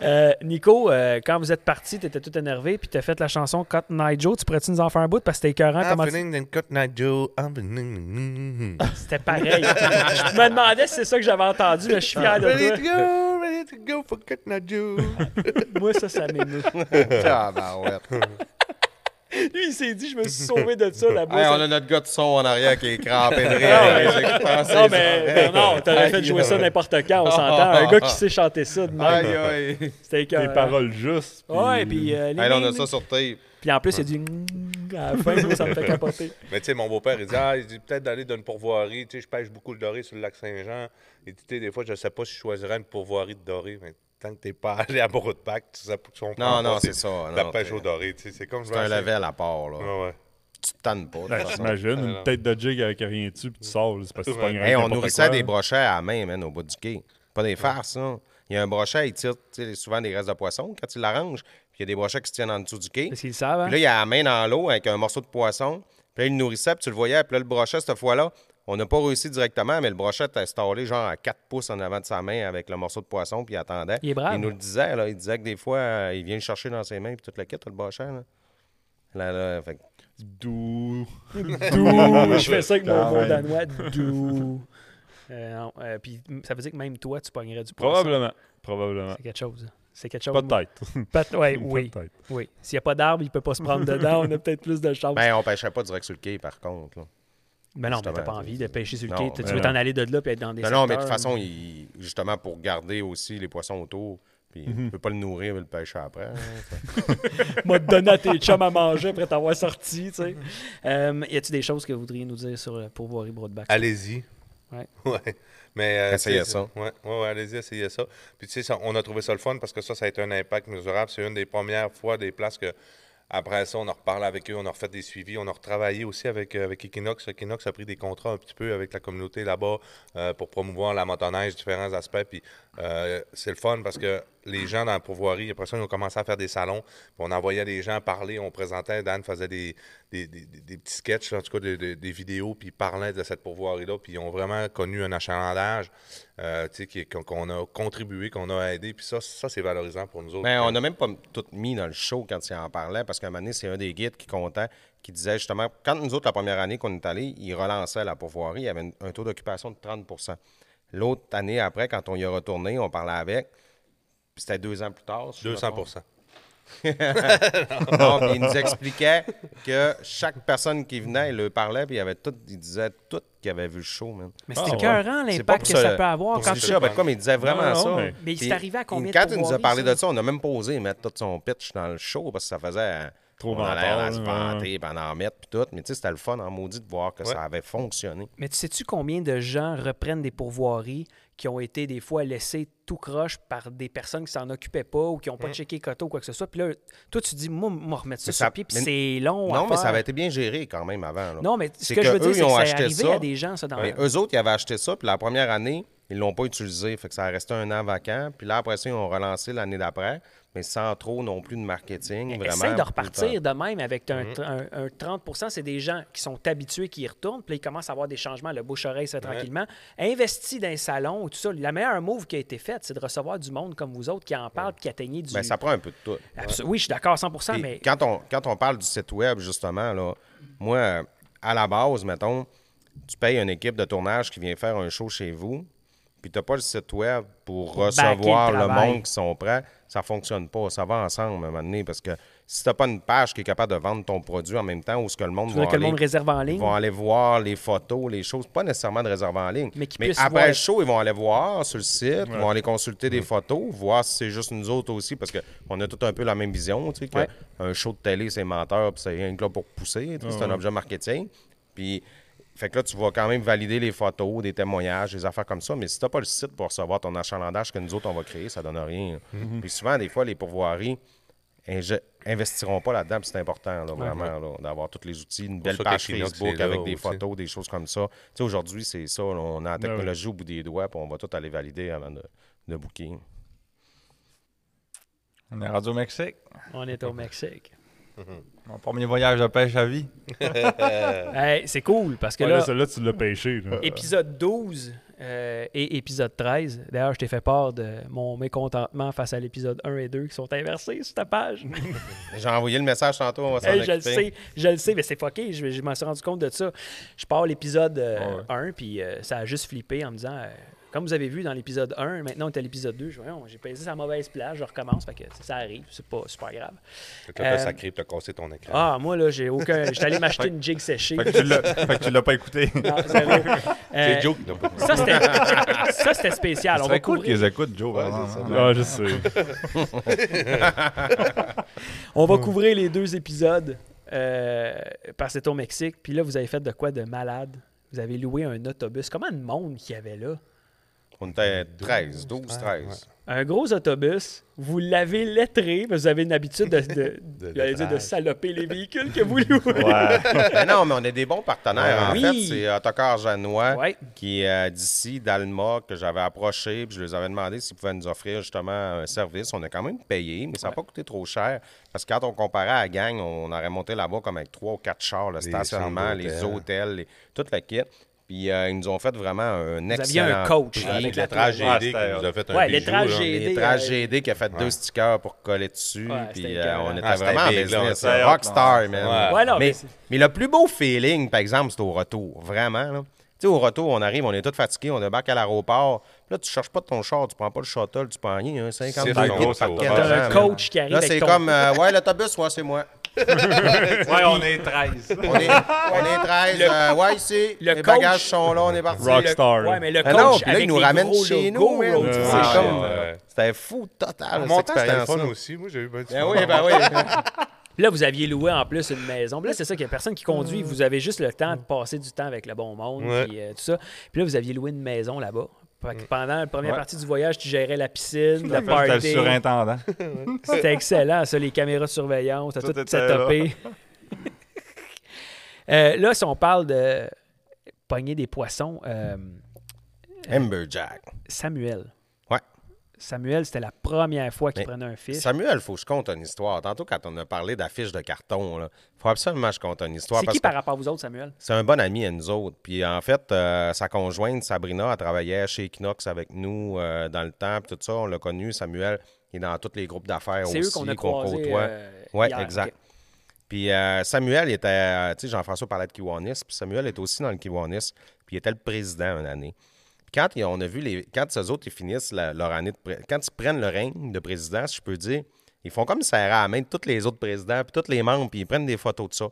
[SPEAKER 1] euh, Nico, euh, quand vous êtes parti, t'étais tout énervé, puis t'as fait la chanson Cotton Eye Joe. Tu pourrais-tu nous en faire un bout? Parce que c'était écœurant.
[SPEAKER 3] Ah,
[SPEAKER 1] comment tu-
[SPEAKER 2] Happening and cut night Joe,
[SPEAKER 1] (laughs)
[SPEAKER 2] happening.
[SPEAKER 1] C'était pareil. je me demandais si c'est ça que j'avais entendu, mais je suis fier
[SPEAKER 2] Ready
[SPEAKER 1] de
[SPEAKER 2] to go, ready to go for cut night Joe.
[SPEAKER 1] toi. Moi, ça, ça m'émeut.
[SPEAKER 3] Ah, ben ouais.
[SPEAKER 1] Lui, il s'est dit, je me suis sauvé de ça là-bas.
[SPEAKER 3] Hey,
[SPEAKER 1] Ça-
[SPEAKER 3] on a notre gars de son en arrière qui est crampé de rire.
[SPEAKER 1] Ah,
[SPEAKER 3] avec
[SPEAKER 1] ouais.
[SPEAKER 3] les écouteurs, c'est
[SPEAKER 1] Non,
[SPEAKER 3] ça.
[SPEAKER 1] mais Bernard, t'aurais fait jouer ça n'importe quand, on s'entend. Un gars qui sait chanter ça, de même,
[SPEAKER 3] Aïe, aïe. Hey,
[SPEAKER 1] c'était
[SPEAKER 4] Des
[SPEAKER 1] écœurant.
[SPEAKER 4] paroles justes. puis-
[SPEAKER 1] Ouais, puis euh, les
[SPEAKER 3] là, on a
[SPEAKER 1] lignes,
[SPEAKER 3] ça sur tape.
[SPEAKER 1] Puis en plus, il y a du (laughs) à la fin, moi, ça me fait capoter.
[SPEAKER 2] Mais tu sais, mon beau-père, il dit, ah, il dit peut-être d'aller dans une pourvoirie. Tu sais, je pêche beaucoup le doré sur le lac Saint-Jean. Et tu sais, des fois, je sais pas si je choisirais une pourvoirie de doré. Mais tant que t'es pas (laughs) allé à Moreau de Pâques, tu sais pas que son
[SPEAKER 3] Non, non, c'est ça.
[SPEAKER 2] La
[SPEAKER 3] non,
[SPEAKER 2] pêche
[SPEAKER 3] t'es-
[SPEAKER 2] au doré, tu sais, c'est comme je
[SPEAKER 3] C'est un
[SPEAKER 2] me renseigne.
[SPEAKER 3] level à part, là.
[SPEAKER 2] Ouais, ouais.
[SPEAKER 3] Tu te tannes pas. de toute
[SPEAKER 4] Ben,
[SPEAKER 3] façon.
[SPEAKER 4] J'imagine,
[SPEAKER 2] non.
[SPEAKER 4] une tête de jig avec rien dessus, puis tu sors, là, c'est parce que c'est pas
[SPEAKER 3] Hey, on
[SPEAKER 4] n'importe
[SPEAKER 3] nourrissait
[SPEAKER 4] quoi.
[SPEAKER 3] des brochets à la main, man, au bout du quai. Pas des farces, ça. Il y a un brochet, il tire tu sais, souvent des restes de poisson quand il l'arrange. Puis il y a des brochets qui se tiennent en dessous du quai.
[SPEAKER 1] Parce qu'ils le savent, hein?
[SPEAKER 3] Puis là, il y a la main dans l'eau avec un morceau de poisson. Puis là, il le nourrissait, puis tu le voyais. Puis là, le brochet, cette fois-là, on n'a pas réussi directement, mais le brochet était installé genre à 4 pouces en avant de sa main avec le morceau de poisson, puis il attendait.
[SPEAKER 1] Il est brave.
[SPEAKER 3] Il nous le disait, là. Il disait que des fois, euh, il vient le chercher dans ses mains, puis toute la quête, le brochet, là. Là, là, fait que-
[SPEAKER 4] Doux.
[SPEAKER 1] Doux! Je fais ça avec mon mot danois. Doux! Euh, non, euh, puis m- ça veut dire que même toi, tu pognerais du poisson.
[SPEAKER 4] Probablement. Probablement.
[SPEAKER 1] C'est quelque chose. C'est quelque chose.
[SPEAKER 4] Peut-être.
[SPEAKER 1] Peut- ouais, oui,
[SPEAKER 4] Peut-être.
[SPEAKER 1] oui. S'il n'y a pas d'arbre, il ne peut pas se prendre dedans. On a peut-être plus de chance.
[SPEAKER 3] Ben, on pêchait pas direct sur le quai, par contre, là.
[SPEAKER 1] mais non, mais t'as pas
[SPEAKER 3] justement,
[SPEAKER 1] envie de pêcher sur le
[SPEAKER 3] non,
[SPEAKER 1] quai. Tu
[SPEAKER 4] ben
[SPEAKER 1] veux
[SPEAKER 4] non.
[SPEAKER 1] t'en aller de là et être dans des
[SPEAKER 3] Non, non, mais de toute
[SPEAKER 1] secteurs. (laughs) euh,
[SPEAKER 3] façon, il- justement, pour garder aussi les poissons autour, puis on peut pas le nourrir et le pêcher après.
[SPEAKER 1] m'a donné à tes chums à manger après t'avoir sorti, tu sais. (laughs) Euh, y a-tu des choses que vous voudriez nous dire sur euh, le pourvoirie
[SPEAKER 3] Euh,
[SPEAKER 1] Broadback?
[SPEAKER 2] Allez-y.
[SPEAKER 1] Ouais.
[SPEAKER 2] (laughs) Ouais. Mais, euh,
[SPEAKER 3] Essayez
[SPEAKER 2] tu sais,
[SPEAKER 3] ça.
[SPEAKER 2] Ouais, ouais, ouais, allez-y, essayez ça. Puis tu sais, ça- on a trouvé ça le fun parce que ça, ça a été un impact mesurable. C'est une des premières fois des places que, après ça, on a reparlé avec eux, on a refait des suivis, on a retravaillé aussi avec, euh, avec Equinox. Equinox a pris des contrats un petit peu avec la communauté là-bas euh, pour promouvoir la motoneige, différents aspects. Puis euh, c'est le fun parce que les gens dans la pourvoirie, après ça, ils ont commencé à faire des salons. Puis on envoyait des gens parler, on présentait, Dan faisait des, des, des- des- des petits sketchs, en tout cas des, des- des vidéos, puis ils parlaient de cette pourvoirie-là. Puis ils ont vraiment connu un achalandage euh, tu sais, qui- qu'on qu'on a contribué, qu'on a aidé. Puis ça, ça c'est valorisant pour nous autres.
[SPEAKER 3] Mais on n'a même pas tout mis dans le show quand il en parlait, parce qu'à un moment donné, c'est un des guides qui comptait, qui disait justement, quand nous autres, la première année qu'on est allés, ils relançaient la pourvoirie, il y avait une- un taux d'occupation de 30 L'autre année après, quand on y est retourné, on parlait avec, puis c'était deux ans plus tard. si je me
[SPEAKER 2] 200
[SPEAKER 3] trompe. Non, puis il nous expliquait que chaque personne qui venait, il leur parlait, puis il, avait tout, il disait tout qu'il avait vu le show, man.
[SPEAKER 1] Mais c'est
[SPEAKER 4] Ah,
[SPEAKER 1] écœurant
[SPEAKER 3] C'est pas
[SPEAKER 1] l'impact
[SPEAKER 3] pour
[SPEAKER 1] que
[SPEAKER 3] ça,
[SPEAKER 1] ça
[SPEAKER 3] là.
[SPEAKER 1] peut avoir
[SPEAKER 3] Pour
[SPEAKER 1] quand
[SPEAKER 3] ce
[SPEAKER 1] tu...
[SPEAKER 3] show, ben, comme il disait vraiment
[SPEAKER 4] Non, non,
[SPEAKER 3] ça.
[SPEAKER 4] mais-
[SPEAKER 1] Mais il s'est
[SPEAKER 3] Puis,
[SPEAKER 1] arrivé à combien de
[SPEAKER 3] Quand il nous a
[SPEAKER 1] pourvoiries,
[SPEAKER 3] parlé
[SPEAKER 1] ça?
[SPEAKER 3] de ça, on n'a même pas osé mettre tout son pitch dans le show parce que ça faisait. euh,
[SPEAKER 4] Trop
[SPEAKER 3] on allait
[SPEAKER 4] mental,
[SPEAKER 3] en se
[SPEAKER 4] ouais.
[SPEAKER 3] vanter, puis en en mettre, puis tout. Mais tu sais, c'était le fun en maudit de voir que
[SPEAKER 2] Ouais.
[SPEAKER 3] ça avait fonctionné.
[SPEAKER 1] Mais tu sais-tu combien de gens reprennent des pourvoiries qui ont été des fois laissés tout croche par des personnes qui s'en occupaient pas ou qui n'ont pas checké Coto ou quoi que ce soit? Puis là, toi, tu dis, moi, moi remettre ça,
[SPEAKER 3] Mm. Mais ça-
[SPEAKER 1] sur pied, puis
[SPEAKER 3] mais-
[SPEAKER 1] c'est long à
[SPEAKER 3] non, mais ça
[SPEAKER 1] faire.
[SPEAKER 3] avait été bien géré quand même avant. là.
[SPEAKER 1] Oh, Non, mais ce
[SPEAKER 3] C'est
[SPEAKER 1] que, je
[SPEAKER 3] que
[SPEAKER 1] veux
[SPEAKER 3] eux,
[SPEAKER 1] dire, c'est
[SPEAKER 3] ils ont
[SPEAKER 1] que c'est
[SPEAKER 3] acheté
[SPEAKER 1] arrivé
[SPEAKER 3] ça.
[SPEAKER 1] à des gens, ça, dans
[SPEAKER 3] Mais eux autres, ils avaient acheté ça, puis la première année, ils l'ont pas utilisé. Fait que ça a resté un an vacant. Puis là, après ça, ils ont relancé l'année d'après, mais sans trop non plus de marketing. vraiment,
[SPEAKER 1] Essaye de
[SPEAKER 3] pour le temps.
[SPEAKER 1] repartir de même avec
[SPEAKER 3] Mhm.
[SPEAKER 1] un, un- un 30 c'est des gens qui sont habitués, qui y retournent, puis là, ils commencent à avoir des changements, le bouche-oreille, ça tranquillement. Investi dans un salon, tout ça. La meilleure move qui a été faite, c'est de recevoir du monde comme vous autres qui en parle, puis qui atteignez du.
[SPEAKER 3] Ben, ça prend un peu de tout.
[SPEAKER 1] Absol- Oui, je suis d'accord 100
[SPEAKER 3] Puis
[SPEAKER 1] mais.
[SPEAKER 3] quand, on, quand on parle du site web, justement, là, moi, euh, à la base, mettons, tu payes une équipe de tournage qui vient faire un show chez vous, puis tu n'as pas le site web pour recevoir
[SPEAKER 1] le
[SPEAKER 3] le,
[SPEAKER 1] travail.
[SPEAKER 3] monde qui sont prêts, ça fonctionne pas. Ça va ensemble à un moment donné, parce que si tu n'as pas une page qui est capable de vendre ton produit en même temps, où ce que le monde
[SPEAKER 1] Tu
[SPEAKER 3] va
[SPEAKER 1] veux
[SPEAKER 3] aller,
[SPEAKER 1] que le monde réserve en
[SPEAKER 3] ils
[SPEAKER 1] ligne?
[SPEAKER 3] vont aller voir les photos, les choses, pas nécessairement de réserver en ligne.
[SPEAKER 1] Mais qu'ils
[SPEAKER 3] mais
[SPEAKER 1] puissent
[SPEAKER 3] après
[SPEAKER 1] voir-
[SPEAKER 3] le show, ils vont aller voir sur le site, ils vont aller consulter des photos, voir si c'est juste nous autres aussi, parce qu'on a tout un peu la même vision, tu sais, que
[SPEAKER 1] Ouais.
[SPEAKER 3] un show de télé, c'est menteur, puis c'est rien que là pour pousser, tu sais, c'est un objet marketing. Puis, fait que là, tu vas quand même valider les photos, des témoignages, des affaires comme ça, mais si t'as pas le site pour recevoir ton achalandage que nous autres, on va créer, ça donne rien.
[SPEAKER 1] Mm-hmm.
[SPEAKER 3] Puis souvent, des fois, les pourvoiries inje- investiront pas là-dedans, puis c'est important, là, vraiment, là, d'avoir tous les outils, une belle
[SPEAKER 2] ça que
[SPEAKER 3] page
[SPEAKER 2] Equinox est
[SPEAKER 3] Facebook
[SPEAKER 2] là
[SPEAKER 3] avec des
[SPEAKER 2] aussi.
[SPEAKER 3] photos, des choses comme ça. Tu sais, aujourd'hui, c'est ça, là, on a la
[SPEAKER 1] Ben
[SPEAKER 3] technologie au bout des doigts, puis on va tout aller valider avant de, de booker.
[SPEAKER 5] On est rendu au Mexique.
[SPEAKER 1] On est au
[SPEAKER 3] (laughs)
[SPEAKER 1] Mexique.
[SPEAKER 5] Mon premier voyage de pêche à vie.
[SPEAKER 3] Euh.
[SPEAKER 1] Hey, c'est cool, parce que
[SPEAKER 4] Ouais,
[SPEAKER 1] là,
[SPEAKER 4] là, celle-là, tu l'as pêché. là.
[SPEAKER 1] épisode 12 euh, et épisode 13, d'ailleurs, je t'ai fait part de mon mécontentement face à l'épisode 1 et 2 qui sont inversés sur ta page.
[SPEAKER 3] J'ai envoyé le message tantôt, on va s'en
[SPEAKER 1] Hey, je le
[SPEAKER 3] occuper.
[SPEAKER 1] sais, je le sais, mais c'est fucké. Je, je m'en suis rendu compte de ça. Je pars l'épisode euh, 1, puis euh, ça a juste flippé en me disant euh, Comme vous avez vu dans l'épisode 1, maintenant on est à l'épisode 2. Je voyons, j'ai pesé sa mauvaise place, je recommence. Fait que ça arrive, c'est pas super grave.
[SPEAKER 2] Fait que là, t'as
[SPEAKER 1] Euh,
[SPEAKER 2] sacré, t'as cassé ton écran.
[SPEAKER 1] Ah, moi, là, j'ai aucun. J'étais allé m'acheter une jig séchée.
[SPEAKER 5] Fait que tu
[SPEAKER 3] (laughs)
[SPEAKER 5] l'as- fait que tu l'as pas écouté.
[SPEAKER 1] (laughs) Non, zéro. Euh,
[SPEAKER 2] C'est Joe qui l'a pas-
[SPEAKER 1] ça, c'était- ça, c'était spécial. On va
[SPEAKER 5] C'est cool
[SPEAKER 1] couvrir
[SPEAKER 5] qu'ils écoutent, Joe. vraiment,
[SPEAKER 2] c'est ça.
[SPEAKER 5] hein.
[SPEAKER 4] Ah, je sais.
[SPEAKER 1] On va couvrir les deux épisodes euh, parce que c'était au Mexique. Puis là, vous avez fait de quoi de malade? Vous avez loué un autobus. Comment de monde qu'il y avait là?
[SPEAKER 3] On était 13, 12, 13.
[SPEAKER 1] Un gros autobus, vous l'avez lettré, parce que vous avez une habitude de, de, j'allais dire de
[SPEAKER 2] lettrage.
[SPEAKER 1] saloper les véhicules que vous louez.
[SPEAKER 5] Ouais.
[SPEAKER 3] Ben non, mais on est des bons partenaires.
[SPEAKER 1] Ouais.
[SPEAKER 3] En
[SPEAKER 1] Oui.
[SPEAKER 3] fait, c'est Autocar Janois
[SPEAKER 1] Ouais.
[SPEAKER 3] qui est euh, d'ici, d'Alma, que j'avais approché. Puis je les avais demandé s'ils pouvaient nous offrir justement un service. On a quand même payé, mais ça n'a pas coûté trop cher. Parce que quand on comparait à la gang, on aurait monté là-bas comme avec trois ou quatre chars, le stationnement,
[SPEAKER 2] chambres
[SPEAKER 3] les
[SPEAKER 2] d'hôtel.
[SPEAKER 3] hôtels, les- toute la kit. Puis euh, ils nous ont fait vraiment un
[SPEAKER 1] aviez
[SPEAKER 3] excellent
[SPEAKER 1] un coach,
[SPEAKER 3] prix.
[SPEAKER 1] là, avec
[SPEAKER 2] Avec
[SPEAKER 1] la
[SPEAKER 2] la trage
[SPEAKER 5] tour.
[SPEAKER 2] GD
[SPEAKER 5] Ah,
[SPEAKER 2] qui nous a fait un
[SPEAKER 1] Ouais,
[SPEAKER 2] bijou.
[SPEAKER 1] l'étrage
[SPEAKER 2] là.
[SPEAKER 1] GD.
[SPEAKER 3] Les trash GD qui a fait deux stickers pour coller dessus.
[SPEAKER 1] euh, Ouais, c'était
[SPEAKER 3] puis euh,
[SPEAKER 1] écœurant.
[SPEAKER 3] on était
[SPEAKER 2] Ah, c'était
[SPEAKER 3] vraiment en
[SPEAKER 2] big, là,
[SPEAKER 3] business.
[SPEAKER 5] c'était hot,
[SPEAKER 3] Rockstar, man.
[SPEAKER 2] Ouais.
[SPEAKER 1] Ouais, non, mais
[SPEAKER 3] mais,
[SPEAKER 1] c'est-
[SPEAKER 3] mais le plus beau feeling, par exemple, c'est au retour. Vraiment. là. Tu sais, au retour, on arrive, on est tous fatigués, on débarque à l'aéroport. Puis Là, tu cherches pas ton char, tu prends pas le shuttle, tu prends rien. hein, 50
[SPEAKER 2] C'est
[SPEAKER 3] billets
[SPEAKER 2] ton
[SPEAKER 3] de
[SPEAKER 2] gros
[SPEAKER 3] paquet
[SPEAKER 2] sauveur.
[SPEAKER 3] d'argent,
[SPEAKER 1] T'as un
[SPEAKER 3] man.
[SPEAKER 1] coach qui arrive
[SPEAKER 3] Là,
[SPEAKER 1] avec
[SPEAKER 3] c'est
[SPEAKER 1] ton-
[SPEAKER 3] comme, euh, ouais, l'autobus, ouais, c'est moi.
[SPEAKER 5] Ouais, on est
[SPEAKER 1] (laughs)
[SPEAKER 5] 13.
[SPEAKER 3] On est, on est 13, euh, ouais, ici,
[SPEAKER 1] le
[SPEAKER 3] les
[SPEAKER 1] coach-
[SPEAKER 3] bagages sont là, on est parti.
[SPEAKER 4] Rockstar.
[SPEAKER 1] Ouais, mais le coach
[SPEAKER 3] Ah non, puis là,
[SPEAKER 1] avec
[SPEAKER 3] ils nous
[SPEAKER 1] les
[SPEAKER 3] ramènent
[SPEAKER 1] gros
[SPEAKER 3] chez
[SPEAKER 1] logos,
[SPEAKER 3] nous, man.
[SPEAKER 1] road
[SPEAKER 3] C'est
[SPEAKER 1] trip.
[SPEAKER 2] Ah,
[SPEAKER 3] comme,
[SPEAKER 2] ouais.
[SPEAKER 3] euh, C'était fou total,
[SPEAKER 2] Le
[SPEAKER 3] cette
[SPEAKER 2] montage, c'était le fun
[SPEAKER 3] expérience-là.
[SPEAKER 2] aussi. Moi, j'ai eu bien du
[SPEAKER 3] Ben
[SPEAKER 2] fun.
[SPEAKER 3] oui, ben oui.
[SPEAKER 1] Là, vous aviez loué en plus une maison. Puis là, c'est ça qu'il n'y a personne qui conduit. Vous avez juste le temps de passer du temps avec le bon monde
[SPEAKER 2] Ouais.
[SPEAKER 1] puis, euh, tout ça. Puis là, vous aviez loué une maison là-bas. Fait que Pendant la première partie du voyage, tu gérais la piscine, le
[SPEAKER 5] C'était le
[SPEAKER 1] party.
[SPEAKER 5] surintendant.
[SPEAKER 1] C'était excellent, ça, les caméras de surveillance, t'as
[SPEAKER 5] Tout
[SPEAKER 1] tout
[SPEAKER 5] était là.
[SPEAKER 1] setupé. (laughs) Euh, là, si on parle de pogner des poissons, euh,
[SPEAKER 3] (laughs) Amberjack.
[SPEAKER 1] Samuel.
[SPEAKER 3] Ouais.
[SPEAKER 1] Samuel, c'était la première fois qu'il
[SPEAKER 3] Mais
[SPEAKER 1] prenait un fish.
[SPEAKER 3] Samuel, faut que je compte une histoire. Tantôt, quand on a parlé d'affiches de carton, il faut absolument que je compte une histoire.
[SPEAKER 1] C'est
[SPEAKER 3] parce
[SPEAKER 1] qui
[SPEAKER 3] que
[SPEAKER 1] par rapport à vous autres, Samuel?
[SPEAKER 3] C'est un bon ami à nous autres. Puis en fait, euh, sa conjointe, Sabrina, elle travaillait chez Equinox avec nous euh, dans le temps. puis tout ça, on l'a connu. Samuel il est dans tous les groupes d'affaires aussi
[SPEAKER 1] C'est eux qu'on a croisés.
[SPEAKER 3] côtoie.
[SPEAKER 1] euh,
[SPEAKER 3] Oui,
[SPEAKER 1] hier.
[SPEAKER 3] exact.
[SPEAKER 1] Ok.
[SPEAKER 3] Puis euh, Samuel était, euh, tu sais, Jean-François parlait de Kiwanis, puis Samuel était aussi dans le Kiwanis, puis il était le président une année. Puis quand ils- on a vu les, quand ces autres ils finissent la- leur année de, pré- quand ils prennent le règne de président, si je peux dire, ils font comme serrer à la main de tous les autres présidents, puis tous les membres, puis ils prennent des photos de ça.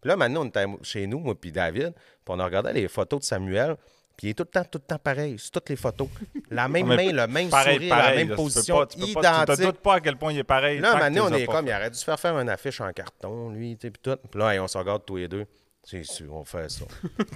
[SPEAKER 3] Puis là, maintenant, on était chez nous, moi, puis David, puis on regardait les photos de Samuel. Puis il est tout le temps, tout le temps pareil, sur toutes les photos.
[SPEAKER 5] (laughs)
[SPEAKER 3] La même
[SPEAKER 5] Ah, mais
[SPEAKER 3] main, le même
[SPEAKER 5] Pareil,
[SPEAKER 3] sourire,
[SPEAKER 5] pareil.
[SPEAKER 3] la même
[SPEAKER 5] là,
[SPEAKER 3] position,
[SPEAKER 5] tu peux pas, tu peux pas, tu te
[SPEAKER 3] identique.
[SPEAKER 5] doutes pas à quel point il est pareil.
[SPEAKER 3] Là, à
[SPEAKER 5] tant
[SPEAKER 3] un
[SPEAKER 5] que
[SPEAKER 3] moment donné,
[SPEAKER 5] tu
[SPEAKER 3] on
[SPEAKER 5] les as
[SPEAKER 3] est
[SPEAKER 5] pas
[SPEAKER 3] comme, il aurait dû se faire faire une affiche en carton, lui, tu sais, puis tout. Puis là, hey, on se regarde tous les deux. C'est sûr, on fait ça.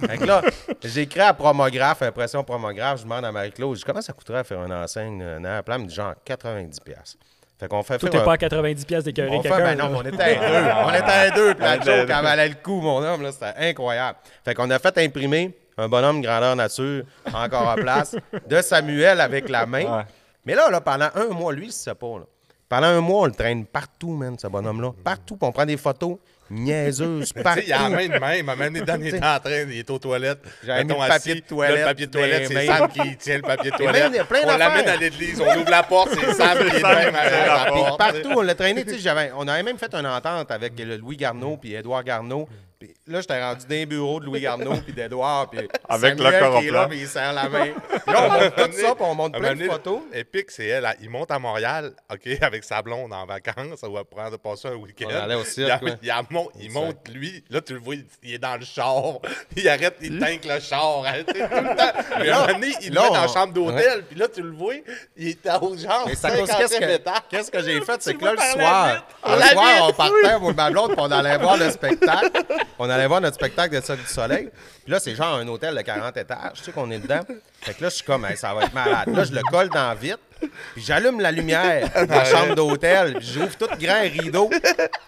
[SPEAKER 3] fait que là, j'écris à promographe, impression promographe, je demande à Marie-Claude, je dis, comment ça coûterait à faire une enseigne, euh, nan, plan, elle me dit genre 90$. piastres. Fait qu'on fait
[SPEAKER 1] Toi,
[SPEAKER 3] faire
[SPEAKER 1] t'es
[SPEAKER 3] un-
[SPEAKER 1] pas à 90$ piastres d'écœurer
[SPEAKER 3] on fait,
[SPEAKER 1] quelqu'un.
[SPEAKER 3] ben non, mais on était à deux. On était à
[SPEAKER 2] (laughs)
[SPEAKER 3] deux, puis la
[SPEAKER 5] On était à
[SPEAKER 3] joke
[SPEAKER 5] deux.
[SPEAKER 3] avalait le coup, mon homme. là, C'était incroyable. Fait qu'on a fait imprimer un bonhomme grandeur nature, encore en place, de Samuel avec la main.
[SPEAKER 5] Ouais.
[SPEAKER 3] Mais là, là, pendant un mois, lui, il sait pas. là. Pendant un mois, on le traîne partout, man, ce bonhomme-là. Partout, puis on prend des photos niaiseuses,
[SPEAKER 2] Ben, Tu
[SPEAKER 3] partout.
[SPEAKER 2] sais, (laughs) il y a la
[SPEAKER 3] (laughs)
[SPEAKER 2] main de même. À même dans les temps en train, il est aux toilettes.
[SPEAKER 3] J'avais
[SPEAKER 2] Mettons,
[SPEAKER 3] mis le papier
[SPEAKER 2] assis.
[SPEAKER 3] de toilette
[SPEAKER 2] Là, le papier de
[SPEAKER 3] dans les
[SPEAKER 2] toilette, c'est
[SPEAKER 3] mains.
[SPEAKER 2] Sam qui tient le papier de
[SPEAKER 3] Mais même,
[SPEAKER 2] toilette.
[SPEAKER 3] il y a plein
[SPEAKER 2] on l'amène
[SPEAKER 3] d'affaires.
[SPEAKER 2] à l'église, on ouvre la porte,
[SPEAKER 3] (laughs)
[SPEAKER 2] c'est Sam qui est de même avec la
[SPEAKER 3] Puis
[SPEAKER 2] porte.
[SPEAKER 3] partout, on l'a traîné. Tu sais, j'avais- on avait même fait une entente avec le Louis Garneau puis Édouard Garneau. Puis là, j'étais rendu dans les bureaux de Louis Garneau puis d'Édouard. Puis
[SPEAKER 5] Avec
[SPEAKER 3] Samuel
[SPEAKER 5] le
[SPEAKER 3] qui est
[SPEAKER 5] coroplan.
[SPEAKER 3] là, puis il serre la main. Là, on monte tout ça, puis on monte
[SPEAKER 2] À un moment
[SPEAKER 3] plein de
[SPEAKER 2] donné,
[SPEAKER 3] photos.
[SPEAKER 2] Epic, c'est elle. elle- Il monte à Montréal, OK, (laughs) avec sa blonde en vacances. On va prendre passer un week-end.
[SPEAKER 3] On allait au
[SPEAKER 2] Il,
[SPEAKER 3] cirque,
[SPEAKER 2] a-
[SPEAKER 3] ouais.
[SPEAKER 2] il a mon- il monte, lui. Là, tu le vois, il, il est dans le char. (laughs) Il arrête, il tank le char. hein, tu sais, tout le temps.
[SPEAKER 3] (laughs)
[SPEAKER 2] Mais à un moment donné, il le
[SPEAKER 3] là,
[SPEAKER 2] met dans la
[SPEAKER 3] on-
[SPEAKER 2] chambre d'hôtel. Puis là, tu le vois, il est au genre
[SPEAKER 3] Mais c'est à cause-
[SPEAKER 2] 50e
[SPEAKER 3] qu'est-ce que,
[SPEAKER 2] étage.
[SPEAKER 3] qu'est-ce que j'ai fait, c'est
[SPEAKER 2] Tu
[SPEAKER 3] que là,
[SPEAKER 2] le
[SPEAKER 3] le
[SPEAKER 2] vois par la
[SPEAKER 3] soir,
[SPEAKER 2] vitre.
[SPEAKER 3] le
[SPEAKER 2] La
[SPEAKER 3] soir,
[SPEAKER 2] vitre,
[SPEAKER 3] on partait pour ma blonde, puis on allait
[SPEAKER 2] (laughs)
[SPEAKER 3] voir le spectacle. On allait voir notre spectacle de Sol du Soleil. Puis là, c'est genre un hôtel de 40 étages, tu sais qu'on est dedans. Fait que là, je suis comme, Hey, ça va être malade. Là, je le colle dans la vitre, puis j'allume la lumière de la chambre d'hôtel, puis j'ouvre tout grand rideau.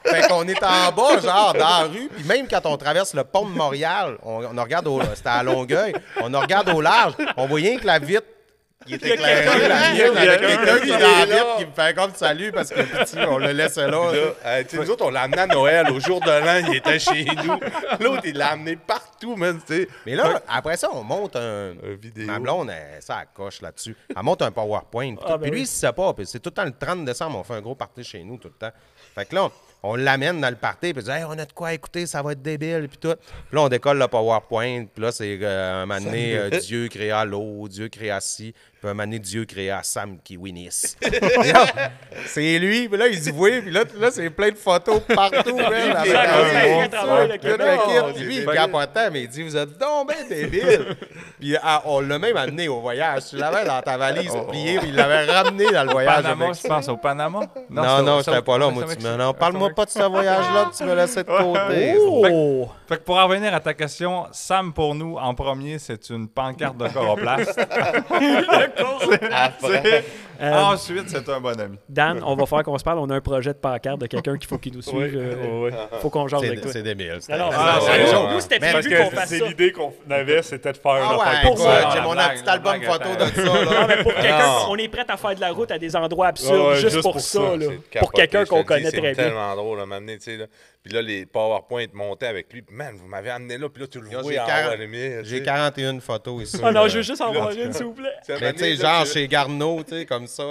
[SPEAKER 3] Fait qu'on est en bas, genre, dans la rue, puis même quand on traverse le pont de Montréal, on, on regarde au... C'était à Longueuil, on regarde au large, on voit rien que la vitre Il est éclairé. là. Il y a quelqu'un qui est dans la vitre qui me fait comme salut parce que petit, on le laisse là.
[SPEAKER 2] Là, euh, tu sais, nous autres, on l'a amené à Noël. Au jour de l'an, il était chez nous. L'autre, il l'a amené partout, man. tu sais.
[SPEAKER 3] Mais là, après ça, on monte un.
[SPEAKER 2] Un vidéo.
[SPEAKER 3] Ma blonde, elle, ça elle coche là-dessus. Elle monte un PowerPoint. puis tout.
[SPEAKER 1] Ah, ben
[SPEAKER 3] puis lui,
[SPEAKER 1] oui.
[SPEAKER 3] c'est pas. Puis c'est tout le temps le 30 décembre, on fait un gros party chez nous tout le temps. Fait que là, on, on l'amène dans le party. Puis il dit, Hey, on a de quoi écouter, ça va être débile. Puis tout. Puis là, on décolle le PowerPoint. Puis là, c'est euh, un moment donné, euh, Dieu créa l'eau, Dieu créa ci. Puis un moment donné, Dieu créa Sam qui winis.
[SPEAKER 1] (laughs)
[SPEAKER 3] c'est lui. Puis là, il dit oui. Puis là, là c'est plein de photos
[SPEAKER 1] (laughs)
[SPEAKER 3] partout. man, avec
[SPEAKER 1] ça,
[SPEAKER 3] un
[SPEAKER 1] ça, ça,
[SPEAKER 3] gros
[SPEAKER 1] ça, travaille, le
[SPEAKER 3] tout le
[SPEAKER 1] Québec.
[SPEAKER 3] kit.
[SPEAKER 2] Non,
[SPEAKER 3] Puis
[SPEAKER 2] c'est
[SPEAKER 3] lui, il
[SPEAKER 2] débile.
[SPEAKER 3] capotait, mais il dit Vous êtes donc bien débile. puis ah, on l'a même amené au voyage. Tu l'avais dans ta valise pliée, puis il l'avait ramené dans le voyage.
[SPEAKER 5] Panama,
[SPEAKER 3] avec-
[SPEAKER 5] je pense, au Panama.
[SPEAKER 3] Non, non,
[SPEAKER 5] c'était
[SPEAKER 3] j'étais pas là, moi. Tu me... Non, parle-moi pas de ce voyage-là, tu me laissais de côté. (laughs)
[SPEAKER 1] Oh!
[SPEAKER 5] Fait que pour en revenir à ta question, Sam, pour nous, en premier, c'est une pancarte de coroplaste.
[SPEAKER 2] Après,
[SPEAKER 5] Ensuite, c'est un bon ami.
[SPEAKER 6] Dan, on va faire qu'on se parle. On a un projet de pancarte de quelqu'un qu'il faut qu'il nous suive. euh, Faut qu'on jase avec
[SPEAKER 3] C'est
[SPEAKER 6] toi.
[SPEAKER 3] c'est débile. c'était-
[SPEAKER 1] Non, non,
[SPEAKER 5] Ah,
[SPEAKER 1] non,
[SPEAKER 5] c'est
[SPEAKER 1] non,
[SPEAKER 2] bon,
[SPEAKER 1] nous,
[SPEAKER 2] hein.
[SPEAKER 1] c'était
[SPEAKER 3] Mais
[SPEAKER 4] Parce
[SPEAKER 1] prévu qu'on
[SPEAKER 4] que
[SPEAKER 1] fasse
[SPEAKER 4] c'est
[SPEAKER 1] ça.
[SPEAKER 4] l'idée qu'on avait, c'était de faire
[SPEAKER 3] Ah
[SPEAKER 4] un
[SPEAKER 3] ouais,
[SPEAKER 4] affaire comme
[SPEAKER 3] écoute,
[SPEAKER 4] ça.
[SPEAKER 1] moi,
[SPEAKER 3] j'ai
[SPEAKER 5] la
[SPEAKER 3] mon
[SPEAKER 5] blague,
[SPEAKER 3] petit
[SPEAKER 5] la
[SPEAKER 3] album
[SPEAKER 5] blague
[SPEAKER 3] photo
[SPEAKER 5] était-
[SPEAKER 3] de ça. là.
[SPEAKER 1] Non, mais pour quelqu'un,
[SPEAKER 2] Non.
[SPEAKER 1] on est prêt à faire de la route à des endroits absurdes
[SPEAKER 4] Ouais, ouais,
[SPEAKER 1] juste,
[SPEAKER 4] juste
[SPEAKER 1] pour,
[SPEAKER 4] pour
[SPEAKER 1] ça.
[SPEAKER 4] ça,
[SPEAKER 1] là.
[SPEAKER 2] c'est capoté,
[SPEAKER 1] pour quelqu'un
[SPEAKER 2] je te
[SPEAKER 1] qu'on
[SPEAKER 2] le dis,
[SPEAKER 1] connaît très
[SPEAKER 2] C'est
[SPEAKER 1] bien.
[SPEAKER 2] tellement drôle, là, m'amener, tu sais. là. Puis là, les PowerPoints montaient avec lui. Puis, Man, vous m'avez amené là, puis là, tu le
[SPEAKER 3] Yo,
[SPEAKER 2] vois
[SPEAKER 3] j'ai
[SPEAKER 2] en haut à
[SPEAKER 3] 40
[SPEAKER 2] la lumière. tu
[SPEAKER 3] J'ai
[SPEAKER 2] sais.
[SPEAKER 3] 41 photos ici.
[SPEAKER 1] Ah non,
[SPEAKER 3] là.
[SPEAKER 1] je veux juste en
[SPEAKER 2] Là,
[SPEAKER 1] voir
[SPEAKER 2] tu-
[SPEAKER 1] une, s'il vous plaît.
[SPEAKER 2] Tu sais,
[SPEAKER 3] Mais tu sais,
[SPEAKER 2] m'amener, là,
[SPEAKER 3] genre chez Garneau, tu sais, comme ça.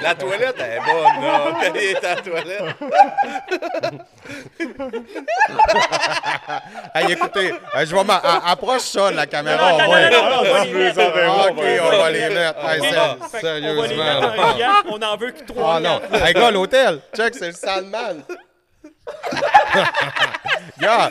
[SPEAKER 2] La toilette, elle est bonne,
[SPEAKER 3] (laughs)
[SPEAKER 2] là. (laughs) Elle est à la toilette.
[SPEAKER 3] hey, écoutez, euh, je vais m'en- a- approche ça, la caméra.
[SPEAKER 1] Non, non,
[SPEAKER 3] on va-
[SPEAKER 1] non, non, non, on va les mettre.
[SPEAKER 4] ben
[SPEAKER 3] Ah, OK, on
[SPEAKER 1] les
[SPEAKER 3] va les mettre.
[SPEAKER 1] mettre.
[SPEAKER 3] Hey,
[SPEAKER 1] Fait
[SPEAKER 3] sé-
[SPEAKER 1] qu'on va les mettre
[SPEAKER 3] sérieusement.
[SPEAKER 1] en riant. On en veut que trois.
[SPEAKER 3] Oh non. Hey, gars, l'hôtel. Check, c'est le Sandman. Gars.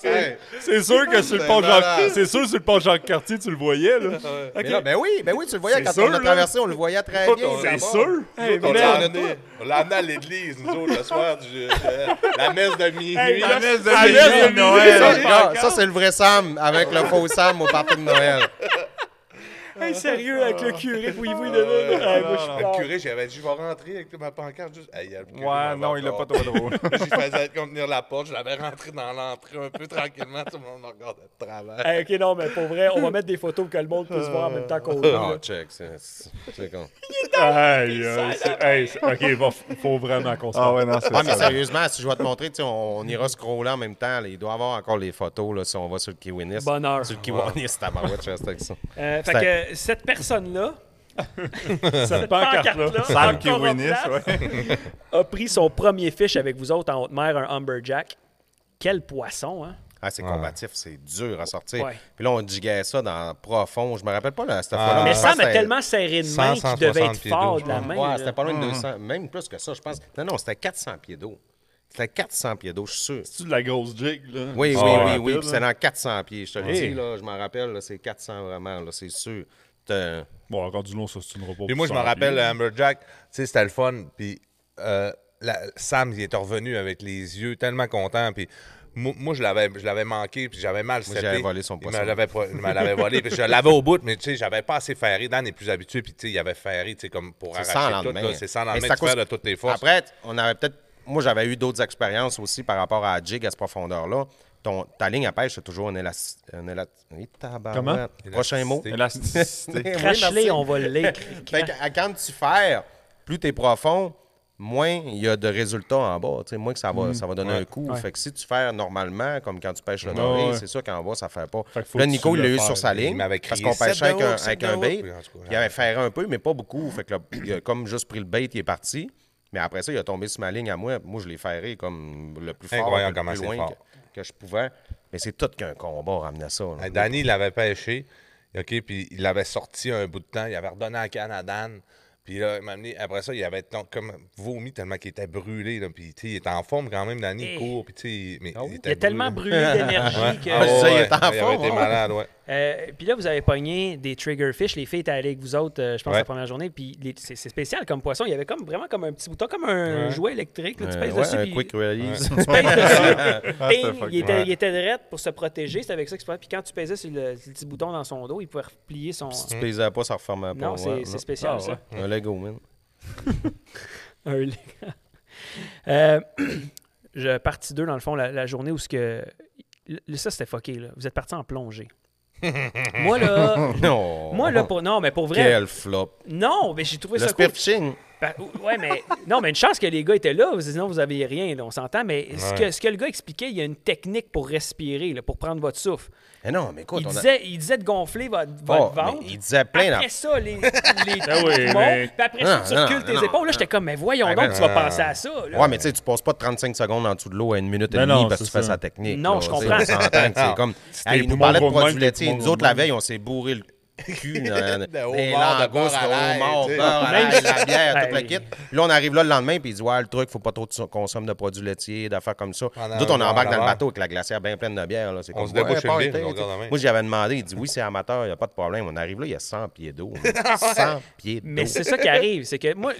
[SPEAKER 3] C'était
[SPEAKER 4] C'est sûr que sur le
[SPEAKER 3] C'est
[SPEAKER 4] pont Jean-
[SPEAKER 3] malade.
[SPEAKER 4] c'est sûr sur le pont Jean-Cartier, tu le voyais, là.
[SPEAKER 3] Mais là, ben oui, ben oui, tu le voyais
[SPEAKER 4] C'est
[SPEAKER 3] quand
[SPEAKER 4] sûr,
[SPEAKER 3] on l'a
[SPEAKER 4] là.
[SPEAKER 3] traversé, on le voyait très bien.
[SPEAKER 4] C'est
[SPEAKER 3] là-bas.
[SPEAKER 4] sûr.
[SPEAKER 1] Hey,
[SPEAKER 2] On
[SPEAKER 1] man.
[SPEAKER 2] l'a amené, on l'a amené à l'église, nous autres, le soir du, de la messe de minuit.
[SPEAKER 1] Hey, là,
[SPEAKER 3] Ah,
[SPEAKER 4] À l'aise de
[SPEAKER 3] Ça,
[SPEAKER 4] Noël.
[SPEAKER 3] gars, ça, c'est le vrai Sam avec le faux Sam au party de Noël.
[SPEAKER 1] Hey, sérieux, avec le curé, fouillez-vous de là. Hey, moi, je suis
[SPEAKER 2] Le
[SPEAKER 1] mort.
[SPEAKER 2] curé, j'avais dit, je vais rentrer avec ma pancarte juste. Hey, il y a le curé,
[SPEAKER 5] Ouais,
[SPEAKER 2] il m'a
[SPEAKER 5] non, il l'a pas
[SPEAKER 2] encore.
[SPEAKER 1] (laughs)
[SPEAKER 2] (laughs)
[SPEAKER 5] trop drôle.
[SPEAKER 2] J'y faisais contenir la porte, je l'avais rentré dans l'entrée un peu tranquillement, tout le monde me regardait de travers.
[SPEAKER 1] Hey, ok, non, mais pour vrai, on va mettre des photos que le monde puisse voir en même temps qu'on rit, là.
[SPEAKER 3] Non, check, c'est- c'est con.
[SPEAKER 4] Aïe, aïe, c'est- aïe, c'est- OK, bon, f- faut vraiment qu'on se
[SPEAKER 5] Ah
[SPEAKER 4] parle.
[SPEAKER 5] ouais, non, c'est
[SPEAKER 3] Ah, mais
[SPEAKER 5] ça.
[SPEAKER 3] sérieusement, si je vais te montrer, tu sais, on, on ira scroller en même temps. là. il doit y avoir encore les photos là, si on va sur le Kiwinis.
[SPEAKER 1] Bonheur.
[SPEAKER 3] Sur le Kiwinis, tabarouette, je reste avec ça.
[SPEAKER 4] Eh,
[SPEAKER 1] Euh, fait que euh, cette personne-là, cette
[SPEAKER 4] pancarte-là,
[SPEAKER 1] pancarte-là,
[SPEAKER 5] Sam
[SPEAKER 1] encore
[SPEAKER 5] qui
[SPEAKER 1] en
[SPEAKER 5] winis,
[SPEAKER 1] place,
[SPEAKER 5] ouais.
[SPEAKER 1] a pris son premier fish avec vous autres en haute mer, un Humberjack. Quel poisson, hein?
[SPEAKER 3] Ah, c'est combatif, c'est dur à sortir.
[SPEAKER 1] Ouais.
[SPEAKER 3] Puis là, on diguait ça dans profond. Je me rappelle pas là, cette fois-là.
[SPEAKER 1] Mais
[SPEAKER 3] je pense
[SPEAKER 1] Sam
[SPEAKER 3] que
[SPEAKER 1] a
[SPEAKER 3] c'était-
[SPEAKER 1] tellement serré de main qu'il devait
[SPEAKER 2] 160
[SPEAKER 1] être
[SPEAKER 2] pieds
[SPEAKER 1] fort
[SPEAKER 2] d'eau,
[SPEAKER 1] de la main.
[SPEAKER 3] Ouais,
[SPEAKER 1] là.
[SPEAKER 3] c'était pas loin de
[SPEAKER 2] Mm.
[SPEAKER 3] 200, même plus que ça, je pense. Non, non, c'était 400 pieds d'eau. C'était 400 pieds d'eau, je suis sûr.
[SPEAKER 4] C'est-tu de la grosse jig, là?
[SPEAKER 3] Oui, oui,
[SPEAKER 4] Ah,
[SPEAKER 3] oui,
[SPEAKER 4] rapide,
[SPEAKER 3] oui. Puis c'était
[SPEAKER 4] là.
[SPEAKER 3] dans 400 pieds, je te le
[SPEAKER 4] Hey.
[SPEAKER 3] dis, là. Je m'en rappelle, là, c'est 400 vraiment, là, c'est sûr. T'as-
[SPEAKER 4] Bon, encore du long, ça, c'est une repos.
[SPEAKER 2] Puis moi, je me rappelle, le Hammerjack, tu sais, c'était le fun. Puis euh, la- Sam, il est revenu avec les yeux tellement content. Puis moi, moi, je l'avais je l'avais manqué, puis j'avais mal
[SPEAKER 3] j'avais
[SPEAKER 2] steppé.
[SPEAKER 3] volé son
[SPEAKER 2] Il
[SPEAKER 3] poisson.
[SPEAKER 2] me l'avait pas- Il me l'avait volé. Puis je l'avais au bout, mais tu sais, j'avais pas assez ferré. Dan est plus habitué, puis tu sais, il avait ferré, tu sais, comme pour
[SPEAKER 3] C'est sans
[SPEAKER 2] arracher tout.
[SPEAKER 3] lendemain.
[SPEAKER 2] là. C'est sans
[SPEAKER 3] Mais
[SPEAKER 2] lendemain,
[SPEAKER 3] c'est
[SPEAKER 2] tu
[SPEAKER 3] à cause-
[SPEAKER 2] perds de toutes tes forces.
[SPEAKER 3] Après, t- on avait peut-être. Moi, j'avais eu d'autres expériences aussi par rapport à la jig à cette profondeur-là. Ton, ta ligne à pêche, c'est toujours un élastique.
[SPEAKER 4] Comment?
[SPEAKER 3] Prochain mot.
[SPEAKER 2] Élasticité.
[SPEAKER 3] Eh
[SPEAKER 1] (laughs)
[SPEAKER 3] Oui,
[SPEAKER 5] Élasticité.
[SPEAKER 1] Crache-les,
[SPEAKER 3] merci.
[SPEAKER 1] on va l'écrire.
[SPEAKER 3] (laughs) Fait que, à- quand tu ferres, plus t'es profond, moins il y a de résultats en bas. Tu sais, moins que ça
[SPEAKER 2] Mm.
[SPEAKER 3] va, ça va donner un coup. Fait que si tu ferres normalement, comme quand tu pêches le doré,
[SPEAKER 4] ouais.
[SPEAKER 3] c'est sûr qu'en bas, ça ne fait pas.
[SPEAKER 4] Fait que faut
[SPEAKER 3] là,
[SPEAKER 4] que
[SPEAKER 3] Nico,
[SPEAKER 4] tu
[SPEAKER 3] il l'a
[SPEAKER 4] le
[SPEAKER 3] eu
[SPEAKER 4] fasses.
[SPEAKER 3] sur sa ligne.
[SPEAKER 2] Il m'avait crié,
[SPEAKER 3] parce qu'on pêchait
[SPEAKER 2] Sept
[SPEAKER 3] avec
[SPEAKER 2] de haut,
[SPEAKER 3] un,
[SPEAKER 2] sept
[SPEAKER 3] avec
[SPEAKER 2] de
[SPEAKER 3] un
[SPEAKER 2] haut.
[SPEAKER 3] bait.
[SPEAKER 2] Puis en tout cas,
[SPEAKER 3] Il avait ferré un peu, mais pas beaucoup. Fait que là, il a comme juste pris le bait, il est parti. Mais après ça, il a tombé sur ma ligne à moi. Moi, je l'ai ferré comme le plus fort,
[SPEAKER 2] Incroyable
[SPEAKER 3] le
[SPEAKER 2] comment
[SPEAKER 3] plus
[SPEAKER 2] c'est
[SPEAKER 3] loin
[SPEAKER 2] fort.
[SPEAKER 3] Que, que je pouvais. Mais c'est tout qu'un combat ramenait ça. là.
[SPEAKER 2] Hey, Ben, Danny, il l'avait pêché. OK, puis il l'avait sorti un bout de temps. Il avait redonné en canne à Dan. Puis là, il m'a amené- après ça, il avait ton- comme vomi tellement qu'il était brûlé. Là. Puis, tu sais, il est en forme quand même, Danny,
[SPEAKER 1] Eh. Ah
[SPEAKER 2] il court. Puis, tu sais, mais il était
[SPEAKER 1] Il a tellement
[SPEAKER 2] brûlé.
[SPEAKER 1] brûlé d'énergie que.
[SPEAKER 2] Ah, ouais,
[SPEAKER 3] Ça, il est en
[SPEAKER 2] ouais, avait
[SPEAKER 3] forme,
[SPEAKER 2] été
[SPEAKER 3] hein.
[SPEAKER 2] malade, ouais.
[SPEAKER 1] Euh, puis là, vous avez pogné des triggerfish. Les filles étaient allées avec vous autres, euh, je pense,
[SPEAKER 2] Ouais.
[SPEAKER 1] la première journée. Puis les- c'est c'est spécial comme poisson. Il y avait comme, vraiment comme un petit bouton, comme un jouet électrique. là. tu
[SPEAKER 3] Euh,
[SPEAKER 1] pèses
[SPEAKER 3] ouais,
[SPEAKER 1] dessus.
[SPEAKER 3] un
[SPEAKER 1] puis-
[SPEAKER 3] quick release.
[SPEAKER 1] tu pèses dessus.
[SPEAKER 5] Ah,
[SPEAKER 1] Ding!
[SPEAKER 5] c'était fucké.
[SPEAKER 1] il, était,
[SPEAKER 5] Ouais.
[SPEAKER 1] il était direct pour se protéger. C'était avec ça que tu Puis quand tu pesais sur le, le petit bouton dans son dos, il pouvait replier son.
[SPEAKER 3] Si tu plaisais pas, ça refermait pas.
[SPEAKER 1] Non, c'est
[SPEAKER 3] ouais,
[SPEAKER 1] c'est spécial
[SPEAKER 4] Ah,
[SPEAKER 1] ça.
[SPEAKER 4] ouais.
[SPEAKER 3] hein. Un Lego, man.
[SPEAKER 1] Un (laughs) lé- (clears throat) Euh, je, partie 2, dans le fond, la, la journée où ce que le- le- ça, c'était fucké, là. Vous êtes parti en
[SPEAKER 3] (laughs)
[SPEAKER 1] plongée. moi, là.
[SPEAKER 3] Non.
[SPEAKER 1] Moi, là, pour. (laughs) Non, mais pour vrai.
[SPEAKER 3] Oh. Quel flop.
[SPEAKER 1] Non, mais j'ai trouvé
[SPEAKER 3] Le
[SPEAKER 1] ça cool.
[SPEAKER 3] spearfishing.
[SPEAKER 1] Ben, ouais, mais non, mais une chance que les gars étaient là, sinon vous aviez rien, là, on s'entend. Mais ce, que, ce que le gars expliquait, il y a une technique pour respirer, là, pour prendre votre souffle.
[SPEAKER 3] Eh non, mais écoute,
[SPEAKER 1] il,
[SPEAKER 3] on a...
[SPEAKER 1] disait, il disait de gonfler votre,
[SPEAKER 3] Oh,
[SPEAKER 1] votre
[SPEAKER 3] mais
[SPEAKER 1] ventre.
[SPEAKER 3] il disait plein
[SPEAKER 1] Après
[SPEAKER 3] d'affaires.
[SPEAKER 1] ça,
[SPEAKER 3] (laughs)
[SPEAKER 1] les, les
[SPEAKER 4] Ah oui,
[SPEAKER 1] poumons,
[SPEAKER 4] mais-
[SPEAKER 1] puis après ça,
[SPEAKER 3] Non,
[SPEAKER 1] tu
[SPEAKER 3] non,
[SPEAKER 1] recules tes
[SPEAKER 3] non, Ah,
[SPEAKER 1] épaules. Là, j'étais comme, mais voyons donc, tu vas penser à ça. là.
[SPEAKER 2] euh,
[SPEAKER 3] Ouais, mais tu sais, tu passes pas de 35 secondes en dessous de l'eau à une minute et
[SPEAKER 4] Ben
[SPEAKER 3] demie
[SPEAKER 4] non,
[SPEAKER 3] parce que tu
[SPEAKER 4] c'est
[SPEAKER 3] fais
[SPEAKER 4] ça.
[SPEAKER 3] sa technique.
[SPEAKER 1] Non,
[SPEAKER 3] là,
[SPEAKER 1] je
[SPEAKER 3] tu sais,
[SPEAKER 1] comprends.
[SPEAKER 3] On s'entend
[SPEAKER 4] (laughs)
[SPEAKER 3] que c'est comme. Hey, il nous
[SPEAKER 4] poumons
[SPEAKER 3] parlait de
[SPEAKER 4] gros de
[SPEAKER 3] produits
[SPEAKER 4] même, tes
[SPEAKER 3] laitiers.
[SPEAKER 4] poumons
[SPEAKER 3] Nous
[SPEAKER 4] gros
[SPEAKER 3] autres, la
[SPEAKER 4] de même.
[SPEAKER 3] veille, on s'est bourré le
[SPEAKER 2] (laughs)
[SPEAKER 3] cul. dans-
[SPEAKER 2] De homard,
[SPEAKER 3] Des
[SPEAKER 2] de
[SPEAKER 3] langoustes,
[SPEAKER 2] beurre
[SPEAKER 3] de
[SPEAKER 2] à l'ail,
[SPEAKER 3] homard,
[SPEAKER 2] tu sais.
[SPEAKER 3] beurre à
[SPEAKER 1] Même
[SPEAKER 3] l'ail,
[SPEAKER 1] si-
[SPEAKER 3] la bière, tout le
[SPEAKER 1] Hey.
[SPEAKER 3] kit. Puis là, on arrive là le lendemain, puis il dit Ouais, le truc, faut pas trop de- consommer de produits laitiers, d'affaires comme ça.
[SPEAKER 2] Pendant
[SPEAKER 3] Nous autres, on
[SPEAKER 2] un
[SPEAKER 3] embarque
[SPEAKER 2] an
[SPEAKER 3] dans le
[SPEAKER 2] avant.
[SPEAKER 3] bateau avec la glacière bien pleine de bière. là. C'est
[SPEAKER 2] On
[SPEAKER 3] comme,
[SPEAKER 2] se débouche
[SPEAKER 3] ouais,
[SPEAKER 2] une
[SPEAKER 3] party,
[SPEAKER 2] bière,
[SPEAKER 3] tu sais.
[SPEAKER 2] on regarde la main.
[SPEAKER 3] Moi, j'avais demandé, il dit Oui, c'est amateur, il n'y a pas de problème. On arrive là, il y a 100 pieds d'eau.
[SPEAKER 2] (laughs)
[SPEAKER 3] on est 100 pieds d'eau.
[SPEAKER 1] Mais c'est ça
[SPEAKER 3] (laughs)
[SPEAKER 1] qui arrive, c'est que moi,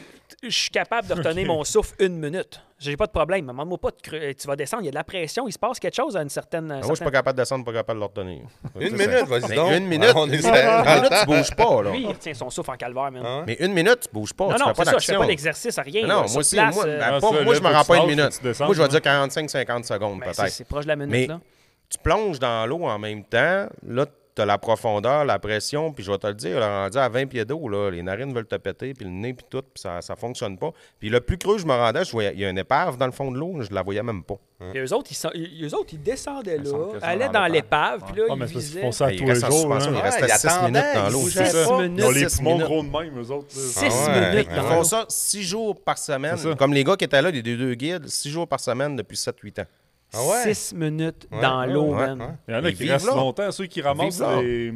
[SPEAKER 1] je suis capable de retenir mon souffle une minute. J'ai pas de problème. Demande-moi pas de cre- Tu vas descendre, il y a de la pression, il se passe quelque chose à une certaine.
[SPEAKER 3] Ah, Moi, je suis pas capable de descendre, pas capable de leur donner.
[SPEAKER 2] Une minute, vas-y
[SPEAKER 3] Mais
[SPEAKER 2] donc. Ah,
[SPEAKER 3] Une minute.
[SPEAKER 2] On est
[SPEAKER 3] Une minute, tu bouges pas, là.
[SPEAKER 1] Lui, il retient son souffle en calvaire, même.
[SPEAKER 2] Hein?
[SPEAKER 3] Mais une minute, tu bouges pas.
[SPEAKER 1] Non,
[SPEAKER 3] Ah, tu
[SPEAKER 1] non,
[SPEAKER 3] fais
[SPEAKER 1] c'est
[SPEAKER 3] pas
[SPEAKER 1] ça, je
[SPEAKER 3] d'action.
[SPEAKER 1] fais pas d'exercice, rien. là,
[SPEAKER 3] Non,
[SPEAKER 1] sur
[SPEAKER 3] moi aussi,
[SPEAKER 1] place,
[SPEAKER 3] moi,
[SPEAKER 1] euh,
[SPEAKER 3] ben,
[SPEAKER 4] Ah,
[SPEAKER 3] pas-
[SPEAKER 4] ça,
[SPEAKER 3] moi
[SPEAKER 4] là,
[SPEAKER 3] je me
[SPEAKER 4] faut
[SPEAKER 3] rends
[SPEAKER 4] que
[SPEAKER 3] pas
[SPEAKER 4] tu lâches,
[SPEAKER 3] une minute.
[SPEAKER 4] faut que tu descendes,
[SPEAKER 3] moi, je vais
[SPEAKER 4] ouais.
[SPEAKER 3] dire 45-50 secondes,
[SPEAKER 1] ben, c'est
[SPEAKER 3] peut-être.
[SPEAKER 1] c'est proche de la minute,
[SPEAKER 3] Mais-
[SPEAKER 1] là.
[SPEAKER 3] Tu plonges dans l'eau en même temps, là, tu as la profondeur, la pression, puis je vais te le dire, là, rendu à 20 pieds d'eau, là, les narines veulent te péter, puis le nez, puis tout, puis ça, ça fonctionne pas. Puis le plus creux, je me rendais, je voyais, il y a une épave dans le fond de l'eau, je la voyais même pas.
[SPEAKER 1] Et eux autres, ils, sont- ils- eux autres, ils descendaient
[SPEAKER 5] Ils sont
[SPEAKER 1] là,
[SPEAKER 5] quasiment
[SPEAKER 1] allaient
[SPEAKER 5] dans
[SPEAKER 1] dans
[SPEAKER 5] l'épave.
[SPEAKER 1] l'épave, puis là,
[SPEAKER 3] euh,
[SPEAKER 4] Ah, mais
[SPEAKER 1] ils
[SPEAKER 4] c'est parce qu'ils
[SPEAKER 1] visaient.
[SPEAKER 4] font ça à
[SPEAKER 3] Ben, Il
[SPEAKER 4] tous les
[SPEAKER 3] restait en
[SPEAKER 4] jours.
[SPEAKER 3] suspension,
[SPEAKER 4] hein.
[SPEAKER 3] il
[SPEAKER 2] Ouais,
[SPEAKER 3] restait
[SPEAKER 2] il
[SPEAKER 3] 6
[SPEAKER 2] attendait,
[SPEAKER 3] minutes dans
[SPEAKER 2] il
[SPEAKER 3] l'eau.
[SPEAKER 2] bougeait
[SPEAKER 3] C'est
[SPEAKER 2] pas.
[SPEAKER 3] ça.
[SPEAKER 4] Ils ont les
[SPEAKER 3] Six
[SPEAKER 4] poumons
[SPEAKER 3] minutes.
[SPEAKER 4] gros de même, eux autres. là.
[SPEAKER 1] Six
[SPEAKER 2] Ah ouais,
[SPEAKER 1] minutes
[SPEAKER 3] Ils
[SPEAKER 1] dans
[SPEAKER 3] font
[SPEAKER 1] l'eau.
[SPEAKER 3] ça six jours par semaine.
[SPEAKER 5] C'est ça.
[SPEAKER 3] Comme les gars qui étaient là, les deux, deux guides, six jours par semaine depuis 7-8 ans.
[SPEAKER 2] Ah ouais?
[SPEAKER 1] Six minutes
[SPEAKER 2] Ouais,
[SPEAKER 1] dans
[SPEAKER 2] ouais,
[SPEAKER 1] l'eau,
[SPEAKER 3] ouais,
[SPEAKER 1] man.
[SPEAKER 2] ouais.
[SPEAKER 4] Il y en a
[SPEAKER 3] Ils
[SPEAKER 4] qui
[SPEAKER 3] vivent
[SPEAKER 4] restent
[SPEAKER 3] là.
[SPEAKER 4] longtemps. Ceux qui ramassent
[SPEAKER 3] vivent là.
[SPEAKER 4] des.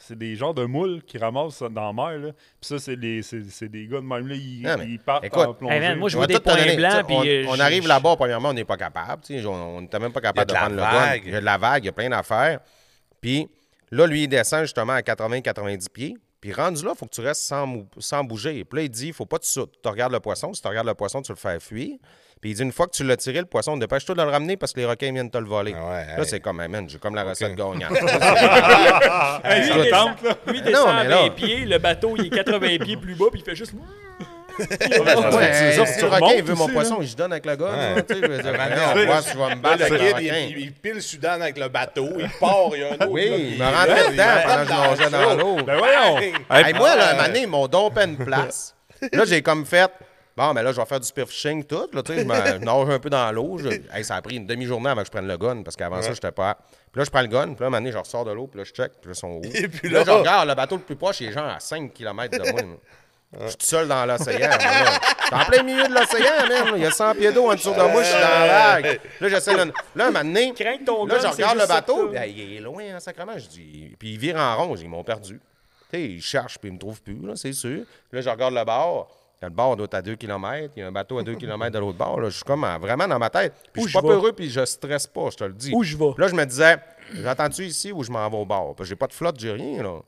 [SPEAKER 4] C'est des genres de moules qui ramassent dans la mer. Là. Puis ça, c'est des, c'est- c'est des gars de même. Là, ils,
[SPEAKER 3] Ah, mais
[SPEAKER 4] ils partent
[SPEAKER 3] écoute,
[SPEAKER 4] en plongée.
[SPEAKER 1] Hey, man, moi, je
[SPEAKER 3] On
[SPEAKER 1] vois
[SPEAKER 3] va
[SPEAKER 1] des
[SPEAKER 3] tout te
[SPEAKER 1] points
[SPEAKER 3] donner.
[SPEAKER 1] blancs,
[SPEAKER 3] Tu sais,
[SPEAKER 1] puis. euh,
[SPEAKER 3] on, on
[SPEAKER 1] je-
[SPEAKER 3] arrive
[SPEAKER 1] je-
[SPEAKER 3] là-bas, premièrement, on n'est pas capable. tu sais, On n'était même pas capable
[SPEAKER 2] de
[SPEAKER 3] de,
[SPEAKER 2] la
[SPEAKER 3] prendre le
[SPEAKER 2] vague.
[SPEAKER 3] gun. Il y a de la vague, il y a plein d'affaires. Puis là, lui, il descend justement à 80-90 pieds. Puis rendu là, il faut que tu restes sans, mou- sans bouger. Puis là, il dit, faut pas que tu sautes. Tu regardes le poisson. Si tu regardes le poisson, tu le fais fuir. Puis il dit, une fois que tu l'as tiré, le poisson, dépêche-toi de le ramener parce que les requins viennent te le voler.
[SPEAKER 2] Ah ouais,
[SPEAKER 3] là,
[SPEAKER 2] hey.
[SPEAKER 3] c'est comme, hey, man, j'ai comme la recette gagnante.
[SPEAKER 2] (laughs)
[SPEAKER 4] Hey,
[SPEAKER 1] Lui,
[SPEAKER 4] je
[SPEAKER 1] il descend,
[SPEAKER 4] tente, là.
[SPEAKER 1] lui, il descend
[SPEAKER 3] hein? Ah mais
[SPEAKER 1] à
[SPEAKER 3] là-
[SPEAKER 1] 20 pieds, le bateau, il est 80 pieds plus bas, puis il fait juste.
[SPEAKER 3] Ouais,
[SPEAKER 4] c'est
[SPEAKER 3] hey,
[SPEAKER 4] ça,
[SPEAKER 3] si
[SPEAKER 4] tu
[SPEAKER 3] le requin
[SPEAKER 4] remontes
[SPEAKER 3] il veut mon
[SPEAKER 4] aussi,
[SPEAKER 3] poisson, je donne avec le gars. là, tu sais, Je veux dire, ben
[SPEAKER 2] Ouais.
[SPEAKER 3] voyons, on voit si je vais me
[SPEAKER 2] Là,
[SPEAKER 3] battre
[SPEAKER 2] Ben, le
[SPEAKER 3] avec
[SPEAKER 2] kid,
[SPEAKER 3] le requin.
[SPEAKER 2] il, il- il pile Sudan avec le bateau, il part, il y a (laughs) un autre.
[SPEAKER 3] Oui,
[SPEAKER 2] là,
[SPEAKER 3] il me
[SPEAKER 2] rentre
[SPEAKER 3] rentrait dedans pendant que je
[SPEAKER 2] dans
[SPEAKER 3] mangeais dans l'eau.
[SPEAKER 4] Ben voyons.
[SPEAKER 5] Hey,
[SPEAKER 3] Hey, moi, euh, là, un moment donné, ils m'ont dompé une (laughs) place. là, j'ai comme fait. Bon, mais là, je vais faire du spearfishing, tout. Là, tu sais, je (laughs) me je nage un peu dans l'eau. Je- Hey, ça a pris une demi-journée avant que je prenne le gun, parce qu'avant ça, j'étais pas. Puis là, je prends le gun, puis là, un moment donné, je ressors de l'eau, puis là, je check, puis là, ils sont où?
[SPEAKER 2] Et puis
[SPEAKER 3] Puis là, oh.
[SPEAKER 2] là-
[SPEAKER 3] je regarde le bateau le plus proche, il est genre à 5 km de moi. (laughs) Je suis tout seul dans l'océan. moi, là. Je suis en plein milieu de l'océan, même. Il y a 100 pieds d'eau en dessous de moi, je suis dans la vague. Là, j'essaie de. Là, un moment donné,
[SPEAKER 1] Crains que ton
[SPEAKER 3] là,
[SPEAKER 1] gun,
[SPEAKER 3] je
[SPEAKER 1] c'est
[SPEAKER 3] regarde le
[SPEAKER 1] juste ça que
[SPEAKER 3] bateau,
[SPEAKER 1] t'as.
[SPEAKER 3] ben, il est loin en sacrement. Je dis, puis il vire en rond, ils m'ont perdu. Tu sais, ils cherchent, puis ils me trouvent plus, là, c'est sûr. Là, je regarde le bord. Le bord doit être à 2 km. Il y a un bateau à 2 km de l'autre bord. là. Je suis comme en- vraiment dans ma tête. Puis je suis
[SPEAKER 1] Où
[SPEAKER 3] pas
[SPEAKER 1] je vais?
[SPEAKER 3] peureux, puis je stresse pas, je te le dis.
[SPEAKER 1] Où je vais?
[SPEAKER 3] Puis Là, je me disais, j'attends-tu ici ou je m'en vais au bord? Parce que j'ai pas de flotte, j'ai rien, là.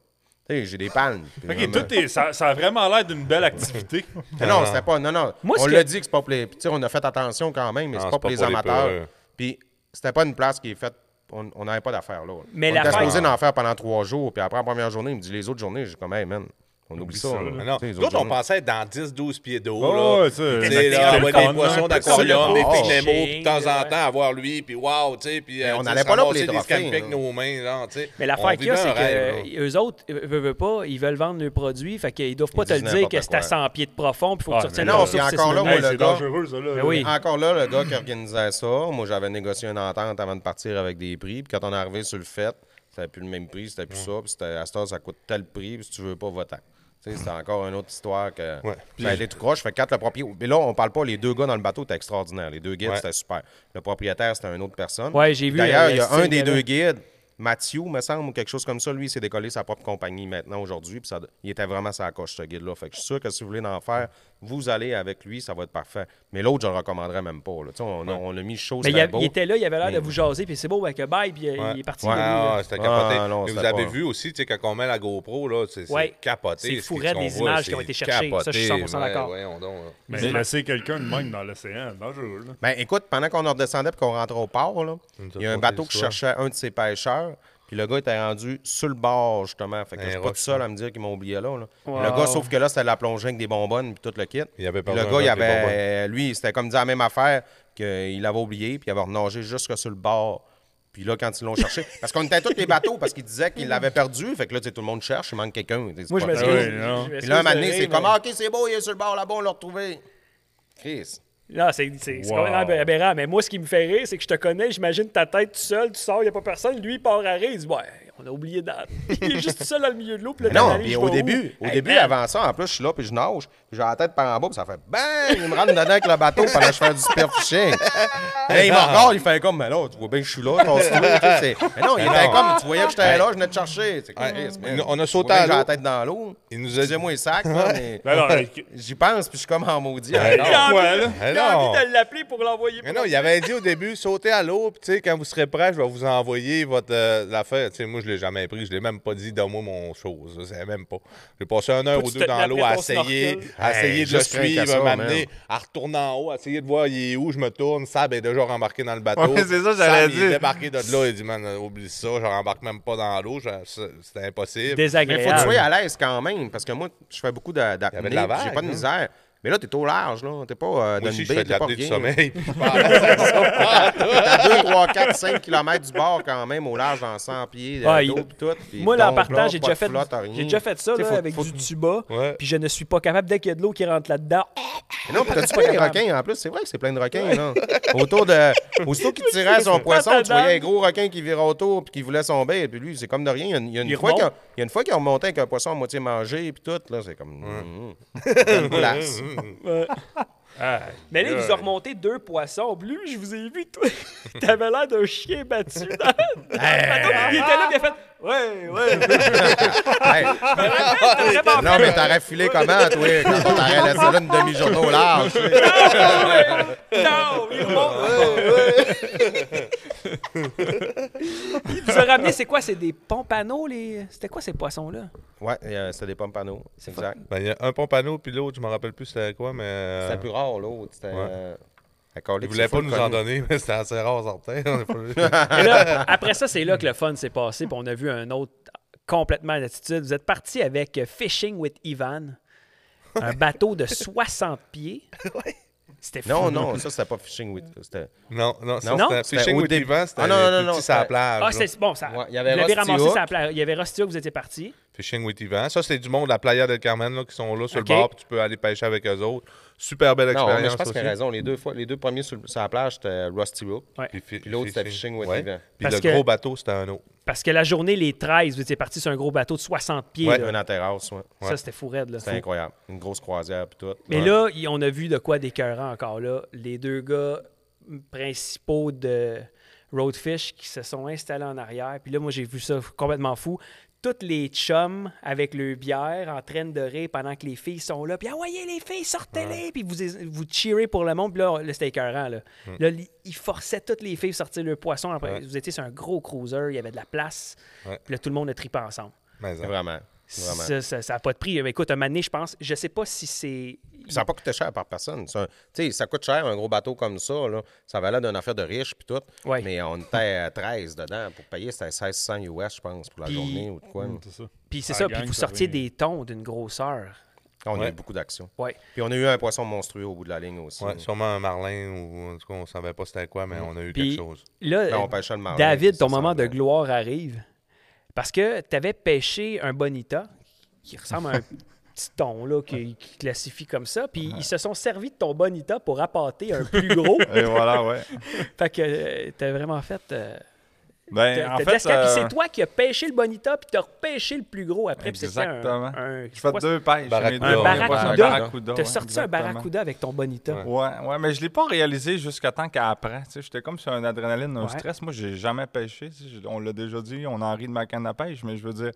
[SPEAKER 3] Tu sais, j'ai des palmes. Puis
[SPEAKER 4] Ok,
[SPEAKER 3] vraiment-
[SPEAKER 4] tout est- ça, ça a vraiment l'air d'une belle activité.
[SPEAKER 2] (laughs)
[SPEAKER 3] Mais non, c'était pas. Non, non.
[SPEAKER 1] Moi, ce
[SPEAKER 3] on
[SPEAKER 1] que-
[SPEAKER 3] l'a dit que c'est pas pour les. puis, tu sais, on a fait attention quand même, mais c'est pas pour les amateurs.
[SPEAKER 2] peureux.
[SPEAKER 3] Puis c'était pas une place qui est faite. On on n'avait pas d'affaires là.
[SPEAKER 1] Mais
[SPEAKER 3] on était
[SPEAKER 1] l'affaire-
[SPEAKER 3] supposé en faire pendant trois jours. Puis après la première journée, il me dit les autres journées, j'ai comme, hey, man, on oublie ça.
[SPEAKER 4] ça,
[SPEAKER 3] là.
[SPEAKER 4] là.
[SPEAKER 2] Ah Ben Non,
[SPEAKER 3] Tu sais, les
[SPEAKER 2] D'autres, on
[SPEAKER 3] journées.
[SPEAKER 2] pensait être dans 10-12 pieds d'eau.
[SPEAKER 4] Oh,
[SPEAKER 2] là.
[SPEAKER 4] ouais, ça,
[SPEAKER 2] Tu
[SPEAKER 4] c'est
[SPEAKER 2] sais, là,
[SPEAKER 4] le
[SPEAKER 2] avoir
[SPEAKER 4] fun,
[SPEAKER 2] des poissons
[SPEAKER 4] hein.
[SPEAKER 2] d'aquarium, des
[SPEAKER 3] C'est le
[SPEAKER 2] filets
[SPEAKER 3] fun.
[SPEAKER 2] nemo, puis de
[SPEAKER 1] Ouais.
[SPEAKER 2] temps en temps, avoir lui, puis wow, tu sais, puis euh,
[SPEAKER 3] on
[SPEAKER 2] tu sais,
[SPEAKER 3] n'allait pas là pour les
[SPEAKER 2] ramasser des
[SPEAKER 3] trophées,
[SPEAKER 2] scalpels avec
[SPEAKER 3] là.
[SPEAKER 2] nos mains, genre, tu sais.
[SPEAKER 1] Mais
[SPEAKER 2] On
[SPEAKER 1] l'affaire qu'il y a,
[SPEAKER 2] vivait
[SPEAKER 1] c'est
[SPEAKER 2] un rêve, là.
[SPEAKER 1] que eux autres, euh, veulent, veulent pas, ils veulent vendre leurs produits, fait qu'ils doivent pas
[SPEAKER 3] Ils
[SPEAKER 1] te le
[SPEAKER 3] disent
[SPEAKER 1] dire que
[SPEAKER 3] n'importe
[SPEAKER 1] c'est à
[SPEAKER 3] quoi.
[SPEAKER 1] 100 pieds de profond, puis faut
[SPEAKER 4] Ah,
[SPEAKER 1] que tu
[SPEAKER 4] mais
[SPEAKER 1] retiennes
[SPEAKER 3] non,
[SPEAKER 1] ton
[SPEAKER 3] puis
[SPEAKER 1] souffle six
[SPEAKER 3] encore là,
[SPEAKER 1] minutes.
[SPEAKER 3] moi,
[SPEAKER 4] Hey,
[SPEAKER 3] le
[SPEAKER 4] c'est
[SPEAKER 3] gars-
[SPEAKER 4] dangereux, ça, là.
[SPEAKER 1] Ben oui.
[SPEAKER 3] Encore là, le gars qui organisait ça, moi, j'avais négocié une entente avant de partir avec des prix. Puis quand on est arrivé sur le fait, c'était plus le même prix, c'était plus ça. Puis c'était, à cette heure, ça coûte tel prix. Puis si tu veux pas, votant. Tu sais, c'était encore une autre histoire que.
[SPEAKER 2] Ouais.
[SPEAKER 3] Ça a été tout croche. Fait quatre le propriétaire. Mais là, on parle pas, les deux gars dans le bateau, c'était extraordinaire. Les deux guides,
[SPEAKER 2] Ouais.
[SPEAKER 3] c'était super. Le propriétaire, c'était une autre personne.
[SPEAKER 1] Ouais, j'ai vu,
[SPEAKER 3] D'ailleurs,
[SPEAKER 1] euh,
[SPEAKER 3] il y a
[SPEAKER 1] Steve
[SPEAKER 3] un des
[SPEAKER 1] Gallo.
[SPEAKER 3] deux guides, Mathieu, me semble, ou quelque chose comme ça. Lui, il s'est décollé sa propre compagnie maintenant, aujourd'hui. Puis ça- il était vraiment sa coche, ce guide-là. Fait que je suis sûr que si vous voulez en faire, vous allez avec lui, ça va être parfait. Mais l'autre, je le recommanderais même pas. là. Tu sais, On, a- on a mis chaud,
[SPEAKER 1] Mais il, y
[SPEAKER 3] c'était
[SPEAKER 1] a-
[SPEAKER 3] beau.
[SPEAKER 1] il était là, il avait l'air de
[SPEAKER 3] Mais-
[SPEAKER 1] vous jaser, puis c'est beau, avec le bye, puis euh, il est parti.
[SPEAKER 3] Ouais,
[SPEAKER 1] de lui, là.
[SPEAKER 2] Ah, c'était capoté.
[SPEAKER 3] Ah, non,
[SPEAKER 2] Mais vous
[SPEAKER 3] c'était
[SPEAKER 2] avez
[SPEAKER 3] pas-
[SPEAKER 2] vu aussi, tu sais, quand on met la GoPro, là, c'est c'est
[SPEAKER 1] Ouais.
[SPEAKER 2] capoté.
[SPEAKER 1] C'est
[SPEAKER 2] ce
[SPEAKER 1] fourré
[SPEAKER 2] qu'on
[SPEAKER 1] des
[SPEAKER 2] voit,
[SPEAKER 1] images qui
[SPEAKER 2] c'est
[SPEAKER 1] ont été cherchées. Ça, je suis 100%
[SPEAKER 2] capoté.
[SPEAKER 1] d'accord.
[SPEAKER 2] Ouais, voyons donc, là.
[SPEAKER 4] Mais laisser quelqu'un de même dans l'océan, c'est dangereux, là.
[SPEAKER 3] Ben, écoute, pendant qu'on redescendait et qu'on rentrait au port, là, il y a un
[SPEAKER 2] raconté
[SPEAKER 3] bateau qui
[SPEAKER 2] l'histoire.
[SPEAKER 3] cherchait un de ses pêcheurs. Puis le gars était rendu sur le bord, justement. Fait que
[SPEAKER 2] Un
[SPEAKER 3] je suis pas
[SPEAKER 2] roche,
[SPEAKER 3] tout seul à me dire qu'ils m'ont oublié là. là.
[SPEAKER 6] Wow.
[SPEAKER 3] Le gars, sauf que là, c'était la plongée avec des bonbonnes puis tout le kit.
[SPEAKER 2] Il avait
[SPEAKER 3] Puis
[SPEAKER 2] perdu
[SPEAKER 3] le
[SPEAKER 2] un
[SPEAKER 3] gars, il
[SPEAKER 2] verre avec des
[SPEAKER 3] avait. Lui, c'était comme dire la même affaire qu'il avait oublié, puis il avait renagé jusque sur le bord. Puis là, quand ils l'ont cherché,
[SPEAKER 2] (laughs)
[SPEAKER 3] parce qu'on était tous les bateaux, parce qu'ils disaient qu'ils l'avaient perdu. Fait que là, tu sais, tout le monde cherche, il manque quelqu'un. Tu sais, c'est
[SPEAKER 1] Moi, je
[SPEAKER 3] pas-
[SPEAKER 1] m'excuse.
[SPEAKER 4] oui,
[SPEAKER 1] je
[SPEAKER 4] non.
[SPEAKER 1] m'excuse
[SPEAKER 3] Puis là, un
[SPEAKER 1] de
[SPEAKER 3] moment donné,
[SPEAKER 1] rire,
[SPEAKER 3] c'est
[SPEAKER 1] mais-
[SPEAKER 3] comme, Ah, OK, c'est beau, il est sur le bord là-bas, on l'a retrouvé. Chris.
[SPEAKER 1] Non, c'est c'est- c'est
[SPEAKER 4] Wow.
[SPEAKER 1] complètement aberrant. Mais moi, ce qui me fait rire, c'est que je te connais, j'imagine ta tête tout seul, tu sors, il n'y a pas personne. Lui, il part à rire, il dit Ouais, on a oublié d'être. (laughs) Il est juste tout seul dans le milieu de l'eau. puis là,
[SPEAKER 3] Non,
[SPEAKER 1] t'analyses,
[SPEAKER 3] puis
[SPEAKER 1] je
[SPEAKER 3] au
[SPEAKER 1] vais où?
[SPEAKER 3] début, au
[SPEAKER 1] Hey,
[SPEAKER 3] début,
[SPEAKER 1] man,
[SPEAKER 3] avant ça, en plus, je suis là, puis je nage, puis j'ai la tête par en bas, puis ça fait bang, il me rentre dedans avec le bateau pendant que je fais du
[SPEAKER 1] (laughs)
[SPEAKER 3] spearfishing. Là, il
[SPEAKER 1] Ah.
[SPEAKER 3] me regarde, il fait comme, mais là, tu vois bien que je suis là, ton style, tu sais,
[SPEAKER 1] (laughs)
[SPEAKER 3] c'est- Mais non, il était comme, tu voyais que j'étais là, je venais te chercher. C'est comme,
[SPEAKER 2] Ouais.
[SPEAKER 3] Chris,
[SPEAKER 2] On
[SPEAKER 3] man.
[SPEAKER 2] a- on a
[SPEAKER 3] Tu
[SPEAKER 2] sauté
[SPEAKER 3] vois
[SPEAKER 2] à
[SPEAKER 3] bien que j'ai
[SPEAKER 2] l'eau.
[SPEAKER 3] la tête dans l'eau.
[SPEAKER 2] Il nous a dit.
[SPEAKER 3] Excusez-moi, les sacs, là, mais
[SPEAKER 4] Ben non, euh,
[SPEAKER 3] j'y pense, puis je suis comme en maudit.
[SPEAKER 2] hein. Ouais.
[SPEAKER 1] J'ai envie,
[SPEAKER 4] Ouais, là.
[SPEAKER 1] j'ai
[SPEAKER 2] Mais non.
[SPEAKER 1] envie de l'appeler pour l'envoyer.
[SPEAKER 2] Mais
[SPEAKER 1] pour-
[SPEAKER 2] non, il avait dit au début, sautez à l'eau, puis tu sais, quand vous serez prêt, je vais vous envoyer votre euh, affaire. Tu sais, moi, je l'ai jamais pris, je l'ai même pas dit, donne-moi mon chose. Je savais même pas. J'ai passé un heure
[SPEAKER 1] Toi,
[SPEAKER 2] ou
[SPEAKER 1] tu
[SPEAKER 2] deux
[SPEAKER 1] te
[SPEAKER 2] dans
[SPEAKER 1] tenais
[SPEAKER 2] l'eau
[SPEAKER 1] après
[SPEAKER 2] à
[SPEAKER 1] ton
[SPEAKER 2] essayer,
[SPEAKER 1] snorkel.
[SPEAKER 2] à essayer
[SPEAKER 3] Hey,
[SPEAKER 2] de le
[SPEAKER 3] juste rien qu'à
[SPEAKER 2] suivre,
[SPEAKER 3] ça,
[SPEAKER 2] m'amener, à retourner en haut, à essayer de voir il est où, je me tourne, Sab est déjà rembarqué dans le bateau.
[SPEAKER 5] Ouais, c'est ça, j'allais
[SPEAKER 2] Sam, Il est
[SPEAKER 5] dire.
[SPEAKER 2] débarqué de là, il dit, man, oublie ça, je rembarque même pas dans l'eau, je- c'est- c'était impossible.
[SPEAKER 3] Mais faut que tu
[SPEAKER 1] Désagréable.
[SPEAKER 3] sois à l'aise quand même, parce que moi, je fais beaucoup de-
[SPEAKER 2] Il y avait
[SPEAKER 3] d'apnée,
[SPEAKER 2] de la
[SPEAKER 3] puis j'ai
[SPEAKER 2] vague,
[SPEAKER 3] pas de
[SPEAKER 2] hein.
[SPEAKER 3] misère. Mais là, t'es au large, là. T'es pas euh,
[SPEAKER 2] Moi
[SPEAKER 3] dans
[SPEAKER 2] aussi,
[SPEAKER 3] une
[SPEAKER 2] je
[SPEAKER 3] baie,
[SPEAKER 2] fais de
[SPEAKER 3] t'es pas
[SPEAKER 2] l'apnée du
[SPEAKER 3] rien. là.
[SPEAKER 2] sommeil. (laughs)
[SPEAKER 3] T'es à 2, 3, 4, 5 km du bord quand même, au large, en 100 pieds euh,
[SPEAKER 1] Ah,
[SPEAKER 3] d'eau
[SPEAKER 1] il-
[SPEAKER 3] pis tout. puis
[SPEAKER 1] Moi, là, en
[SPEAKER 3] donc,
[SPEAKER 1] partant,
[SPEAKER 3] là,
[SPEAKER 1] j'ai
[SPEAKER 3] pas
[SPEAKER 1] déjà,
[SPEAKER 3] de
[SPEAKER 1] fait,
[SPEAKER 3] flotte, rien.
[SPEAKER 1] j'ai déjà fait ça
[SPEAKER 3] Tu sais,
[SPEAKER 1] là,
[SPEAKER 3] faut-
[SPEAKER 1] avec
[SPEAKER 3] faut-
[SPEAKER 1] du tuba,
[SPEAKER 2] Ouais.
[SPEAKER 1] puis je ne suis pas capable. Dès qu'il y a de l'eau qui rentre là-dedans,
[SPEAKER 3] Mais Non, pis t'as-tu pas
[SPEAKER 1] (laughs)
[SPEAKER 3] des requins en plus? C'est vrai que c'est plein de requins, là. Autour de.
[SPEAKER 1] (laughs)
[SPEAKER 3] Aussitôt qu'il tirait à son poisson, tu voyais un gros requin qui virait autour puis qui voulait son bain. Puis lui, c'est comme de rien. Il y a une, il y a une
[SPEAKER 1] Il
[SPEAKER 3] fois
[SPEAKER 1] remonte.
[SPEAKER 3] qu'il a, il y a une fois qu'il a remonté avec un poisson à moitié mangé puis tout, là, c'est comme.
[SPEAKER 2] (laughs)
[SPEAKER 3] Hum, hum. C'est une glace.
[SPEAKER 1] Mais là, il vous a remonté deux poissons. Puis Lui, je vous ai vu, toi. (laughs) T'avais l'air d'un chien battu dans,
[SPEAKER 3] (laughs)
[SPEAKER 1] dans le bateau. Il était là, puis il a fait Ouais, ouais.
[SPEAKER 3] Hey,
[SPEAKER 1] T'as vraiment
[SPEAKER 3] non, mais t'aurais filé comment, toi, quand on t'aurait laissé là une demi-journée au large? tu sais?
[SPEAKER 1] Non, il (laughs) il vous a ramené, c'est quoi? C'est des pompanos, les... C'était quoi ces poissons-là?
[SPEAKER 3] (laughs) Ouais, euh, c'était des pommes panneaux. C'est exact.
[SPEAKER 2] Ben, il y a un pompano, puis l'autre, je me rappelle plus c'était quoi, mais. euh,
[SPEAKER 3] C'était plus rare, l'autre. C'était.
[SPEAKER 2] Ouais.
[SPEAKER 3] euh, la colite,
[SPEAKER 2] Il voulait
[SPEAKER 3] c'est
[SPEAKER 2] pas
[SPEAKER 3] full
[SPEAKER 2] nous
[SPEAKER 3] connu.
[SPEAKER 2] en donner, mais c'était assez rare sortait.
[SPEAKER 3] (laughs)
[SPEAKER 1] Et là, après ça, c'est là que le fun s'est passé, puis on a vu un autre complètement d'attitude. Vous êtes parti avec euh, Fishing with Ivan, un bateau
[SPEAKER 3] (laughs)
[SPEAKER 1] de 60 pieds. C'était fou.
[SPEAKER 3] Non, non, ça, c'était pas Fishing with. c'était-
[SPEAKER 2] non, non, ça,
[SPEAKER 1] Non?
[SPEAKER 2] c'était
[SPEAKER 3] C'était
[SPEAKER 2] Fishing
[SPEAKER 3] au
[SPEAKER 2] with
[SPEAKER 3] début.
[SPEAKER 2] Ivan, c'était
[SPEAKER 3] Ah, non, non,
[SPEAKER 2] plus
[SPEAKER 3] non,
[SPEAKER 2] petit sur la
[SPEAKER 3] c'était-
[SPEAKER 2] plage.
[SPEAKER 1] Ah,
[SPEAKER 2] là.
[SPEAKER 1] c'est bon, ça.
[SPEAKER 3] Ouais, il y avait
[SPEAKER 1] vous l'avez
[SPEAKER 3] Rusty
[SPEAKER 1] ramassé
[SPEAKER 3] Hook.
[SPEAKER 1] sur la plage. Il y avait Rusty Hook, vous étiez parti.
[SPEAKER 2] Fishing with Ivan. Ça, c'est du monde de la Playa del Carmen là, qui sont là sur
[SPEAKER 1] Ok.
[SPEAKER 2] le bord, puis tu peux aller pêcher avec eux autres. Super belle
[SPEAKER 3] Non, mais je
[SPEAKER 2] expérience
[SPEAKER 3] pense
[SPEAKER 2] aussi.
[SPEAKER 3] qu'il a raison. Les deux, fois, les deux premiers sur, sur la plage, c'était euh, Rusty Rook.
[SPEAKER 1] Ouais.
[SPEAKER 2] Puis fi-
[SPEAKER 3] Puis l'autre, c'était Fishing with
[SPEAKER 2] ouais.
[SPEAKER 3] Ivan.
[SPEAKER 2] Puis
[SPEAKER 1] Parce
[SPEAKER 2] le
[SPEAKER 1] que-
[SPEAKER 2] gros bateau, c'était un autre.
[SPEAKER 1] Parce que la journée, les 13, vous étiez parti sur un gros bateau de 60 pieds.
[SPEAKER 3] Ouais,
[SPEAKER 1] là.
[SPEAKER 3] un en terrasse, ouais.
[SPEAKER 1] Ça, c'était fou raide. Là.
[SPEAKER 3] C'était incroyable. Une grosse croisière, puis tout.
[SPEAKER 1] Mais
[SPEAKER 3] Ouais.
[SPEAKER 1] là, y- on a vu de quoi d'écœurant encore là. Les deux gars m- principaux de Roadfish qui se sont installés en arrière. Puis là, moi, j'ai vu ça f- complètement fou. Toutes les chums avec le bière en train de rire pendant que les filles sont là. Puis, ah, voyez, les filles, sortez-les. Puis vous, vous cheerez pour le monde. Puis là, on- là, c'était écœurant. Là,
[SPEAKER 3] Mm.
[SPEAKER 1] Là, li- ils forçaient toutes les filles à sortir le poisson. Après, Vous étiez sur un gros cruiser, il y avait de la place.
[SPEAKER 2] Ouais.
[SPEAKER 1] Puis là, tout le monde a tripé ensemble.
[SPEAKER 2] Mais, hein.
[SPEAKER 3] Vraiment. Vraiment.
[SPEAKER 1] Ça n'a pas de prix. Mais écoute, un mané, je pense, je sais pas si c'est.
[SPEAKER 3] Puis ça n'a pas coûté cher par personne. Ça, tu sais, ça coûte cher, un gros bateau comme ça. Là. Ça valait d'une affaire de riche, puis tout.
[SPEAKER 1] Ouais.
[SPEAKER 3] Mais on était à 13 dedans. Pour payer, c'était 1600 US, je pense, pour la
[SPEAKER 1] Puis- Mm.
[SPEAKER 3] journée ou de quoi.
[SPEAKER 4] c'est ça.
[SPEAKER 1] Puis c'est
[SPEAKER 4] Ah,
[SPEAKER 1] ça,
[SPEAKER 4] gang,
[SPEAKER 1] puis vous
[SPEAKER 4] ça
[SPEAKER 1] sortiez
[SPEAKER 4] revient.
[SPEAKER 1] des tons d'une grosseur.
[SPEAKER 3] On a
[SPEAKER 2] Ouais.
[SPEAKER 3] eu beaucoup d'actions.
[SPEAKER 1] Ouais.
[SPEAKER 3] Puis on a eu un poisson monstrueux au bout de la ligne aussi.
[SPEAKER 2] Ouais, sûrement un marlin, ou en tout cas, on savait pas c'était quoi,
[SPEAKER 3] Mm.
[SPEAKER 2] mais on a eu
[SPEAKER 1] Puis-
[SPEAKER 2] quelque chose. (laughs)
[SPEAKER 1] Là,
[SPEAKER 5] Ben,
[SPEAKER 3] Là, on
[SPEAKER 1] euh,
[SPEAKER 3] pêchait le marin,
[SPEAKER 1] David,
[SPEAKER 3] ça
[SPEAKER 1] ton moment de
[SPEAKER 3] semblait.
[SPEAKER 1] gloire arrive parce que tu avais pêché un bonita qui ressemble à
[SPEAKER 5] (laughs)
[SPEAKER 1] un petit thon là, qui, qui classifie comme ça. Puis ils se sont servis de ton bonita pour appâter un plus
[SPEAKER 5] (laughs)
[SPEAKER 1] gros.
[SPEAKER 5] Et voilà, ouais.
[SPEAKER 1] fait que tu as vraiment fait. euh,
[SPEAKER 5] Ben,
[SPEAKER 1] t'as-
[SPEAKER 5] en
[SPEAKER 1] t'as de
[SPEAKER 5] fait,
[SPEAKER 1] l'escap- puis
[SPEAKER 5] euh,
[SPEAKER 1] c'est toi qui as pêché le bonita puis tu as repêché le plus gros après. puis c'était un-
[SPEAKER 5] Exactement.
[SPEAKER 1] un-
[SPEAKER 5] je fais deux pêches.
[SPEAKER 2] Barracuda.
[SPEAKER 5] mes deux
[SPEAKER 1] Un
[SPEAKER 5] premiers
[SPEAKER 1] barracuda.
[SPEAKER 5] poissons. Barracuda,
[SPEAKER 1] T'as
[SPEAKER 5] ouais,
[SPEAKER 1] sorti un
[SPEAKER 5] exactement.
[SPEAKER 1] barracuda avec ton bonita.
[SPEAKER 5] Ouais, ouais, mais je l'ai pas réalisé jusqu'à temps qu'après. tu sais, J'étais comme sur un adrénaline, un
[SPEAKER 1] Ouais.
[SPEAKER 5] stress. Moi, j'ai jamais pêché. tu sais, je- On l'a déjà dit, on en rit de ma canne à pêche, mais je veux dire,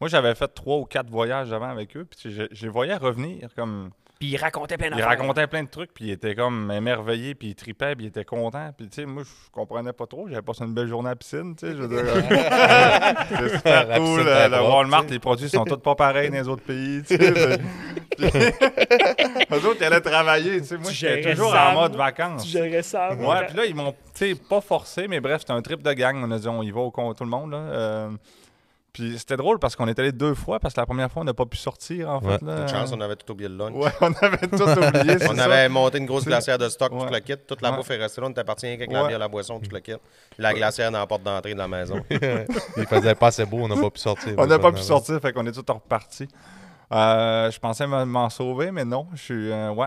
[SPEAKER 5] moi, j'avais fait trois ou quatre voyages avant avec eux, puis tu sais, je, je les voyais revenir comme.
[SPEAKER 1] Puis il racontait plein
[SPEAKER 5] Il
[SPEAKER 1] d'affaires.
[SPEAKER 5] racontait plein de trucs, puis il était comme émerveillé, puis il tripait, puis il était content. Puis, tu sais, moi, je comprenais pas trop. J'avais passé une belle journée à la piscine, tu sais. Je veux dire, c'est super
[SPEAKER 2] La piscine
[SPEAKER 5] cool.
[SPEAKER 2] très
[SPEAKER 5] euh, Le
[SPEAKER 2] propre,
[SPEAKER 5] Walmart,
[SPEAKER 2] tu sais.
[SPEAKER 5] les produits sont tous pas pareils dans les autres pays, tu sais. Fait- Puis- Eux autres, ils allaient travailler, tu sais. Moi,
[SPEAKER 8] Tu
[SPEAKER 5] j'étais
[SPEAKER 8] gérais
[SPEAKER 5] toujours
[SPEAKER 8] ça,
[SPEAKER 5] en mode
[SPEAKER 8] moi.
[SPEAKER 5] vacances.
[SPEAKER 8] Tu gérais ça. moi.
[SPEAKER 5] Ouais, puis là, ils m'ont, tu sais, pas forcé, mais bref, c'était un trip de gang. On a dit, on y va au con, tout le monde, là. Euh, puis c'était drôle parce qu'on est allé deux fois, parce que la première fois, on n'a pas pu sortir, en
[SPEAKER 2] Ouais.
[SPEAKER 5] fait. Là.
[SPEAKER 3] Une chance, on avait tout oublié le lunch.
[SPEAKER 5] Ouais, on avait tout oublié. c'est
[SPEAKER 3] On
[SPEAKER 5] ça.
[SPEAKER 3] avait monté une grosse
[SPEAKER 5] C'est-
[SPEAKER 3] glacière de stock,
[SPEAKER 5] Ouais.
[SPEAKER 3] toute la kit. Toute la
[SPEAKER 5] Ouais.
[SPEAKER 3] bouffe est restée là. On était parti rien qu'avec la
[SPEAKER 5] Ouais. Mm.
[SPEAKER 3] bière, la boisson, toute la kit. La glacière dans la porte d'entrée de la
[SPEAKER 5] Euh,
[SPEAKER 3] maison.
[SPEAKER 2] Il faisait pas assez beau, on n'a pas pu sortir.
[SPEAKER 5] On n'a pas pu sortir, fait qu'on est tout reparti. Euh, je pensais m- m'en sauver, mais non, je suis. euh, ouais.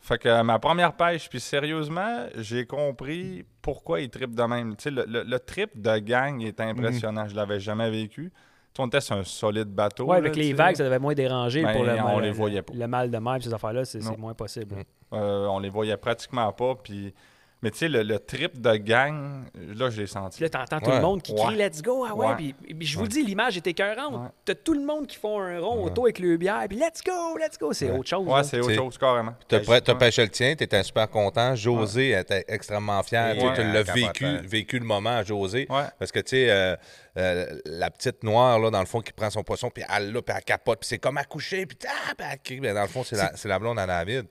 [SPEAKER 5] Fait que euh, ma première pêche, puis sérieusement, j'ai compris pourquoi ils tripent de même. Tu sais, le, le- le trip de gang est impressionnant. Je l'avais jamais vécu. Tu sais, on était sur un solide bateau.
[SPEAKER 1] Ouais,
[SPEAKER 5] là,
[SPEAKER 1] avec
[SPEAKER 5] tu
[SPEAKER 1] les
[SPEAKER 5] sais.
[SPEAKER 1] vagues, ça devait moins déranger
[SPEAKER 5] Ben,
[SPEAKER 1] pour le
[SPEAKER 5] on
[SPEAKER 1] mal,
[SPEAKER 5] les
[SPEAKER 1] le-
[SPEAKER 5] voyait pas.
[SPEAKER 1] le mal de mer et ces affaires-là, c'est c'est
[SPEAKER 5] Non.
[SPEAKER 1] moins possible.
[SPEAKER 5] Euh, on les voyait pratiquement pas. Puis... Mais tu sais, le, le trip de gang, là, je l'ai senti.
[SPEAKER 1] Puis là, t'entends tout
[SPEAKER 2] Ouais.
[SPEAKER 1] le monde qui crie
[SPEAKER 5] Ouais.
[SPEAKER 1] Let's go, ah ouais.
[SPEAKER 5] Ouais.
[SPEAKER 1] Puis, puis je vous dis, l'image est écœurante.
[SPEAKER 5] Ouais.
[SPEAKER 1] T'as tout le monde qui font un rond autour avec le bière, puis Let's go, Let's go. C'est autre chose.
[SPEAKER 5] Ouais,
[SPEAKER 1] là.
[SPEAKER 5] c'est autre
[SPEAKER 2] T'sais,
[SPEAKER 5] chose, carrément.
[SPEAKER 3] Ben,
[SPEAKER 5] Ben,
[SPEAKER 2] T'as prêt- t'as pêché le tien, t'étais super content. José était extrêmement fier.
[SPEAKER 3] Ouais,
[SPEAKER 2] Tu sais, tu l'as
[SPEAKER 3] capotant.
[SPEAKER 2] vécu, vécu le moment à José.
[SPEAKER 5] Ouais.
[SPEAKER 2] Parce que, tu sais, euh, euh, la petite noire, là, dans le fond, qui prend son poisson, puis elle là, puis elle capote, puis c'est comme accouché, puis ah, puis elle crie. Ben, dans le fond, c'est la, c'est la blonde à David.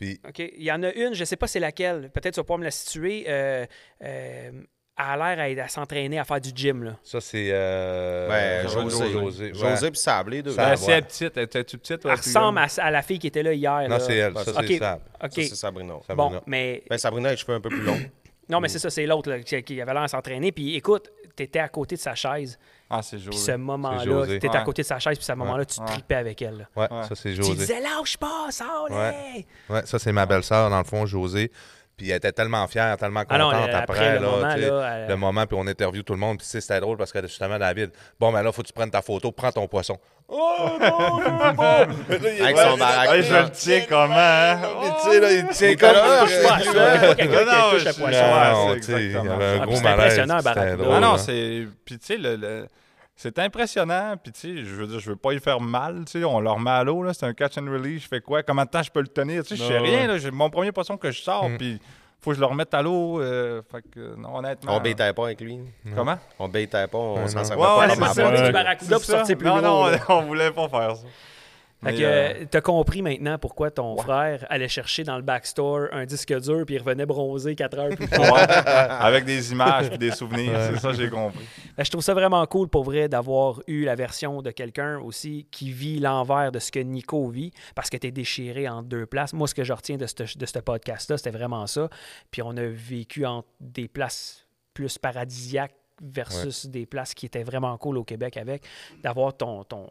[SPEAKER 2] Puis,
[SPEAKER 1] OK. Il y en a une, je sais pas c'est laquelle. Peut-être tu vas pouvoir me la situer. Euh, euh, elle a l'air à être- à, s'entraîner à faire du gym. Là.
[SPEAKER 2] ça, c'est. euh,
[SPEAKER 3] Ben, José.
[SPEAKER 2] José.
[SPEAKER 3] José,
[SPEAKER 2] ouais.
[SPEAKER 3] puis Sablé, deux.
[SPEAKER 2] Ça-
[SPEAKER 5] Ben,
[SPEAKER 2] ouais.
[SPEAKER 5] si elle est petite, elle était petite.
[SPEAKER 1] Elle
[SPEAKER 5] ouais, puis,
[SPEAKER 1] ressemble
[SPEAKER 5] euh,
[SPEAKER 1] à, à la fille qui était là hier.
[SPEAKER 2] Non,
[SPEAKER 1] là.
[SPEAKER 2] c'est elle. Ça,
[SPEAKER 1] OK.
[SPEAKER 2] c'est ça.
[SPEAKER 1] OK.
[SPEAKER 3] Ça, c'est Sabrina.
[SPEAKER 2] Sabrina.
[SPEAKER 1] bon, mais
[SPEAKER 3] Ben, Sabrina a les cheveux un peu
[SPEAKER 5] (laughs)
[SPEAKER 3] plus longs.
[SPEAKER 1] non,
[SPEAKER 5] Mm.
[SPEAKER 1] mais c'est ça, c'est l'autre là, qui qui avait l'air à s'entraîner. Puis écoute, t'étais à côté de sa chaise.
[SPEAKER 5] Ah, c'est
[SPEAKER 1] Puis
[SPEAKER 5] joli.
[SPEAKER 1] ce moment-là,
[SPEAKER 2] José.
[SPEAKER 1] t'étais à
[SPEAKER 5] Ouais.
[SPEAKER 1] côté de sa chaise. Puis ce moment-là, tu
[SPEAKER 5] Ouais.
[SPEAKER 1] tripais avec elle. là.
[SPEAKER 2] Ouais,
[SPEAKER 5] Ouais.
[SPEAKER 2] ça, c'est
[SPEAKER 1] Tu
[SPEAKER 2] José.
[SPEAKER 1] disais, lâche pas, ça,
[SPEAKER 2] Ouais. Ouais, ça, c'est ma belle-sœur, dans le fond, José. Puis elle était tellement fière, tellement
[SPEAKER 1] Ah non,
[SPEAKER 2] contente
[SPEAKER 1] elle-
[SPEAKER 2] après.
[SPEAKER 1] après, le
[SPEAKER 2] là,
[SPEAKER 1] moment,
[SPEAKER 2] tu sais,
[SPEAKER 1] là, elle-
[SPEAKER 2] Le moment, puis on interview tout le monde. Puis tu sais, c'était drôle parce que justement, David, bon, ben là, faut que tu prennes ta photo, prends ton poisson. Oh non, non, non!
[SPEAKER 3] Avec son baraque.
[SPEAKER 5] Hey, je le tiens comment, hein?
[SPEAKER 2] Mais tu sais, là, il tient comme.
[SPEAKER 1] Oh, touche pas à ça. Pas quelqu'un qui touche le poisson.
[SPEAKER 2] Non,
[SPEAKER 5] Ouais,
[SPEAKER 2] Ah, tu
[SPEAKER 5] c'est
[SPEAKER 2] sais, il y avait
[SPEAKER 5] exactement.
[SPEAKER 2] un
[SPEAKER 1] Ah, puis
[SPEAKER 2] gros
[SPEAKER 1] c'est
[SPEAKER 2] malaise.
[SPEAKER 1] impressionnant,
[SPEAKER 2] puis c'était
[SPEAKER 1] Barack, là.
[SPEAKER 2] drôle,
[SPEAKER 5] Ah non,
[SPEAKER 2] hein.
[SPEAKER 5] c'est. Puis tu sais, le. le- C'est impressionnant, puis tu sais, je veux dire, je veux pas y faire mal, tu sais, on leur met à l'eau, là, c'est un catch and release, je fais quoi, comment de temps je peux le tenir, tu sais, je sais
[SPEAKER 4] Ouais, ouais.
[SPEAKER 5] rien, là, j'ai mon premier poisson que je sors,
[SPEAKER 2] Hmm.
[SPEAKER 5] puis faut que je le remette à l'eau, euh, fait que, euh, non, honnêtement.
[SPEAKER 3] On baitait pas avec lui.
[SPEAKER 5] Comment?
[SPEAKER 3] On baitait pas, on s'en servait
[SPEAKER 5] Ouais,
[SPEAKER 3] pas.
[SPEAKER 5] ouais,
[SPEAKER 3] comme
[SPEAKER 5] c'est
[SPEAKER 3] un
[SPEAKER 5] ça,
[SPEAKER 3] bord.
[SPEAKER 5] tu
[SPEAKER 4] Ouais.
[SPEAKER 1] barracudas pour
[SPEAKER 5] C'est ça.
[SPEAKER 1] sortir plus
[SPEAKER 5] Non,
[SPEAKER 1] gros,
[SPEAKER 5] non,
[SPEAKER 1] là.
[SPEAKER 5] on voulait pas faire ça.
[SPEAKER 1] Fait
[SPEAKER 5] Mais,
[SPEAKER 1] que
[SPEAKER 5] euh,
[SPEAKER 1] euh, t'as compris maintenant pourquoi ton frère allait chercher dans le backstore un disque dur puis il revenait bronzer 4 heures plus tard.
[SPEAKER 5] (laughs)
[SPEAKER 2] (laughs)
[SPEAKER 5] ouais, avec des images puis des souvenirs, c'est ça j'ai compris.
[SPEAKER 1] Ben, je trouve ça vraiment cool pour vrai d'avoir eu la version de quelqu'un aussi qui vit l'envers de ce que Nico vit parce que t'es déchiré en deux places. Moi, ce que je retiens de ce de ce podcast-là, c'était vraiment ça. Puis on a vécu entre des places plus paradisiaques versus des places qui étaient vraiment cool au Québec avec. D'avoir ton, ton,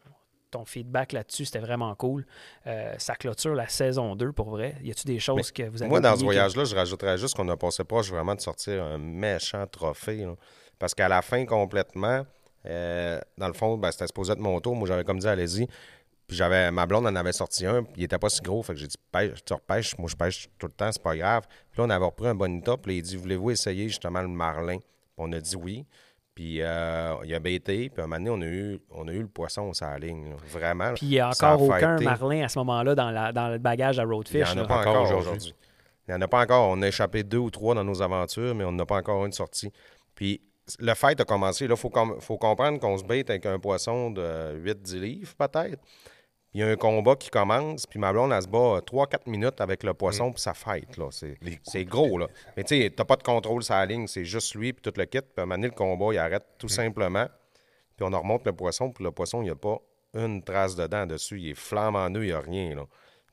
[SPEAKER 1] ton feedback là-dessus, c'était vraiment cool. Euh, ça clôture la saison 2 pour vrai. Y a-tu des choses que vous avez
[SPEAKER 3] Moi, dans ce
[SPEAKER 1] oubliées que-
[SPEAKER 3] voyage-là, je rajouterais juste qu'on a passé proche vraiment de sortir un méchant trophée. là. Parce qu'à la fin, complètement, euh, dans le fond, ben, c'était supposé être mon tour. Moi, j'avais comme dit, allez-y. Puis j'avais, ma blonde en avait sorti un, puis il était pas si gros. Fait que j'ai dit, pêche, tu repêches, moi je pêche tout le temps, c'est pas grave. Puis là, on avait repris un bonita, puis là, il dit, voulez-vous essayer justement le marlin? Puis on a dit oui. Puis euh, il a bêté, puis à un moment donné, on a eu, on a eu le poisson sur la ligne, là. vraiment. là.
[SPEAKER 1] Puis il n'y a
[SPEAKER 3] Ça a
[SPEAKER 1] encore aucun
[SPEAKER 3] fêté.
[SPEAKER 1] marlin à ce moment-là dans, la- dans le bagage à
[SPEAKER 3] Il n'y
[SPEAKER 1] Roadfish.
[SPEAKER 3] en a
[SPEAKER 1] là.
[SPEAKER 3] pas
[SPEAKER 2] Encore
[SPEAKER 3] encore
[SPEAKER 2] aujourd'hui.
[SPEAKER 3] aujourd'hui. Il n'y en a pas encore. On a échappé deux ou trois dans nos aventures, mais on n'a pas encore une sortie. Puis le fight a commencé. Là, il faut, com- faut comprendre qu'on se bête avec un poisson de 8-10 livres, peut-être. Il y a un combat qui commence, puis ma blonde, elle se bat 3-4 minutes avec le poisson, puis ça fight. Là. C'est,
[SPEAKER 2] Les coups
[SPEAKER 3] c'est gros, là. Mais tu sais, t'as pas de contrôle sur la ligne, c'est juste lui, puis tout le kit. Puis à un moment donné, le combat, il arrête tout simplement. Puis on en remonte le poisson, puis le poisson, il n'y a pas une trace dedans dessus. Il est flambant en eux, il n'y a rien, là.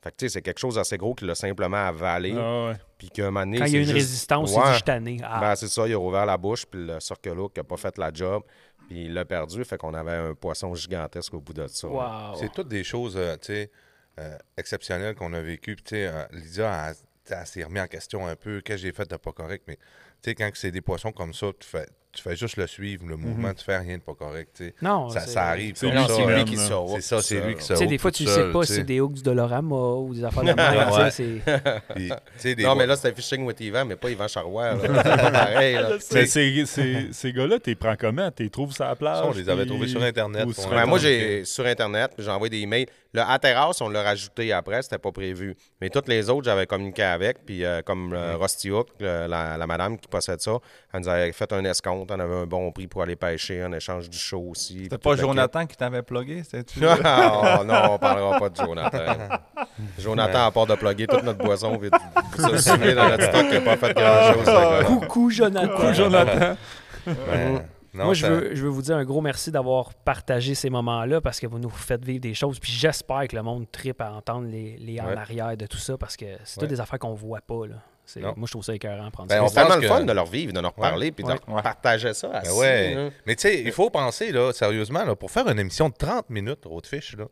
[SPEAKER 3] Fait que tu sais, c'est quelque chose d'assez gros qu'il l'a simplement avalé.
[SPEAKER 4] Ah ouais.
[SPEAKER 3] Puis qu'à un moment donné,
[SPEAKER 1] Quand il y a
[SPEAKER 3] c'est
[SPEAKER 1] une
[SPEAKER 3] juste-
[SPEAKER 1] résistance,
[SPEAKER 3] Ouais.
[SPEAKER 1] c'est du tanné. Ah.
[SPEAKER 3] Ben, c'est ça, il a ouvert la bouche, puis le cirque-là qui n'a pas fait la job, puis il l'a perdu. Fait qu'on avait un poisson gigantesque au bout de ça. là.
[SPEAKER 1] Wow.
[SPEAKER 2] C'est toutes des choses euh, tu sais, euh, exceptionnelles qu'on a vécues. Puis, tu sais, euh, Lydia, elle, elle s'est remis en question un peu. Qu'est-ce que j'ai fait de pas correct? Mais tu Tu sais, quand c'est des poissons comme ça, tu fais, tu fais juste le suivre, le mouvement, tu fais rien de pas correct. tu sais.
[SPEAKER 1] Mhm. Non,
[SPEAKER 2] ça,
[SPEAKER 1] c'est-
[SPEAKER 2] ça arrive.
[SPEAKER 4] C'est
[SPEAKER 2] comme
[SPEAKER 4] lui
[SPEAKER 2] ça,
[SPEAKER 4] qui
[SPEAKER 2] hein.
[SPEAKER 4] mène,
[SPEAKER 3] qui
[SPEAKER 4] là.
[SPEAKER 3] saute.
[SPEAKER 2] C'est ça, c'est lui qui se
[SPEAKER 1] Tu sais, des
[SPEAKER 2] haut
[SPEAKER 1] fois,
[SPEAKER 2] tout
[SPEAKER 1] tu le sais
[SPEAKER 2] seul,
[SPEAKER 1] pas
[SPEAKER 2] tu
[SPEAKER 1] si
[SPEAKER 2] sais.
[SPEAKER 1] c'est des hooks du Dolorama ou des affaires de même.
[SPEAKER 2] Ouais.
[SPEAKER 1] tu sais, c'est-
[SPEAKER 2] Puis, tu sais, des
[SPEAKER 3] Non, mais
[SPEAKER 2] fois-
[SPEAKER 3] là, c'était Fishing with Yvan, mais pas Yvan Charrois.
[SPEAKER 2] (laughs)
[SPEAKER 3] là. C'est pas pareil. là.
[SPEAKER 4] Mais ces, ces, ces gars-là, t'es prends comment? T'es trouves sur la plage?
[SPEAKER 2] Ça, on les avait trouvés sur Internet,
[SPEAKER 4] ou
[SPEAKER 2] pour
[SPEAKER 4] sur
[SPEAKER 2] un
[SPEAKER 3] Ouais, Ben, moi,
[SPEAKER 4] Internet.
[SPEAKER 3] j'ai sur Internet, puis j'ai envoyé des emails. Le à terrasse, on l'a rajouté après, c'était pas prévu. Mais toutes les autres, j'avais communiqué avec. Puis euh, comme euh, Rusty Hook, le- la, la madame qui possède ça, elle nous avait fait un escompte. On avait un bon prix pour aller pêcher en échange du show aussi.
[SPEAKER 5] C'était
[SPEAKER 3] puis
[SPEAKER 5] pas
[SPEAKER 3] tout le
[SPEAKER 5] Jonathan qui t'avait plugué, c'était-tu?
[SPEAKER 3] kit. (laughs) Ah, non, on parlera pas de Jonathan.
[SPEAKER 5] (laughs)
[SPEAKER 3] Jonathan, à part de plugger toute notre boisson, vite, se souvenir dans notre stock, il a pas fait grand-chose. ce gars-là.
[SPEAKER 9] Coucou, Jonathan.
[SPEAKER 4] Jonathan.
[SPEAKER 2] Ben, non,
[SPEAKER 1] Moi, je
[SPEAKER 2] ça-
[SPEAKER 1] veux, je veux vous dire un gros merci d'avoir partagé ces moments-là parce que vous nous faites vivre des choses. Puis j'espère que le monde tripe à entendre les, les en
[SPEAKER 3] Ouais.
[SPEAKER 1] arrière de tout ça parce que c'est toutes
[SPEAKER 2] Ouais.
[SPEAKER 1] des affaires qu'on voit pas. Là. C'est-
[SPEAKER 2] Non.
[SPEAKER 1] Moi, je trouve ça écœurant de prendre
[SPEAKER 2] Ben,
[SPEAKER 1] ça.
[SPEAKER 2] on
[SPEAKER 3] C'est tellement
[SPEAKER 2] pense
[SPEAKER 3] le
[SPEAKER 2] que-
[SPEAKER 3] fun de leur vivre, de leur parler, puis de leur
[SPEAKER 5] Ouais.
[SPEAKER 3] partager ça.
[SPEAKER 2] Ben
[SPEAKER 3] assis,
[SPEAKER 2] ouais.
[SPEAKER 1] hein.
[SPEAKER 3] là.
[SPEAKER 2] Mais tu sais, il faut penser, là, sérieusement, là, pour faire une émission de 30 minutes, Roadfish, là,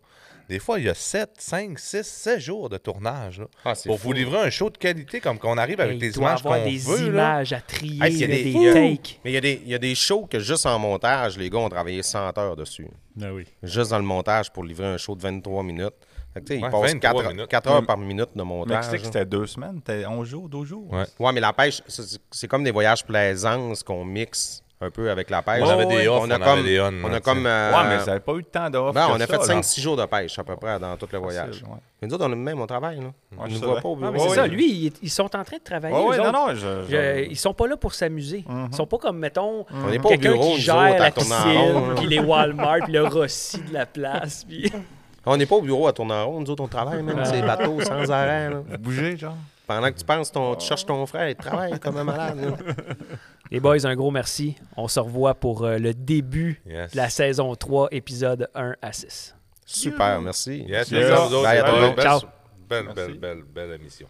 [SPEAKER 2] des fois, il y a 7, 5, 6, 7 jours de tournage là,
[SPEAKER 3] Ah, c'est
[SPEAKER 2] pour
[SPEAKER 3] fou.
[SPEAKER 2] vous livrer un show de qualité comme qu'on arrive
[SPEAKER 1] Hey,
[SPEAKER 2] avec
[SPEAKER 1] il
[SPEAKER 2] des
[SPEAKER 1] doit
[SPEAKER 2] images qu'on
[SPEAKER 1] avoir des
[SPEAKER 2] veut. là.
[SPEAKER 1] images à trier,
[SPEAKER 3] Hey, s'il y a
[SPEAKER 1] là,
[SPEAKER 3] des-
[SPEAKER 1] des,
[SPEAKER 3] il y a-
[SPEAKER 1] takes.
[SPEAKER 3] Mais il y, a des- il y a des shows que juste en montage, les gars ont travaillé 100 heures dessus.
[SPEAKER 4] Ah oui.
[SPEAKER 3] Juste dans le montage pour livrer un show de 23 minutes. Fait que, tu sais, ils
[SPEAKER 2] Ouais,
[SPEAKER 3] passent
[SPEAKER 2] 23
[SPEAKER 3] 4,
[SPEAKER 2] minutes.
[SPEAKER 3] heures par minute
[SPEAKER 5] Mais
[SPEAKER 3] de
[SPEAKER 5] tu
[SPEAKER 3] montage.
[SPEAKER 5] sais que c'était deux semaines, t'es 11 jours, 12 jours.
[SPEAKER 2] Ouais.
[SPEAKER 3] Ouais, mais la pêche, c'est c'est comme des voyages plaisance qu'on mixe un peu avec la pêche.
[SPEAKER 2] On avait des off,
[SPEAKER 3] on a
[SPEAKER 2] on
[SPEAKER 3] comme,
[SPEAKER 2] avait des on,
[SPEAKER 3] on
[SPEAKER 2] hein,
[SPEAKER 3] a comme,
[SPEAKER 2] tu sais.
[SPEAKER 3] euh,
[SPEAKER 5] Ouais, mais vous n'avez pas eu tant d'offres.
[SPEAKER 3] ben,
[SPEAKER 5] que
[SPEAKER 3] on a
[SPEAKER 5] ça,
[SPEAKER 3] fait
[SPEAKER 5] là.
[SPEAKER 3] 5-6 jours de pêche à peu près dans tout le voyage.
[SPEAKER 5] Facile, ouais.
[SPEAKER 3] Mais nous autres, on a même on travaille. Là. on
[SPEAKER 5] je
[SPEAKER 3] nous
[SPEAKER 5] sais
[SPEAKER 3] voit
[SPEAKER 5] bien.
[SPEAKER 3] pas au
[SPEAKER 1] Ah,
[SPEAKER 3] bureau.
[SPEAKER 1] mais c'est ça,
[SPEAKER 3] Ouais.
[SPEAKER 1] lui, il est- ils sont en train de travailler.
[SPEAKER 5] Ouais, ouais,
[SPEAKER 1] eux
[SPEAKER 5] non,
[SPEAKER 1] autres. Mhm.
[SPEAKER 5] non, je-
[SPEAKER 1] Je-
[SPEAKER 5] je-
[SPEAKER 1] ils sont pas là pour s'amuser. Ils sont pas comme, mettons,
[SPEAKER 3] On n'est pas au
[SPEAKER 1] quelqu'un
[SPEAKER 3] bureau,
[SPEAKER 1] qui
[SPEAKER 3] nous autres,
[SPEAKER 1] gère
[SPEAKER 3] à
[SPEAKER 1] la
[SPEAKER 3] tourner en rond,
[SPEAKER 1] piscine,
[SPEAKER 3] là.
[SPEAKER 1] puis les Walmart, puis le Rossi de la place. Puis...
[SPEAKER 3] On n'est pas au bureau à tourner en rond. Nous autres, on travaille même. C'est bateaux sans arrêt. là.
[SPEAKER 5] Vous bougez, genre.
[SPEAKER 3] Pendant que tu penses, ton, tu cherches ton frère, il travaille comme un malade. là.
[SPEAKER 1] (laughs) Les boys, un gros merci. On se revoit pour euh, le début
[SPEAKER 2] Yes.
[SPEAKER 1] de la saison 3, épisode 1 à 6.
[SPEAKER 3] Super, merci.
[SPEAKER 2] Yes,
[SPEAKER 4] Yes.
[SPEAKER 2] merci à vous autres.
[SPEAKER 3] Bye à tout
[SPEAKER 1] Ben,
[SPEAKER 3] le
[SPEAKER 2] Bye.
[SPEAKER 3] monde.
[SPEAKER 2] Belle-
[SPEAKER 1] Ciao.
[SPEAKER 2] Belle, belle, belle, belle émission.